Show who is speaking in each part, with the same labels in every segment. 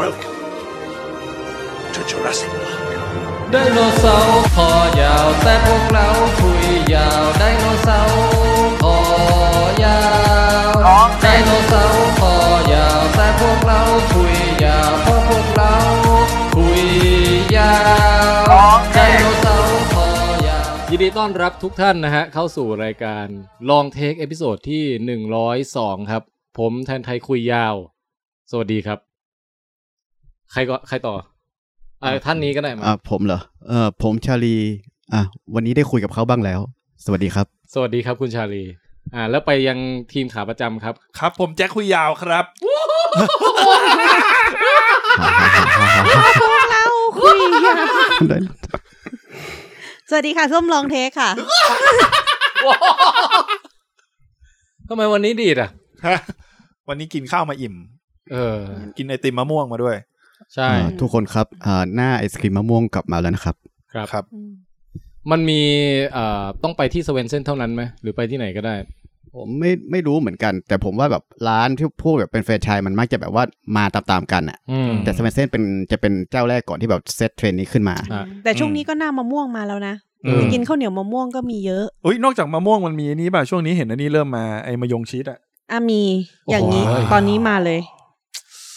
Speaker 1: Welcome to Jurassic Park.
Speaker 2: ไดโนเสาร์คอยาวแต่พวกเราคุยยาวไดโนเสาร์คอยาวไดโนเสาร์คอยาวแต่พวกเราคุยยาวเพราะพวกเราคุยยาวไดโนเสาร์คอยาวยินดีต้อนรับทุกท่านนะฮะเข้าสู่รายการลองเทคเอพิโซดที่ 102 ครับ ผมแทนไทยคุยยาว สวัสดีครับ ใครก็ใครต่ออ่ะท่านนี้ก็ได้มา
Speaker 3: อ่าผมเหรอเออผมชาลีอ่ะวันนี้ได้คุยกับเขาบ้างแล้ว สวัสดีครับ
Speaker 2: สวัสดีครับคุณชาลี อ่า แล้วไปยังทีมขาประจำครับ
Speaker 4: ครับผมแจ็คคุยยาวครับ
Speaker 5: เราคุยอะ
Speaker 3: ได้
Speaker 5: สวัสดีค่ะ ส้มลองเทคค่ะ
Speaker 2: ทำไมวันนี้ดีดอ่ะ
Speaker 4: วันนี้กินข้าวมาอิ่ม
Speaker 2: เออ
Speaker 4: กินไอติมมะม่วงมาด้วย
Speaker 2: ใช่
Speaker 3: อ่าทุกคนครับอ่าหน้าไอศครีมมะม่วงกลับมาแล้วนะครับ
Speaker 2: ครับ
Speaker 4: ครับ
Speaker 2: มันมีเอ่อต้องไปที่สเวนเซนเท่านั้นไหม หรือไปที่ไหนก็ได้
Speaker 3: ผมไม่ไม่รู้เหมือนกัน แต่ผมว่าแบบร้านที่พวกแบบเป็นแฟรนไชส์มันมักจะแบบว่ามาตามๆกันอ่ะ
Speaker 2: อืม
Speaker 3: แต่สมัยเส้นเป็นจะเป็นเจ้าแรกก่อนที่แบบเซตเทรนด์นี้ขึ้นมา
Speaker 2: อ่ะ
Speaker 5: แต่ช่วงนี้ก็หน้ามะม่วงมาแล้วนะ
Speaker 2: อืม
Speaker 5: จะกินข้าวเหนียวมะม่วงก็มีเยอะ
Speaker 4: อุ้ยนอกจากมะม่วงมันมีอันนี้ป่ะ ช่วงนี้เห็นอันนี้เริ่มมาไอมะยงชิดอะ
Speaker 5: อ่ะมีอย่างนี้
Speaker 2: โอ้โห
Speaker 5: ตอนนี้มาเลย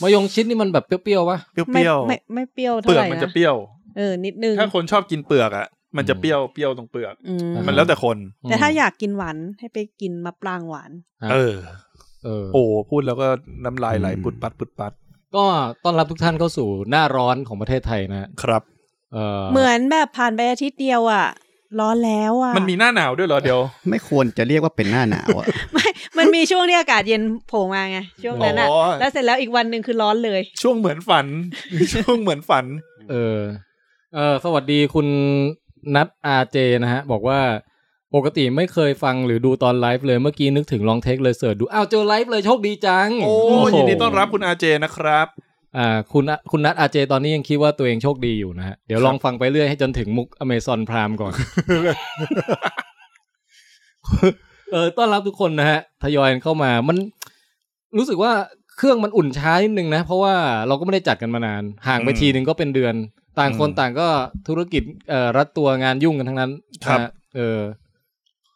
Speaker 2: มายงชิดนี่มันแบบเปรี้ยวๆวะ
Speaker 4: เป
Speaker 5: ไม่
Speaker 4: รี้ยว
Speaker 5: ไม่ไม่เปรี้ยว
Speaker 4: ๆ
Speaker 5: เท่า
Speaker 4: เปลือ
Speaker 5: ไห
Speaker 4: ก
Speaker 5: ร่
Speaker 4: มันจะ
Speaker 5: นะ
Speaker 4: เปรี้ยว
Speaker 5: เออนิดนึง
Speaker 4: ถ้าคนชอบกินเปลือกอะมันจะเปรี้ยวเปรี้ยวตรงเปลือก
Speaker 5: อืม
Speaker 2: อ่า
Speaker 4: มันแล้วแต่คน
Speaker 5: แต่ถ้าอยากกินหวานให้ไปกินมะปรางหวาน
Speaker 2: อ่ะ
Speaker 4: เออ
Speaker 2: เออ
Speaker 4: โอ้พูดแล้วก็น้ำลายไหล
Speaker 3: อืม
Speaker 4: ปุดปัดปุดปัด
Speaker 2: ก็ต้อนรับทุกท่านเข้าสู่หน้าร้อนของประเทศไทยนะ
Speaker 4: ครับ
Speaker 2: เออ
Speaker 5: เหมือนแบบผ่านไปอาทิตย์เดียวอ่ะ ร้อนแล้วอ่ะ
Speaker 4: มันมีหน้าหนาวด้วยเหรอเดี๋ยว
Speaker 3: ไม่ควรจะเรียกว่าเป็นหน้าหนาวอ่ะ
Speaker 5: ไม่มันมีช่วงที่อากาศเย็นโผล่มาไงช่วงนั้นอ่ะ
Speaker 4: อ๋อ
Speaker 5: แล้วเสร็จแล้วอีกวันหนึ่งคือร้อนเลย
Speaker 4: ช่วงเหมือน ฝัน ช่วงเหมือนฝัน
Speaker 2: เออ เออ สวัสดีคุณนัทอาเจนะฮะ บอกว่าปกติไม่เคยฟังหรือดูตอนไลฟ์เลย เมื่อกี้นึกถึงลองเทคเลยเสิร์ชดู อ้าวเจอไลฟ์เลยโชคดีจัง
Speaker 4: โอ้ยินดีต้อนรับคุณอาเจนะครับ
Speaker 2: อ่าคุณอะคุณนัทอาเจตอนนี้ยังคิดว่าตัวเองโชคดีอยู่นะฮะ เดี๋ยวลองฟังไปเรื่อยให้จนถึงมุกอเมซอนพรามก่อน เออต้อนรับทุกคนนะฮะ ทยอยกันเข้ามามันรู้สึกว่าเครื่องมันอุ่นช้านิดนึงนะ เพราะว่าเราก็ไม่ได้จัดกันมานาน ห่างไป
Speaker 4: อืม
Speaker 2: ทีนึงก็เป็นเดือน ต่างคน
Speaker 4: อืม
Speaker 2: ต่างก็ธุรกิจเอ่อรัดตัวงานยุ่งกันทั้งนั้น
Speaker 4: ครับ
Speaker 2: นะฮะเออ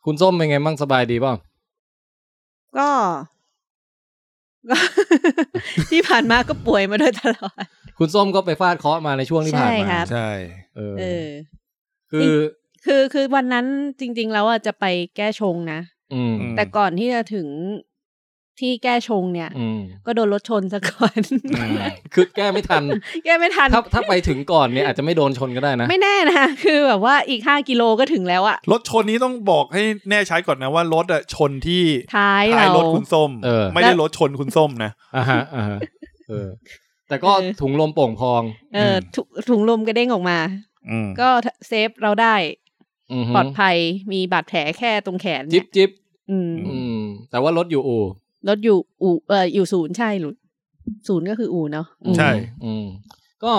Speaker 2: คุณส้มเป็นไงบ้างสบายดีเปล่า
Speaker 5: ก็ก็ ที่ผ่านมาก็ป่วยมาโดยตลอด
Speaker 2: คุณส้มก็ไปฟาดเคราะห์มาในช่วงที่ผ่าน
Speaker 5: ใช่ครั
Speaker 2: มา
Speaker 5: บ
Speaker 4: ใช่
Speaker 2: เออ
Speaker 5: เออ
Speaker 2: คือ
Speaker 5: คือคือวันนั้นจริง ๆ แล้วอ่ะจะไปแก้ชงนะ
Speaker 2: อืม
Speaker 5: แต่ก่อนที่จะถึงที่แก้ชงเนี่ย
Speaker 2: อืม
Speaker 5: ก็โดนรถชนซะก่อน
Speaker 2: คือแก้ไม่ทัน
Speaker 5: แก้ไม่ทัน
Speaker 2: ถ้าถ้าไปถึงก่อนเนี่ยอาจจะไม่โดนชนก็ได้นะ
Speaker 5: ไม่แน่นะ คือแบบว่าอีกห้ากิโลก็ถึงแล้วอะ
Speaker 4: รถชนนี้ต้องบอกให้แน่ชัดก่อนนะว่ารถอะชนที่
Speaker 5: ท้าย
Speaker 4: ท้าย
Speaker 5: เรา
Speaker 4: รถคุณส้ม
Speaker 2: เออ
Speaker 4: ไม่ได้รถชนคุณส้มนะ
Speaker 2: อ่าฮะอ่าฮะเออ แต่ก็
Speaker 5: เออ
Speaker 2: ถุงลมโป่งพอง
Speaker 5: เออถุถุงลมกระเด้งออกมา ก็เซฟเราได้
Speaker 2: ฮึ
Speaker 5: ปลอดภัยมีบาดแผลแค่ตรงแขน
Speaker 2: จิ๊
Speaker 5: เนี่
Speaker 2: บ
Speaker 5: ย
Speaker 2: จิ๊บ
Speaker 5: อืม
Speaker 2: อืม แต่ว่ารถอยู่อู่
Speaker 5: รถอยู่อู่เอออยู่ศูนย์ใช่หรือศูนย์ก็คืออู่เนาะอืม
Speaker 4: ใช่
Speaker 2: อืม ก็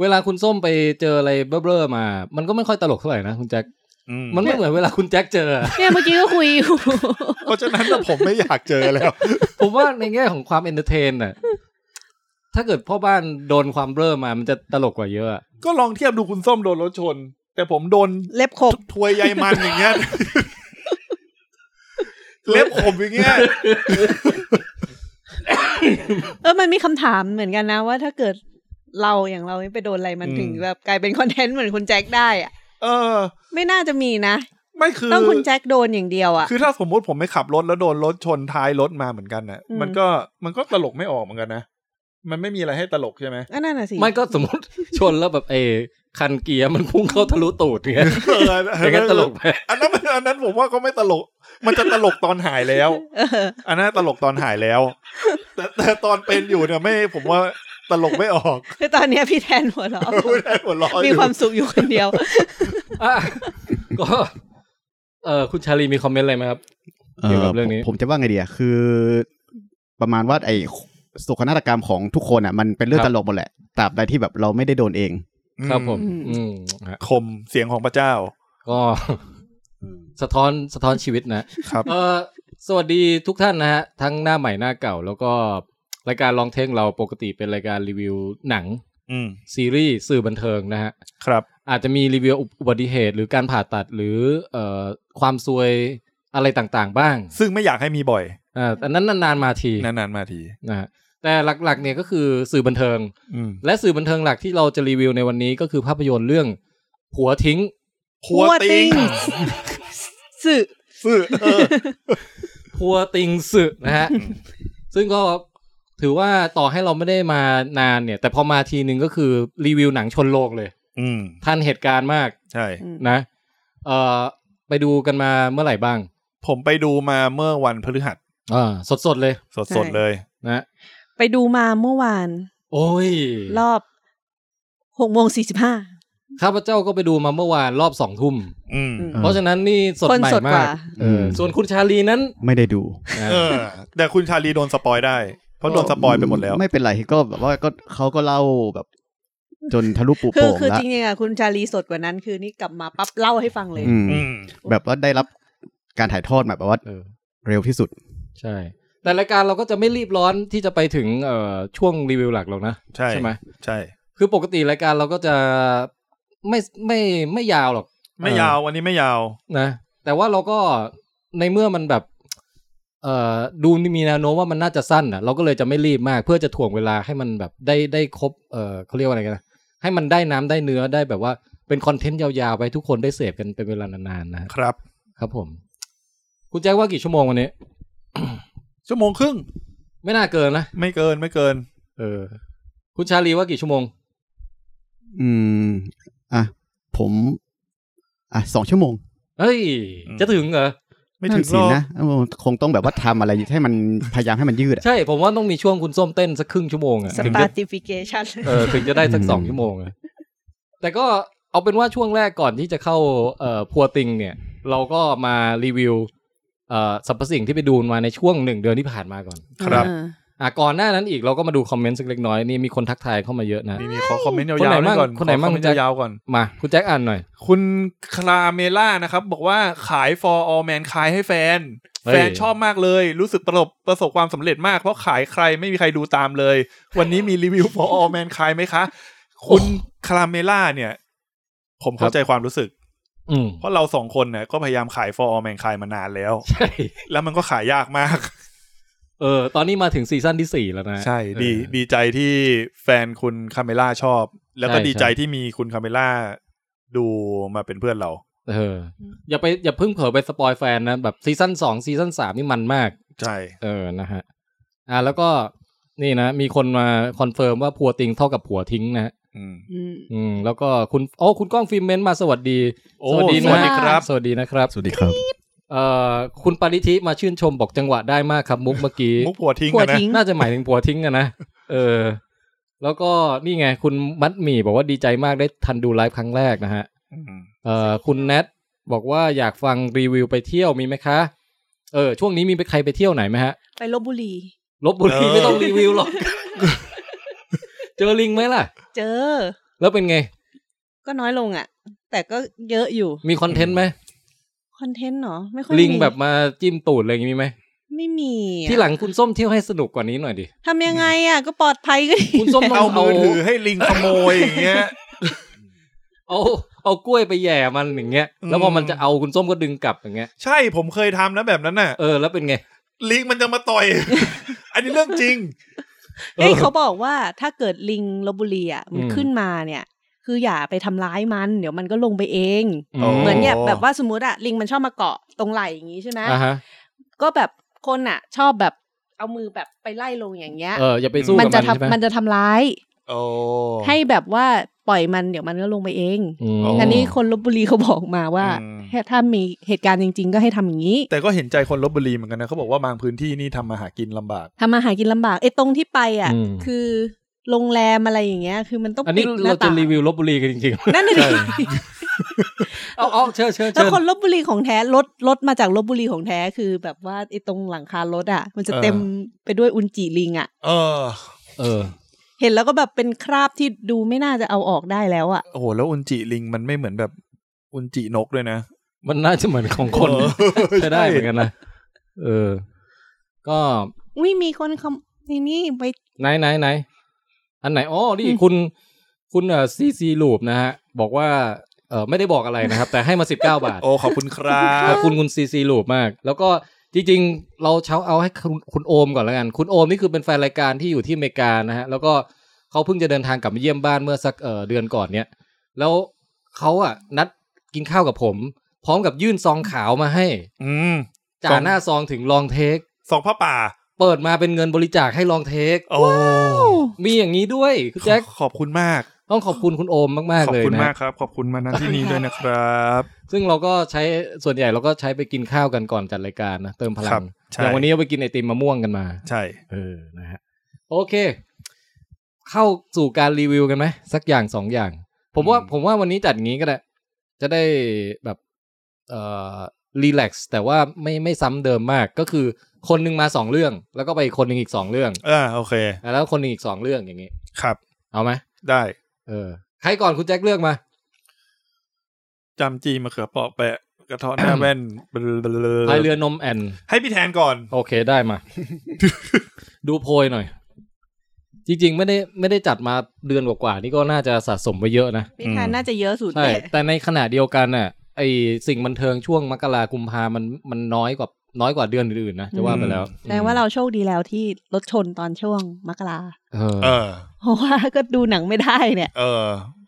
Speaker 2: เวลาคุณส้มไปเจออะไรเบ้อๆมา มันก็ไม่ค่อยตลกเท่าไหร่นะคุณแจ็ค
Speaker 4: อืม
Speaker 2: มันไม่เหมือนเวลาคุณแจ็คเจอ
Speaker 5: เนี่ยเมื่อกี้ก็คุยอยู่
Speaker 4: เพราะฉะนั้นน่ะผมไม่อยากเจอแล้ว
Speaker 2: ผมว่าในแง่ของความเอนเตอร์เทนน่ะ ถ้าเกิดพ่อบ้านโดนความเบ้อมา มันจะตลกกว่าเยอะอะ
Speaker 4: ก็ลองเทียบดูคุณส้มโดนรถชน แต่ผมโดน
Speaker 5: เล็บขบ
Speaker 4: ทวยใยมันอย่างเงี้ย เล็บขมอย่างเงี้ย
Speaker 5: เออ มันมีคำถามเหมือนกันนะว่าถ้าเกิดเราอย่างเราไปโดนอะไรมัน
Speaker 4: อืม
Speaker 5: ถึงแบบกลายเป็นคอนเทนต์เหมือนคุณแจ็คได้อะ
Speaker 4: เออ
Speaker 5: ไม่น่าจะมีนะ
Speaker 4: ไม่คือ
Speaker 5: ต้องคุณแจ็คโดนอย่างเดียวอะ
Speaker 4: คือถ้าสมมุติผมไม่ขับรถแล้วโดนรถชนท้ายรถมาเหมือนกันน่ะ
Speaker 5: อืม
Speaker 4: มันก็มันก็ตลกไม่ออกเหมือนกันนะ มันไม่มีอะไรให้ตลกใช่ไหม
Speaker 5: อันนั่นน่ะสิ
Speaker 2: ไม่ก็สมมติชนแล้วแบบเอคันเกียร์มันพุ่งเข้าทะลุตูดอย่างเงี้ย
Speaker 4: เออ
Speaker 2: อย่างนั้นตลกไป
Speaker 4: อันนั้นอันนั้นผมว่าก็ไม่ตลก มันจะตลกตอนหายแล้ว
Speaker 5: เออ
Speaker 4: อันนั้นตลกตอนหายแล้ว แต่แต่ตอนเป็นอยู่เนี่ยไม่ผมว่าตลกไม่ออก
Speaker 5: คือตอนเนี้ยพี่แทนหัวเราะ
Speaker 4: ไม่ได้หัวเราะอ
Speaker 5: มี
Speaker 4: ยู่
Speaker 5: ความสุขอยู่คนเดียว
Speaker 2: อ่ะก็เออคุณชาลีมีคอมเมนต์อะไรไหมครับ เกี่ยวกับเรื่องนี้
Speaker 3: ผมผมจะว่าไงดีอะคือ ประมาณว่าไอโศกนาฏกรรมของทุกคนอ่ะมันเป็นเรื่อง
Speaker 2: ครั
Speaker 3: ต
Speaker 2: บ
Speaker 3: ลกหมดแหละตราบใดที่แบบเราไม่ได้โดนเอง
Speaker 2: ครับผม
Speaker 5: อืม
Speaker 2: อืมฮะ
Speaker 4: คมเสียงของพระเจ้า
Speaker 2: ก็ สะท้อนสะท้อนชีวิตนะครับ เออสวัสดีทุกท่านนะฮะ ทั้งหน้าใหม่หน้าเก่า แล้วก็ รายการลองเท่งเราปกติเป็นรายการรีวิวหนัง
Speaker 4: อืม
Speaker 2: ซีรีส์สื่อบันเทิงนะฮะ
Speaker 4: ครับ
Speaker 2: อาจจะมีรีวิวอุบัติเหตุหรือการผ่าตัดหรือเอ่อความซวยอะไรต่างๆ บ้าง
Speaker 4: ซึ่งไม่อยากให้มีบ่อย
Speaker 2: อ่าแต่นั้นนานๆมาที
Speaker 4: นานๆมาที
Speaker 2: นะฮะแต่หลักๆเนี่ยก็คือสื่อบันเทิง
Speaker 4: อืม
Speaker 2: และสื่อบันเทิงหลักที่เราจะรีวิวในวันนี้ก็คือภาพยนตร์เรื่องผัวทิ้ง
Speaker 4: พัวติง
Speaker 5: สื่อ
Speaker 4: ซื่อเออ
Speaker 2: พัวติงสึนะฮะ ซึ่งก็ถือว่าต่อให้เราไม่ได้มานานเนี่ย แต่พอมาทีนึงก็คือรีวิวหนังชนโลกเลย
Speaker 4: อืม
Speaker 2: ทันเหตุการณ์มาก
Speaker 4: ใช่
Speaker 5: อืม
Speaker 2: นะ เอ่อไปดูกันมาเมื่อไหร่บ้าง
Speaker 4: ผมไปดูมาเมื่อวันพฤหัส
Speaker 2: อ่าสดๆเลย
Speaker 4: สดๆเลย
Speaker 2: นะ
Speaker 5: ไปดูมาเมื่อวาน
Speaker 2: โอ้ย
Speaker 5: รอบหกโมงสี่สิบห้า
Speaker 2: ข้าพเจ้าก็ไปดูมาเมื่อวานรอบสองทุ่ม
Speaker 4: อืม
Speaker 3: อืม
Speaker 2: เพราะฉะนั้นนี่สด
Speaker 5: คน
Speaker 2: ใหม่
Speaker 5: สดก
Speaker 2: มา
Speaker 5: ว่า
Speaker 2: ก
Speaker 3: เออ
Speaker 2: ส่วนคุณชาลีนั้น
Speaker 3: ไม่ได้ดู
Speaker 2: นะ
Speaker 4: เออ แต่คุณชาลีโดนสปอยได้ เพราะโดนสปอยไปหมดแล้ว
Speaker 3: ไม่เป็นไรก็แบบว่าก็เขาก็เล่าแบบ จนทะลุปู
Speaker 5: คือ
Speaker 3: โป่ง
Speaker 5: คือ
Speaker 3: ละ
Speaker 5: จริงๆอ่ะคุณชาลีสดกว่านั้น คือนี่กลับมาปั๊บเล่าให้ฟังเลย
Speaker 3: อืม
Speaker 4: อืม
Speaker 3: แบบว่าได้รับการถ่ายทอดมาแบบว่า
Speaker 2: เออ
Speaker 3: เร็วที่สุด
Speaker 2: ใช่ แต่รายการเราก็จะไม่รีบร้อนที่จะไปถึงเอ่อช่วงรีวิวหลักหรอกนะ
Speaker 4: ใช่
Speaker 2: ไหม
Speaker 4: ใช่
Speaker 2: คือปกติรายการเราก็จะไม่ไม่ไม่ยาวหรอก
Speaker 4: ไม่ยาววันนี้ไม่ยาว
Speaker 2: นะ แต่ว่าเราก็ในเมื่อมันแบบ เอ่อดูมีแนวโน้มว่ามันน่าจะสั้นอ่ะ เราก็เลยจะไม่รีบมาก เพื่อจะถ่วงเวลาให้มันแบบได้ได้ครบเอ่อเขาเรียกว่าอะไรกันนะให้มันได้น้ำได้เนื้อได้แบบว่าเป็นคอนเทนต์ยาวๆไปทุกคนได้เสพกันเป็นเวลานานๆนะครับ ครับผม คุณแจ็คว่ากี่ชั่วโมงวันนี้
Speaker 4: ชั่วโมงครึ่ง
Speaker 2: ไม่น่าเกินนะ
Speaker 4: ไม่เกินไม่เกิน
Speaker 2: เออ คุณชาลีว่ากี่ชั่วโมง
Speaker 3: อืม อ่ะ ผม อ่ะสองชั่วโมง
Speaker 2: เฮ้ย
Speaker 4: อืม
Speaker 2: จะถึงเหรอ
Speaker 4: ไม่ถึงหร
Speaker 3: นั่นสิ
Speaker 4: อก
Speaker 3: นะเออคงต้องแบบว่าทำอะไรให้มันพยายามให้มันยืดอะ
Speaker 2: ใช่ ผมว่าต้องมีช่วงคุณส้มเต้นสักครึ่งชั่วโมงอะ
Speaker 5: ส
Speaker 2: ถึง
Speaker 5: ตา
Speaker 2: จะ
Speaker 5: ร์ติฟิเคชัน
Speaker 2: เออถึงจะได้สักสองชั่วโมงอะแต่ก็เอาเป็นว่าช่วงแรกก่อนที่จะเข้าเอ่อพัวติงเนี่ย เราก็มารีวิวเอ่อสรรพสิ่งที่ไปดูมาในช่วงหนึ่งเดือนที่ผ่านมาก่อน
Speaker 4: ครับ
Speaker 2: อ่ะก่อนหน้านั้นอีกเราก็มาดูคอมเมนต์สักเล็กน้อยนี่มีคนทักทายเข้ามาเยอะนะ
Speaker 4: นี่นี่ขอคอมเมนต์ยา
Speaker 2: คนไหน
Speaker 4: วๆนี่ก่อน
Speaker 2: มั่งคนไหนมั่ง
Speaker 4: ขออเมน
Speaker 2: แจ็ค
Speaker 4: ต์ยาวๆก่อน
Speaker 2: มา คุณแจ็คอ่านหน่อย
Speaker 4: คุณคลาเมล่านะครับ บอกว่าขาย for all man ขายให้แฟน
Speaker 2: เฮ้ย
Speaker 4: แฟนชอบมากเลย รู้สึกประสบประสบความสำเร็จมาก เพราะขายใครไม่มีใครดูตามเลย วันนี้มีรีวิว for all man ขายไหมคะ คุณคลาเมล่าเนี่ย ผมเข้าใจความรู้สึก
Speaker 2: อืม
Speaker 4: เพราะเราสองคนเนี่ยก็พยายามขาย for all man ขายมานานแล้ว
Speaker 2: ใช่
Speaker 4: แล้วมันก็ขายยากมาก
Speaker 2: เออ ตอนนี้มาถึงซีซั่นที่สี่แล้วนะ
Speaker 4: ใช่ดี
Speaker 2: เออ
Speaker 4: ดีใจที่แฟนคุณคาเมล่าชอบ แล้วก็
Speaker 2: ใช่
Speaker 4: ดีใจ
Speaker 2: ใช่
Speaker 4: ที่มีคุณคาเมล่าดูมาเป็นเพื่อนเรา
Speaker 2: เอออย่าไปอย่าเพิ่งเผลอไปสปอยแฟนนะ แบบซีซั่นสองซีซั่นสามนี่มันมาก
Speaker 4: ใช่
Speaker 2: เออนะฮะ อ่าแล้วก็นี่นะ มีคนมาคอนเฟิร์มว่าผัวติงเท่ากับผัวทิ้งนะฮะ
Speaker 4: อืม
Speaker 5: อืม
Speaker 2: อืมแล้วก็คุณโอ้คุณก้องฟิล์มเมนต์มาสวัสดี
Speaker 4: โอ้
Speaker 2: สวัสดี
Speaker 4: ส
Speaker 2: นะ
Speaker 4: วัสดีครับ
Speaker 2: สวัสดีนะครับ
Speaker 3: สวัสดีครับ
Speaker 2: เอ่อคุณปาริธิมาชื่นชมบอกจังหวะได้มากครับมุกเมื่อกี้
Speaker 4: มุกผัวทิ้ง
Speaker 5: ผัว
Speaker 4: อะนะ
Speaker 5: ทิ้ง
Speaker 2: น่าจะหมายถึงผัวทิ้งกันนะเออ แล้วก็นี่ไง คุณมัดหมี่บอกว่าดีใจมากได้ทันดูไลฟ์ครั้งแรกนะฮะ
Speaker 4: อืม
Speaker 2: เอ่อคุณแนทบอกว่าอยากฟังรีวิวไปเที่ยวมีไหมคะ เออ ช่วงนี้มีไปใครไปเที่ยวไหนไหมฮะ
Speaker 5: ไปลบบุรี
Speaker 2: ลบบุรีไม่ต้องรีวิวหรอก เจอลิงไหมล่ะ
Speaker 5: เจอ
Speaker 2: แล้วเป็นไง
Speaker 5: ก็น้อยลงอ่ะ แต่ก็เยอะอยู่
Speaker 2: มีคอนเทนต์ไหม
Speaker 5: คอนเทนต์เนาะไม่ค่อย
Speaker 2: ลิง
Speaker 5: มี
Speaker 2: แบบมาจิ้มตูดอะไรอย่างงี้มีไหม
Speaker 5: ไม่มีอะ
Speaker 2: ที่หลังคุณส้มเที่ยวให้สนุกกว่านี้หน่อยดิ
Speaker 5: ทำยังไงอ่ะ ก็ปลอดภัยก็ดี
Speaker 2: คุณส้มต้
Speaker 4: เอา
Speaker 2: องเอา
Speaker 4: มือถือให้ลิงขโมยอย่างเงี้ย
Speaker 2: เอาเอากล้วยไปแหย่มันอย่างเงี้ย แล้วพอมันจะเอาคุณส้มก็ดึงกลับอย่างเงี้ย
Speaker 4: ใช่ผมเคยทำนะแบบนั้นน่ะ
Speaker 2: เออแล้วเป็นไง
Speaker 4: ลิงมันจะมาต่อย อันนี้เรื่องจริง
Speaker 5: เอ้ยเขาบอกว่าถ้าเกิดลิงลบบุรีอ่ะมัน
Speaker 2: อืม
Speaker 5: ขึ้นมาเนี่ย คืออย่าไปทำร้ายมัน เดี๋ยวมันก็ลงไปเอง
Speaker 4: อ๋อ
Speaker 5: เหมือนเนี่ยแบบว่าสมมติอะลิงมันชอบมาเกาะตรงไหล่อย่างงี้ใช่ไหม
Speaker 2: อ่าฮะ
Speaker 5: ก็แบบคนอะชอบแบบเอามือแบบไปไล่ลงอย่างเงี้ย
Speaker 2: เอออย่าไปสู้
Speaker 5: มัน
Speaker 2: กับมั
Speaker 5: จะ
Speaker 2: นใช่ไหม
Speaker 5: ทำมันจะทำร้าย
Speaker 4: โอ้
Speaker 5: ให้แบบว่าปล่อยมันเดี๋ยวมันก็ลงไปเอง
Speaker 2: อืม
Speaker 5: อันนี้คนลบบุรีเขาบอกมาว่า
Speaker 4: อืม
Speaker 5: ถ้ามีเหตุการณ์จริง ๆ ก็ให้ทำอย่างนี้
Speaker 4: แต่ก็เห็นใจคนลบบุรีเหมือนกันนะเขาบอกว่าบางพื้นที่นี่ทำมาหากินลำบาก
Speaker 5: ทำมาหากินลำบากไอ้ตรงที่ไปอ่ะ
Speaker 2: อืม
Speaker 5: คือโรงแรมอะไรอย่างเงี้ย คือมันต้อง
Speaker 2: อัน
Speaker 5: ปิ
Speaker 2: นี้
Speaker 5: ดห
Speaker 2: เรา
Speaker 5: น้า
Speaker 2: จะ
Speaker 5: ต่าง
Speaker 2: รีวิวลบบุรีกันจริง
Speaker 5: นั่นน่ะดิ
Speaker 2: ๆ เอาเอาเชิญเชิญ
Speaker 5: แล้ว
Speaker 2: เชิญ
Speaker 5: คนลบบุรีของแท้รถรถมาจากลบบุรีของแท้คือ แบบว่าไอ้ตรงหลังคารถอ่ะ มันจะ
Speaker 4: เออ
Speaker 5: เต็มไปด้วยอุจจิลิงอ่ะ
Speaker 4: เออ
Speaker 2: เออ
Speaker 5: เห็นแล้วก็แบบเป็นคราบที่ดูไม่น่าจะเอาออกได้แล้วอ่ะ
Speaker 4: โอ้โหแล้วอุนจิลิงมันไม่เหมือนแบบอุนจินกด้วยนะ
Speaker 2: มันน่าจะเหมือนของคน
Speaker 4: เออ
Speaker 2: ใช้ได้เหมือนกันนะ เออ ก็
Speaker 5: อุ้ยมีคนคอม
Speaker 6: นี่นี่ไป
Speaker 2: ไหนไหนไหนอันไหนอ๋อนี่คุณคุณเอ่อซีซีลูปนะฮะ บอกว่าเออไม่ได้บอกอะไรนะครับ แต่ให้มาสิบเก้าบาท
Speaker 4: โอ้ขอบคุณครั
Speaker 2: ขอ
Speaker 4: บบ
Speaker 2: คุณคุณซีซีลูปมาก แล้วก็จริงๆ เราเช้าเอาให้คุณคุณโอมก่อนแล้วกัน คุณโอมนี่คือเป็นแฟนรายการที่อยู่ที่อเมริกานะฮะ แล้วก็เขาเพิ่งจะเดินทางกลับมาเยี่ยมบ้านเมื่อสักเอ่อเดือนก่อนเนี้ยแล้วเขาอ่ะนัดกินข้าวกับผม พร้อมกับยื่นซองขาวมาให้
Speaker 4: อืม
Speaker 2: จ่าหน้าซองถึงลองเทค
Speaker 4: สองผ้าป่า
Speaker 2: เปิดมาเป็นเงินบริจาคให้ลองเทค
Speaker 4: โอ้
Speaker 2: มีอย่างนี้ด้วยคุณแจ็ค
Speaker 4: ขอบคุณมาก
Speaker 2: ต้องขอบคุณคุณโอมมาก
Speaker 4: ข
Speaker 2: ๆ
Speaker 4: อบ
Speaker 2: เลย
Speaker 4: คุณมา
Speaker 2: นะ
Speaker 4: กครับ ขอบคุณมาณที่นี้ด้วยนะครับ
Speaker 2: ซึ่งเราก็ใช้ส่วนใหญ่เราก็ใช้ไปกินข้าวกันก่อนจัดรายการนะเติมพลั
Speaker 4: ครั
Speaker 2: ง
Speaker 4: บใช่
Speaker 2: อย่างวันนี้ก็ไปกินไอติมมะม่วงกันมา
Speaker 4: ใช่
Speaker 2: เออนะฮะโอเค เข้าสู่การรีวิวกันไหมสักอย่างสองอย่าง ผมว่า
Speaker 4: อืม
Speaker 2: ผมว่าวันนี้จัดงี้ก็ได้ จะได้แบบเอ่อรีแลกซ์แต่ว่าไม่ไม่ซ้ำเดิมมากก็คือคนหนึงมาสองเรื่อง แล้วก็ไปคนหนึงอีกสองเรื่อง
Speaker 4: เออโอเค
Speaker 2: แล้วคนหนึงอีกสองเรื่องอย่างงี้
Speaker 4: ครับ
Speaker 2: เอาไหม
Speaker 4: ได้
Speaker 2: เออใครก่อนคุณแจ็คเลือกมา
Speaker 4: จำจีมะเขือเปราะแปะ กระเทอนหน้าแว่น
Speaker 2: พายเรือนมแอน
Speaker 4: ให้พี่แทนก่อน
Speaker 2: โอเคได้มา ดูโพยหน่อย จริงๆ ไม่ได้ไม่ได้จัดมาเดือนกว่าๆนี่ก็น่าจะสะสมไปเยอะนะ
Speaker 6: พิธาน
Speaker 4: อืม
Speaker 6: น่าจะเยอะสุด
Speaker 2: ใช่
Speaker 6: เลย
Speaker 2: แต่ในขณะเดียวกันน่ะ ไอสิ่งบันเทิงช่วงมกรากุมภามันมันน้อยกว่าน้อยกว่าเดือนอื่นๆนะจะว่าไปแล้ว
Speaker 6: แปลว่าเราโชคดีแล้วที่รถชนตอนช่วงมกรา
Speaker 2: เออ
Speaker 4: เออ
Speaker 6: เพราะว่าก็ดูหนังไม่ได้เนี่ย
Speaker 4: เออ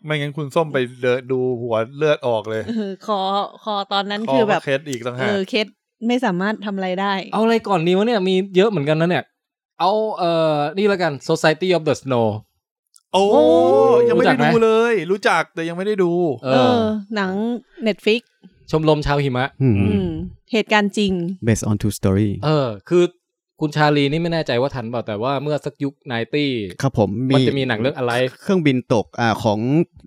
Speaker 4: ไม่งั้นคุณส้มไปเดินดูหัวเลือดออกเลย
Speaker 6: เออคอคอตอนนั้นคือแบบ
Speaker 4: เคสอีกต่าง
Speaker 6: เอ
Speaker 4: หาก
Speaker 6: อเคสไม่สามารถทำอะไรได้
Speaker 2: เอาอะไรก่อนดีวะเนี่ยมีเยอะเหมือนกันนะเนี่ย เอาเอ่อนี่ละกัน Society of the Snow
Speaker 4: โอ้ยังไม่
Speaker 2: รู้จั
Speaker 4: ได้
Speaker 2: กไหม
Speaker 4: ดูเลย รู้จักแต่ยังไม่ได้ดู
Speaker 2: เอ
Speaker 6: เอ
Speaker 2: อ
Speaker 6: อ หนังเน็ตฟิก
Speaker 2: ชมรมชาวหิมะ
Speaker 3: อืม
Speaker 6: เหตุการณ์จริง
Speaker 3: based on two story
Speaker 2: เออ คือคุณชาลีนี่ไม่แน่ใจว่าทันเปล่าแต่ว่าเมื่อสักยุคไนตี้
Speaker 3: ครับผม
Speaker 2: มันจะมีหนังเรื่องอะไร
Speaker 3: เครื่องบินตกอ่าของ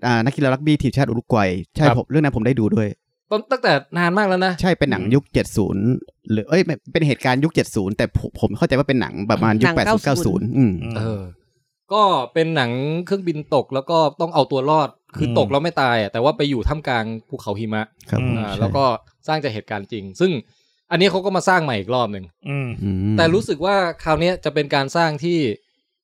Speaker 3: อ่านักกีฬารักบี้ทีมชาติอุรุกวัยใช่
Speaker 2: ครับ
Speaker 3: ผมเรื่องนั้นผมได้ดูด้วย
Speaker 2: ต้นตั้งแต่นานมากแล้วนะ
Speaker 3: ใช่เป็นหนังยุค 70 หรือเอ้ยไม่เป็นเหตุการณ์ยุค 70 แต่ผมผมเข้าใจว่าเป็นหนังประมาณยุ
Speaker 6: หนั
Speaker 3: ค
Speaker 6: ง
Speaker 3: 80
Speaker 6: 90
Speaker 3: 90อืม
Speaker 2: เออ ก็เป็นหนังเครื่องบินตกแล้วก็ต้องเอาตัวรอด คือ
Speaker 4: ม
Speaker 2: ตกแล้วไม่ตายอะแต่ว่าไปอยู่ท่ามกลางภูเขาหิมะ
Speaker 3: ครับผม
Speaker 4: อ่
Speaker 2: อ่า
Speaker 3: ใช่
Speaker 2: แล้วก็สร้างจากเหตุการณ์จริง ซึ่งอันนี้เขาก็มาสร้างใหม่อีกรอบหนึ่ง
Speaker 4: อืม
Speaker 3: อืม
Speaker 2: แต่รู้สึกว่าคราวเนี้ยจะเป็นการสร้างที่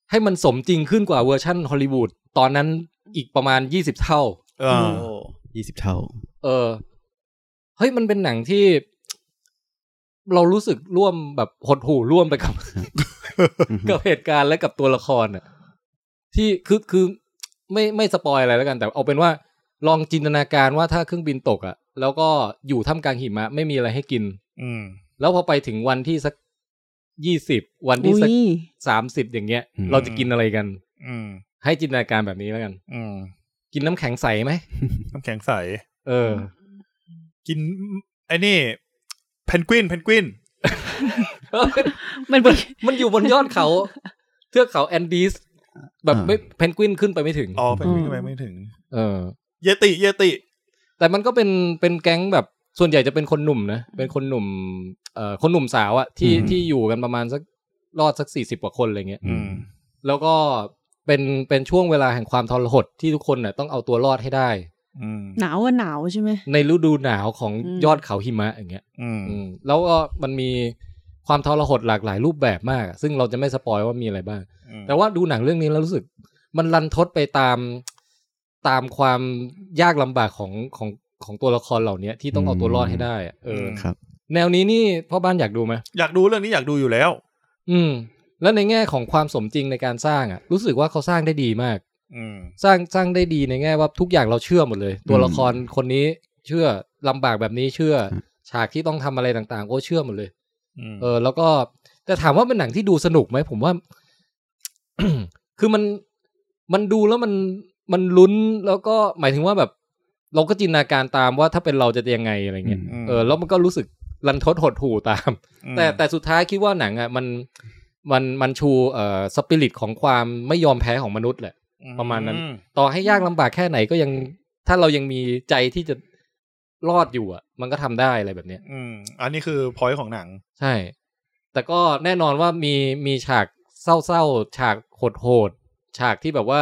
Speaker 2: ให้มันสมจริงขึ้นกว่าเวอร์ชั่นฮอลลีวูดตอนนั้นอีกประมาณ 20 เท่า
Speaker 4: เออ
Speaker 3: 20 เท่า
Speaker 2: เออ เฮ้ย มันเป็นหนังที่ เรารู้สึกร่วมแบบหดหู่ร่วมไปกับ กับเหตุการณ์และกับตัวละครน่ะที่คือคือไม่ไม่สปอยอะไรแล้วกัน แต่เอาเป็นว่า ลองจินตนาการว่าถ้าเครื่องบินตกอะ่ะ แล้วก็อยู่ท่ามกลางหิมะ ไม่มีอะไรให้กิน
Speaker 4: อืม
Speaker 2: แล้วพอไปถึงวันที่สักยี่สิบวันที่สัก
Speaker 6: อุ๊ย
Speaker 2: สามสิบอย่างเงี้ย
Speaker 3: อืม
Speaker 2: เราจะกินอะไรกัน
Speaker 4: อืม
Speaker 2: ให้จินตนาการแบบนี้แล้วกัน
Speaker 4: อืม
Speaker 2: กินน้ำแข็งใสไหม
Speaker 4: น้ำแข็งใส
Speaker 2: เออ
Speaker 4: กินไอ้นี่เพนกวินเพนกวิน
Speaker 6: มัน เป็น
Speaker 2: มันอยู่บนยอดเขา เทือกเขาแอนดีสแบบไม่เพนกวินขึ้นไปไม่ถึง
Speaker 4: อ๋อเพนกวินทำไปไม่ถึง
Speaker 2: เออ
Speaker 4: เยติเยติ
Speaker 2: แต่มันก็เป็นเป็นแก๊งแบบส่วนใหญ่จะเป็นคนหนุ่มนะ เป็นคนหนุ่มเอ่อคนหนุ่มสาวอะที่
Speaker 3: อืม
Speaker 2: ที่อยู่กันประมาณสักรอดสักสี่สิบกว่าคนอะไรเงี้ย
Speaker 4: อืม
Speaker 2: แล้วก็เป็นเป็นช่วงเวลาแห่งความทรหดที่ทุกคนน่ะต้องเอาตัวรอดให้ได้
Speaker 4: อืม
Speaker 6: หนาวอะหนาวใช่ไหม
Speaker 2: ในฤดูหนาวของ
Speaker 6: อืม
Speaker 2: ยอดเขาหิมะอย่างเงี้ย
Speaker 4: อืม
Speaker 2: อืมแล้วก็มันมีความทรหดหลากหลายรูปแบบมากอะซึ่งเราจะไม่สปอยว่ามีอะไรบ้าง แต่ว่าดูหนังเรื่องนี้แล้วรู้สึก มันรันทดไปตามตามความยากลำบากของของของตัวละครเหล่านี้ที่ต้องเอาตัวรอดให้ได้อะเอออ
Speaker 4: ม
Speaker 3: ครับ
Speaker 2: แนวนี้นี่พ่อบ้านอยากดูไหม
Speaker 4: อยากดูเรื่องนี้อยากดูอยู่แล้ว
Speaker 2: อืม แล้วในแง่ของความสมจริงในการสร้างอ่ะ รู้สึกว่าเขาสร้างได้ดีมาก
Speaker 4: อืม
Speaker 2: สร้างสร้างได้ดีในแง่ว่าทุกอย่างเราเชื่อหมดเลย ตัวละครคนนี้เชื่อลำบากแบบนี้เชื่อ
Speaker 3: ครับ
Speaker 2: ฉากที่ต้องทำอะไรต่างๆ ก็เชื่อหมดเลย
Speaker 4: อืม
Speaker 2: เออแล้วก็แต่ถามว่าเป็นหนังที่ดูสนุกไหมผมว่า คือมันมันดูแล้วมันมันลุ้นแล้วก็หมายถึงว่าแบบ เราก็จินตนาการตามว่าถ้าเป็นเราจะยังไงอะไรเงี้ย
Speaker 3: อืม
Speaker 2: เออแล้วมันก็รู้สึกรันทดหดหู่ตาม แต่แต่สุดท้ายคิดว่าหนังอ่ะมันมันมันชูเอ่อสปิริตของความไม่ยอมแพ้ของมนุษย์แหละ
Speaker 4: อื
Speaker 2: ประมาณนั้น ต่อให้ยากลำบากแค่ไหนก็ยัง ถ้าเรายังมีใจที่จะรอดอยู่อ่ะ มันก็ทำได้อะไรแบบเนี้ย
Speaker 4: อืม อันนี้คือพอยของหนัง
Speaker 2: ใช่ แต่ก็แน่นอนว่ามีมีฉากเศร้าๆ ฉากโหดๆ ฉากที่แบบว่า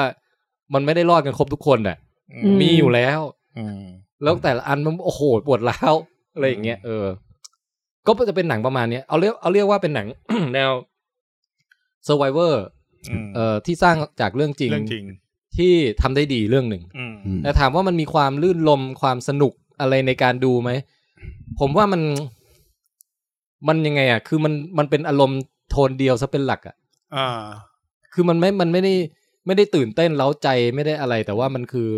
Speaker 2: มันไม่ได้รอดกันครบทุกคนน่ะ
Speaker 6: อืม
Speaker 2: มีอยู่แล้ว
Speaker 4: อืม
Speaker 2: แล้วแต่ละอันมันโอ้โหปวดร้าวอะไรอย่างเงี้ยเอ อ ก็จะเป็นหนังประมาณเนี้ยเอาเรียกเอาเรียกว่าเป็นหนัง แนว Survivor
Speaker 4: อืม
Speaker 2: เอ่อที่สร้างจากเรื่องจริ
Speaker 4: เรื่องจริง
Speaker 2: ที่ทำได้ดีเรื่องหนึ่ง
Speaker 4: อืม
Speaker 3: อืม
Speaker 2: แต่ถามว่ามันมีความลื่นลมความสนุกอะไรในการดูไหม ผมว่ามัน มันยังไงอ่ะ คือมันมันเป็นอารมณ์โทนเดียวซะเป็นหลักอ่ะ
Speaker 4: อ่า
Speaker 2: คือมันไม่ มันไม่ได้ไม่ได้ตื่นเต้นเล้าใจไม่ได้อะไร แต่ว่ามันคือ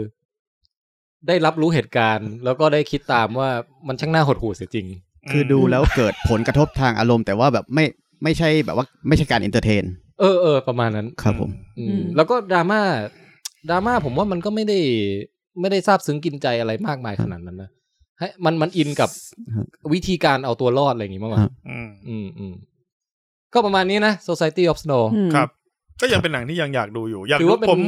Speaker 2: ได้รับรู้เหตุการณ์ แล้วก็ได้คิดตามว่ามันช่างน่าหดหู่เสียจริง
Speaker 3: คือดูแล้วเกิดผลกระทบทางอารมณ์แต่ว่าแบบไม่ไม่ใช่แบบว่าไม่ใช่การเอนเตอร์เทน
Speaker 2: เออเออประมาณนั้น
Speaker 3: ครับผม
Speaker 2: อื
Speaker 6: อื
Speaker 2: ม
Speaker 6: ม
Speaker 2: แล้วก็ดราม่าดราม่าผมว่ามันก็ไม่ได้ไม่ได้ซาบซึ้งกินใจอะไรมากมายขนาดนั้นนะให้มันมันอินกับวิธีการเอาตัวรอดอะไรอย่างงี้มากกว่า
Speaker 4: อืม
Speaker 2: อืมอืมก็ประมาณนี้นะ Society of Snow
Speaker 6: อืม
Speaker 4: ครับ ก็ยังเป็นหนังที่ยังอยากดูอยู่ อยาก
Speaker 2: ถือ
Speaker 4: รู้
Speaker 2: ว่าเป็น
Speaker 4: ผม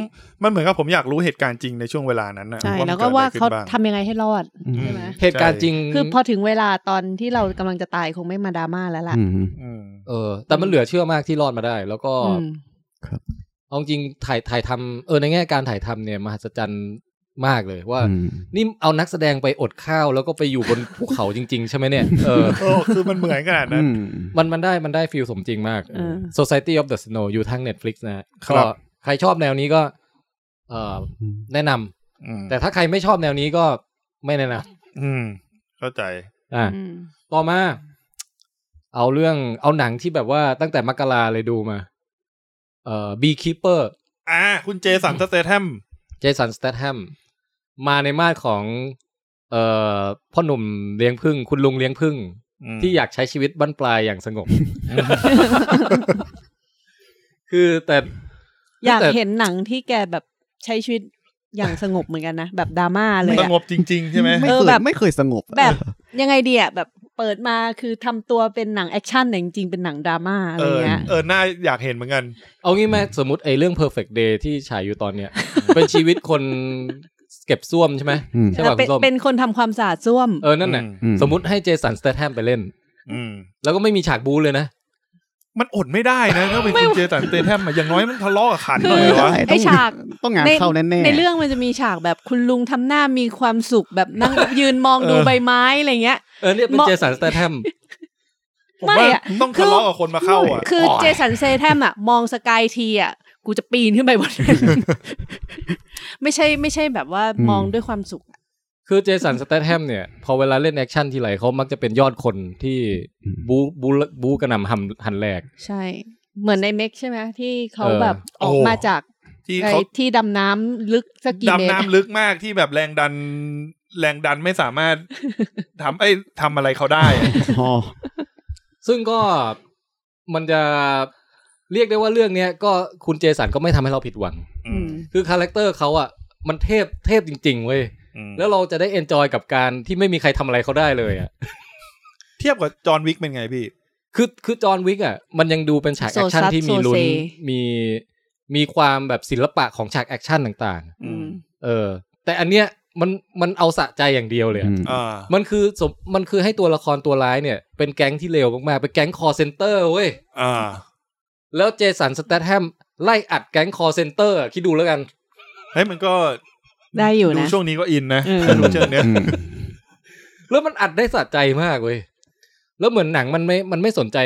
Speaker 4: มันเหมือนกับผมอยากรู้เหตุการณ์จริงในช่วงเวลานั้นนะ
Speaker 6: ใช่
Speaker 4: มัน
Speaker 6: แล้วก็ว่า
Speaker 4: ด
Speaker 6: เขา
Speaker 4: อะไรนบ้ง
Speaker 6: ทำยังไงให้รอด
Speaker 4: อื
Speaker 6: ใช่ไหม
Speaker 2: เหตุการณ์จริง
Speaker 6: คือพอถึงเวลาตอนที่เรากำลังจะตายคงไม่มาดราม่าแล้วล่ะ
Speaker 3: อืม
Speaker 4: อืม
Speaker 2: เออ แต่มันเหลือเชื่อมากที่รอดมาได้ แล้วก็
Speaker 6: อืม
Speaker 2: เอาจริงถ่ายถ่ายทำเออในแง่การถ่ายทำเนี่ยมหัศจรรย์มากเลยว่า
Speaker 3: อืม
Speaker 2: นี่เอานักแสดงไปอดข้าว แล้วก็ไปอยู่บน ภูเขาจริง ๆ ใช่ไหมเนี่ย เออ
Speaker 4: โอ้คือมันเหมือนขนาดนั้น
Speaker 3: อืม
Speaker 2: มันมันได้มันได้ฟิลสมจริงมาก
Speaker 6: เออ
Speaker 2: Society of the Snow อยู่ทาง Netflix นะฮะ
Speaker 4: ครั
Speaker 2: ก็
Speaker 4: บ
Speaker 2: ใครชอบแนวนี้ก็ เออแนะนำ
Speaker 4: อืม
Speaker 2: แต่ถ้าใครไม่ชอบแนวนี้ก็ไม่แนะน
Speaker 4: อืม เข้าใจ
Speaker 2: ำอ่า
Speaker 6: อืม
Speaker 2: ต่อมา เอาเรื่องเอาหนังที่แบบว่าตั้งแต่มกราเลยดูมา เอ่อ Beekeeper
Speaker 4: อ่า คุณเจสันสเตแทม
Speaker 2: เจสันส t ต t แฮมมาในมาดของ เอ่อพ่อหนุ่มเลี้ยงพึ่ง คุณลุงเลี้ยงพึ่ง
Speaker 4: ม
Speaker 2: ที่อยากใช้ชีวิตบั้นปลายอย่างสงบ คือแต่
Speaker 6: อยากเห็นหนังที่แกแบบใช้ชีวิตอย่างสงบเหมือนกันนะ แบบดราม่าเลย
Speaker 4: ส
Speaker 6: อะ
Speaker 4: งบจริง ๆ ใช่ไหม
Speaker 3: ไม่
Speaker 6: เออ
Speaker 3: เคย
Speaker 6: แบบ
Speaker 3: ไม่เคยสงบอะ
Speaker 6: แบบยังไงดีอะแบบเปิดมาคือทำตัวเป็นหนังแอคชั่นแต่จริงๆเป็นหนังดราม่าอะไร
Speaker 4: เออ
Speaker 6: เงี้ย
Speaker 4: เออ น่าอยากเห็นเหมือนกัน
Speaker 2: เอางี้ไหมสมมติไอ้เรื่อง perfect day ที่ฉายอยู่ตอนเนี้ย เป็นชีวิตคนเก็บซ่วมใช่ไหม
Speaker 3: อืม
Speaker 2: ใช่ป่ะ
Speaker 6: เป็
Speaker 2: คุ
Speaker 6: น
Speaker 2: ณส้ม
Speaker 6: เป็นคนทำความสะอาดส้วม
Speaker 2: เออนั่นน่ะ
Speaker 3: อื
Speaker 2: สมมติให้เจสันส t ต t แฮมไปเล่น
Speaker 4: อืม
Speaker 2: แล้วก็ไม่มีฉากบู๊เลยนะ
Speaker 4: มันอดไม่ได้ นะถ้าเป็นคุณเจสันสเตแทมอะอย่างน้อยมันทะเลาะกับขันหน่อย
Speaker 6: คือ
Speaker 4: วะ
Speaker 3: ด้
Speaker 6: ไอ้ฉาก
Speaker 3: ต้องงาน
Speaker 6: ใน
Speaker 3: เข้าแน่ๆ
Speaker 6: ในเรื่องมันจะมีฉากแบบคุณลุงทำหน้ามีความสุขแบบนั่ง ยืนมองดูใบไม้อะไรเงี้ย
Speaker 2: เออเนี่ยเป็น
Speaker 6: เหมาะ
Speaker 2: เจสันส t ต t แฮม
Speaker 4: ผม
Speaker 6: ไม่
Speaker 4: ว่า
Speaker 6: อะ
Speaker 4: ต้อง
Speaker 6: คื
Speaker 4: ทะ
Speaker 6: อ
Speaker 4: เลาะกับคนมาเข้าอ่ะ
Speaker 6: คือเจสันเซแทมอะมองสกายทีอะกูจะปีนขึ้นไปบนนั้น ไม่ใช่ไม่ใช่แบบว่ามองด้วยความสุขอะ
Speaker 2: คือเจสันส t ต t แฮมเนี่ย พอเวลาเล่นแอคชั่นทีไรเขามักจะเป็นยอดคนที่บู๊บู๊บู๊กระหน่ำหันหันแหลก
Speaker 6: ใช่ เหมือนในเม็กใช่ไหมที่เขา
Speaker 2: เออ
Speaker 6: แบบออกมาจาก
Speaker 4: ที่
Speaker 6: ไอ้
Speaker 4: เขา
Speaker 6: ที่ดำน้ำลึกสักกี่เม
Speaker 4: ดำ
Speaker 6: ตร
Speaker 4: น้ำลึกมากที่แบบแรงดัน แรงดันไม่สา มารถทำไอ้ยทำอะไรเขาได้อะ
Speaker 3: อ๋อ
Speaker 2: ซึ่งก็มันจะเรียกได้ว่าเรื่องเนี้ยก็คุณเจสันก็ไม่ทำให้เราผิดหวัง
Speaker 4: อืม
Speaker 2: คือคาแรคเตอร์เขาอ่ะ มันเทพเทพจริง ๆ เว้ย แล้วเราจะได้เอนจอยกับการที่ไม่มีใครทำอะไรเขาได้เลยอ่ะ
Speaker 4: เทียบกับจอห์นวิกเป็นไงพี่
Speaker 2: คือคือจอห์นวิกอ่ะ มันยังดูเป็นฉาก
Speaker 6: โซ
Speaker 2: แอคชั่น
Speaker 6: ซัด
Speaker 2: ที่มี
Speaker 6: โซ
Speaker 2: ลุ้น
Speaker 6: เซ
Speaker 2: มีมีความแบบศิลปะของฉากแอคชั่นต่าง
Speaker 6: อืม
Speaker 2: ๆ เออ แต่อันเนี้ยมันมันเอาสะใจอย่างเดียวเลยอะ
Speaker 4: อ่า
Speaker 2: มันคือสมมันคือให้ตัวละครตัวร้ายเนี่ย เป็นแก๊งที่เลวมากๆ เป็นแก๊งคอเซนเตอร์เว้ย
Speaker 4: อ่า
Speaker 2: แล้วเจสันส t ต t แฮมไล่อัดแก๊งคอเซนเตอร์คิดดูแล้วกัน
Speaker 4: เฮ้ยมันก็
Speaker 6: ได้อยู่นะ
Speaker 4: ดูช่วงนี้ก็อินนะ
Speaker 6: เออ
Speaker 4: ถ้าดูเชิงเนี้ย
Speaker 2: แล้วมันอัดได้สะใจมากเว้ย แล้วเหมือนหนังมันไม่มันไม่สนใจ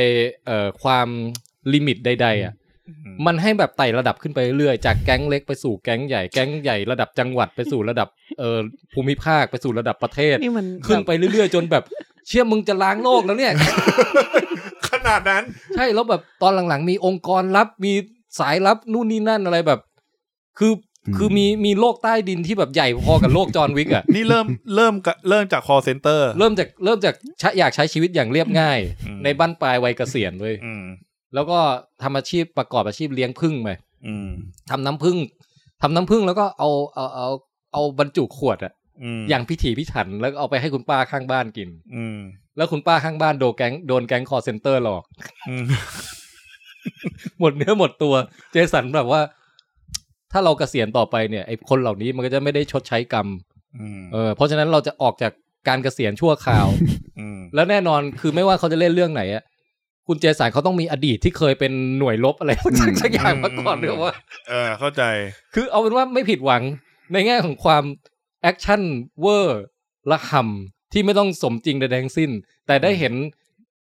Speaker 2: เอ่อความลิมิตใด ๆ อ่ะ มันให้แบบไต่ระดับขึ้นไปเรื่อยๆ จากแก๊งเล็กไปสู่แก๊งใหญ่แก๊งใหญ่ระดับจังหวัดไปสู่ระดับเอ่อภูมิภาคไปสู่ระดับประเทศ
Speaker 6: นี่มัน
Speaker 2: ขึ้นไปเรื่อยๆ จนแบบเชื่อมึงจะล้างโลกแล้วเนี่ย
Speaker 4: ขนาดนั้น
Speaker 2: ใช่แล้วแบบตอนหลังๆ มีองค์กรลับมีสายลับนู่นนี่นั่นอะไรแบบ คือ
Speaker 3: อืม
Speaker 2: คือมีมีโลกใต้ดินที่แบบใหญ่พอกับโลกจอห์นวิกอ่ะ
Speaker 4: นี่เริ่มเริ่มกะเริ่มจาก call center
Speaker 2: เริ่มจากเริ่มจากชะอยากใช้ชีวิตอย่างเรียบง่าย
Speaker 4: อืม
Speaker 2: ในบ้านปลายวัยเกษียณเลย
Speaker 4: อืม
Speaker 2: แล้วก็ทำอาชีพประกอบอาชีพเลี้ยงผึ้งไป
Speaker 4: อืม
Speaker 2: ทำน้ำผึ้งทำน้ำผึ้งแล้วก็เอาเอาเอาเอาบรรจุขวดอะ
Speaker 4: อืม
Speaker 2: อย่างพิถีพิถันแล้วก็เอาไปให้คุณป้าข้างบ้านกิน
Speaker 4: อืม
Speaker 2: แล้วคุณป้าข้างบ้านโดนแก๊งโดนแก๊งคอเซ็นเตอร์หลอก
Speaker 4: อืม
Speaker 2: หมดเนื้ อหมดตัวเจสันแบบว่า ถ้าเราเกษียณต่อไปเนี่ยไอ้คนเหล่านี้มันก็จะไม่ได้ชดใช้กรรม
Speaker 4: อืม
Speaker 2: เออเพราะฉะนั้นเราจะออกจากการเกษียณชั่วคราว
Speaker 4: อืม
Speaker 2: แล้วแน่นอนคือไม่ว่าเขาจะเล่นเรื่องไหนอะคุณเจสันเขาต้องมีอดีตที่เคยเป็นหน่วยลบอะไร สักอย่างมาก่อนหรือว่า
Speaker 4: เออเข้าใจ
Speaker 2: คือเอาเป็นว่าไม่ผิดหวังในแง่ของความแอคชั่นเวอร์ระห่ำที่ไม่ต้องสมจริงใดๆทั้งสิ้น แต่ได้เห็น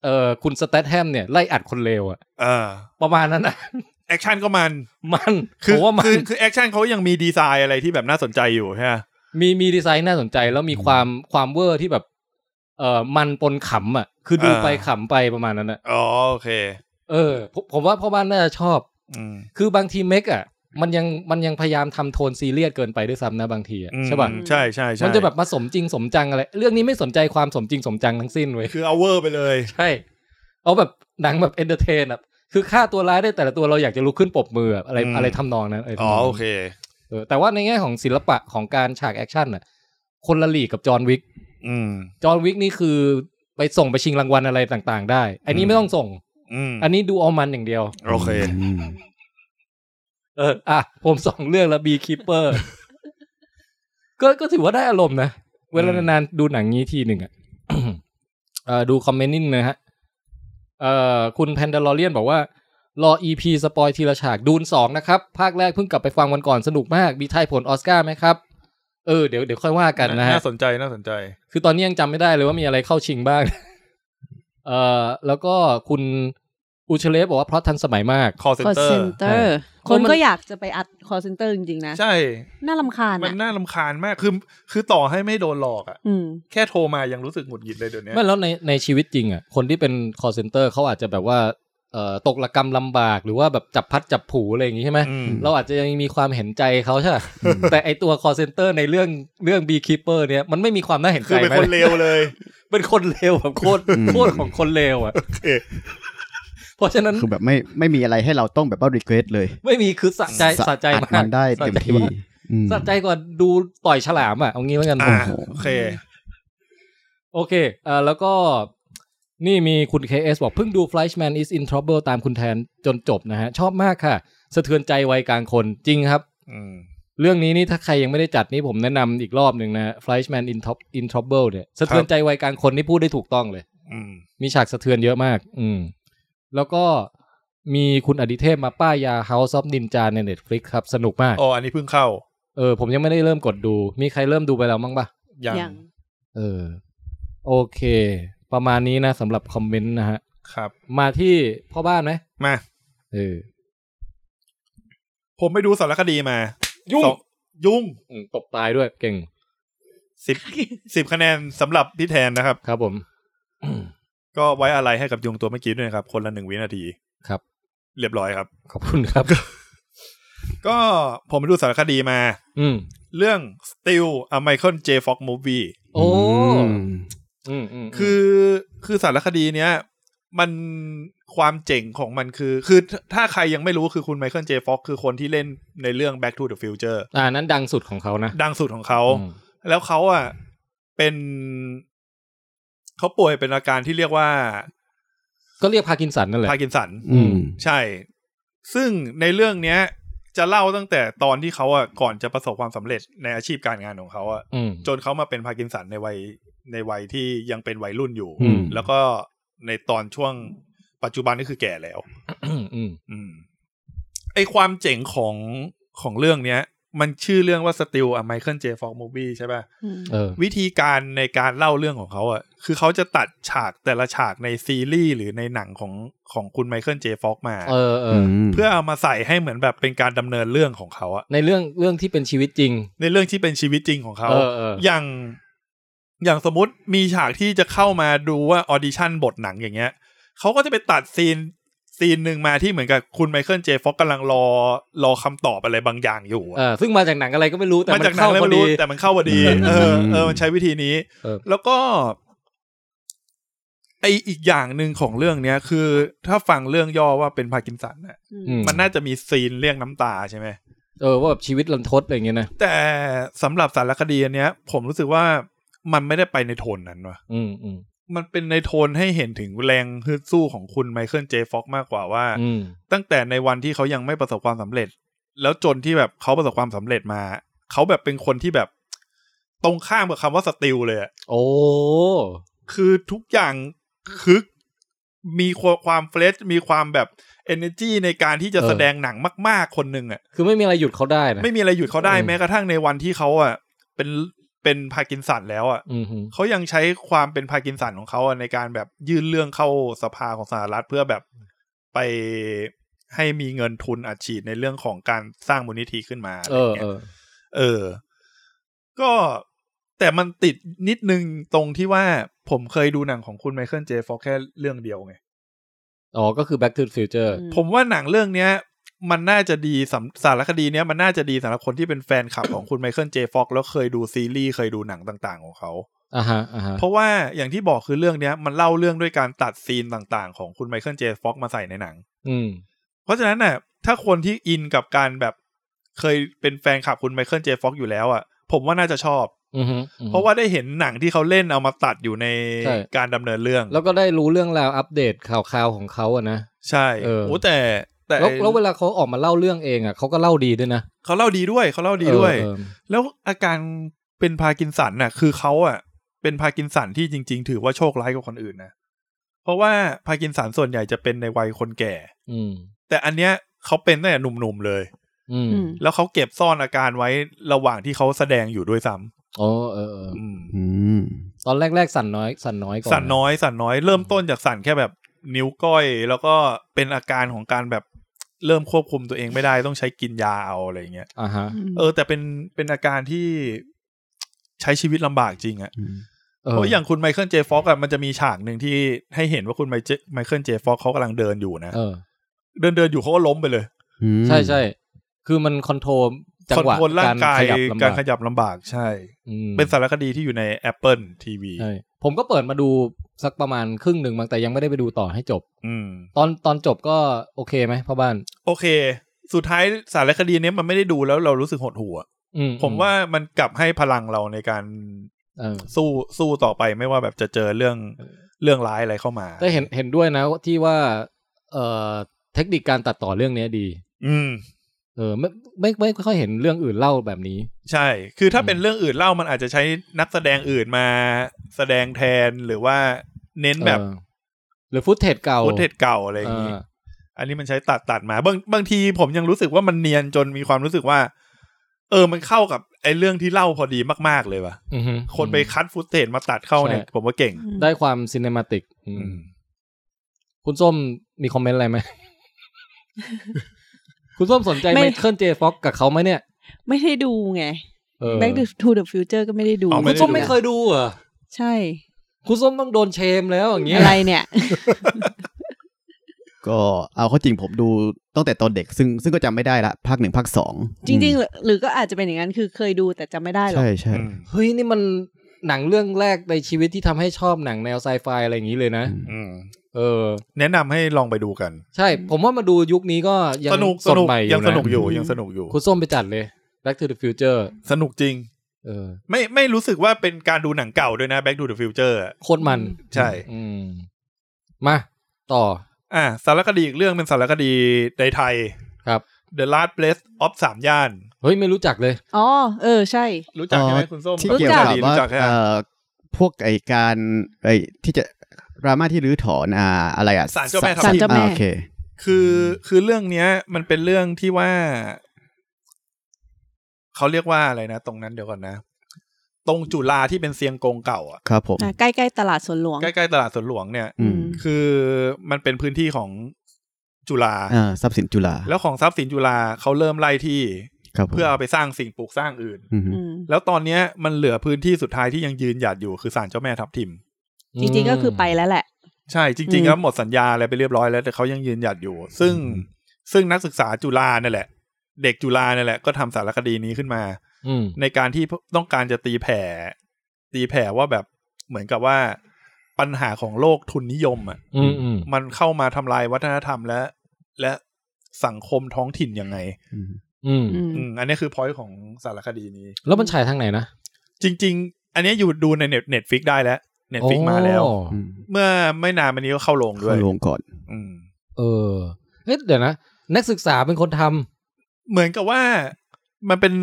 Speaker 2: เออคุณสแตทแฮมเนี่ยไล่อัดคนเลวอะ
Speaker 4: เออ
Speaker 2: ประมาณนั้นอะ
Speaker 4: แอคชั่นก็มัน
Speaker 2: มัน
Speaker 4: คื
Speaker 2: ผ
Speaker 4: อ
Speaker 2: มว่ามั
Speaker 4: คื
Speaker 2: น
Speaker 4: อคือแอคชั่นเขายังมีดีไซน์อะไรที่แบบน่าสนใจอยู่ใช่ไหม
Speaker 2: มีมีดีไซน์น่าสนใจ แล้วมีความความเวอร์ที่แบบเออมันปนขำอ่ะ คือดูไปขำไปประมาณนั้นอ่ะ
Speaker 4: อ๋อโอเค
Speaker 2: เออผมผมว่าพ่อบ้านน่าจะชอบ
Speaker 4: อืม
Speaker 2: คือบางทีเมกอ่ะมันยังมันยังพยายามทำโทนซีเรียสเกินไปด้วยซ้ำนะบางทีอะ
Speaker 4: อืม
Speaker 2: ใช่ป่ะ
Speaker 4: ใช่ใช่ใช่
Speaker 2: มันจะแบบมาสมจริงสมจังอะไร เรื่องนี้ไม่สนใจความสมจริงสมจังทั้งสิ้นเว้ย
Speaker 4: คือเอาเวอร์ไปเลย
Speaker 2: ใช่ เอาแบบหนังแบบเอนเตอร์เทนอ่ะคือฆ่าตัวร้ายได้แต่ละตัวเราอยากจะลุกขึ้นปรบมืออะอะไร
Speaker 4: อืม
Speaker 2: อะไรทำนองนั้นอะไรทำน
Speaker 4: อ๋
Speaker 2: ง
Speaker 4: อ
Speaker 2: นั้น
Speaker 4: โอเค
Speaker 2: เออแต่ว่าในแง่ของศิลปะของการฉากแอคชั่นอ่ะคนละหลีกกับจอห์นวิก
Speaker 4: อืม
Speaker 2: จอห์นวิกนี่คือไปส่งไปชิงรางวัลอะไรต่าง ๆ ได้ อันนี้ไม่ต้องส่ง
Speaker 4: อืม
Speaker 2: อันนี้ดูเอามันอย่างเดียว
Speaker 4: โอเค
Speaker 2: เออ อ่ะ ผมสองเรื่องแล้วบีคิปเปอร์ ก็ก็ถือว่าได้อารมณ์นะ เวลานานๆดูหนังนี้ทีหนึ่งอ่ะ เออดูคอมเมนต์นิดนึงนะฮะ เอ่อ คุณแพนดาลอเรียนบอกว่า รออีพีสปอยทีละฉากดูนสองนะครับ ภาคแรกเพิ่งกลับไปฟังวันก่อนสนุกมาก มีทายผลออสการ์ไหมครับ เออ เดี๋ยวเดี๋ยวค่อยว่ากันนะฮะ
Speaker 4: น่าสนใจน่าสนใจ
Speaker 2: คือตอนนี้ยังจำไม่ได้เลยว่ามีอะไรเข้าชิงบ้าง เอ่อ แล้วก็คุณอูเชเลฟบอกว่าเพราะทันสมัยมาก
Speaker 4: call
Speaker 6: คอ
Speaker 4: center
Speaker 6: เซนเตอร์
Speaker 2: ใช่
Speaker 6: คนก็อยากจะไปอัดคอเซนเตอร์จริงๆนะ
Speaker 4: ใช่
Speaker 6: น่าลำคาญ
Speaker 4: มัน
Speaker 6: อ่ะ
Speaker 4: น่าลำคาญมาก คือ คือต่อให้ไม่โดนหลอกอ่ะ
Speaker 6: อืม
Speaker 4: แค่โทรมายังรู้สึกหงุดหงิดเลยเดี๋ยวเนี้ย
Speaker 2: ไม่แล้วในในชีวิตจริงอ่ะคนที่เป็น call center เขาอาจจะแบบว่าเอ่อตกระกรรมลำบากหรือว่าแบบจับพัดจับผูอะไรอย่างงี้ใช่ไหม
Speaker 4: อืม
Speaker 2: เราอาจจะยังมีความเห็นใจเขาใช่ปะแต่ไอตัว call center ในเรื่องเรื่อง beekeeper เนี่ยมันไม่มีความน่าเห็น
Speaker 4: คื
Speaker 2: ใจ
Speaker 4: อเป็น
Speaker 2: ไหม
Speaker 4: คนเลวเลย
Speaker 2: เป็นคนเลวแบบโคตร
Speaker 3: อืม
Speaker 2: โคตรของคนเลวอ่ะเพราะฉะนั้น
Speaker 3: คือแบบไม่ไม่มีอะไรให้เราต้องแบบว่ารีเควสเลย
Speaker 2: ไม่มีคือสะใจสะใจ
Speaker 3: อัด
Speaker 2: มาก
Speaker 3: มันได้
Speaker 2: สะ
Speaker 3: เต็ม
Speaker 2: ใจ
Speaker 3: ที่
Speaker 2: าก
Speaker 3: อืม
Speaker 2: สะใจกว่าดูต่อยฉลามอ่ะเอางี้แล้วกัน
Speaker 4: อ่าโอเค
Speaker 2: โอเคเอ่อแล้วก็นี่มีคุณ KS บอกเพิ่งดู Flashman is in trouble ตามคุณแทนจนจบนะฮะ ชอบมากค่ะ สะเทือนใจวัยกลางคนจริงครับ
Speaker 4: อืม
Speaker 2: เรื่องนี้นี่ถ้าใครยังไม่ได้จัดนี่ผมแนะนำอีกรอบหนึ่งนะ Flashman in, Top, in trouble เนี่ยสะเทือนใจวัยกลางคนนี่พูดได้ถูกต้องเลย
Speaker 4: อืม
Speaker 2: มีฉากสะเทือนเยอะมาก อืม แล้วก็มีคุณอดิเทพมาป้ายยา House of Ninja ใน Netflix ครับ สนุกมาก
Speaker 4: อ๋อ อันนี้เพิ่งเข้า
Speaker 2: เออ ผมยังไม่ได้เริ่มกดดู มีใครเริ่มดูไปแล้วมั้งปะ
Speaker 4: ยัง
Speaker 6: ยัง
Speaker 2: เออ โอเค ประมาณนี้นะสำหรับคอมเมนต์นะฮะ
Speaker 4: ครับ
Speaker 2: มาที่พ่อบ้านไหม
Speaker 4: มา
Speaker 2: เออ
Speaker 4: ผมไปดูสารคดีมา
Speaker 2: ยุ่ง
Speaker 4: สอยุ่ง
Speaker 2: อืมตบตายด้วยเก่ง
Speaker 4: สิบ สิบคะแนนสำหรับพี่แทนนะครับ
Speaker 2: ครับผม
Speaker 4: ก็ไว้อะไรให้กับยุงตัวเมื่อกี้ด้วยนะครับ คนละหนึ่งวินาที
Speaker 2: ครับ
Speaker 4: เรียบร้อยครับ
Speaker 2: ขอบคุณครับ
Speaker 4: ก็ผมไปดูสารคดีมา
Speaker 2: อืม
Speaker 4: เรื่อง Still a Michael J Fox Movie
Speaker 2: โอ้
Speaker 3: อืม
Speaker 2: อืมอืม
Speaker 4: คือ คือสารคดีเนี้ย มันความเจ๋งของมันคือ คือถ้าใครยังไม่รู้คือคุณไมเคิลเจฟ็อกคือคนที่เล่นในเรื่อง Back to the Future
Speaker 2: อ่านั้นดังสุดของเขานะ
Speaker 4: ดังสุดของเขา
Speaker 2: อืม
Speaker 4: แล้วเขาอ่ะ เป็น เขาป่วยเป็นอาการที่เรียกว่า
Speaker 2: ก็เรียกพาร์กินสันนั่นแหละ
Speaker 4: พาร์กินสัน
Speaker 3: อืม
Speaker 4: ใช่ ซึ่งในเรื่องเนี้ย จะเล่าตั้งแต่ตอนที่เขาอ่ะ ก่อนจะประสบความสำเร็จในอาชีพการงานของเขาอ่ะ
Speaker 2: อืม
Speaker 4: จนเขามาเป็นพาร์กินสันในวัยในวัยที่ยังเป็นวัยรุ่นอยู่
Speaker 2: อืม
Speaker 4: แล้วก็ในตอนช่วงปัจจุบันก็คือแก่แล้ว
Speaker 2: อืม
Speaker 4: อืมไอความเจ๋งของของเรื่องเนี้ย มันชื่อเรื่องว่า Still a Michael J Fox Movie ใช่ป่ะ
Speaker 6: อืม
Speaker 2: เออ
Speaker 4: วิธีการในการเล่าเรื่องของเขาอะคือเขาจะตัดฉากแต่ละฉากในซีรีส์หรือในหนังของของคุณไมเคิลเจฟ็อกมา
Speaker 2: เออเออ
Speaker 4: เพื่อเอามาใส่ให้เหมือนแบบเป็นการดำเนินเรื่องของเขาอะ
Speaker 2: ในเรื่องเรื่องที่เป็นชีวิตจริง
Speaker 4: ในเรื่องที่เป็นชีวิตจริงของเขา
Speaker 2: เออเออ
Speaker 4: อย่างอย่างสมมติมีฉากที่จะเข้ามาดูว่าออดิชั่นบทหนังอย่างเงี้ยเขาก็จะไปตัดซีนซีนหนึ่งมาที่เหมือนกับคุณไมเคิลเจฟ็อกกำลังรอรอคำตอบอะไรบางอย่างอยู่อะ
Speaker 2: เออ ซึ่งมาจากหนังอะไรก็ไม่รู้แต่
Speaker 4: มัน
Speaker 2: มัน
Speaker 4: จากหนั
Speaker 2: เข้าง
Speaker 4: อะไร
Speaker 2: พอ
Speaker 4: ไม่
Speaker 2: ดี
Speaker 4: รู้แต่มันเข้าพอดี เออเออมันใช้วิธีนี้
Speaker 2: เออ
Speaker 4: แล้วก็ ไออีกอย่างหนึ่งของเรื่องเนี้ย คือ ถ้าฟังเรื่องย่อว่าเป็นพาร์กินสันน่ะ
Speaker 2: อื
Speaker 4: มันน่าจะมีซีนเรียกน้ำตาใช่ไหม
Speaker 2: เออว่าแบบชีวิตลันทดอะไรอย่างเงี้ยนะ
Speaker 4: แต่สำหรับสารคดีอันเนี้ย ผมรู้สึกว่ามันไม่ได้ไปในโทนนั้นวะ
Speaker 2: อืมอืม
Speaker 4: มันเป็นในโทนให้เห็นถึงแรงฮึดสู้ของคุณไมเคิลเจฟ็อกมากกว่าว่า
Speaker 2: อืม
Speaker 4: ตั้งแต่ในวันที่เขายังไม่ประสบความสำเร็จ แล้วจนที่แบบเขาประสบความสำเร็จมา เขาแบบเป็นคนที่แบบตรงข้ามกับคำว่าสติลเลยอะ
Speaker 2: โอ้
Speaker 4: คือทุกอย่างคึก มีความเฟรชมีความแบบเอเนจีในการที่จะ
Speaker 2: เออ
Speaker 4: แสดงหนังมาก ๆ คนหนึ่งอ่ะ
Speaker 2: คือไม่มีอะไรหยุดเขาได้นะ
Speaker 4: ไม่มีอะไรหยุดเขาได้
Speaker 2: เออ
Speaker 4: แม้กระทั่งในวันที่เขาอ่ะ เป็นเป็นพาร์กินสันแล้วอ่ะ
Speaker 2: อืมฮึ
Speaker 4: เขายังใช้ความเป็นพาร์กินสันของเขาอะในการแบบยื่นเรื่องเข้าสภาของสหรัฐเพื่อแบบไป ให้มีเงินทุนอัดฉีดในเรื่องของการสร้างมูลนิธิขึ้นมาอะไร
Speaker 2: เออ
Speaker 4: เงี้ย
Speaker 2: เออ
Speaker 4: เออ ก็แต่มันติดนิดนึงตรงที่ว่าผมเคยดูหนังของคุณไมเคิลเจฟอกแค่เรื่องเดียวไง
Speaker 2: อ๋อ ก็คือ back to the future
Speaker 6: อืม
Speaker 4: ผมว่าหนังเรื่องเนี้ย มันน่าจะดีสำสารคดีเนี้ยมันน่าจะดีสำหรับคนที่เป็นแฟนคลับของคุณไมเคิลเจฟอกแล้วเคยดูซีรีส์เคยดูหนังต่างๆของเขา
Speaker 2: อ่าฮะอ่าฮะ
Speaker 4: เพราะว่าอย่างที่บอกคือเรื่องเนี้ย มันเล่าเรื่องด้วยการตัดซีนต่างๆ ของคุณไมเคิลเจฟอกมาใส่ในหนัง
Speaker 2: อืม
Speaker 4: เพราะฉะนั้นน่ะ ถ้าคนที่อินกับการแบบเคยเป็นแฟนคลับคุณไมเคิลเจฟอกอยู่แล้วอ่ะ ผมว่าน่าจะชอบ
Speaker 2: อืมฮึอืม
Speaker 4: เพราะว่าได้เห็นหนังที่เขาเล่นเอามาตัดอยู่ใน
Speaker 2: ใช่
Speaker 4: การดำเนินเรื่อง
Speaker 2: แล้วก็ได้รู้เรื่องราวอัปเดตข่าวคราวของเขาอะนะ
Speaker 4: ใช่
Speaker 2: เออ
Speaker 4: โอ้แต่แต่
Speaker 2: แล้วแล้วเวลาเขาออกมาเล่าเรื่องเองอะเขาก็เล่าดีด้วยนะ
Speaker 4: เขาเล่าดีด้วยเขาเล่าดีด้วย
Speaker 2: เออเออ
Speaker 4: แล้วอาการเป็นพาร์กินสันน่ะ คือเขาอ่ะ เป็นพาร์กินสันที่จริง ๆ ถือว่าโชคร้ายกว่าคนอื่นนะเพราะว่าพาร์กินสันส่วนใหญ่จะเป็นในวัยคนแก่
Speaker 2: อืม
Speaker 4: แต่อันเนี้ยเขาเป็นตั้งแต่หนุ่มๆเลย
Speaker 2: อืม
Speaker 6: อืม
Speaker 4: แล้วเขาเก็บซ่อนอาการไว้ระหว่างที่เขาแสดงอยู่ด้วยซ้
Speaker 2: อ๋อเออเออ
Speaker 4: ำอืม
Speaker 3: อืม
Speaker 2: ตอนแรก ๆ สั่นน้อย สั่นน้อยก่อน
Speaker 4: สันน้อยสันน้อยเริ่มต้นจากสันแค่แบบนิ้วก้อย แล้วก็เป็นอาการของการแบบเริ่มควบคุมตัวเองไม่ได้ต้องใช้กินยาเอาอะไรอย่างเงี้ย
Speaker 2: อ่าฮะ
Speaker 4: เออแต่เป็นเป็นอาการที่ใช้ชีวิตลำบากจริงอะ
Speaker 2: เอ
Speaker 4: เพ
Speaker 2: อ
Speaker 4: ราะอย่างคุณไมเคิลเจฟ็อกอะมันจะมีฉากหนึ่งที่ให้เห็นว่าคุณไมเจไมเคิลเจฟ็อกเขากำลังเดินอยู่นะ
Speaker 2: เออ
Speaker 4: เดินเดินอยู่เขาก็ล้มไปเลย
Speaker 2: ใช่ใช่ คือมันคอนโทรลจัง
Speaker 4: คอน
Speaker 2: หวะ
Speaker 4: โทรลร่างกาย
Speaker 2: ขยับลำ
Speaker 4: กา
Speaker 2: บาร ก
Speaker 4: ขยับลำบากใช่
Speaker 2: อืม
Speaker 4: เป็นสารคดีที่อยู่ใน Apple TV
Speaker 2: ใช่ผมก็เปิดมาดูสักประมาณครึ่งหนึ่งบางแต่ยังไม่ได้ไปดูต่อให้จบ
Speaker 4: อืม
Speaker 2: ตอนตอนจบก็โอเคไหมพ่อบ้าน
Speaker 4: โอเค สุดท้ายสารคดีเนี้ยมันไม่ได้ดูแล้วเรารู้สึกหดหู่อะ
Speaker 2: อื
Speaker 4: ผมว่ามันกลับให้พลังเราในการ
Speaker 2: เออ
Speaker 4: สู้สู้ต่อไปไม่ว่าแบบจะเจอเรื่องเรื่องร้ายอะไรเข้ามา
Speaker 2: แต่เห็นเห็นด้วยนะที่ว่าเอ่อเทคนิคการตัดต่อเรื่องเนี้ยดี
Speaker 4: อืม
Speaker 2: เออไม่ไม่ไม่ค่อยเห็นเรื่องอื่นเล่าแบบนี้
Speaker 4: ใช่ คือถ้า
Speaker 2: อืม
Speaker 4: เป็นเรื่องอื่นเล่ามันอาจจะใช้นักแสดงอื่นมาแสดงแทนหรือว่าเน้นแบบ
Speaker 2: เออหรือฟุตเทจเก่า
Speaker 4: ฟุตเทจเก่าอะไรอย่างนี้
Speaker 2: เออ
Speaker 4: อันนี้มันใช้ตัดตัดมา บางบางทีผมยังรู้สึกว่ามันเนียนจนมีความรู้สึกว่า เออ มันเข้ากับไอ้เรื่องที่เล่าพอดีมาก ๆ เลยว่ะ
Speaker 2: อือฮึ
Speaker 4: คนไปคัดฟุตเทจมาตัดเข้าเนี่ย
Speaker 2: ใช่
Speaker 4: ผมว่าเก่ง
Speaker 2: ได้ความซิน e มาติก
Speaker 4: อืม
Speaker 2: คุณส้มมีคอมเมนต์อะไร ไหม คุณส้มสนใจ
Speaker 6: ไม่
Speaker 2: ไมเคิลเจฟ็อกกับเขาไหมเนี่ย
Speaker 6: ไม่ได้ดูไง
Speaker 2: เออ
Speaker 6: Back to the Future ก็ไม่ได้ดู
Speaker 4: อ๋อ
Speaker 2: คุณส้มไม่เคยดูเหรอ
Speaker 6: ใช่
Speaker 2: คุณส้มต้องโดนเชมแล้วอย่างเงี้ย
Speaker 6: อะไรเนี่ย
Speaker 3: ก็เอาเข้าจริงผมดูตั้งแต่ตอนเด็ก ซึ่งซึ่งก็จำไม่ได้ละภาคหนึ่งภาคสอง
Speaker 6: จริง ๆ หรือหรือก็อาจจะเป็นอย่างนั้นคือเคยดูแต่จำไม่ได้หรอก
Speaker 3: ใช่ใช่
Speaker 4: อืม
Speaker 2: เฮ้ยนี่มันหนังเรื่องแรกในชีวิตที่ทำให้ชอบหนังแนวไซไฟอะไรอย่างนี้เลยนะ
Speaker 4: อืม
Speaker 2: เออ
Speaker 4: แนะนำให้ลองไปดูกัน
Speaker 2: ใช่ ผมว่ามาดูยุคนี้ก็ยัง
Speaker 4: สนุก
Speaker 2: ส
Speaker 4: ส
Speaker 2: ด
Speaker 4: นุก
Speaker 2: ใหม่อยู่
Speaker 4: ยังสนุก
Speaker 2: นะ
Speaker 4: อยู่ยังสนุกอยู่
Speaker 2: คุณส้มไปจัดเลย Back to the Future
Speaker 4: สนุกจริง
Speaker 2: เออ
Speaker 4: ไม่ไม่รู้สึกว่าเป็นการดูหนังเก่าด้วยนะ Back to the Future อะ
Speaker 2: โคตรมัน
Speaker 4: ใช่
Speaker 2: อืมมา ต่อ
Speaker 4: อ่ะสารคดีอีกเรื่องเป็นสารคดีในไทย
Speaker 2: ครับ
Speaker 4: The Last Place of สามย่าน
Speaker 2: เฮ้ย ไม่รู้จักเลย
Speaker 6: อ๋อเออใช่
Speaker 4: รู้จักใช่ไหมคุณส้ม
Speaker 3: ที่
Speaker 6: รู้
Speaker 3: เกี่ยว
Speaker 6: จัก
Speaker 3: กับ
Speaker 4: ดี
Speaker 3: ว่า
Speaker 4: รู้จักแค่
Speaker 3: เอ่อพวกไอการไอที่จะดราม่าที่รื้อถอนอ่าอะไรอ่ะ
Speaker 4: สารเจ้าแม่ทับ
Speaker 6: ศล
Speaker 4: ทิม
Speaker 6: เจ้า แม่
Speaker 3: อ่าโอเค
Speaker 4: คือคือเรื่องเนี้ย มันเป็นเรื่องที่ว่า เขาเรียกว่าอะไรนะ ตรงนั้นเดี๋ยวก่อนนะ ตรงจุฬาที่เป็นเซียงกงเก่าอ่ะ
Speaker 3: ครับผม
Speaker 6: อ่ะใกล้ๆตลาดสวนหลวง
Speaker 4: ใกล้ๆตลาดสวนหลวงเนี่ย
Speaker 3: อืม
Speaker 4: คือมันเป็นพื้นที่ของจุฬา
Speaker 3: อ่าทรัพย์สินจุฬา
Speaker 4: แล้วของทรัพย์สินจุฬาเขาเริ่มไล่ที่
Speaker 3: ครับผม
Speaker 4: เพื่อเอาไปสร้างสิ่งปลูกสร้างอื่น
Speaker 3: อืม
Speaker 6: อืม
Speaker 4: แล้วตอนเนี้ยมันเหลือพื้นที่สุดท้ายที่ยังยืนหยัดอยู่คือศาลเจ้าแม่ทับทิม
Speaker 6: จริงๆก็คือไปแล้วแหละ
Speaker 4: ใช่จริงๆแล้วหมดสัญญาอะไรไปเรียบร้อยแล้วแต่เขายังยืนหยัดอยู่ ซึ่งซึ่งนักศึกษาจุฬาเนี่ยแหละ เด็กจุฬาเนี่ยแหละก็ทำสารคดีนี้ขึ้นมา
Speaker 2: อืม
Speaker 4: ในการที่ต้องการจะตีแผ่ ตีแผ่ว่าแบบเหมือนกับว่าปัญหาของโลกทุนนิยมอ่ะ
Speaker 2: อืมอืม
Speaker 4: มันเข้ามาทำลายวัฒนธรรมและ และสังคมท้องถิ่นยังไง
Speaker 3: อืม
Speaker 2: อืม
Speaker 6: อืม
Speaker 4: อืมอันนี้คือพอยต์ของสารคดีนี้
Speaker 2: แล้วมันฉายทางไหนนะ
Speaker 4: จริง ๆ อันนี้อยู่ดูในเน็ตเน็ตฟิกได้แล้วเน็ตฟิกมาแล้ว
Speaker 2: อ๋อ
Speaker 3: อืม
Speaker 4: เมื่อไม่นานมานี้ก็เข้าโรงด้ว
Speaker 3: เข้าย ลงก่อน
Speaker 4: อืม
Speaker 2: เออเอ๊ะเดี๋ยวนะ นักศึกษาเป็นคนทำ
Speaker 4: เหมือนกับว่ามันเป็น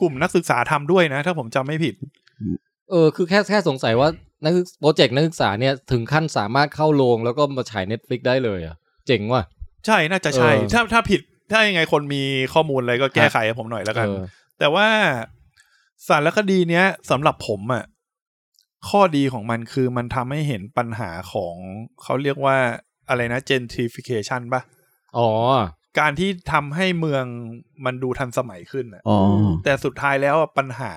Speaker 4: กลุ่มนักศึกษาทำด้วยนะ ถ้าผมจำไม่ผิด
Speaker 2: เออ คือแค่แค่สงสัยว่านักศึกโปรเจกต์นักศึกษาเนี่ยถึงขั้นสามารถเข้าโรงแล้วก็มาฉายเน็ตฟลิกได้เลยอ่ะ เจ๋งว่ะ
Speaker 4: ใช่น่าจะใช่
Speaker 2: เออ
Speaker 4: ถ้าถ้าผิด ถ้ายังไงคนมีข้อมูลอะไรก็แก้ไขให้ผมหน่อยแล้วกัน
Speaker 2: เออ
Speaker 4: แต่ว่าสารคดีเนี้ยสำหรับผมอะ่ะข้อดีของมันคือมันทำให้เห็นปัญหาของเขาเรียกว่าอะไรนะ gentrification ปะ
Speaker 2: อ๋อ
Speaker 4: การที่ทำให้เมืองมันดูทันสมัยขึ้นน่ะ
Speaker 3: อ๋อ
Speaker 4: แต่สุดท้ายแล้วอะปัญหา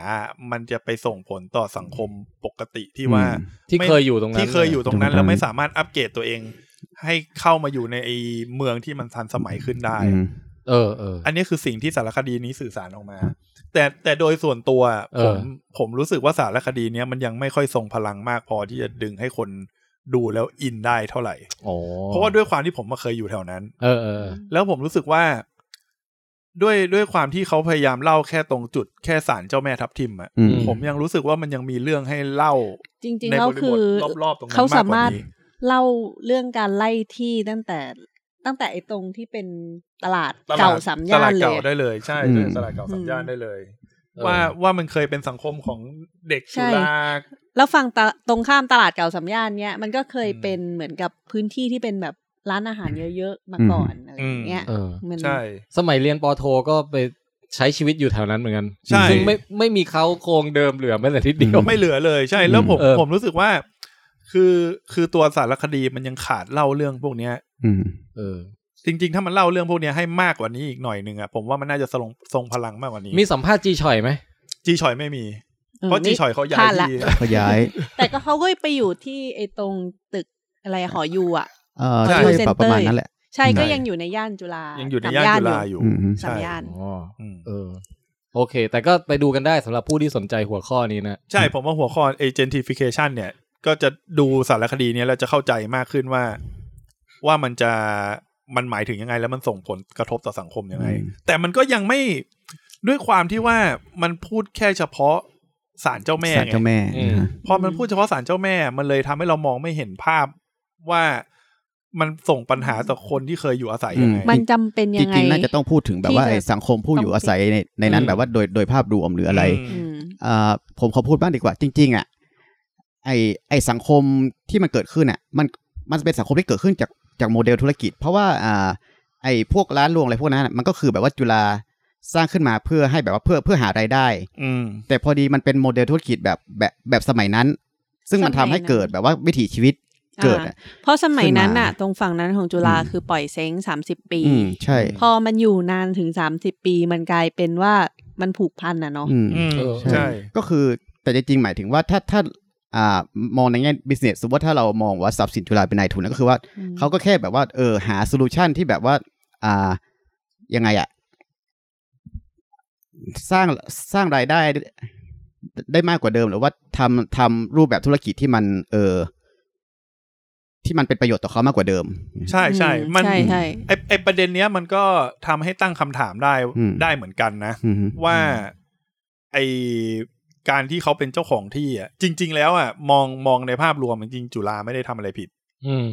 Speaker 4: มันจะไปส่งผลต่อสังคมปกติที่ว่า
Speaker 3: อืม
Speaker 2: ที่
Speaker 4: ไม่
Speaker 2: เคยอยู่ตรงนั้น
Speaker 4: ที่เคยอยู่ตรงนั้น
Speaker 3: ตรงนั้น
Speaker 4: แล้วไม่สามารถอัปเกรดตัวเอง ให้เข้ามาอยู่ในไอ้เมืองที่มันทันสมัยขึ้นได้
Speaker 3: อืม
Speaker 2: เออเออ
Speaker 4: อันนี้คือสิ่งที่สารคดีนี้สื่อสารออกมา แต่แต่โดยส่วนตัว
Speaker 2: เอ
Speaker 4: ผ
Speaker 2: อ
Speaker 4: มผมรู้สึกว่าสารคดีเนี้ยมันยังไม่ค่อยทรงพลังมากพอที่จะดึงให้คนดูแล้วอินได้เท่าไหร่
Speaker 2: อ๋อ
Speaker 4: เพราะว่าด้วยความที่ผมมาเคยอยู่แถวนั้น
Speaker 2: เออเออเออ
Speaker 4: แล้วผมรู้สึกว่า ด้วยด้วยความที่เขาพยายามเล่าแค่ตรงจุดแค่สารเจ้าแม่ทับทิมอะ
Speaker 3: อืม
Speaker 4: ผมยังรู้สึกว่ามันยังมีเรื่องให้เล่า
Speaker 5: จริง
Speaker 4: ใน
Speaker 5: ๆแล้ว
Speaker 4: บริบท
Speaker 5: คือ
Speaker 4: รอบๆตรงนั้น
Speaker 5: เขาสามาร
Speaker 4: มาก
Speaker 5: ถ
Speaker 4: กว่านี้
Speaker 5: เล่าเรื่องการไล่ที่ตั้งแต่ตั้งแต่ไอ้ตรงที่เป็นตลาด
Speaker 4: ตลด
Speaker 5: เก่าสาม
Speaker 4: ต
Speaker 5: ย่า
Speaker 4: ลาน ด
Speaker 5: เล
Speaker 4: เก่าย ได้เลยใช่
Speaker 3: อืม
Speaker 4: เดินตลาดเก่าสามย่านได้เลย
Speaker 2: เออ
Speaker 4: ว่าว่ามันเคยเป็นสังคมของเด็ก
Speaker 5: ใช่
Speaker 4: ชุลา
Speaker 5: แล้วฝั่งตะตรงข้ามตลาดเก่าสามย่านเนี้ยมันก็เคย
Speaker 4: อืม
Speaker 5: เป็นเหมือนกับพื้นที่ที่เป็นแบบร้านอาหารเยอะๆมาก่อนอะไรอย่างเงี้ย
Speaker 2: เออ
Speaker 5: มัน
Speaker 4: ใช่
Speaker 2: สมัยเรียนปอโทก็ไปใช้ชีวิตอยู่แถวนั้นเหมือนกัน
Speaker 4: ใช่
Speaker 2: ซึ่งไม่ไม่มีเขาโครงเดิมเหลือแม้แต่นิดเดียว
Speaker 3: อื
Speaker 4: ไม่เหลือเลยใช่แล้วผม
Speaker 2: เออ
Speaker 4: ผมรู้สึกว่า คือคือตัวสารคดีมันยังขาดเล่าเรื่องพวกเนี้ย
Speaker 3: อืม
Speaker 2: เออ
Speaker 4: จริง ๆ ถ้ามันเล่าเรื่องพวกเนี้ยให้มากกว่านี้อีกหน่อยหนึ่งอะผมว่ามันน่าจะทรงทรงพลังมากกว่านี้
Speaker 2: มีสัมภาษณ์จีฉ่อยไหม
Speaker 4: จีชอยไม่มี เพราะจีชอยเขาย้า
Speaker 5: พ
Speaker 4: ย
Speaker 5: ลาดละ
Speaker 4: ที่
Speaker 3: เขาย้าย
Speaker 5: แต่ก็เขาก็ไปอยู่ที่ไอ้ตรงตึกอะไร หอยูอ่ะ
Speaker 3: เออ
Speaker 5: ใช่
Speaker 3: ใช่แบบประมาณนั้นแหละ
Speaker 5: ใช่ก็ยังอยู่ในย่านจุฬา
Speaker 4: ยั
Speaker 5: ยัง
Speaker 4: อยู่ในย่านจุฬาอยู่
Speaker 3: อืม
Speaker 5: สาม
Speaker 4: ใช่
Speaker 5: ย่าน
Speaker 2: อ๋อ
Speaker 4: อืม
Speaker 2: เออ โอเค แต่ก็ไปดูกันได้สำหรับผู้ที่สนใจหัวข้อนี้นะ
Speaker 4: ใช่ผมว่าหัวข้อ agentification เนี่ย ก็จะดูสารคดีเนี้ยแล้วจะเข้าใจมากขึ้นว่า ว่ามันจะมันหมายถึงยังไง แล้วมันส่งผลกระทบต่อสังคมยังไง
Speaker 3: อืม
Speaker 4: แต่มันก็ยังไม่ด้วยความที่ว่ามันพูดแค่เฉพาะสารเจ้าแม่
Speaker 3: ศาล
Speaker 4: ไง
Speaker 3: เจ้าแม่
Speaker 2: อืม
Speaker 3: นะ
Speaker 4: พอมันพูดเฉพาะสารเจ้าแม่ มันเลยทำให้เรามองไม่เห็นภาพว่ามันส่งปัญหาต่อคนที่เคยอยู่อาศัยยังไง
Speaker 3: อื
Speaker 5: มันจำเป็นยั
Speaker 3: จ
Speaker 5: งไง
Speaker 3: ริงๆน่าจะต้องพูดถึงแบบว่า
Speaker 5: ที่จะ
Speaker 3: ไอ้สังคมผู้อยู่อาศัยในในนั้น
Speaker 2: อืม
Speaker 3: แบบว่าโดยโดยภาพรวมหรืออะไร
Speaker 5: อืม
Speaker 3: อ่าผมขอพูดบ้างดีกว่า จริง ๆ อ่ะ ไอ้ไอ้สังคมที่มันเกิดขึ้นอ่ะ มันมันเป็นสังคมที่เกิดขึ้นจากจากโมเดลธุรกิจ เพราะว่าอ่าไอ้พวกร้านรวงอะไรพวกนั้นอะมันก็คือแบบว่าจุฬาสร้างขึ้นมาเพื่อให้แบบว่าเพื่อเพื่อหารายได้
Speaker 4: อืม
Speaker 3: แต่พอดีมันเป็นโมเดลธุรกิจแบบแบบแบบสมัยนั้น ซึ่งมันทำให้เกิดแบบว่าวิถีชีวิตเกิดอะ
Speaker 5: เพราะสมัยนั้น
Speaker 3: ขึ้นมา
Speaker 5: อ่ะ ตรงฝั่งนั้นของจุฬา
Speaker 3: อืม
Speaker 5: คือปล่อยเซ้งสามสิบปี
Speaker 3: อืมใช่
Speaker 5: พอมันอยู่นานถึงสามสิบปี มันกลายเป็นว่ามันผูกพันอ่ะเนาะ
Speaker 3: อืม
Speaker 4: อืม
Speaker 2: เออ
Speaker 4: ใช่
Speaker 3: ก็คือแต่จริงๆหมายถึงว่าถ้าถ้าอ่ามองในแง่ business สมมติว่าถ้าเรามองว่าทรัพย์สินจุฬาเป็นนายทุนนะก็คือว่าเขาก็แค่แบบว่าเออหาโซลูชันที่แบบว่าอ่ายังไงอะสร้างสร้างรายได้ได้มากกว่าเดิมหรือว่าทำทำรูปแบบธุรกิจที่มัน เออ ที่มันเป็นประโยชน์ต่อเขามากกว่าเดิม
Speaker 4: ใช่ใช่
Speaker 5: อื
Speaker 4: มัน
Speaker 5: ใช่ใช่
Speaker 4: ไอไอประเด็นเนี้ยมันก็ทำให้ตั้งคำถามได้
Speaker 3: อืม
Speaker 4: ได้เหมือนกันนะ
Speaker 3: อืม
Speaker 4: ว่าไอการที่เขาเป็นเจ้าของที่อ่ะจริง ๆ แล้วอ่ะมองมองในภาพรวมจริงๆจุฬาไม่ได้ทำอะไรผิด
Speaker 2: อืม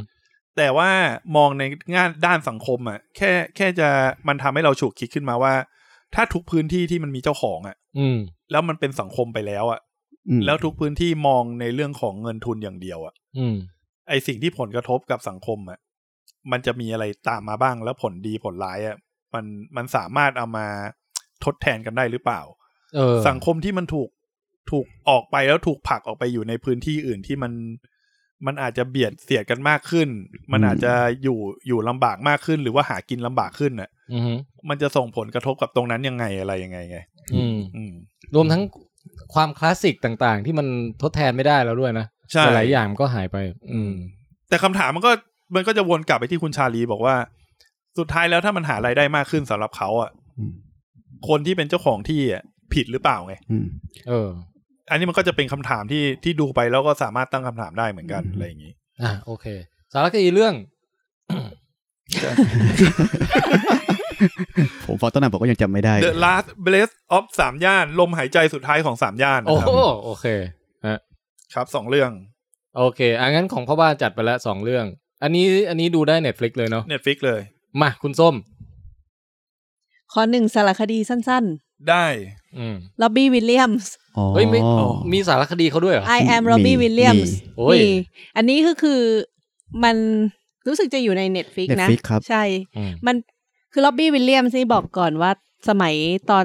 Speaker 4: แต่ว่ามองในงานด้านสังคมอ่ะแค่แค่จะมันทำให้เราฉุกคิดขึ้นมาว่า ถ้าทุกพื้นที่ที่มันมีเจ้าของอ่ะ
Speaker 2: อืม
Speaker 4: แล้วมันเป็นสังคมไปแล้วอ่ะ
Speaker 3: อืม
Speaker 4: แล้วทุกพื้นที่มองในเรื่องของเงินทุนอย่างเดียวอ่ะ
Speaker 2: อืม
Speaker 4: ไอสิ่งที่ผลกระทบกับสังคมอ่ะ มันจะมีอะไรตามมาบ้างแล้วผลดีผลร้ายอ่ะ มันมันสามารถเอามาทดแทนกันได้หรือเปล่า
Speaker 2: เออ
Speaker 4: สังคมที่มันถูกถูกออกไปแล้วถูกผลักออกไปอยู่ในพื้นที่อื่นที่มัน มันอาจจะเบียดเสียดกันมากขึ้น มัน
Speaker 3: อืม
Speaker 4: อาจจะอยู่อยู่ลำบากมากขึ้น หรือว่าหากินลำบากขึ้นอ่ะ
Speaker 2: อืม
Speaker 4: มันจะส่งผลกระทบกับตรงนั้นยังไงอะไรยังไงไง
Speaker 2: อืม
Speaker 4: อืม
Speaker 2: รวมทั้งความคลาสสิกต่างๆ ที่มันทดแทนไม่ได้แล้วด้วยนะ
Speaker 4: ใช่
Speaker 2: หลายๆอย่างมันก็หายไป อืม
Speaker 4: แต่คำถามมันก็มันก็จะวนกลับไปที่คุณชาลีบอกว่า สุดท้ายแล้วถ้ามันหารายได้มากขึ้นสำหรับเขาอ่ะ
Speaker 3: อืม
Speaker 4: คนที่เป็นเจ้าของที่อ่ะผิดหรือเปล่าไง
Speaker 3: อืม
Speaker 2: เออ
Speaker 4: อันนี้มันก็จะเป็นคำถามที่ที่ดูไปแล้วก็สามารถตั้งคำถามได้เหมือนกันอะไรอย่างนี้
Speaker 2: อ่ะ โอเค สารคดีเรื่อง
Speaker 3: ผมฟังต้นนั้นผมก็ยังจำไม่ได้
Speaker 4: The Last Breath of สามย่าน ลมหายใจสุดท้ายของสามย่าน
Speaker 2: โอ้
Speaker 4: นะคร
Speaker 2: โห
Speaker 4: ับ
Speaker 2: โอเค
Speaker 4: ครับสองเรื่อง
Speaker 2: โอเคอ่ะงั้นของพ่อบ้านจัดไปแล้วสองเรื่อง อันนี้ อันนี้ดูได้เน็ตฟลิกเลยเนาะ
Speaker 4: Netflix เลย
Speaker 2: มาคุณส้ม
Speaker 5: ขอหนึ่งสารคดีสั้น
Speaker 4: ได้
Speaker 2: อืม
Speaker 5: ๆ ล็อบบี้วิลเลียมส์
Speaker 3: อ๋อ
Speaker 2: เฮ้ยไม่มีสารคดีเขาด้วยเหรอ
Speaker 5: I am
Speaker 3: มี
Speaker 5: Robbie
Speaker 3: มี
Speaker 5: Williams
Speaker 2: โอ้ย
Speaker 5: นี่อันนี้คือคือมันรู้สึกจะอยู่ใน Netflix นะ
Speaker 3: Netflix ครับ
Speaker 5: ใช่
Speaker 2: อืม
Speaker 5: มันคือล็อบบี้วิลเลียมส์นี่บอกก่อนว่าสมัยตอน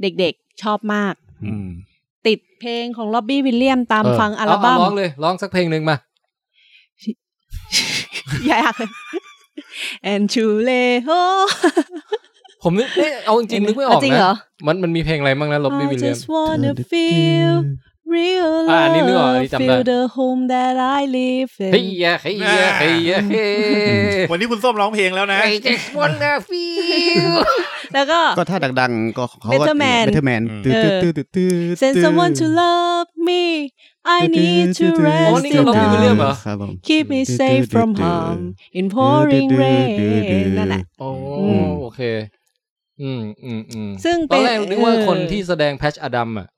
Speaker 5: เด็กๆชอบมาก
Speaker 3: อืม
Speaker 5: ติดเพลงของล็อบบี้วิลเลียมตาม
Speaker 2: เ
Speaker 5: ฟังอัลบั้ม
Speaker 2: เาเาร้องเลยร้องสักเพลงหนึ่งมา
Speaker 5: อยาก แอนชูเลโฮ
Speaker 2: ผมนึกเอ๊ะเอาจริงๆนึกไม่ออก
Speaker 5: จริง
Speaker 2: นะ
Speaker 5: เหรอ
Speaker 2: มันมันมีเพลงอะไรบ้างนะลบ
Speaker 5: I
Speaker 2: ลี่วิลเลียม
Speaker 5: just wanna feel real
Speaker 2: อ่ะอันนี้นึกออก
Speaker 5: love
Speaker 2: อันนี้จำได้
Speaker 5: feel the home that I live
Speaker 2: เฮี
Speaker 5: in
Speaker 2: ยเฮียเฮียเฮีย
Speaker 4: วันนี้คุณส้มร้องเพลงแล้วนะ
Speaker 2: ไอ้เจ๊วันนาฟิว
Speaker 5: แล้วก็
Speaker 3: ก็ถ้าดังๆ ก็เขาก็
Speaker 5: Better Man
Speaker 3: เบเทอร์แมน
Speaker 4: อืม
Speaker 3: ตื้อตื้อตื้อตื้อตื้อ
Speaker 5: send someone to love me I need to
Speaker 2: อ๋อ
Speaker 5: rest
Speaker 2: นี่
Speaker 5: in
Speaker 2: ก็ลบลี่วิลเลียมเหรอ
Speaker 5: love
Speaker 3: ครับผม
Speaker 5: keep me safe from harm in pouring rain นั่นแหละ
Speaker 2: โอ้
Speaker 5: อืม
Speaker 2: โอเค อืมอืมอืม
Speaker 5: ซึ่ง
Speaker 2: ตอ
Speaker 5: เป็น
Speaker 2: นแรกนึกว่าคนที่แสดงแพชอดัมอ่ะ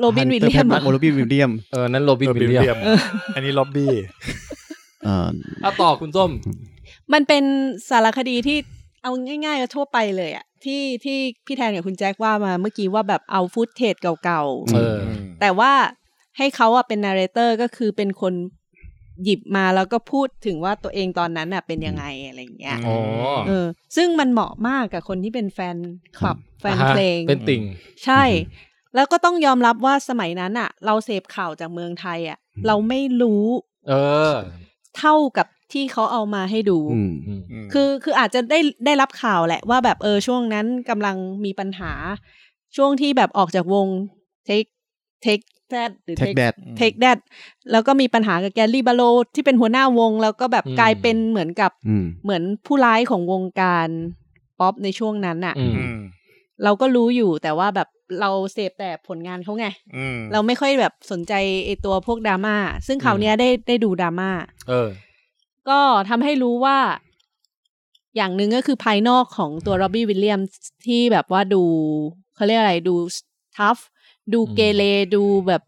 Speaker 5: โรบินวิลเลียมอะ
Speaker 3: โรบินวิลเลียม
Speaker 2: เออนั่นโรบินวิลเลียม
Speaker 4: William อันนี้ล็อบบี้
Speaker 3: เอ่อ
Speaker 2: อ่ะต่อคุณส้ม
Speaker 5: มันเป็นสารคดีที่เอาง่ายๆก็ทั่วไปเลยอะที่ที่พี่แทนกับคุณแจ็คว่ามาเมื่อกี้ว่าแบบเอาฟุตเทจเก่า
Speaker 2: เออ
Speaker 5: ๆ แต่ว่าให้เขาอะเป็นนาร์เรเตอร์ก็คือเป็นคนหยิบมาแล้วก็พูดถึงว่าตัวเองตอนนั้นอะเป็นยังไงอะไรอย่างเงี้ย
Speaker 2: อ๋อ
Speaker 5: เออ ซึ่งมันเหมาะมากกับคนที่เป็นแฟนคลับแฟนเพลง
Speaker 2: อ่ะเป็นติ่ง
Speaker 5: ใช่ แล้วก็ต้องยอมรับว่าสมัยนั้นอะเราเสพข่าวจากเมืองไทยอะเราไม่รู้
Speaker 2: เออ
Speaker 5: เท่ากับที่เขาเอามาให้ดู
Speaker 3: อืม
Speaker 2: อืม
Speaker 5: คือคืออาจจะได้ได้รับข่าวแหละว่าแบบเออช่วงนั้นกำลังมีปัญหา ช่วงที่แบบออกจากวง take take that หรือ
Speaker 3: Take That
Speaker 5: take that แล้วก็มีปัญหากับแกลลี่บาโลที่เป็นหัวหน้าวง แล้วก็แบบ
Speaker 2: อืม
Speaker 5: กลายเป็นเหมือนกับ
Speaker 3: อืม
Speaker 5: เหมือนผู้ร้ายของวงการป๊อปในช่วงนั้นน่ะ
Speaker 2: อืม
Speaker 4: อืม
Speaker 5: เราก็รู้อยู่แต่ว่าแบบเราเสพแต่ผลงานเขาไง
Speaker 4: อืม
Speaker 5: เราไม่ค่อยแบบสนใจไอตัวพวกดราม่าซึ่งคราวเนี้ยได้ได้ดูดราม่า
Speaker 2: เออ
Speaker 5: ก็ทำให้รู้ว่า อย่างหนึ่งก็คือภายนอกของตัวโรบบี้วิลเลียมที่แบบว่าดูเขาเรียกอะไรดูทัฟดูเกเรดูแบบ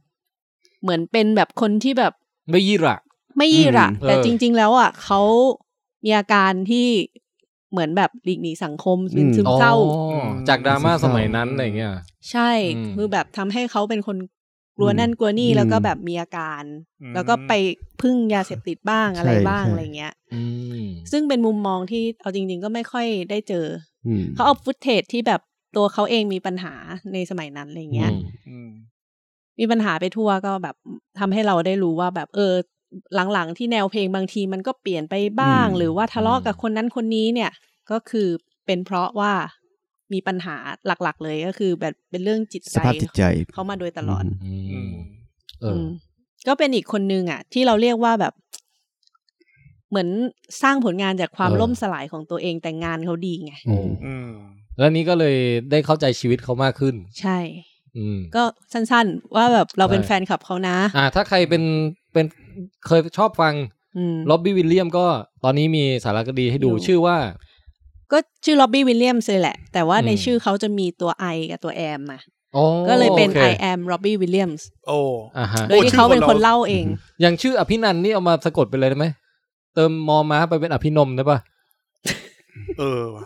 Speaker 5: เหมือนเป็นแบบคนที่แบบ
Speaker 2: ไม่ยี่หระ
Speaker 5: ไม่ยี่หระ
Speaker 2: อืม
Speaker 5: แต่
Speaker 2: เออ
Speaker 5: จริง ๆ แล้วอ่ะเขามีอาการที่เหมือนแบบหลีกหนีสังคมเป็น
Speaker 3: อืม
Speaker 5: ซึมเศร้า
Speaker 2: อ๋อจากดราม่าสมัยนั้นอะไรเงี้ย
Speaker 5: ใช่
Speaker 2: อืม
Speaker 5: คือแบบทำให้เขาเป็นคนกลัวนั่นกลัวนี่
Speaker 3: อืม
Speaker 5: แล้วก็แบบมีอาการ แล้วก็ไปพึ่งยาเสพติดบ้างอะไร
Speaker 3: ใช่
Speaker 5: บ้าง
Speaker 3: ใช่
Speaker 5: อะไรเงี้ย
Speaker 2: อืม
Speaker 5: ซึ่งเป็นมุมมองที่เอาจริง ๆ ก็ไม่ค่อยได้เจอ
Speaker 3: อืม
Speaker 5: เขาเอาฟุตเทจที่แบบตัวเขาเองมีปัญหาในสมัยนั้นอะไรเงี้ย
Speaker 2: อืม
Speaker 4: อืม
Speaker 5: มีปัญหาไปทั่วก็แบบทำให้เราได้รู้ว่าแบบเออ หลังๆที่แนวเพลงบางทีมันก็เปลี่ยนไปบ้าง
Speaker 3: อืม
Speaker 5: หรือว่าทะเลาะกับคนนั้นคนนี้เนี่ย ก็คือเป็นเพราะว่ามีปัญหาหลักๆ เลยก็คือแบบเป็นเรื่องจิต
Speaker 3: ส
Speaker 5: ใจ
Speaker 3: ภาพจิตใจ
Speaker 5: เขามาโดยตลอด
Speaker 3: ม
Speaker 2: อื
Speaker 4: อื
Speaker 2: ม
Speaker 4: ม
Speaker 2: เออ
Speaker 5: มก็เป็นอีกคนนึงอ่ะ ที่เราเรียกว่าแบบ เหมือนสร้างผลงานจากความล่มสลายของตัวเองแต่งานเขาดีไง
Speaker 3: อืม
Speaker 4: อืม
Speaker 2: แล้วนี้ก็เลยได้เข้าใจชีวิตเขามากขึ้น
Speaker 5: ใช่
Speaker 2: อืม
Speaker 5: ก็สั้นๆ ว่าแบบเราเป็น
Speaker 2: ใช่
Speaker 5: แฟนคลับเขานะ
Speaker 2: อ่า ถ้าใครเป็นเป็นเคยชอบฟัง
Speaker 5: อืม
Speaker 2: ล็อบบี้วิลเลียมก็ตอนนี้มีสารคดีให้ดู
Speaker 5: ดู
Speaker 2: ชื่อว่า
Speaker 5: ก็ชื่อล็อบบี้วิลเลียมส์เลยแหละ แต่ว่าใน
Speaker 2: อืม
Speaker 5: ชื่อเขาจะมีตัว I กับตัว M มา
Speaker 2: อ๋อ
Speaker 5: ก็เลยเป็น
Speaker 2: โอค
Speaker 5: I am Robbie Williams
Speaker 4: โอ้
Speaker 2: อ่าฮะ
Speaker 5: โดยที่เขาเป็นคนเล่าเอง
Speaker 2: อย่างชื่ออภินันท์นี่เอามาสะกดไปเลยได้ไหม เติมมอม้าไปเป็นอภินมได้ปะ
Speaker 4: เออว่ะ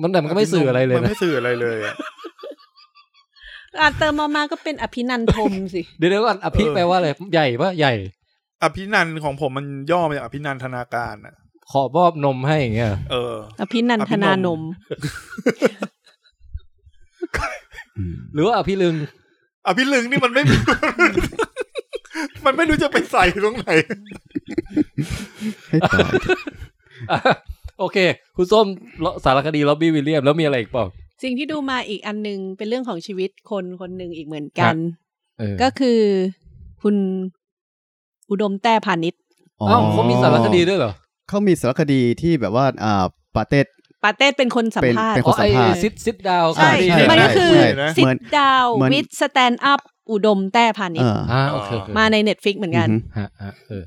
Speaker 2: มันแต่มันก็ไม่สื่ออะไรเลย
Speaker 4: มัน
Speaker 2: นะ
Speaker 4: ไม่สื่ออะไรเลยอะ
Speaker 5: อ่ะเติมมามาก็เป็นอภินันทมสิ
Speaker 2: เดี๋ยวเดี๋ยวก่อนอภิ
Speaker 4: เออ
Speaker 2: แปลว่าอะไรใหญ่ปะใหญ่
Speaker 4: อภินันท์ของผมมันย่อมาจากอภินันทนาการอ่ะ
Speaker 2: ขอมอบนมให้อย่างเงี้ยเหรอ
Speaker 4: เออ
Speaker 5: อภินันทนานม
Speaker 2: หรือว่าอภิลึง
Speaker 4: อภิลึงนี่มัน ไม่ มันไม่รู้จะไปใส่ตรงไหน
Speaker 3: ให้ตาย
Speaker 2: อ่ะโอเค คุณส้มสารคดีล็อบบี้วิลเลียม แล้วมีอะไรอีกเปล่า
Speaker 5: สิ่งที่ดูมาอีกอันหนึง เป็นเรื่องของชีวิตคนคนหนึ่งอีกเหมือนกัน
Speaker 2: เออ
Speaker 5: ก็คือคุณอุดมแต้พานิชย์
Speaker 3: อ๋อ
Speaker 2: เอ้าเขามีสารคดีด้วยเหรอ
Speaker 3: เขามีสารคดีที่แบบว่าอ่าปาเต้
Speaker 5: ปาเต้เป็นคนสัมภาษ
Speaker 3: เป็น
Speaker 5: ณ์
Speaker 3: คนสัมภาษณ์
Speaker 2: ซิดซิดดาว
Speaker 5: ใช่
Speaker 4: ใช่
Speaker 5: มันก็คือ
Speaker 4: ใช่ใช่
Speaker 5: ซิ
Speaker 3: เหมื
Speaker 5: ด
Speaker 3: อน
Speaker 5: ดาว
Speaker 3: เหมือน
Speaker 5: วิดสแตนด์อัพอุดมแต้พานิช
Speaker 3: เอ
Speaker 5: ย์
Speaker 3: อ
Speaker 2: อ่าโอเคโอเค
Speaker 5: มาในเน็ตฟิกเหมือนกัน
Speaker 3: อือฮึ
Speaker 2: ฮะฮะเออ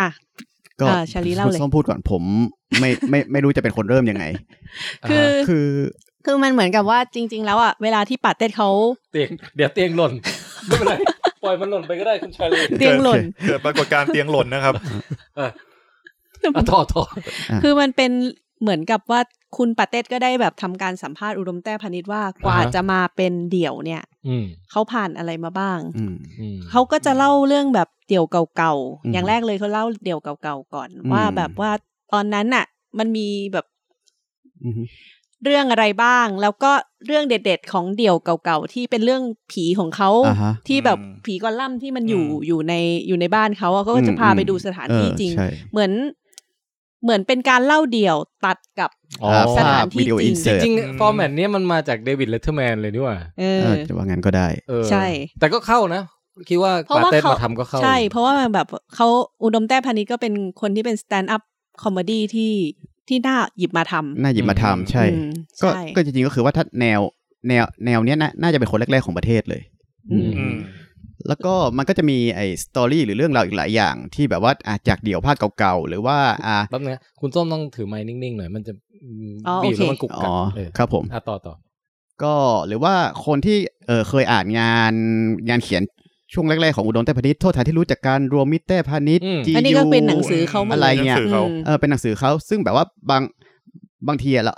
Speaker 5: อ่ะ
Speaker 3: ก็
Speaker 5: อ่าชาลีเล่าเลย
Speaker 3: ส้มพูดก่อนผมไม่ไม่ไม่รู้จะเป็นคนเริ่มยัง ไง
Speaker 5: คือ
Speaker 3: คือ
Speaker 5: คือมันเหมือนกับว่าจริง ๆ แล้วอ่ะเวลาที่ปาเต้เขา
Speaker 2: เตียงเดี๋ยวเตียงหล่น ไม่เป็นไร ปล่อยมันหล่นไปก็ได้คุณชาลี
Speaker 5: เตียงหล่น
Speaker 4: เกิดปรากฏการณ์เตียงหล่นนะครับ
Speaker 2: อ่ะต่อต่อ
Speaker 3: อ
Speaker 5: คือมันเป็นเหมือนกับว่าคุณปาเต้ก็ได้แบบทำการสัมภาษณ์อุดมแต้พานิชย์ว่ากว่าจะมาเป็นเดี่ยวเนี่ย
Speaker 2: อืม
Speaker 5: เขาผ่านอะไรมาบ้าง
Speaker 3: อืม
Speaker 2: อืม
Speaker 5: เขาก็จะเล่าเรื่องแบบเดี่ยวเก่า
Speaker 3: อืม
Speaker 5: ๆ อย่างแรกเลยเขาเล่าเดี่ยวเก่าๆก่อน
Speaker 3: อืม
Speaker 5: ว่าแบบว่าตอนนั้นน่ะ มันมีแบบ
Speaker 3: อือฮึ
Speaker 5: เรื่องอะไรบ้าง แล้วก็เรื่องเด็ด ๆ ของเดี่ยวเก่าๆที่เป็นเรื่องผีของเขา
Speaker 3: อ่าฮะ
Speaker 5: ที่แบบ
Speaker 4: อืม
Speaker 5: ผีกอลลัมที่มันอยู่อยู่ในอยู่ในบ้านเขาอะเขาก็จะ
Speaker 3: อืม
Speaker 5: พาไป
Speaker 3: อืม
Speaker 5: ดูสถานที่
Speaker 3: เออ
Speaker 5: จริง
Speaker 3: ใช่
Speaker 5: เหมือน เหมือนเป็นการเล่าเดี่ยวตัดกับ
Speaker 2: อ๋อ
Speaker 3: อ่า
Speaker 5: ส
Speaker 3: ภา
Speaker 5: ถา
Speaker 3: พ
Speaker 5: น
Speaker 3: วิ
Speaker 5: ที่
Speaker 3: ดีโอ
Speaker 5: จริ
Speaker 3: อิ
Speaker 5: ง
Speaker 3: นเสิร์ต
Speaker 2: จริงฟอร์แมตเนี้ยมันมาจากเดวิดเลตเทอร์แมนเลยดีกว่า
Speaker 5: เอ
Speaker 3: เอ
Speaker 5: อ
Speaker 3: อจะว่างั้นก็ได้
Speaker 2: เออ
Speaker 5: ใช่
Speaker 2: แต่ก็เข้านะ คิดว่า
Speaker 5: เพราะ
Speaker 2: ปา
Speaker 5: ว่า
Speaker 2: เต้
Speaker 5: เขา
Speaker 2: มาทำก็เข้า
Speaker 5: ใช่ เพราะว่าแบบเขาอุดมแต้พานิชก็เป็นคนที่เป็นสแตนด์อัพคอมเมดี้ที่ที่น่าหยิบมาทำ
Speaker 3: น่าหยิบมาทำใช่
Speaker 5: อืม
Speaker 3: ก็
Speaker 5: ใช่
Speaker 3: ก็จริงๆก็คือว่าถ้าแนวแนวแนวเนี้ยน่าน่าจะเป็นคนแรกๆของประเทศเลย
Speaker 2: อืม
Speaker 4: อืม
Speaker 3: แล้วก็มันก็จะมีไอ้สตอรี่หรือเรื่องราวอีกหลายอย่างที่แบบว่าอ่ะจากเดี่ยวภาคเก่าๆ หรือว่าอ่ะ
Speaker 2: แป๊บนึงนะคุณส้มต้องถือไม้นิ่งๆหน่อย มันจะ
Speaker 5: อ๋อ
Speaker 2: บี
Speaker 5: โอบ เค
Speaker 2: แล้วมันกุก
Speaker 3: อ๋
Speaker 2: กั
Speaker 3: อก
Speaker 2: เออ
Speaker 3: ครับผม
Speaker 2: อ่ะต่อต่อ
Speaker 3: ก็หรือว่าคนที่เออเคยอ่านงานงานเขียนช่วงแรกๆของอุดมเต้พานิชโทษฐานที่รู้จากการรวมมิตรเต้พานิช
Speaker 2: อืม
Speaker 3: จี
Speaker 5: อันนี้ก็เป็นหนังสือเขาหมด
Speaker 3: อะ
Speaker 5: เลย
Speaker 3: ไรเงี้ย
Speaker 4: หนังสือเขา
Speaker 5: ม
Speaker 3: เออเป็นหนังสือเขาซึ่งแบบว่าบางบางทีอะเรา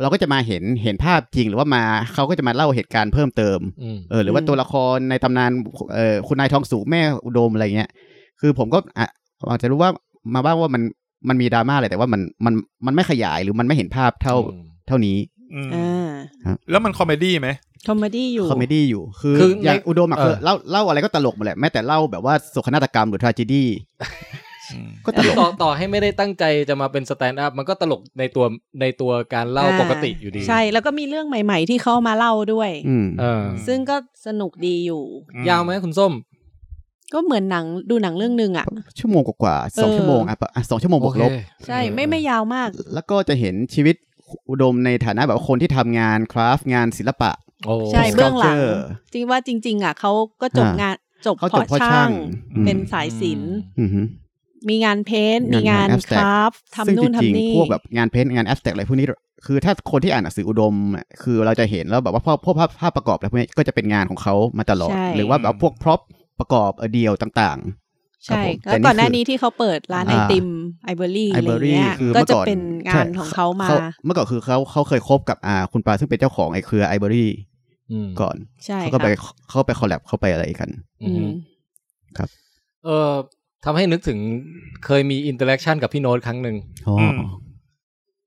Speaker 3: เราก็จะมาเห็นเห็นภาพจริงหรือว่ามาเขาก็จะมาเล่าเหตุการณ์เพิ่มเติม
Speaker 2: อืม
Speaker 3: เออหรือว่า
Speaker 5: อืม
Speaker 3: ตัวละครในตำนานเออคุณนายทองสูงแม่อุดมอะไรเงี้ย คือผมก็อ่ะอาจจะรู้ว่ามาบ้างว่ามันมันมีดราม่าอะไรแต่ว่ามันมันมันไม่ขยายหรือมันไม่เห็นภาพเท่า
Speaker 2: อืม
Speaker 3: เท่านี้
Speaker 4: อืม
Speaker 5: อ่า
Speaker 4: แล้วมันคอมเมดี้ไหม
Speaker 5: คอมเมดี้อยู่
Speaker 3: คอมเมดี้อยู่ คือ
Speaker 2: คือ
Speaker 3: อย่าง
Speaker 2: ใน
Speaker 3: อุดมอะ
Speaker 2: เออ
Speaker 3: คือเล่าเล่าอะไรก็ตลกหมดแหละแม้แต่เล่าแบบว่าโศกนาฏกรรมหรือ tragedy ก็ตลก
Speaker 2: ต่อต่อให้ไม่ได้ตั้งใจจะมาเป็นสแตนด์อัพมันก็ตลกในตัวในตัวการเล่า
Speaker 5: อ่า
Speaker 2: ปกติอยู่ดี
Speaker 5: ใช่แล้วก็มีเรื่องใหม่ ๆ ที่เขาเอามาเล่าด้วย
Speaker 3: อืม
Speaker 2: เออ
Speaker 5: ซึ่งก็สนุกดีอยู่
Speaker 4: อืม
Speaker 2: ยาวไหมคุณส้ม
Speaker 5: ก็เหมือนหนังดูหนังเรื่องหนึ่งอ่ะ
Speaker 3: ชั่วโมงกว่าๆสอง
Speaker 5: เออ
Speaker 3: ชั่วโมงอ่ะปะอ่ะสองชั่วโมงบวกลบ
Speaker 5: ใช่ไม่ไม่ยาวมาก
Speaker 3: แล้วก็จะเห็นชีวิตอุดมในฐานะแบบว่าคนที่ทำงานคราฟต์งานศิลปะ
Speaker 2: โอ้
Speaker 5: ใช่เบื้องหลัง
Speaker 3: sculpture
Speaker 5: จริงว่าจริง ๆ อ่ะเขาก็จบ
Speaker 3: อ่าง
Speaker 5: งานจบ
Speaker 3: เขา
Speaker 5: เพ
Speaker 3: จบ
Speaker 5: ราะ
Speaker 3: เพราะ
Speaker 5: ช่า
Speaker 3: ช่าง งอืม
Speaker 5: เป็นสายศิลป์
Speaker 3: อือฮึ
Speaker 5: มีงานเพ้นท์มีงาง
Speaker 3: าน น
Speaker 5: ค
Speaker 3: abstract
Speaker 5: ราฟต์
Speaker 3: ซึ่
Speaker 5: ทำนู่น
Speaker 3: จริง
Speaker 5: ทำนี่
Speaker 3: ๆพวกแบบงานเพ้นท์งานแอสแต็กอะไรพวกนี้ คือถ้าคนที่อ่านหนังสืออุดมอะคือเราจะเห็นแล้วแบบว่าพวกพวกภาพภาพประกอบอะไรพวกนี้ก็จะเป็นงานของเขามาตลอด
Speaker 5: ใช่
Speaker 3: หรือว่าแบบพวกพร็อพประกอบเดียวต่างๆครับ
Speaker 5: ใช่
Speaker 3: ผม
Speaker 5: แล้ว
Speaker 3: ต่
Speaker 5: ก่อนหน้า
Speaker 3: คื
Speaker 5: นี้ที่เขาเปิดร้านไอ
Speaker 3: อ่า
Speaker 5: ติมไอเบอรี่
Speaker 3: ไอ
Speaker 5: อะไร
Speaker 3: เบอรี่
Speaker 5: เงี้ย
Speaker 3: คือ
Speaker 5: ก็
Speaker 3: เมื่อ
Speaker 5: จะ
Speaker 3: ก่อน
Speaker 5: เป็นงานของเขามา
Speaker 3: เมื่อก่อนคือเขาเขาเคยคบกับอ่าคุณปาซึ่งเป็นเจ้าของไอเครือไอเบอรี่
Speaker 2: อืม
Speaker 3: ก่อน
Speaker 5: ใช่
Speaker 3: เขาก็
Speaker 5: ค่ะ
Speaker 3: ไปเขาไปคอลแลบเขาไปอะไรกัน
Speaker 2: อื
Speaker 5: อื
Speaker 2: ม
Speaker 5: ม
Speaker 2: เออทำให้นึกถึงเคยมีอินเตอร์แอคชั่นกับพี่โน้ตครั้งหนึ่ง
Speaker 3: อ๋อ
Speaker 4: ม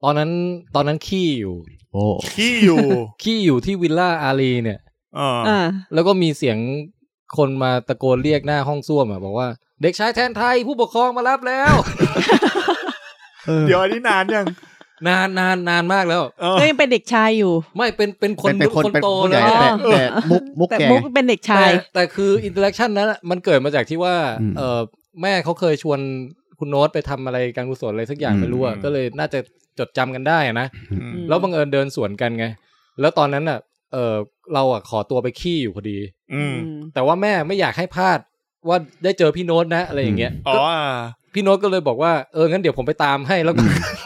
Speaker 2: ตอนนั้นตอนนั้นขี้อยู่
Speaker 3: โอ้
Speaker 4: ขี้อยู่
Speaker 2: ขี้อยู่ที่วิลล่าอารีเนี่ย
Speaker 4: อ่า
Speaker 5: อ่า
Speaker 2: แล้วก็มีเสียงคนมาตะโกนเรียกหน้าห้องส้วมอ่ะบอกว่า เด็กชายแทนไทยผู้ปกครองมารับแล้ว
Speaker 4: เดี๋ยวอันนี้นานยัง
Speaker 2: นานนานนานมากแล้ว
Speaker 4: เออ
Speaker 5: ก็ยังเป็นเด็กชายอยู่
Speaker 2: ไม่เป็นเป็นคน
Speaker 3: เป็นเป็นคน
Speaker 2: คน
Speaker 3: เป็น
Speaker 2: โต
Speaker 3: ผู้ให
Speaker 2: แล้
Speaker 3: ญ่
Speaker 2: ว
Speaker 3: แต่
Speaker 5: อ๋อ
Speaker 3: แต่มุกมุก
Speaker 5: แต่
Speaker 3: แก
Speaker 5: มุกเป็นเด็กชา
Speaker 2: แต่
Speaker 5: ย
Speaker 2: แต่คืออินเตอร์แอคชั่นนั้นอะมันเกิดมาจากที่ว่า
Speaker 3: อืม
Speaker 2: เออแม่เขาเคยชวนคุณโน้ตไปทำอะไรการกุศลอะไรสักอย่าง
Speaker 3: อืม
Speaker 2: ไม่รู้อะก็เลยน่าจะจดจำกันได้อะนะ
Speaker 5: อืม
Speaker 2: แล้วบังเอิญเดินสวนกันไง แล้วตอนนั้นอ่ะเออเราอ่ะขอตัวไปขี้อยู่พอดี
Speaker 4: อืม
Speaker 5: อืม
Speaker 2: แต่ว่าแม่ไม่อยากให้พลาดว่าได้เจอพี่โน้ตนะอะไรอย่างเงี้ย
Speaker 4: อ๋ออ่า
Speaker 2: พี่โน้ตก็เลยบอกว่าเอองั้นเดี๋ยวผมไปตามให้แล้วก็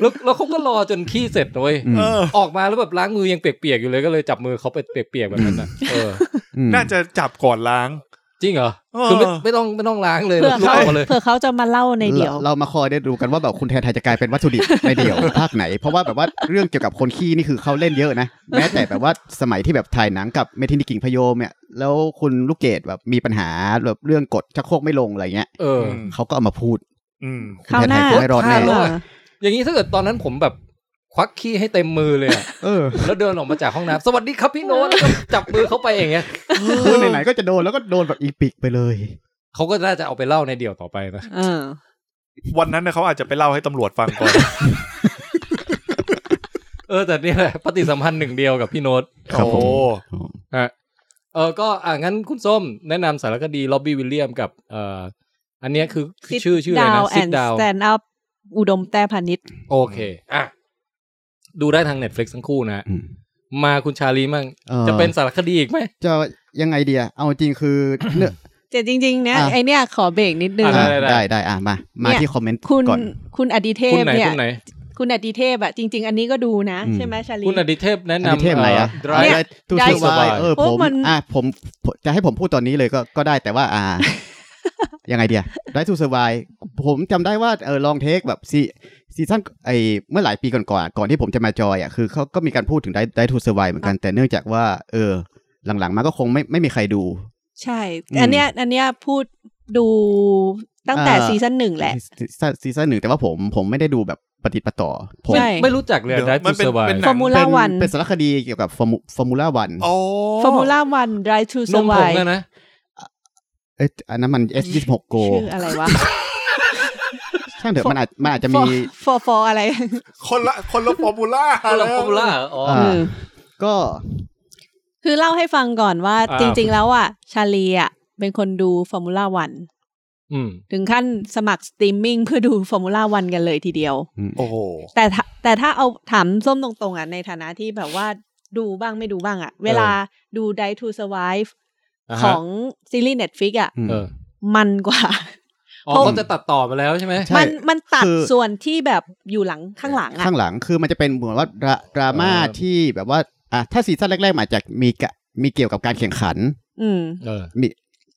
Speaker 2: แล้วแล้วเขาก็รอจนขี้เสร็จเลย
Speaker 3: อืม
Speaker 4: เออ
Speaker 2: ออกมาแล้วแบบล้างมือยังเปียกๆอยู่เลยก็เลยจับมือเขาไปเปียกๆแบบนั้นนะเออ
Speaker 3: อืม
Speaker 4: น่าจะจับก่อนล้าง
Speaker 2: จริงเหรอ
Speaker 4: เออ
Speaker 2: คือไม่ไม่ต้องไม่ต้องล้างเลย
Speaker 5: เผื่อ
Speaker 2: ลูก
Speaker 5: เขา
Speaker 2: ออกมาเลย
Speaker 5: เผื่อเขาจะมาเล่าในเดี๋ยว
Speaker 3: ราเรามาคอยได้ดูกันว่าแบบคุณแทนไทยจะกลายเป็นวัตถุดิบ ในเดี่ยวภาคไหน เพราะว่าแบบว่าเรื่องเกี่ยวกับคนขี้นี่คือเขาเล่นเยอะนะ แม้แต่แบบว่าสมัยที่แบบถ่ายหนังกับเมทินีกิ่งพะโยมเนี่ยแล้วคุณลูกเกดแบบมีปัญหาแบบเรื่องกดชักโครกไม่ลงอะไรเงี้ย
Speaker 2: เออ
Speaker 4: ม
Speaker 3: เขาก็เอามาพูด
Speaker 4: อืม
Speaker 3: คุณแทนไทย
Speaker 5: ค
Speaker 3: ค
Speaker 5: ราวหน้า
Speaker 3: งไม่รอด
Speaker 2: ค
Speaker 3: แน่
Speaker 2: ราวหน้
Speaker 5: อ่า
Speaker 2: อย่างนี้ถ้าเกิดตอนนั้นผมแบบควักขี้ให้เต็มมือเลยอะ
Speaker 3: เออ
Speaker 2: แล้วเดินออกมาจากห้องน้ำสวัสดีครับพี่โน้ตแล้วก็จับมือเขาไปอย่างเงี้ย
Speaker 3: คือไหนๆก็จะโดนแล้วก็โดนแบบอีปิกไปเลย
Speaker 2: เขาก็น่าจะเอาไปเล่าในเดี่ยวต่อไปนะ
Speaker 5: เออ
Speaker 4: วันนั้นนะเขาอาจจะไปเล่าให้ตำรวจฟังก่อน
Speaker 2: เออแต่นี่แหละปฏิสัมพันธ์หนึ่งเดียวกับพี่โน้ต
Speaker 3: ครับผม
Speaker 4: โอ้
Speaker 2: ฮะเออก็อ่ะงั้นคุณส้มแนะนำสารคดีล็อบบี้วิลเลียมกับเอ่ออันเนี้ยคือคือชื่อชื่ออะไร
Speaker 5: ดาว
Speaker 2: นะ
Speaker 5: แอ
Speaker 2: ซิด
Speaker 5: นด์
Speaker 2: ดาว
Speaker 5: สแตนด์อัพอุดมแต่พานิช
Speaker 2: โอเค อ่ะ ดูได้ทาง Netflix ทั้งคู่นะฮะ
Speaker 3: อืม
Speaker 2: มาคุณชาลีมั่ง
Speaker 3: เอ่อ
Speaker 2: จะเป็นสารคดีอีกไหม
Speaker 3: จะยังไงเดียเอาจริงคือ เนื้อ
Speaker 5: แต่จริง ๆ เนี่ย
Speaker 3: อ่ะ
Speaker 5: ไอเนี่ยขอเบรกนิดนึง
Speaker 2: อ่ะ ได้ได้
Speaker 3: ได้ได้อ่ะมา มาที่คอมเมนต์
Speaker 5: คุณ
Speaker 3: ก่อน
Speaker 5: คุณอดิเท
Speaker 2: คุ
Speaker 5: พ
Speaker 2: ณไหน
Speaker 5: เนี่ย
Speaker 2: คุณไหน
Speaker 5: คุณอดิเทพอะจริง ๆ อันนี้ก็ดูนะ
Speaker 3: อืม
Speaker 5: ใช่ไหมชาลี
Speaker 2: คุณอดิเทพแนะ
Speaker 3: อันนี้
Speaker 2: นำ
Speaker 3: เทพไหนอ่ะ
Speaker 2: เดราย
Speaker 5: เนี่ย
Speaker 3: ตู้
Speaker 5: ได้
Speaker 3: เชื่อวายเออผ
Speaker 5: โอ้
Speaker 3: ม
Speaker 5: มัน
Speaker 3: อ่ะผมผมจะให้ผมพูดตอนนี้เลยก็ก็ได้แต่ว่าอ่า ยังไงเดียได้ทูเซอร์ไวผมจำได้ว่าเออลองเทคแบบซีซีซั่นไอเมื่อหลายปีก่อนๆก่อนก่อนที่ผมจะมาจอยอ่ะคือเขาก็มีการพูดถึงได้ได้ทูเซอร์ไวเหมือนกันแต่เนื่องจากว่า เออ หลังๆมาก็คงไม่ไม่มีใครดู
Speaker 5: ใช่
Speaker 3: อืม
Speaker 5: อันเนี้ยอันเนี้ยพูดดูตั้งแต่
Speaker 3: เอ่อ
Speaker 5: ซีซั่นหนึ่งแหละ
Speaker 3: ซีซั่นซีซั่นหนึ่งแต่ว่าผมผมไม่ได้ดูแบบปฏิดประต่อผม
Speaker 5: ใช่
Speaker 2: ไม่รู้จักเลย
Speaker 4: เดี๋ยว
Speaker 2: ได้
Speaker 4: มันเป็น
Speaker 2: ทูเซอร์ไว
Speaker 4: เป็นหนัง
Speaker 5: Formula
Speaker 3: เป็น
Speaker 5: One
Speaker 3: เป็นสารคดีเกี่ยวกับฟอร์มูฟอร์มูล่าวัน
Speaker 4: โอ้
Speaker 5: ฟอร์มูล่าวันไรทูส
Speaker 2: นม
Speaker 5: วา
Speaker 2: ผง
Speaker 5: ย
Speaker 2: นะนะ
Speaker 3: เอ้ยอันนั้นมัน S26 Go
Speaker 5: ชื่ออะไรวะ
Speaker 3: ใช่ างเถอะมันอาจมันอาจจะมี
Speaker 5: ฟอฟออะไร
Speaker 4: คนละคนละฟอร์มูล่า
Speaker 2: เรา
Speaker 4: แล้ว
Speaker 2: ฟอร์มูล่าอ๋อ
Speaker 3: อ่า
Speaker 5: ม
Speaker 3: ก็
Speaker 5: คือเล่าให้ฟังก่อนว่า
Speaker 2: อ่า
Speaker 5: จริง ๆ แล้วอ่ะ ชาลีอ่ะ เป็นคนดูฟอร์มูล่าวัน
Speaker 2: อืม
Speaker 5: ถึงขั้นสมัครสตรีมมิ่งเพื่อดูฟอร์มูล่าวันกันเลยทีเดียว
Speaker 4: โอ้โห
Speaker 5: แต่ถ้าแต่ถ้าเอาถามส้มตรงๆอ่ะในฐานะที่แบบว่าดูบ้างไม่ดูบ้างอ่ะ เวลาดู Die to Survive
Speaker 2: อ่าฮะ
Speaker 5: ของซีรีส์ Netflix อ่ะ
Speaker 3: อืม
Speaker 2: เออ
Speaker 5: มันกว่า
Speaker 2: อ๋อ
Speaker 5: ผม
Speaker 2: เขาจะตัดต่อมาแล้วใช่ไหม
Speaker 3: ใช่
Speaker 5: มันมันตัด
Speaker 3: คือ
Speaker 5: ส่วนที่แบบอยู่หลังข้างหลังอ่ะ
Speaker 3: ข้างหลังคือมันจะเป็นเหมือนว่าดราดราม่า
Speaker 2: เออ
Speaker 3: ที่แบบว่าอ่ะถ้าซีซั่นแรกๆมันอาจจะมีกะมีเกี่ยวกับการแข่งขัน
Speaker 5: อืม
Speaker 2: เออ
Speaker 3: มี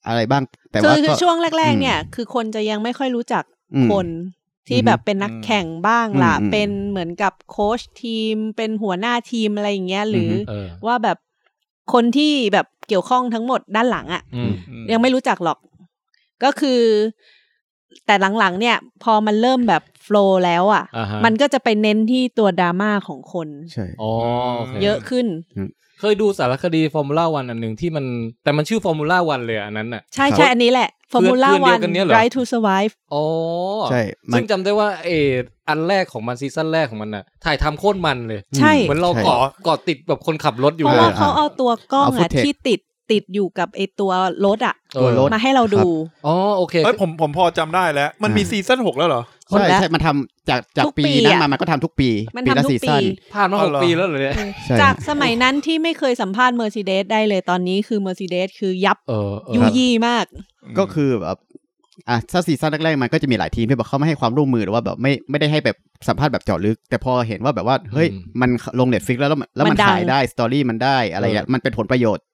Speaker 3: อะไรบ้าง แต่
Speaker 5: คือ
Speaker 3: ว่า
Speaker 5: คื
Speaker 3: ก็
Speaker 5: อช่วงแรก ๆ เนี่ย คือคนจะยังไม่ค่อยรู้จัก
Speaker 3: อืม
Speaker 5: คนที่
Speaker 3: อือฮึ
Speaker 5: แบบเป็นนักแข่งบ้างล่ะ
Speaker 3: อืมอืม
Speaker 5: เป็นเหมือนกับโค้ชทีม เป็นหัวหน้าทีมอะไรอย่างเงี้ย หรือ
Speaker 3: อฮึ
Speaker 5: อ
Speaker 2: เออ
Speaker 5: ว่าแบบคนที่แบบเกี่ยวข้องทั้งหมดด้านหลังอ่ะ
Speaker 2: อืม
Speaker 5: ยังไม่รู้จักหรอก ก็คือ แต่หลังๆเนี่ย พอมันเริ่มแบบโฟลว์แล้วอ่ะ
Speaker 2: อ่าฮะ
Speaker 5: มันก็จะไปเน้นที่ตัวดราม่าของคน
Speaker 3: ใช่
Speaker 2: อ๋อโอเค
Speaker 5: เยอะขึ้น
Speaker 2: เคยดูสารคดีฟอร์มูล่าวันอันหนึ่งที่มัน แต่มันชื่อฟอร์มูล่าวันเลยอันนั้นน่ะ
Speaker 5: ใช่
Speaker 3: ครับ
Speaker 5: ใช่อันนี้แหละ Formula
Speaker 2: เพื่อนเดียวกันเนี่ยเหร
Speaker 5: 1
Speaker 2: อ
Speaker 5: Right to Survive
Speaker 2: อ๋อ
Speaker 3: ใช่มัน
Speaker 2: ซึ่งจำได้ว่าเอออันแรกของมันซีซั่นแรกของมันน่ะ ถ่ายทำโคตรมันเลย
Speaker 5: ใช่
Speaker 2: เหมือนเรา
Speaker 3: ใช่
Speaker 2: เกาะเกาะติดแบบคนขับรถอยู่
Speaker 5: เพราะ
Speaker 2: เลย
Speaker 5: ว่า
Speaker 2: อะ
Speaker 5: เขาเอาตัวกล้อง
Speaker 3: เอา
Speaker 5: อะ
Speaker 3: footage
Speaker 5: ที่ติดติดอยู่กับไอตัวรถอะ
Speaker 2: ตัวรถ
Speaker 5: มาให้เราดู
Speaker 2: อ๋อโอเค
Speaker 4: เอ้ยผมผมพอจำได้แล้ว มันมีซีซั่นหกแล้วเหรอ
Speaker 5: คน
Speaker 3: ใช่
Speaker 5: ละ
Speaker 3: ใช่มันทำจากจาก
Speaker 5: ทุกปี
Speaker 3: ปีนั้น
Speaker 5: อะ
Speaker 3: มามันก็ทำทุกปี
Speaker 5: มัน
Speaker 3: ปี
Speaker 5: ทำ
Speaker 3: ละ
Speaker 5: ทุก
Speaker 3: ซีซั่น
Speaker 5: ปี
Speaker 2: ผ่านมา
Speaker 4: อ๋
Speaker 2: ห
Speaker 4: อกเหรอ
Speaker 2: ปีแล้วเหรอเนี่ย
Speaker 3: ใช่
Speaker 5: จากสมัยนั้นที่ไม่เคยสัมภาษณ์ Mercedes ได้เลยตอนนี้คือ Mercedes คือยับ
Speaker 2: เออเออ
Speaker 5: ยูยี่มาก
Speaker 3: ก็คือแบบอ่ะถ้าซีซั่นแรกๆมันก็จะมีหลายทีมที่แบบเขาไม่ให้ความร่วมมือหรือว่าแบบไม่ไม่ได้ให้แบบสัมภาษณ์แบบเจาะลึก แต่พอเห็นว่าแบบว่าเฮ้ยมันลงเน็ตฟิกแล้วแล้วมันแล้วมัน
Speaker 5: มันดัง
Speaker 3: ขายได้สตอรี่มันได้อะไรอย่างเงี้ยมันเป็นผลประโยชน์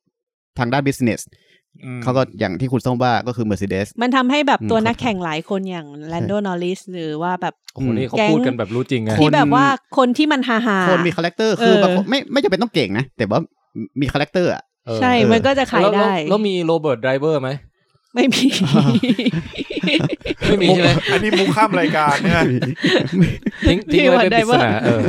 Speaker 3: ทางด้านบิสเนส
Speaker 4: ม
Speaker 3: เขาก็อย่างที่คุณส้มว่าก็คือ Mercedes
Speaker 5: มันทำให้แบบ
Speaker 3: อืม
Speaker 5: ตัว
Speaker 3: ครับ
Speaker 5: นักแข่งหลายคนอย่างแลนโดนอริสหรือว่าแบบ
Speaker 2: โอ้โหนี่เขาพูดกันแบบรู้จริงไง
Speaker 3: ค
Speaker 5: ที่
Speaker 3: น
Speaker 5: แบบว่าคนที่มันฮาฮา
Speaker 3: คนมีคาแรคเตอร์คือ
Speaker 5: เออ
Speaker 3: บางคนไม่ไม่จำเป็นต้องเก่งนะ แต่ว่ามีคาแรคเตอร์อะ
Speaker 2: เออ
Speaker 5: ใช่
Speaker 3: เออ
Speaker 5: มันก็จะขาย
Speaker 2: แล้วแล้ว
Speaker 5: ได้
Speaker 2: แล้วมีโรเบิร์ตไดรเวอร์ไหม
Speaker 5: ไม่มี
Speaker 2: ไม่มีใช่ไหม
Speaker 4: อันนี้มุกข้ามรายการเนี่ย
Speaker 2: ทิ้งทิ้ง
Speaker 5: มี
Speaker 2: ไว้
Speaker 5: Robert
Speaker 2: เป็นปริศ
Speaker 5: Driver
Speaker 2: นาเออ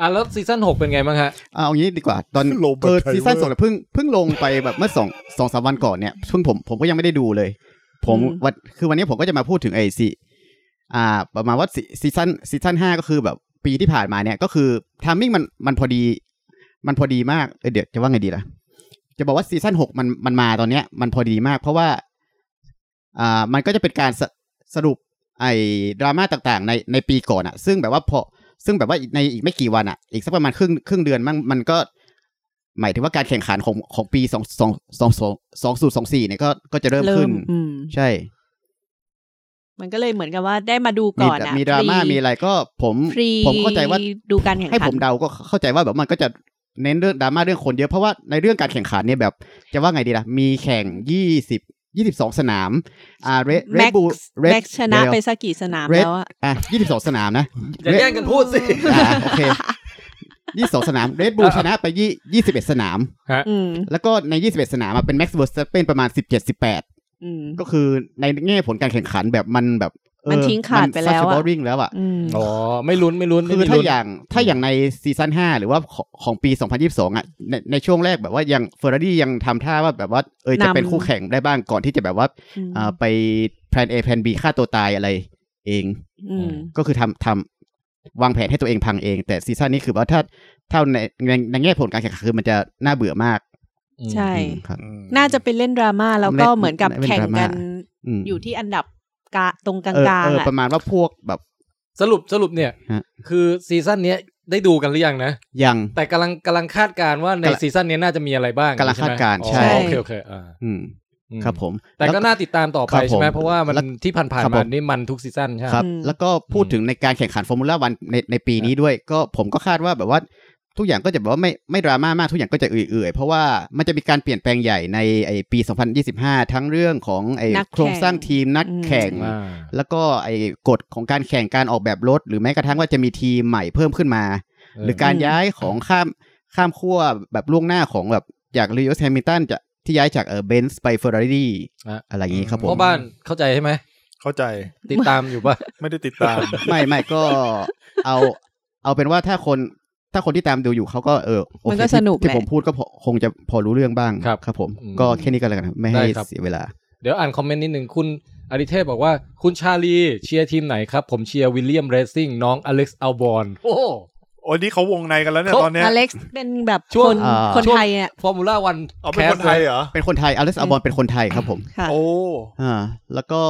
Speaker 2: อ่ะแล้วซีซั่นหกเป็นไงบ้างฮะ
Speaker 3: เอาอย่างนี้ดีกว่า ตอน
Speaker 4: โรเบิ
Speaker 3: เอ
Speaker 4: ร์ต
Speaker 3: อ
Speaker 4: ไทเลอร์
Speaker 3: ซีซั่นสองเนี่ยเพิ่งเพิ่งลงไปแบบเมื่อสองสองสามวันก่อนเนี่ยซึ่งผมผมก็ยังไม่ได้ดูเลย ผม
Speaker 5: อืม
Speaker 3: วันคือวันนี้ผมก็จะมาพูดถึงไอซีอ่า ประมาณว่าซีซีซั่นซีซั่นห้าก็คือแบบปีที่ผ่านมาเนี่ยก็คือทามมิ่งมันมันพอดี มันพอดีมากเอ้ยเดี๋ยวจะว่าไงดีล่ะ จะบอกว่าซีซั่นหกมันมันมาตอนเนี้ย มันพอดีมาก เพราะว่า อ่ามันก็จะเป็นการสสรุปไอ้ดราม่าต่างๆ ในในปีก่อนอะซึ่งแบบว่าพอซึ่งแบบว่าในอีกไม่กี่วันอะอีกสักประมาณครึ่งครึ่งเดือนมันมันก็ หมายถึงว่าการแข่งขันของของปีสองสองสองสองสองศูนย์สองสี่เนี่ยก็ก็จะเริ่ม
Speaker 5: เริ่
Speaker 3: ขึ้น
Speaker 5: มอืม
Speaker 3: ใช่
Speaker 5: มันก็เลยเหมือนกับว่าได้มาดู
Speaker 3: มี
Speaker 5: ก่อนอะ
Speaker 3: มีดราม่า
Speaker 5: ฟ
Speaker 3: มีอะไรก็ผม
Speaker 5: ฟรี
Speaker 3: ผมเข้าใจว่า
Speaker 5: ดูการแข่ง
Speaker 3: ให้
Speaker 5: ขั
Speaker 3: ผ
Speaker 5: น
Speaker 3: มเดาก็เข้าใจว่าแบบมันก็จะเน้นเรื่องดราม่าเรื่องคนเยอะเพราะว่าในเรื่องการแข่งขันเนี่ยแบบจะว่าไงดีล่ะ มีแข่งยี่สิบยี่สิบสองสนามอ่าเรด
Speaker 5: แม็ก
Speaker 3: บู
Speaker 5: ซ์แม็กซ์ชนะไปสักกี่สนามแล้วอะ
Speaker 3: อ่ะยี่สิบสองสนามนะ
Speaker 2: อย่าแย่งกันพูดสิ
Speaker 3: อ่าโอเคยี่สองสนามเรดบูชนะไปยี่ยี่สิบเอ็ดสนาม
Speaker 5: อืม
Speaker 3: แล้วก็ในยี่สิบเอ็ดสนามอ่ะเป็นแม็กซ์เวอร์สเปนประมาณสิบเจ็ดสิบแปด
Speaker 5: อืม
Speaker 3: ก็คือในแง่ผลการแข่งขันแบบมันแบบเออ
Speaker 5: มันทิ้งขาดไปแล้ว
Speaker 3: มั
Speaker 5: อะ
Speaker 3: น such a boring แล้วอ่ะ
Speaker 5: อืม
Speaker 2: อ๋อ ไม่ลุ้นไม่ลุ้นไม่
Speaker 3: คือ
Speaker 2: มี
Speaker 3: ถ้า
Speaker 2: ลุ้น
Speaker 3: อย่างถ้าอย่างในซีซั่น5 หรือว่าของของปี 2022 อ่ะในในช่วงแรกแบบว่ายังเฟอร์รารี่ยังทำท่าว่าแบบว่าเออจะ
Speaker 5: นำ
Speaker 3: เป็นคู่แข่งได้บ้างก่อนที่จะแบบว่าอ่าไปแพลน A แพลน B ฆ่าตัวตายอะไรเอง
Speaker 5: อืม
Speaker 3: ก็คือทำทำวางแผนให้ตัวเองพังเอง แต่ซีซั่นนี้คือว่าถ้าถ้าในในในแง่ผลการแข่งขันคือมันจะน่าเบื่อมาก
Speaker 5: ใช่
Speaker 3: อืมครับ
Speaker 4: อืม
Speaker 5: น่าจะเป็นเล่นดราม่าแล้วก็เหมือนกับแข่งกัน
Speaker 3: เล่นดราม่ ม
Speaker 5: อยู่ที่อันดับกะตรงกล
Speaker 3: เออ
Speaker 5: าง
Speaker 3: เออ
Speaker 5: ๆอะ
Speaker 3: ประมาณว่าพวกแบบ
Speaker 2: สรุปสรุปเนี่ย
Speaker 3: ฮะ
Speaker 2: คือซีซั่นเนี้ยได้ดูกันหรือยังนะ
Speaker 3: ยัง
Speaker 2: แต่กำลังกำลังคาดการณ์ว่าใน
Speaker 3: กำลัง
Speaker 2: ซีซั่นเนี้ยน่าจะมีอะไรบ้าง
Speaker 3: กำลัง
Speaker 2: ใช่ไหม
Speaker 3: คาดการณ์
Speaker 2: อ๋อ
Speaker 3: ใช่
Speaker 2: โอเคโอเคอ่า
Speaker 3: อืม
Speaker 2: อืม
Speaker 3: ครับผม
Speaker 2: แต่ก็
Speaker 3: ล้ว
Speaker 2: น่าติดตามต่อไป
Speaker 3: ครับผม
Speaker 2: ใช่ไหมเพราะว่ามัน
Speaker 3: แล้ว
Speaker 2: ที่ผ่าน
Speaker 3: ครั
Speaker 2: ๆ
Speaker 3: บ
Speaker 2: มา
Speaker 3: ผม
Speaker 2: นี่มันทุกซีซั่นใช่ไหม
Speaker 3: ครับแล้วก็พูดถึงในการแข่งขันฟอร์มูล่าวันในในปีนี้ด้วย ก็ผมก็คาดว่าแบบว่าทุกอย่างก็จะแบบว่าไม่ไม่ดราม่ามากทุกอย่างก็จะเอื่อยๆ เพราะว่ามันจะมีการเปลี่ยนแปลงใหญ่ในไอปี 2025 ทั้งเรื่องของไอโครงสร้างทีมนักแข่ง
Speaker 2: อ่า
Speaker 3: แล้วก็ไอกฎของการแข่งการออกแบบรถ หรือแม้กระทั่งว่าจะมีทีมใหม่เพิ่มขึ้นมา หรือการย้ายของข้ามข้ามขั้วแบบล่วงหน้าของแบบจากลิโอสแฮมิลตันจะที่ย้ายจากเออเบนซ์ไปเฟอร์รารี่
Speaker 2: อ่ะ
Speaker 3: อะไรอย่างนี้ครับผม
Speaker 2: พ่อบ้านเข้าใจใช่ไหม
Speaker 4: เข้าใจ
Speaker 2: ติดตามอยู่ป่ะ
Speaker 4: ไม่ได้ติดตาม
Speaker 3: ไม่ไม่ก็ เอาเอาเป็นว่าถ้าคนถ้าคนที่ตามดูอยู่เขาก็เออโอเค
Speaker 5: มันก็
Speaker 3: ที่
Speaker 5: สนุก
Speaker 3: ที่
Speaker 5: แหละ
Speaker 3: ผมพูดก็พอคงจะพอรู้เรื่องบ้าง
Speaker 2: ครับ
Speaker 3: ครับผม
Speaker 2: อืม
Speaker 3: ก็แค่นี้ก็แล้วกันครับไม่ให้
Speaker 2: ได้ครับ
Speaker 3: เสียเวลา
Speaker 2: เดี๋ยวอ่านคอมเมนต์นิดหนึ่งคุณ อดิเทพบอกว่าคุณชาลีเชียร์ทีมไหนครับ ผมเชียร์วิลเลียมเรซิ่งน้องอเล็กซ์อัลบอนโอ้
Speaker 4: โอ้ยนี่เขาวงในกันแล้วเนี่ย
Speaker 2: เขา
Speaker 4: ตอนเนี้ย
Speaker 6: อเล็กซ์เป็นแบบ
Speaker 2: ช่ว
Speaker 6: ค
Speaker 2: ง
Speaker 6: น
Speaker 3: อ่า
Speaker 6: คนไทยอ่ะ
Speaker 2: ฟอร์มูล่าวัน
Speaker 4: เอาเป็นคนไทยเหรอ
Speaker 3: เป็นคนไทยอเล็กซ์อาบอนเป็นคนไทยครับผม
Speaker 6: ค่ะ
Speaker 4: โอ้
Speaker 3: อ่าแล้วก็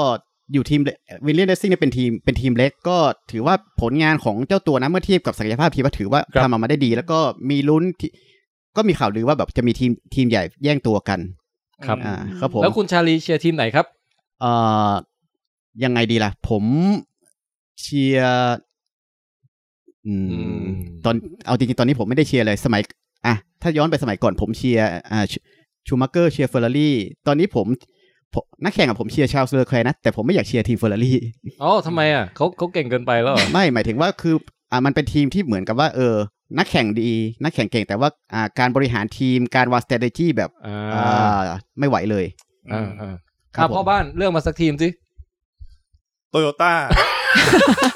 Speaker 3: อยู่ทีมวิลเลียนเดซิ่งเนี่ยเป็นทีมเป็นทีมเล็กก็ถือว่าผลงานของเจ้าตัวนะเมื่อเทียบกับศักยภาพทีมว่าถือว่า
Speaker 2: ครับ
Speaker 3: ทำออกมาได้ดี แล้วก็มีลุ้นที่ก็มีข่าวลือว่าแบบจะมีทีมทีมใหญ่แย่งตัวกัน
Speaker 2: ครับ
Speaker 3: อ่าครับผม
Speaker 2: แล้วคุณชาลีเชียร์ทีมไหนครับ
Speaker 3: เอ่อยังไงดีล่ะ ผมเชียร์อืม
Speaker 2: อืม
Speaker 3: ตอนเอาจริงๆตอนนี้ผมไม่ได้เชียร์เลยสมัยอ่ะถ้าย้อนไปสมัยก่อนผมเชียร์อ่าชูมาเกอร์เชียร์เฟอร์รารี่ตอนนี้ผมผมนักแข่งอะผมเชียร์ชาลส์เลอแคลร์นะแต่ผมไม่อยากเชียร์ทีมเฟอร์รารี่
Speaker 2: อ๋อทำไมอ่ะเขาเขาเก่งเกินไปแล้วเหรอ
Speaker 3: ไม่หมายถึงว่าคืออ่ามันเป็นทีมที่เหมือนกับว่า เออ นักแข่งดี นักแข่งเก่งแต่ว่าอ่าการบริหารทีมการวาง strategy แบบ
Speaker 2: อ่า
Speaker 3: อ่าไม่ไหวเลย
Speaker 2: อ่าอ่า
Speaker 3: ครั
Speaker 2: อ่ะ
Speaker 3: บผม
Speaker 2: พ่อบ้านเลือกมาสักทีมสิ
Speaker 4: โตโยต้า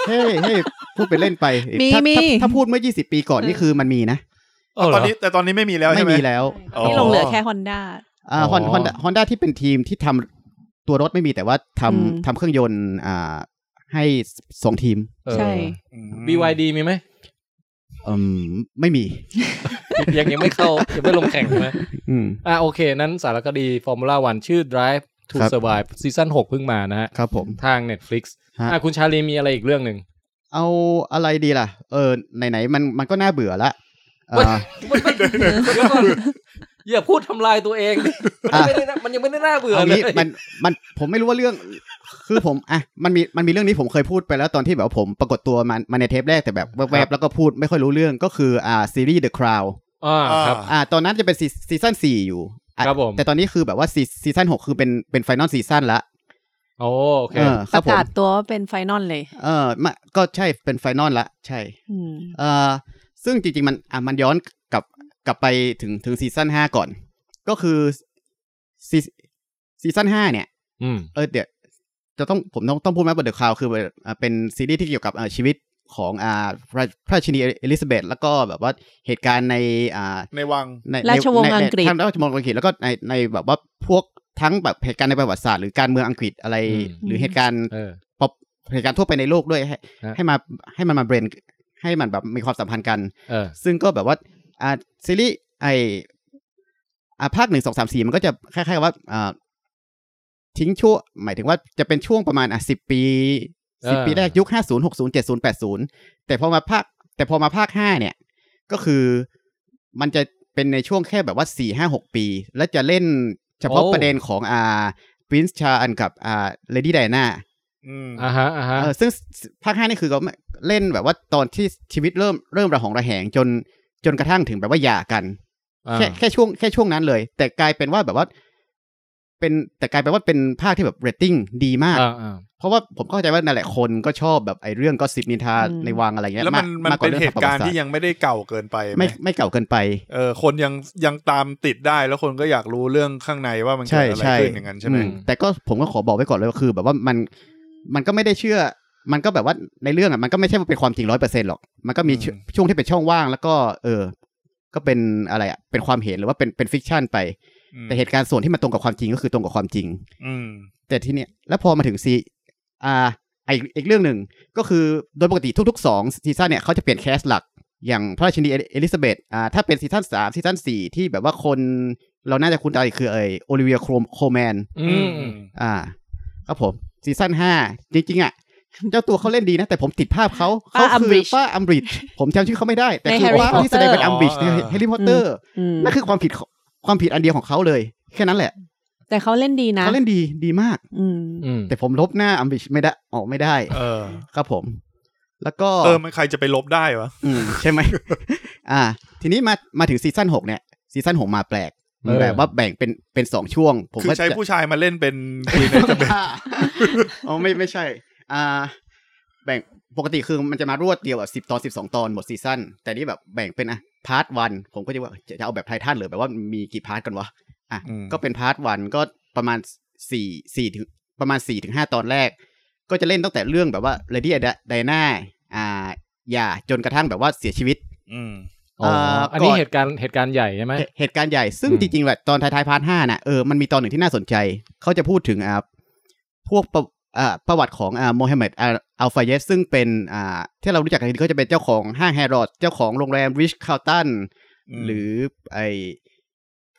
Speaker 3: เฮ้ยเฮ้ยพูดไปเล่นไป
Speaker 6: มี
Speaker 3: ถ้า
Speaker 6: มี
Speaker 3: ถ้าถ้าพูดเมื่อ 20 ปีก่อนนี่คือมันมีนะ
Speaker 2: เอาเหร
Speaker 4: ตอนนี้แต่ตอนนี้ไม่มีแล้ว
Speaker 3: ไม่
Speaker 4: ใช่ไหม
Speaker 3: มีแล้ว
Speaker 4: อ๋อ
Speaker 6: ที่ลงเหลือแค่ฮอนด้า
Speaker 3: อ่าฮอนฮอนฮอนด้าที่เป็นทีมที่ทำตัวรถไม่มีแต่ว่าทำ
Speaker 6: อืม
Speaker 3: ทำเครื่องยนต์อ่าให้สองทีม
Speaker 2: เออ
Speaker 6: ใช่
Speaker 4: อืม
Speaker 2: BYD มีไหม
Speaker 3: อืมไม่มี
Speaker 2: ยังยังไม่เข้า ยังไม่ลงแข่งใช่ไหม
Speaker 3: อืม
Speaker 2: อ่ะโอเค นั้นสารคดีฟอร์มูล่าวันชื่อ Drive to
Speaker 3: ครับ
Speaker 2: Survive ซีซั่น6เพิ่งมานะฮะ
Speaker 3: ครับผม
Speaker 2: ทาง Netflix
Speaker 3: ฮะ
Speaker 2: อ่ะคุณชาลีมีอะไรอีกเรื่องหนึ่ง
Speaker 3: เอาอะไรดีล่ะ เออไหนๆมันมันก็น่าเบื่อละอ่า
Speaker 2: เดี๋ยวก่อนอย่าพูดทำลายตัวเองดิมันยังไม่ได้น่ามันยังไม่ได้น่าเบื่อ
Speaker 3: เอา
Speaker 2: เล
Speaker 3: งี้
Speaker 2: ย
Speaker 3: มันมันผมไม่รู้ว่าเรื่อง คือผมอ่ะมันมีมันมีเรื่องนี้ผมเคยพูดไปแล้วตอนที่แบบว่าผมปรากฏตัวมันมาในเทปแรกแต่แบบ
Speaker 2: ค
Speaker 3: แว
Speaker 2: รั
Speaker 3: บบ ๆแล้วก็พูดไม่ค่อยรู้เรื่องก็คืออ่าซีรีส์ The Crown
Speaker 2: อ่าครับ
Speaker 3: อ่าตอนนั้นจะเป็นซีซีซั่นสี่อยู่อ่ะ
Speaker 2: ครับผม
Speaker 3: แต่ตอนนี้คือแบบว่าซีซีซั่นหกคือเป็นเป็นไฟนอลซีซั่นละ
Speaker 2: โอโอเค
Speaker 3: เออ
Speaker 6: ป
Speaker 3: ครับ
Speaker 6: ระ
Speaker 3: ผม
Speaker 6: กาศตัวว่าเป็นไฟนอลเลย
Speaker 3: เออมาก็ใช่เป็นไฟนอลละใช่
Speaker 6: อืม
Speaker 3: เอ่อซึ่งจริงๆ มันอ่ะมันย้อนกลับกลับไปถึงถึงซีซั่นห้าก่อน ก็คือซีซีซั่นห้าเนี่ย
Speaker 2: อืม
Speaker 3: เออเดี๋ยวจะต้องผมต้องต้องพูดไหมว่าเดอะคาวคือเอ่อเป็นซีรีส์ที่เกี่ยวกับเอ่อชีวิตของอ่าพระพระราชินีเอลิซาเบธแล้วก็แบบว่าเหตุการณ์ในอ่า
Speaker 4: ในวัง
Speaker 3: ใน
Speaker 6: ราชวงศ์
Speaker 3: ในใน
Speaker 6: อังกฤษ
Speaker 3: ทั้ราชวงศ์อังกฤษแล้วก็ในในแบบว่าพวกทั้งแบบเหตุการณ์ในประวัติศาสตร์หรือการเมืองอังกฤษอะไร
Speaker 2: อืม
Speaker 3: หรือเหตุการณ์
Speaker 2: เออ
Speaker 3: ป๊อปเหตุการณ์ทั่วไปในโลกด้วยให้
Speaker 2: ฮะ
Speaker 3: ให้มาให้มันมาเบรนให้มันแบบมีความสัมพันธ์กัน
Speaker 2: เออ
Speaker 3: ซึ่งก็แบบว่าอ่าซีรีส์ไออ่าภาคหนึ่งสองสามสี่มันก็จะคล้ายๆว่าอ่าทิ้งช่วงหมายถึงว่าจะเป็นช่วงประมาณอ่ะสิบปี
Speaker 2: เอ
Speaker 3: สิบ
Speaker 2: อ
Speaker 3: ปีแรกยุคห้าศูนย์หกศูนย์เจ็ดศูนย์แปดศูนย์แต่พอมาภาค แต่พอมาภาคห้าเนี่ย ก็คือมันจะเป็นในช่วงแค่แบบว่าสี่ห้าหกปี และจะเล่นเฉพาะประเด็นของอ่าปรินซ์ชาอันกับอ่าเลดี้ไดนา
Speaker 4: อืม
Speaker 2: อ่าฮะอ่าฮะ
Speaker 3: เออซึ่งภาคห้านี่คือเขาเล่นแบบว่าตอนที่ชีวิตเริ่มเริ่มระหองระแหงจนจนกระทั่งถึงแบบว่าหย่ากัน แค่แค่ช่วงแค่ช่วงนั้นเลย แต่กลายเป็นว่าแบบว่า เป็นแต่กลายเป็นว่าเป็นภาคที่แบบเรตติ้งดีมาก
Speaker 2: อ่าอ่า
Speaker 3: เพราะว่าผมเข้าใจว่านั่นแหละคนก็ชอบแบบไอ้เรื่องก็สิบนินทา
Speaker 6: อืม
Speaker 3: ในวังอะไรเงี้ย
Speaker 4: แล้วมัน
Speaker 3: าก
Speaker 4: มัน
Speaker 3: ากกว่า
Speaker 4: เป็นเหตุการณ์ที่
Speaker 3: เอ
Speaker 4: ยังไม่ได้เก่าเกินไปไหม
Speaker 3: งไม่ไม่เก่าเกินไป
Speaker 4: เออคนยังยังตามติดได้แล้วคนก็อยากรู้เรื่องข้างในว่ามันเกิดอะไร
Speaker 3: ใช่ใช่
Speaker 4: ขึ้นอย่างนั้นใช่ไหม
Speaker 3: อืแต่ก็ผมก็ขอบอกไว้ก่อนเลยว่าคือ แบบว่ามันมันก็ไม่ได้เชื่อ มันก็แบบว่าในเรื่องอ่ะมันก็ไม่ใช่ว่าเป็นความจริงร้อยเปอร์เซ็นหรอก มันก็มี
Speaker 4: อืม
Speaker 3: ช่วงที่เป็นช่องว่างแล้วก็ เออ ก็เป็นอะไรอ่ะเป็นความเห็นหรือว่าเป็นเป็นฟิกชันไป
Speaker 4: อืม
Speaker 3: แต่เหตุการณ์ส่วนที่มันตรงกับความจริงก็คือตรงกับความจริง
Speaker 4: อืม
Speaker 3: แต่ทีเนี้ยแล้วพอมาถึงซีอ่าไออีกเรื่องหนึ่งก็คือโดยปกติทุกๆสองซีซั่นเนี่ยเขาจะเปลี่ยนแคสหลัก อย่างพระราชินีเอลิซาเบธอ่าถ้าเป็นซีซั่นสามซีซั่นสี่ที่แบบว่าคนเราน่าจะคุ้นใจคือไอโอลิเวียโคลแมน
Speaker 2: อืมอืม
Speaker 3: อ่าครับผมซีซั่นห้าจริง ๆ อ่ะ เจ้าตัวเขาเล่นดีนะ แต่ผมติดภาพเขา
Speaker 6: ป้า
Speaker 3: เขาคือ
Speaker 6: Umbridge
Speaker 3: ป้าอัมบริดผมจำชื่อเขาไม่ได้ แต่
Speaker 6: ใน
Speaker 3: คือ
Speaker 6: Harry
Speaker 3: ป้า
Speaker 6: Potter
Speaker 3: ที่แสดงเป็นอัมบริด
Speaker 4: อ๋อ
Speaker 3: แฮร์รี่พอตเตอร์
Speaker 6: อืม
Speaker 3: นั่นคือความผิดของความผิดอันเดียวของเขาเลย แค่นั้นแหละ
Speaker 6: แต่เขาเล่นดีนะ
Speaker 3: เขาเล่นดีดีมาก
Speaker 6: อืม
Speaker 2: อืม
Speaker 3: แต่ผมลบหน้าอัมบริดไม่ได้ออกไม่ได้
Speaker 4: เออ
Speaker 3: ครับผม แล้วก็
Speaker 4: เออมันใครจะไปลบได้วะ
Speaker 3: อืมใช่ไหม อ่า ทีนี้มามาถึงซีซั่นหกเนี่ยซีซั่นหกมาแปลกมันแบบว่าแบ่งเป็นเป็นสองช่วง ผม
Speaker 4: คือ
Speaker 3: ว่า
Speaker 4: ใช้
Speaker 3: จะ
Speaker 4: ผู้ชายมาเล่น เป็นควีน
Speaker 3: อ่าอ๋อไม่ไม่ใช่ อ่า แบ่งปกติคือมันจะมารวดเดียวแบบสิบ10 ตอนสิบสองตอนหมดซีซั่นแต่นี่แบบแบ่งเป็นอ่ะพาร์ทวันผมก็จะว่าจะจะเอาแบบไททันหรือแบบว่ามีกี่พาร์ทกันวะอ่ะ
Speaker 4: อืม
Speaker 3: ก็เป็นพาร์ทวันก็ประมาณสี่สี่ถึงประมาณสี่ถึงห้าตอนแรก ก็จะเล่นตั้งแต่เรื่องแบบว่าเลดี้ไดนาอ่าอย่าจนกระทั่งแบบว่าเสียชีวิต
Speaker 4: อืม
Speaker 2: อ๋อ
Speaker 3: เอ่ออั
Speaker 2: อันนี้
Speaker 3: ก่อน
Speaker 2: เหตุการณ์เหตุการณ์ใหญ่ใช่ไหม
Speaker 3: เหตุเหตุการณ์ใหญ่ซึ่ง
Speaker 2: อืม
Speaker 3: จริงๆแบบตอนท้ายๆพาร์ทห้าน่ะเออมันมีตอนหนึ่งที่น่าสนใจ เขาจะพูดถึงอ่าพวกประ อ่าประวัติของอ่าโมฮัมเหม็ดอ่าอัลฟาเยสซึ่งเป็นอ่าที่เรารู้จักกันดีก็จะเป็นเจ้าของห้างแฮร์รอดเจ้าของโรงแรมริชคาลตัน
Speaker 4: อืม
Speaker 3: หรือไอ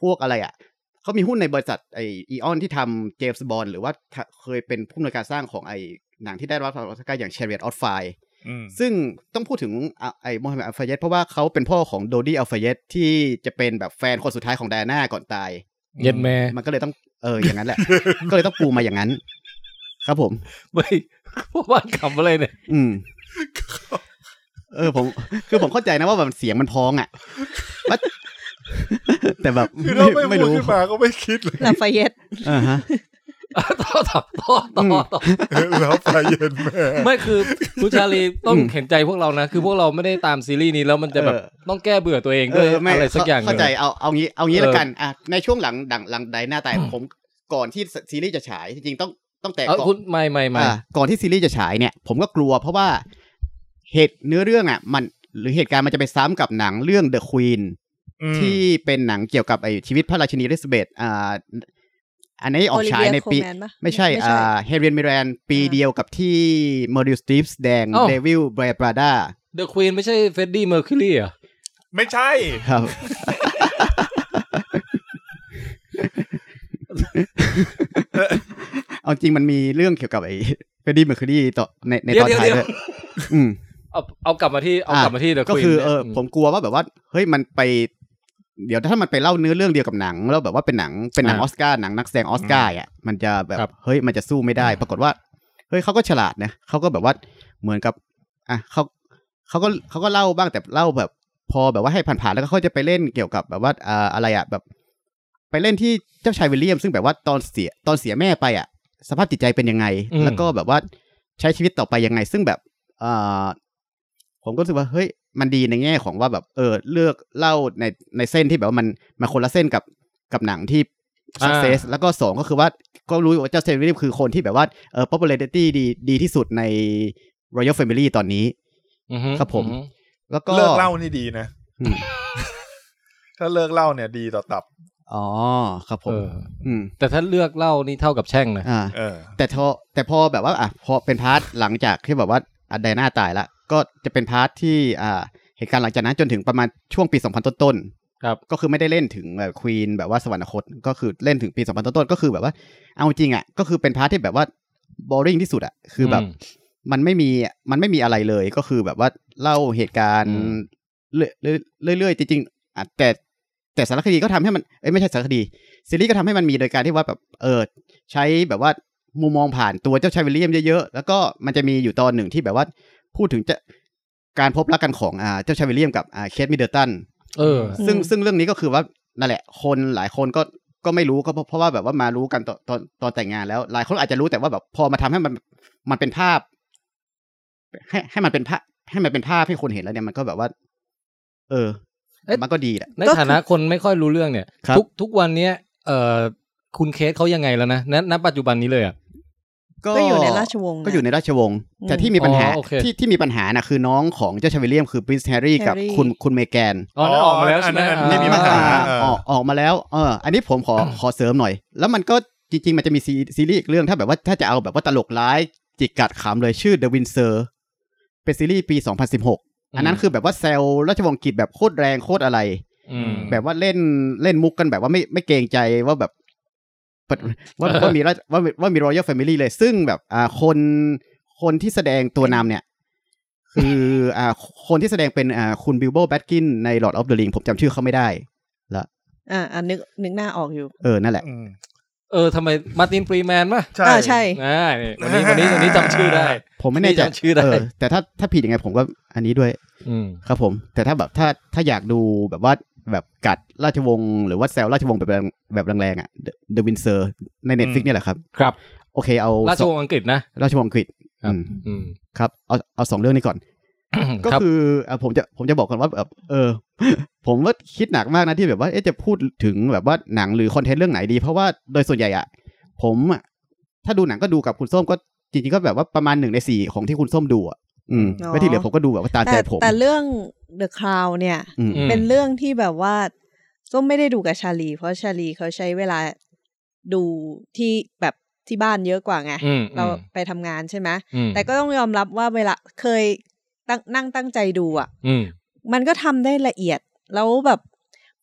Speaker 3: พวกอะไรอ่ะ เขามีหุ้นในบริษัทไออีออนที่ทำเจมส์บอลหรือว่าถ้าเคยเป็นผู้อำนวยการสร้างของไอหนังที่ได้รับรางวัลออสการ์อย่างเช r รี o ออฟไฟ
Speaker 4: อืม
Speaker 3: ซึ่งต้องพูดถึงอ่ะไอโมฮัมเหม็ดอัลฟาเยสเพราะว่าเขาเป็นพ่อของโดดี้อัลฟาเยสที่จะเป็นแบบแฟนคนสุดท้ายของไดอาน่าก่อนตาย
Speaker 2: เย็ดแม่
Speaker 3: มันก็เลยต้องเอออย่างนั้นแห ละ ก็เลยต้องปูมาอย่างนั้น ครับผม
Speaker 2: เฮ้ยพวกบ้านขำอะไรเนี่ย
Speaker 3: อืม เออ ผม คือผมเข้าใจนะว่าแบบเสียงมันพ้องอ่ะแต่ แต่แบบ
Speaker 4: คือถ้าไม่
Speaker 3: ไม่
Speaker 4: พูด
Speaker 3: รู้
Speaker 4: ขึ้นมาก็ไม่คิดเลย
Speaker 5: ลาฟาเย ต
Speaker 3: อ่าฮะ
Speaker 2: อ่ะต่อต่อต่อต่อต่อ
Speaker 4: แล้วใจเย็นแม่
Speaker 2: ไม่คือคุณชาลีต้อง
Speaker 3: อืม
Speaker 2: เห็นใจพวกเรานะ คือพวกเราไม่ได้ตามซีรีส์นี้แล้วมันจะแบบ
Speaker 3: เออ
Speaker 2: ต้องแก้เบื่อตัวเองด้วยอะไรสักอย่างห
Speaker 3: เข้า
Speaker 2: นึ่ง
Speaker 3: ใจเอาเอางี้เอางี้
Speaker 2: เออ
Speaker 3: แล้วกันอ่ะในช่วงหลังดังหลังใดหน้าตายผมก่อนที่ซีรีส์จะฉายจริงๆต้องต้องแต่
Speaker 2: เออ
Speaker 3: ก่อน
Speaker 2: คุณไม่ไม่ไม่
Speaker 3: อ่ะก่อนที่ซีรีส์จะฉายเนี่ย ผมก็กลัวเพราะว่าเหตุเนื้อเรื่องอ่ะ มันหรือเหตุการณ์มันจะไปซ้ำกับหนังเรื่อง The Queen ที่เป็นหนังเกี่ยวกับไอชีวิตพระราชินีอลิซาเบธอ่าอันนี้ออกฉายในปี ไม่ใช่อ่าเฮเรียนมิแรนปีเดียวกับที่เมอริลสตีฟส์แดงเดวิลแบรปราดา
Speaker 2: เดอะควีนไม่ใช่เฟดดี้เมอร์คิวรีอ่ะ
Speaker 4: ไม่ใช่
Speaker 3: ครับ เอาจริงมันมีเรื่องเกี่ยวกับไอ้เฟดดี้เมอร์คิวรีต่อในในตอนท้ายด้วยอืม
Speaker 2: เอาเอากลับมาที่เอากลับมาที่เดอะค
Speaker 3: ก็
Speaker 2: วีน
Speaker 3: คือเออผมกลัวว่าแบบว่าเฮ้ยมันไป เดี๋ยวถ้ามันไปเล่าเนื้อเรื่องเดียวกับหนัง แล้วแบบว่าเป็นหนังเป็นหนังออสการ์หนังนักแสดงออสการ์อ่ะมันจะแบบเฮ้ยมันจะสู้ไม่ได้ ปรากฏว่า เฮ้ยเขาก็ฉลาดนะเขาก็แบบว่าเหมือนกับอ่ะเขาเขาก็เขาก็เล่าบ้างแต่เล่าแบบ พอแบบว่าให้ผ่านๆแล้วก็เขาจะไปเล่นเกี่ยวกับแบบว่าอ่าอะไรอ่ะแบบ ไปเล่นที่เจ้าชายวิลเลียม ซึ่งแบบว่าตอนเสียตอนเสียแม่ไปอ่ะ สภาพจิตใจเป็นยังไง แล้วก็แบบว่าใช้ชีวิตต่อไปยังไง ซึ่งแบบเอ่อ ผมก็รู้สึกว่าเฮ้ยมันดีในแง่ของว่าแบบเออเลือกเล่าในในเส้นที่แบบว่ามันมันคนละเส้นกับกับหนังที่ success แล้วก็สองก็คือว่าก็รู้ว่าเจ้าเซนวิลคือคนที่แบบว่าเออ popularity ดีดีที่สุดใน Royal Family ตอนนี้
Speaker 2: อือฮึ
Speaker 3: ครับผม
Speaker 2: อือฮึ
Speaker 3: แล้วก็
Speaker 4: เลิกเล่านี่ดีนะ
Speaker 3: อืม
Speaker 4: ถ้าเลิกเล่าเนี่ยดีต่อตับ
Speaker 3: อ๋อครับผ
Speaker 2: เอ
Speaker 3: ม
Speaker 2: อ
Speaker 3: อืม
Speaker 2: แต่ถ้าเลือกเล่านี่เท่ากับแช่งนะ
Speaker 3: อ่า
Speaker 4: เออ
Speaker 3: แต่ทอแต่พอแบบว่าอ่ะพอเป็นพาร์ทหลังจากที่แบบว่าอัดไดน่าตายละก็จะเป็นพาร์ทที่อ่าเหตุการณ์หลังจากนั้นจนถึงประมาณช่วงปี 2000 ต้นๆ
Speaker 2: ครับ
Speaker 3: ก็คือไม่ได้เล่นถึงแบบควีนแบบว่าสวรรคตก็คือเล่นถึงปี 2000 ต้นๆก็คือแบบว่าเอาจริงอ่ะก็คือเป็นพาร์ทที่แบบว่าบอริงที่สุดอ่ะคือแบบ
Speaker 2: ม
Speaker 3: มันไม่มีมันไม่มีอะไรเลยก็คือแบบว่าเล่าเหตุการณ์
Speaker 2: อืม
Speaker 3: เรื่อยๆเรื่อยๆจริงๆอ่ะแต่แต่สารคดีก็ทำให้มันเอ้ยไม่ใช่สารคดี ซีรีส์ก็ทำให้มันมีโดยการที่ว่าแบบเออ ใช้แบบว่ามุมมองผ่านตัวเจ้าชายวิลเลียมเยอะๆ แล้วก็มันจะมีอยู่ตอนหนึ่งที่แบบว่าพูดถึงจะการพบรักกันของอ่าเจ้าชายวิลเลียมกับอ่าเคทมิดเดิลตัน
Speaker 2: เออ
Speaker 3: ซึ่ง
Speaker 6: อืม
Speaker 3: ซึ่งเรื่องนี้ก็คือว่านั่นแหละ คนหลายคนก็ก็ไม่รู้ก็เพราะเพราะว่าแบบว่ามารู้กันตอนตอนตอนแต่งงานแล้ว หลายคนอาจจะรู้แต่ว่าแบบพอมาทำให้มันมันเป็นภาพ ให้ให้มันเป็นภาพให้มันเป็นภาพให้คนเห็นแล้วเนี่ยมันก็แบบว่า เออ
Speaker 2: เอ๊ะ
Speaker 3: มันก็ดีแหละ
Speaker 2: ในฐานะคนไม่ค่อยรู้เรื่องเนี่ย
Speaker 3: ครับ
Speaker 2: ทุกทุกวันเนี้ยเอ่อคุณเคสเขายังไงแล้วนะณณปัจจุบันนี้เลยอ่ะ
Speaker 5: ก็อยู่ในราชวงศ์
Speaker 3: ก็อยู่ใน
Speaker 5: นะ
Speaker 3: ราชวงศ์
Speaker 5: อืม
Speaker 3: แต่ที่มีปัญหา
Speaker 2: อ๋อโอเค
Speaker 3: ที่ที่มีปัญหานะคือน้องของเจ้าชายวิลเลียมคือ p รินซ์แฮร์รี่กับ
Speaker 5: Harry
Speaker 3: คุณคุณเมแกน
Speaker 2: อ๋อนั่นออกมาแล้วใช่ไหม
Speaker 4: อันนั้น
Speaker 2: อ่า
Speaker 4: ไม่มีปัญหา
Speaker 3: อ่
Speaker 4: เออ
Speaker 3: ออกออกมาแล้วเอออันนี้ผมขอขอเสริมหน่อย แล้วมันก็จริง ๆ มันจะมีซีซีรีส์อีกเรื่องถ้าแบบว่าถ้าจะเอาแบบว่าตลกร้ายจิกกัดขำเลยชื่อ The Windsor เป็นซีรีส์ปี 2016 อันนั้นคือแบบว่าเซลราชวงศ์อังกฤษแบบโคตรแรงโคตรอะไร
Speaker 2: ม
Speaker 3: แบบว่าเล่นเล่นมุกกันแบบว่าไม่ไม่เกรงใจว่าแบบปะว่าว่ามีราชว่าว่ามีรอยัลแฟมิลี่เลย ซึ่งแบบอ่าคนคนที่แสดงตัวนำเนี่ย คืออ่าคนที่แสดงเป็นอ่าคุณบิลโบแบดกินใน Lord of the Ring ผมจำชื่อเขาไม่ได้
Speaker 5: อ่าอ่านึกนึกหน้าออกอยู่
Speaker 3: เออ นั่นแหละ
Speaker 4: อืม
Speaker 2: เออทำไมมาร์ตินฟรีแมนป่ะ
Speaker 4: ใช่
Speaker 5: อ่าใช่
Speaker 2: อ่านี่วันนี้วันนี้วันนี้จำชื่อได้
Speaker 3: ผมไม่แน่ใจ
Speaker 2: จำชื่อได้
Speaker 3: เออแต่ถ้าถ้าผิดยังไงผมก็อันนี้ด้วย
Speaker 2: อืม
Speaker 3: ครับผม แต่ถ้าแบบถ้าถ้าอยากดูแบบว่าแบบกัดราชวงศ์หรือว่าแซวราชวงศ์แบบแรงแบบแรงๆอ่ะ The- The Windsor ใน Netflix เนี่ยแหละครับ
Speaker 2: ครับ
Speaker 3: โอเคเอา
Speaker 2: ราชวงศ์อังกฤษนะ
Speaker 3: ราชวงศ์อังกฤษ
Speaker 2: ครับ
Speaker 3: อืม
Speaker 2: อืม
Speaker 3: ครับเอาเอาสองเรื่องนี้ก่อน ก็
Speaker 2: รับ
Speaker 3: คืออ่ะผมจะผมจะบอกก่อนว่าแบบเออ ผมว่าคิดหนักมากนะที่แบบว่าเอ๊ะจะพูดถึงแบบว่าหนังหรือคอนเทนต์เรื่องไหนดี เพราะว่าโดยส่วนใหญ่อะผมอะถ้าดูหนังก็ดูกับคุณส้มก็จริงๆก็แบบว่าประมาณหนึ่งในสี่ของที่คุณส้มดูอ่ะอืม
Speaker 5: อ๋อ
Speaker 3: แล้วที่เหลือผมก็ดูแบบว่าตามใจ
Speaker 5: แต่
Speaker 3: ผม
Speaker 5: แต่เรื่อง The Crown เนี่ย
Speaker 3: อืม
Speaker 2: อืม
Speaker 5: เป็นเรื่องที่แบบว่าส้มไม่ได้ดูกับชาลี เพราะชาลีเขาใช้เวลาดูที่แบบ ที่บ้านเยอะกว่าไง
Speaker 2: อืม
Speaker 5: เราไปทำงานใช่ไหม
Speaker 2: อืม
Speaker 5: แต่ก็ต้องยอมรับว่าเวลาเคยตั้งนั่งตั้งใจดูอ่ะ
Speaker 2: อืม
Speaker 5: มันก็ทำได้ละเอียด แล้วแบบ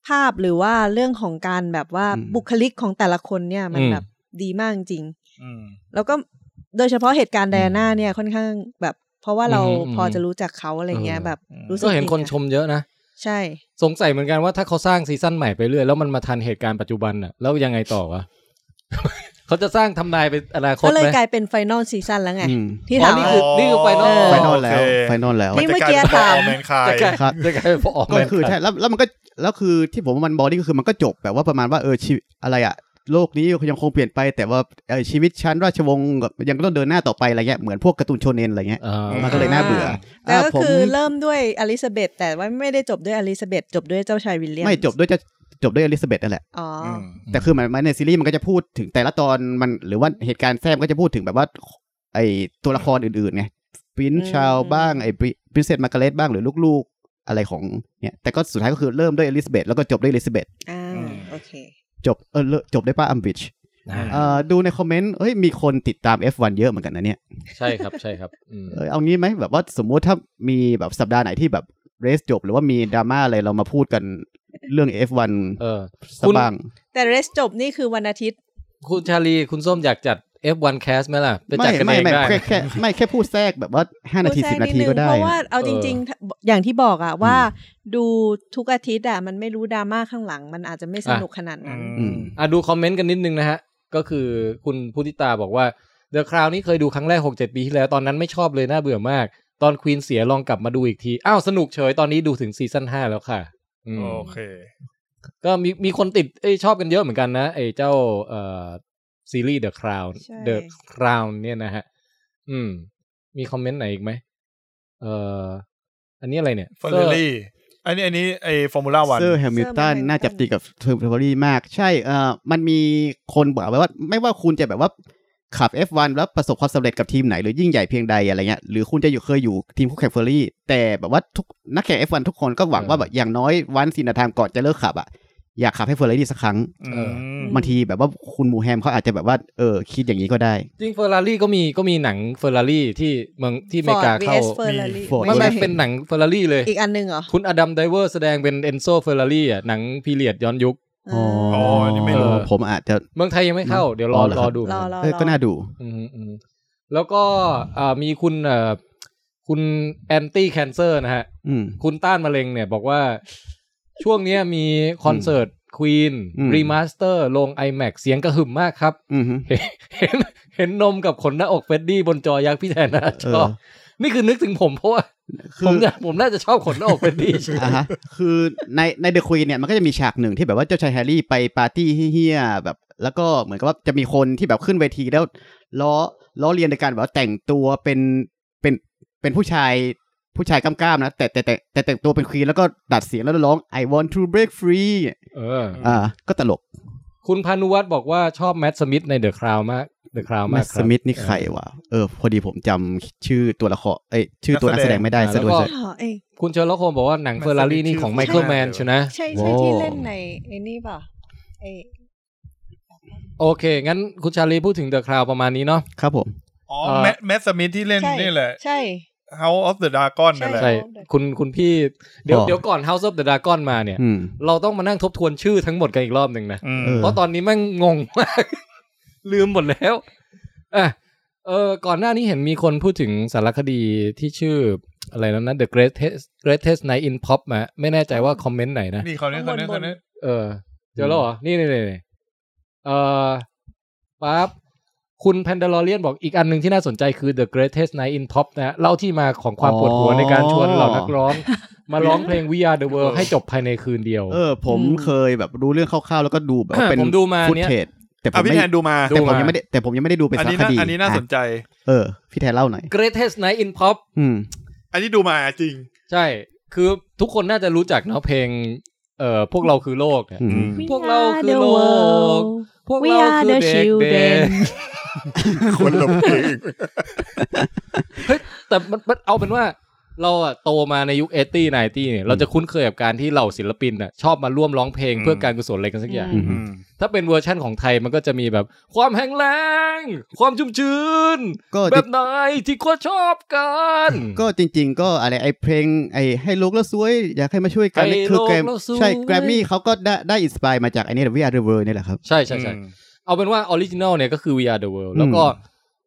Speaker 5: ภาพหรือว่าเรื่องของการแบบว่า
Speaker 3: อืม
Speaker 5: บุคลิกของแต่ละคนเนี่ย มัน
Speaker 2: อืม
Speaker 5: แบบดีมากจริง
Speaker 4: อืม
Speaker 5: แล้วก็โดยเฉพาะเหตุการณ์ไดอาน่าเนี่ยค่อนข้างแบบ เพราะว่าเรา
Speaker 2: อืมอืม
Speaker 5: พอจะรู้จักเขาอะไรเงี้ย
Speaker 2: เออ
Speaker 5: แบบ
Speaker 4: อืม
Speaker 5: รู้สึก
Speaker 2: ก็เห็น
Speaker 5: ผิด
Speaker 2: คนชมเยอะนะ
Speaker 5: ใช่
Speaker 2: สงสัยเหมือนกันว่าถ้าเขาสร้างซีซั่นใหม่ไปเรื่อยแล้วมันมาทันเหตุการณ์ปัจจุบันน่ะ แล้วยังไงต่อวะ เขาจะสร้างทำนายไปอนาคต
Speaker 5: ก็เล
Speaker 2: ไห
Speaker 5: ย
Speaker 2: ม
Speaker 5: กลายเป็นไฟนอลซีซั่นแล้วไง
Speaker 3: อืม
Speaker 5: ที่ถาม
Speaker 2: นี่
Speaker 5: ว่า
Speaker 2: คือ final
Speaker 5: เออ
Speaker 3: ไฟนอลแล้ว
Speaker 4: โเค
Speaker 3: ไฟนอลแล้ว
Speaker 5: นี่ เมื่อกี้
Speaker 4: จะลยเป็น
Speaker 5: ถาม
Speaker 4: All Man Cry
Speaker 2: จะกลาย
Speaker 3: ครับ
Speaker 2: จะกลายเป็นพอออก
Speaker 3: ก็คือ
Speaker 2: แบบ
Speaker 3: ใช่แล้วแล้วมันก็แล้วคือที่ผมว่ามันบอดี้ก็คือมันก็จบแบบว่าประมาณว่าเออชีวิตอะไรอะโลกนี้ยังคงเปลี่ยนไป แต่ว่าเออชีวิตชั้นราชวงศ์ยังต้องเดินหน้าต่อไปอะไรเงี้ยเหมือนพวกการ์ตูนโชเนนอะไรเงี้ย
Speaker 2: อ่า
Speaker 3: มันก็เลยน่าเบื่อ
Speaker 5: แต่ก็
Speaker 3: ะผม
Speaker 5: คือเริ่มด้วยอลิซาเบธแต่ว่าไม่ได้จบด้วยอลิซาเบธจบด้วยเจ้าชายวิลเลียม
Speaker 3: ไม่จบด้วยจะจบด้วยอลิซาเบธนั่นแหละ
Speaker 5: อ๋ออ
Speaker 4: อืม
Speaker 3: แต่คือหมันในซีรีส์มันก็จะพูดถึงแต่ละตอนมันหรือว่าเหตุการณ์แทรกมันก็จะพูดถึงแบบว่า ไอตัวละครอื่นๆไงปินชาวบ้างไอปรินเซสมาร์กาเร็ตบ้างหรือลูกๆอะไรของเนี่ยแต่ก็สุดท้ายก็คือเริ่มด้วยอลิซาเบธแล้วก็จบด้วยอลิซาเบธ
Speaker 5: อ่า
Speaker 4: อืม
Speaker 5: โอเค
Speaker 3: จบเออเลิกจบได้ป้าอัมบิช
Speaker 2: อ่า
Speaker 3: เอ่อดูในคอมเมนต์เฮ้ยมีคนติดตาม F1 เยอะเหมือนกันนะเนี่ย
Speaker 2: ใช่ครับใช่ครับอืม
Speaker 3: เออเอางี้ไหมแบบว่าสมมุติถ้ามีแบบสัปดาห์ไหนที่แบบเรสจบ หรือว่ามีดราม่าอะไรเรามาพูดกันเรื่อง F1
Speaker 2: เออ
Speaker 3: สักบ้าง
Speaker 5: แต่เรสจบนี่คือวันอาทิตย์
Speaker 2: คุณชาลีคุณส้มอยากจัด F1 Cast ไหมล่ะ ไปจัด
Speaker 3: ไม่
Speaker 2: กันเอง
Speaker 3: ไม่ไม่
Speaker 2: ได้
Speaker 3: แค่แค่ไม่แค่พูดแทรกแบบว่าห้านาที
Speaker 5: พูด
Speaker 3: สิบ
Speaker 5: แทร
Speaker 3: นาที
Speaker 5: ดง
Speaker 3: ก็ได้
Speaker 5: เพราะว่าเอาจริงๆถ้าอย่างที่บอกอะว่า
Speaker 2: อื
Speaker 5: ดูทุกอาทิตย์อะมันไม่รู้ดราม่าข้างหลัง มันอาจจะไม่สนุกขนาดนั้น
Speaker 4: อืม
Speaker 2: ะดูคอมเมนต์กันนิดนึงนะฮะ ก็คือคุณพุทธิตาบอกว่าเดอะคราวนี้เคยดูครั้งแรก 6-7 ปีที่แล้ว ตอนนั้นไม่ชอบเลยน่าเบื่อมาก ตอนควีนเสียลองกลับมาดูอีกที อ้าว สนุกเฉยตอนนี้ดูถึงซีซั่น5แล้วค่ะอืม
Speaker 4: โอเค
Speaker 2: ก็มีมีคนติดเอ้ยชอบกันเยอะเหมือนกันนะไอ้เจ้าเอ่อซีรีส์ The Crown
Speaker 5: ใช่
Speaker 2: The Crown เนี่ยนะฮะ อืม มีคอมเมนต์ไหนอีกไหมเอ่ออันนี้อะไรเนี่ย
Speaker 4: f ฟอร์เรลี่ อันนี้อันนี้ไอฟอร์มูล่าวัน
Speaker 3: เซอร์แฮมิลตัน
Speaker 5: Hamilton
Speaker 3: น่าจับตีกับเทอร์เบอรี่มาก ใช่เออมันมีคนบอกไว้ว่า ไม่ว่าคุณจะแบบว่าขับ F1 แล้วประสบความสำเร็จกับทีมไหน หรือยิ่งใหญ่เพียงใดอะไรเงี้ยหรือคุณจะอยู่เคยอยู่ทีมคู่แข่งเฟอร์รี่ แต่แบบว่าทุกนักแข่ง F1 ทุกคนก็หวังว่าแบบอย่างน้อยวันสินาทามก่อนจะเลิกขับอ่ะอยากขับให้เฟอร์รี่สักครั้ง
Speaker 2: เออ
Speaker 3: บางทีแบบว่าคุณมูแฮมเขาอาจจะแบบว่าเออคิดอย่างนี้ก็ได้
Speaker 2: จริงเฟอร์รารี่ก็มีก็มีหนังเฟอร์รารี่ที่เมืองที่อเมริกา
Speaker 5: Ford
Speaker 2: เข้า
Speaker 5: vs Ferrari
Speaker 3: มี Ford
Speaker 2: ไม่ไม่เป็นหนังเฟอร์รารี่เลย
Speaker 5: อีกอันหนึ่งเหรอ
Speaker 2: คุณอดัมไดเวอร์แสดงเป็นเอนโซเฟอร์รารี่อ่ะหนังพีเรียดย้อนยุค
Speaker 5: อ๋อ
Speaker 4: อ๋ออันนี้ไม่รู้
Speaker 3: เออผมอาจจะ
Speaker 2: เมืองไทยยังไม่เข้า เดี๋ยวรอ
Speaker 3: อ๋อเหรอ
Speaker 2: ร
Speaker 3: ค
Speaker 2: อ
Speaker 3: รับ
Speaker 2: ดู
Speaker 5: รอรอ
Speaker 3: เอ้ย
Speaker 5: รอ
Speaker 3: ก็น่าดู
Speaker 2: อืมอืมแล้วก็อ่ามีคุณเอ่อคุณแอนตี้แคนเซอร์นะฮะ
Speaker 3: อืม
Speaker 2: คุณต้านมะเร็งเนี่ยบอกว่า ช่วงเนี้ยมีคอนเสิร์ตควีน
Speaker 3: อืม
Speaker 2: รีมาสเตอร์ลง iMac เสียงกระหึ่มมากครับ
Speaker 3: อืมฮึ
Speaker 2: เห็นเห็นนมกับขนหน้าอกเฟรดดี้บนจอยักษ์พี่แทนนะช
Speaker 3: เอ
Speaker 2: อ
Speaker 3: อบ
Speaker 2: นี่คือนึกถึงผมเพราะว่า
Speaker 3: คื
Speaker 2: ผม
Speaker 3: อ
Speaker 2: อยากผมน่าจะชอบขนหน้าอกเฟรดดี้
Speaker 3: อ่าฮะคือในในเดอะควีนเนี่ยมันก็จะมีฉากหนึ่งที่แบบว่าเจ้าชายแฮร์รี่ไปปาร์ตี้เฮี้ยๆแบบ แล้วก็เหมือนกับว่าจะมีคนที่แบบขึ้นเวทีแล้วล้อล้อเลียนในการแบบว่าแต่งตัวเป็นเป็นเป็นผู้ชายผู้ชายกล้ามๆนะแต่แต่แต่แต่แต่งตัวเป็นควีนแล้วก็ดัดเสียงแล้วร้อง I want to break free
Speaker 2: เออ
Speaker 3: อ่าก็ตลก
Speaker 2: คุณพานุวัฒน์บอกว่าชอบแม t สมิธในเดอะคราวมากเดอะคราว
Speaker 3: แม
Speaker 2: มาก
Speaker 3: ส
Speaker 2: ครับ
Speaker 3: มิธนี่ใครวะเออ พอดีผมจำชื่อตัวละครเอ้ยชื่อตัวนักแสดงไม่ได้
Speaker 2: นักแส
Speaker 3: ซะ
Speaker 2: ดง
Speaker 3: ด้วย
Speaker 5: อ๋อเอ้ย
Speaker 2: คุณเชอร์ล็อกโฮมบอกว่าหนังเฟอร์รารี่นี่ของไมเคิลแมนใช่นะ
Speaker 5: ใช่ใช่ที่เล่น
Speaker 2: โอ้
Speaker 5: ในไอ้นี่ป่ะไอ้
Speaker 2: โอเค งั้นคุณชาลีพูดถึงเดอะคราวประมาณนี้เนาะ
Speaker 3: ครับผม
Speaker 4: อ๋อ
Speaker 2: เอ่อ
Speaker 4: แมทแมทสมิธที่เล่น
Speaker 5: ใช่
Speaker 4: นี่แหละ
Speaker 5: ใช่
Speaker 4: House of the Dragon
Speaker 5: ใช่
Speaker 4: นั่นแหละ
Speaker 2: ใช่ คุณคุณพี่ เดี๋ยว
Speaker 3: อ๋อ
Speaker 2: เดี๋ยวก่อน House of the Dragon มาเนี่ย
Speaker 3: อืม
Speaker 2: เราต้องมานั่งทบทวนชื่อทั้งหมดกันอีกรอบหนึ่งนะ
Speaker 4: อืม
Speaker 3: เออ
Speaker 2: เพราะตอนนี้แม่งงงมาก ลืมหมดแล้วอ่ะเออก่อนหน้านี้เห็นมีคนพูดถึงสารคดีที่ชื่ออะไรแล้วนะ The Greatest Greatest Night in Pop มาไม่แน่ใจว่าคอมเมนต์ไหนนะ
Speaker 4: นี่เขาเนี่ยเขาเนี่ยเขาเนี่ย
Speaker 2: เออเจอแล้วเหรอ นี่นี่นี่เออปั๊บคุณแพนด a ล o เ i ียนบอกอีกอันหนึ่งที่น่าสนใจคือ The Greatest Night in Pop นะฮะเล่าที่มาของความ
Speaker 3: อ๋อ
Speaker 2: ปวดหัวในการชวนเหล่านักร้อง มาร้องเพลง We Are the World ให้จบภายในคืนเดียว
Speaker 3: เออ ผม
Speaker 5: อืม
Speaker 3: เคยแบบรู้เรื่องคร่าวๆแล้วก็ดูแบบว่าเป็น
Speaker 2: ผมดูมา
Speaker 3: ฟุต
Speaker 2: เนี่ย
Speaker 3: เทจแต่ผ
Speaker 4: อ่ะ
Speaker 3: ม
Speaker 4: พี่
Speaker 3: ไม่
Speaker 4: แทนดูมา
Speaker 3: แต่ผ
Speaker 2: ดู
Speaker 3: ม
Speaker 2: มายั
Speaker 3: ยังไม่ได้แต่ผมยังไม่ได้ดูเป็น
Speaker 4: อัน
Speaker 3: สาร
Speaker 4: นี้
Speaker 3: ค
Speaker 4: น่า
Speaker 3: ดี
Speaker 4: อันนี้น่า
Speaker 3: ะ
Speaker 4: สนใจ
Speaker 3: เออ พี่แทนเล่าหน่อย
Speaker 2: Greatest Night in Pop
Speaker 3: อืม
Speaker 4: อันนี้ดูมาจริ ง
Speaker 2: ใช่ คือทุกคนน่าจะรู้จักเนาะเพลงเอ่อพวกเราคือโลกเนี่ย
Speaker 3: อืม
Speaker 6: We
Speaker 2: พวกเรา
Speaker 6: are
Speaker 2: คือ
Speaker 6: the
Speaker 2: โลก
Speaker 6: world
Speaker 2: พวก
Speaker 6: We
Speaker 2: เรา
Speaker 6: are
Speaker 2: คือ
Speaker 6: the
Speaker 2: เด็กเด็
Speaker 6: children
Speaker 2: ก
Speaker 1: คนละเพลง
Speaker 2: แต่มันมันเอาเป็นว่า เราอะโตมาในยุคเอตี้ไนตี้เนี่ยเราจะคุ้นเคยกับการที่เหล่าศิลปินอะชอบมาร่วมร้องเพลง
Speaker 4: อืม
Speaker 2: เพื่อการกุศลอะไรกันสักอย่าง
Speaker 6: อืม
Speaker 4: อืม
Speaker 2: ถ้าเป็นเวอร์ชั่นของไทยมันก็จะมีแบบความแห้งแล้งความชุ่มชื้น
Speaker 3: ก็จ
Speaker 2: แบ
Speaker 3: ริ
Speaker 2: บ
Speaker 3: ง
Speaker 2: ไหนที่คนชอบกัน
Speaker 3: ก็จริง ๆ ก็อะไรไอ้เพลงไอ้ให้โลกแล้วสวย อยากให้มาช่วยกันนี่คือแกรมใช่แกรมมี่เขาก็ได้ได้อินสปายมาจากไอ้นี่ We Are the World นี่แหละครับ
Speaker 2: ใช่ใช่ใช่ เอาเป็นว่าออริจินอลเนี่ยก็คือ We Are the World แล้วก็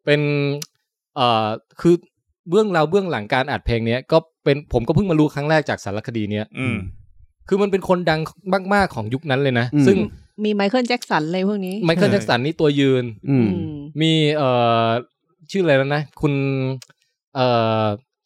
Speaker 2: เป็นเอ่อคือเบื้องราวเบื้องหลังการอัดเพลงเนี้ยก็เป็นผมก็เพิ่งมารู้ครั้งแรกจากสารคดีเนี้ย
Speaker 4: อืม
Speaker 2: คือมันเป็นคนดังมากๆของยุคนั้นเลยนะ
Speaker 3: อืม
Speaker 2: ซึ่ง
Speaker 6: มีไมเคิลแจ็กสันอะไรพวกนี้
Speaker 2: ไมเคิลแจ็คสันนี่ตัวยืน
Speaker 3: อืม
Speaker 6: อืม
Speaker 2: มีเอ่อชื่ออะไรแล้วนะ คุณเอ่อ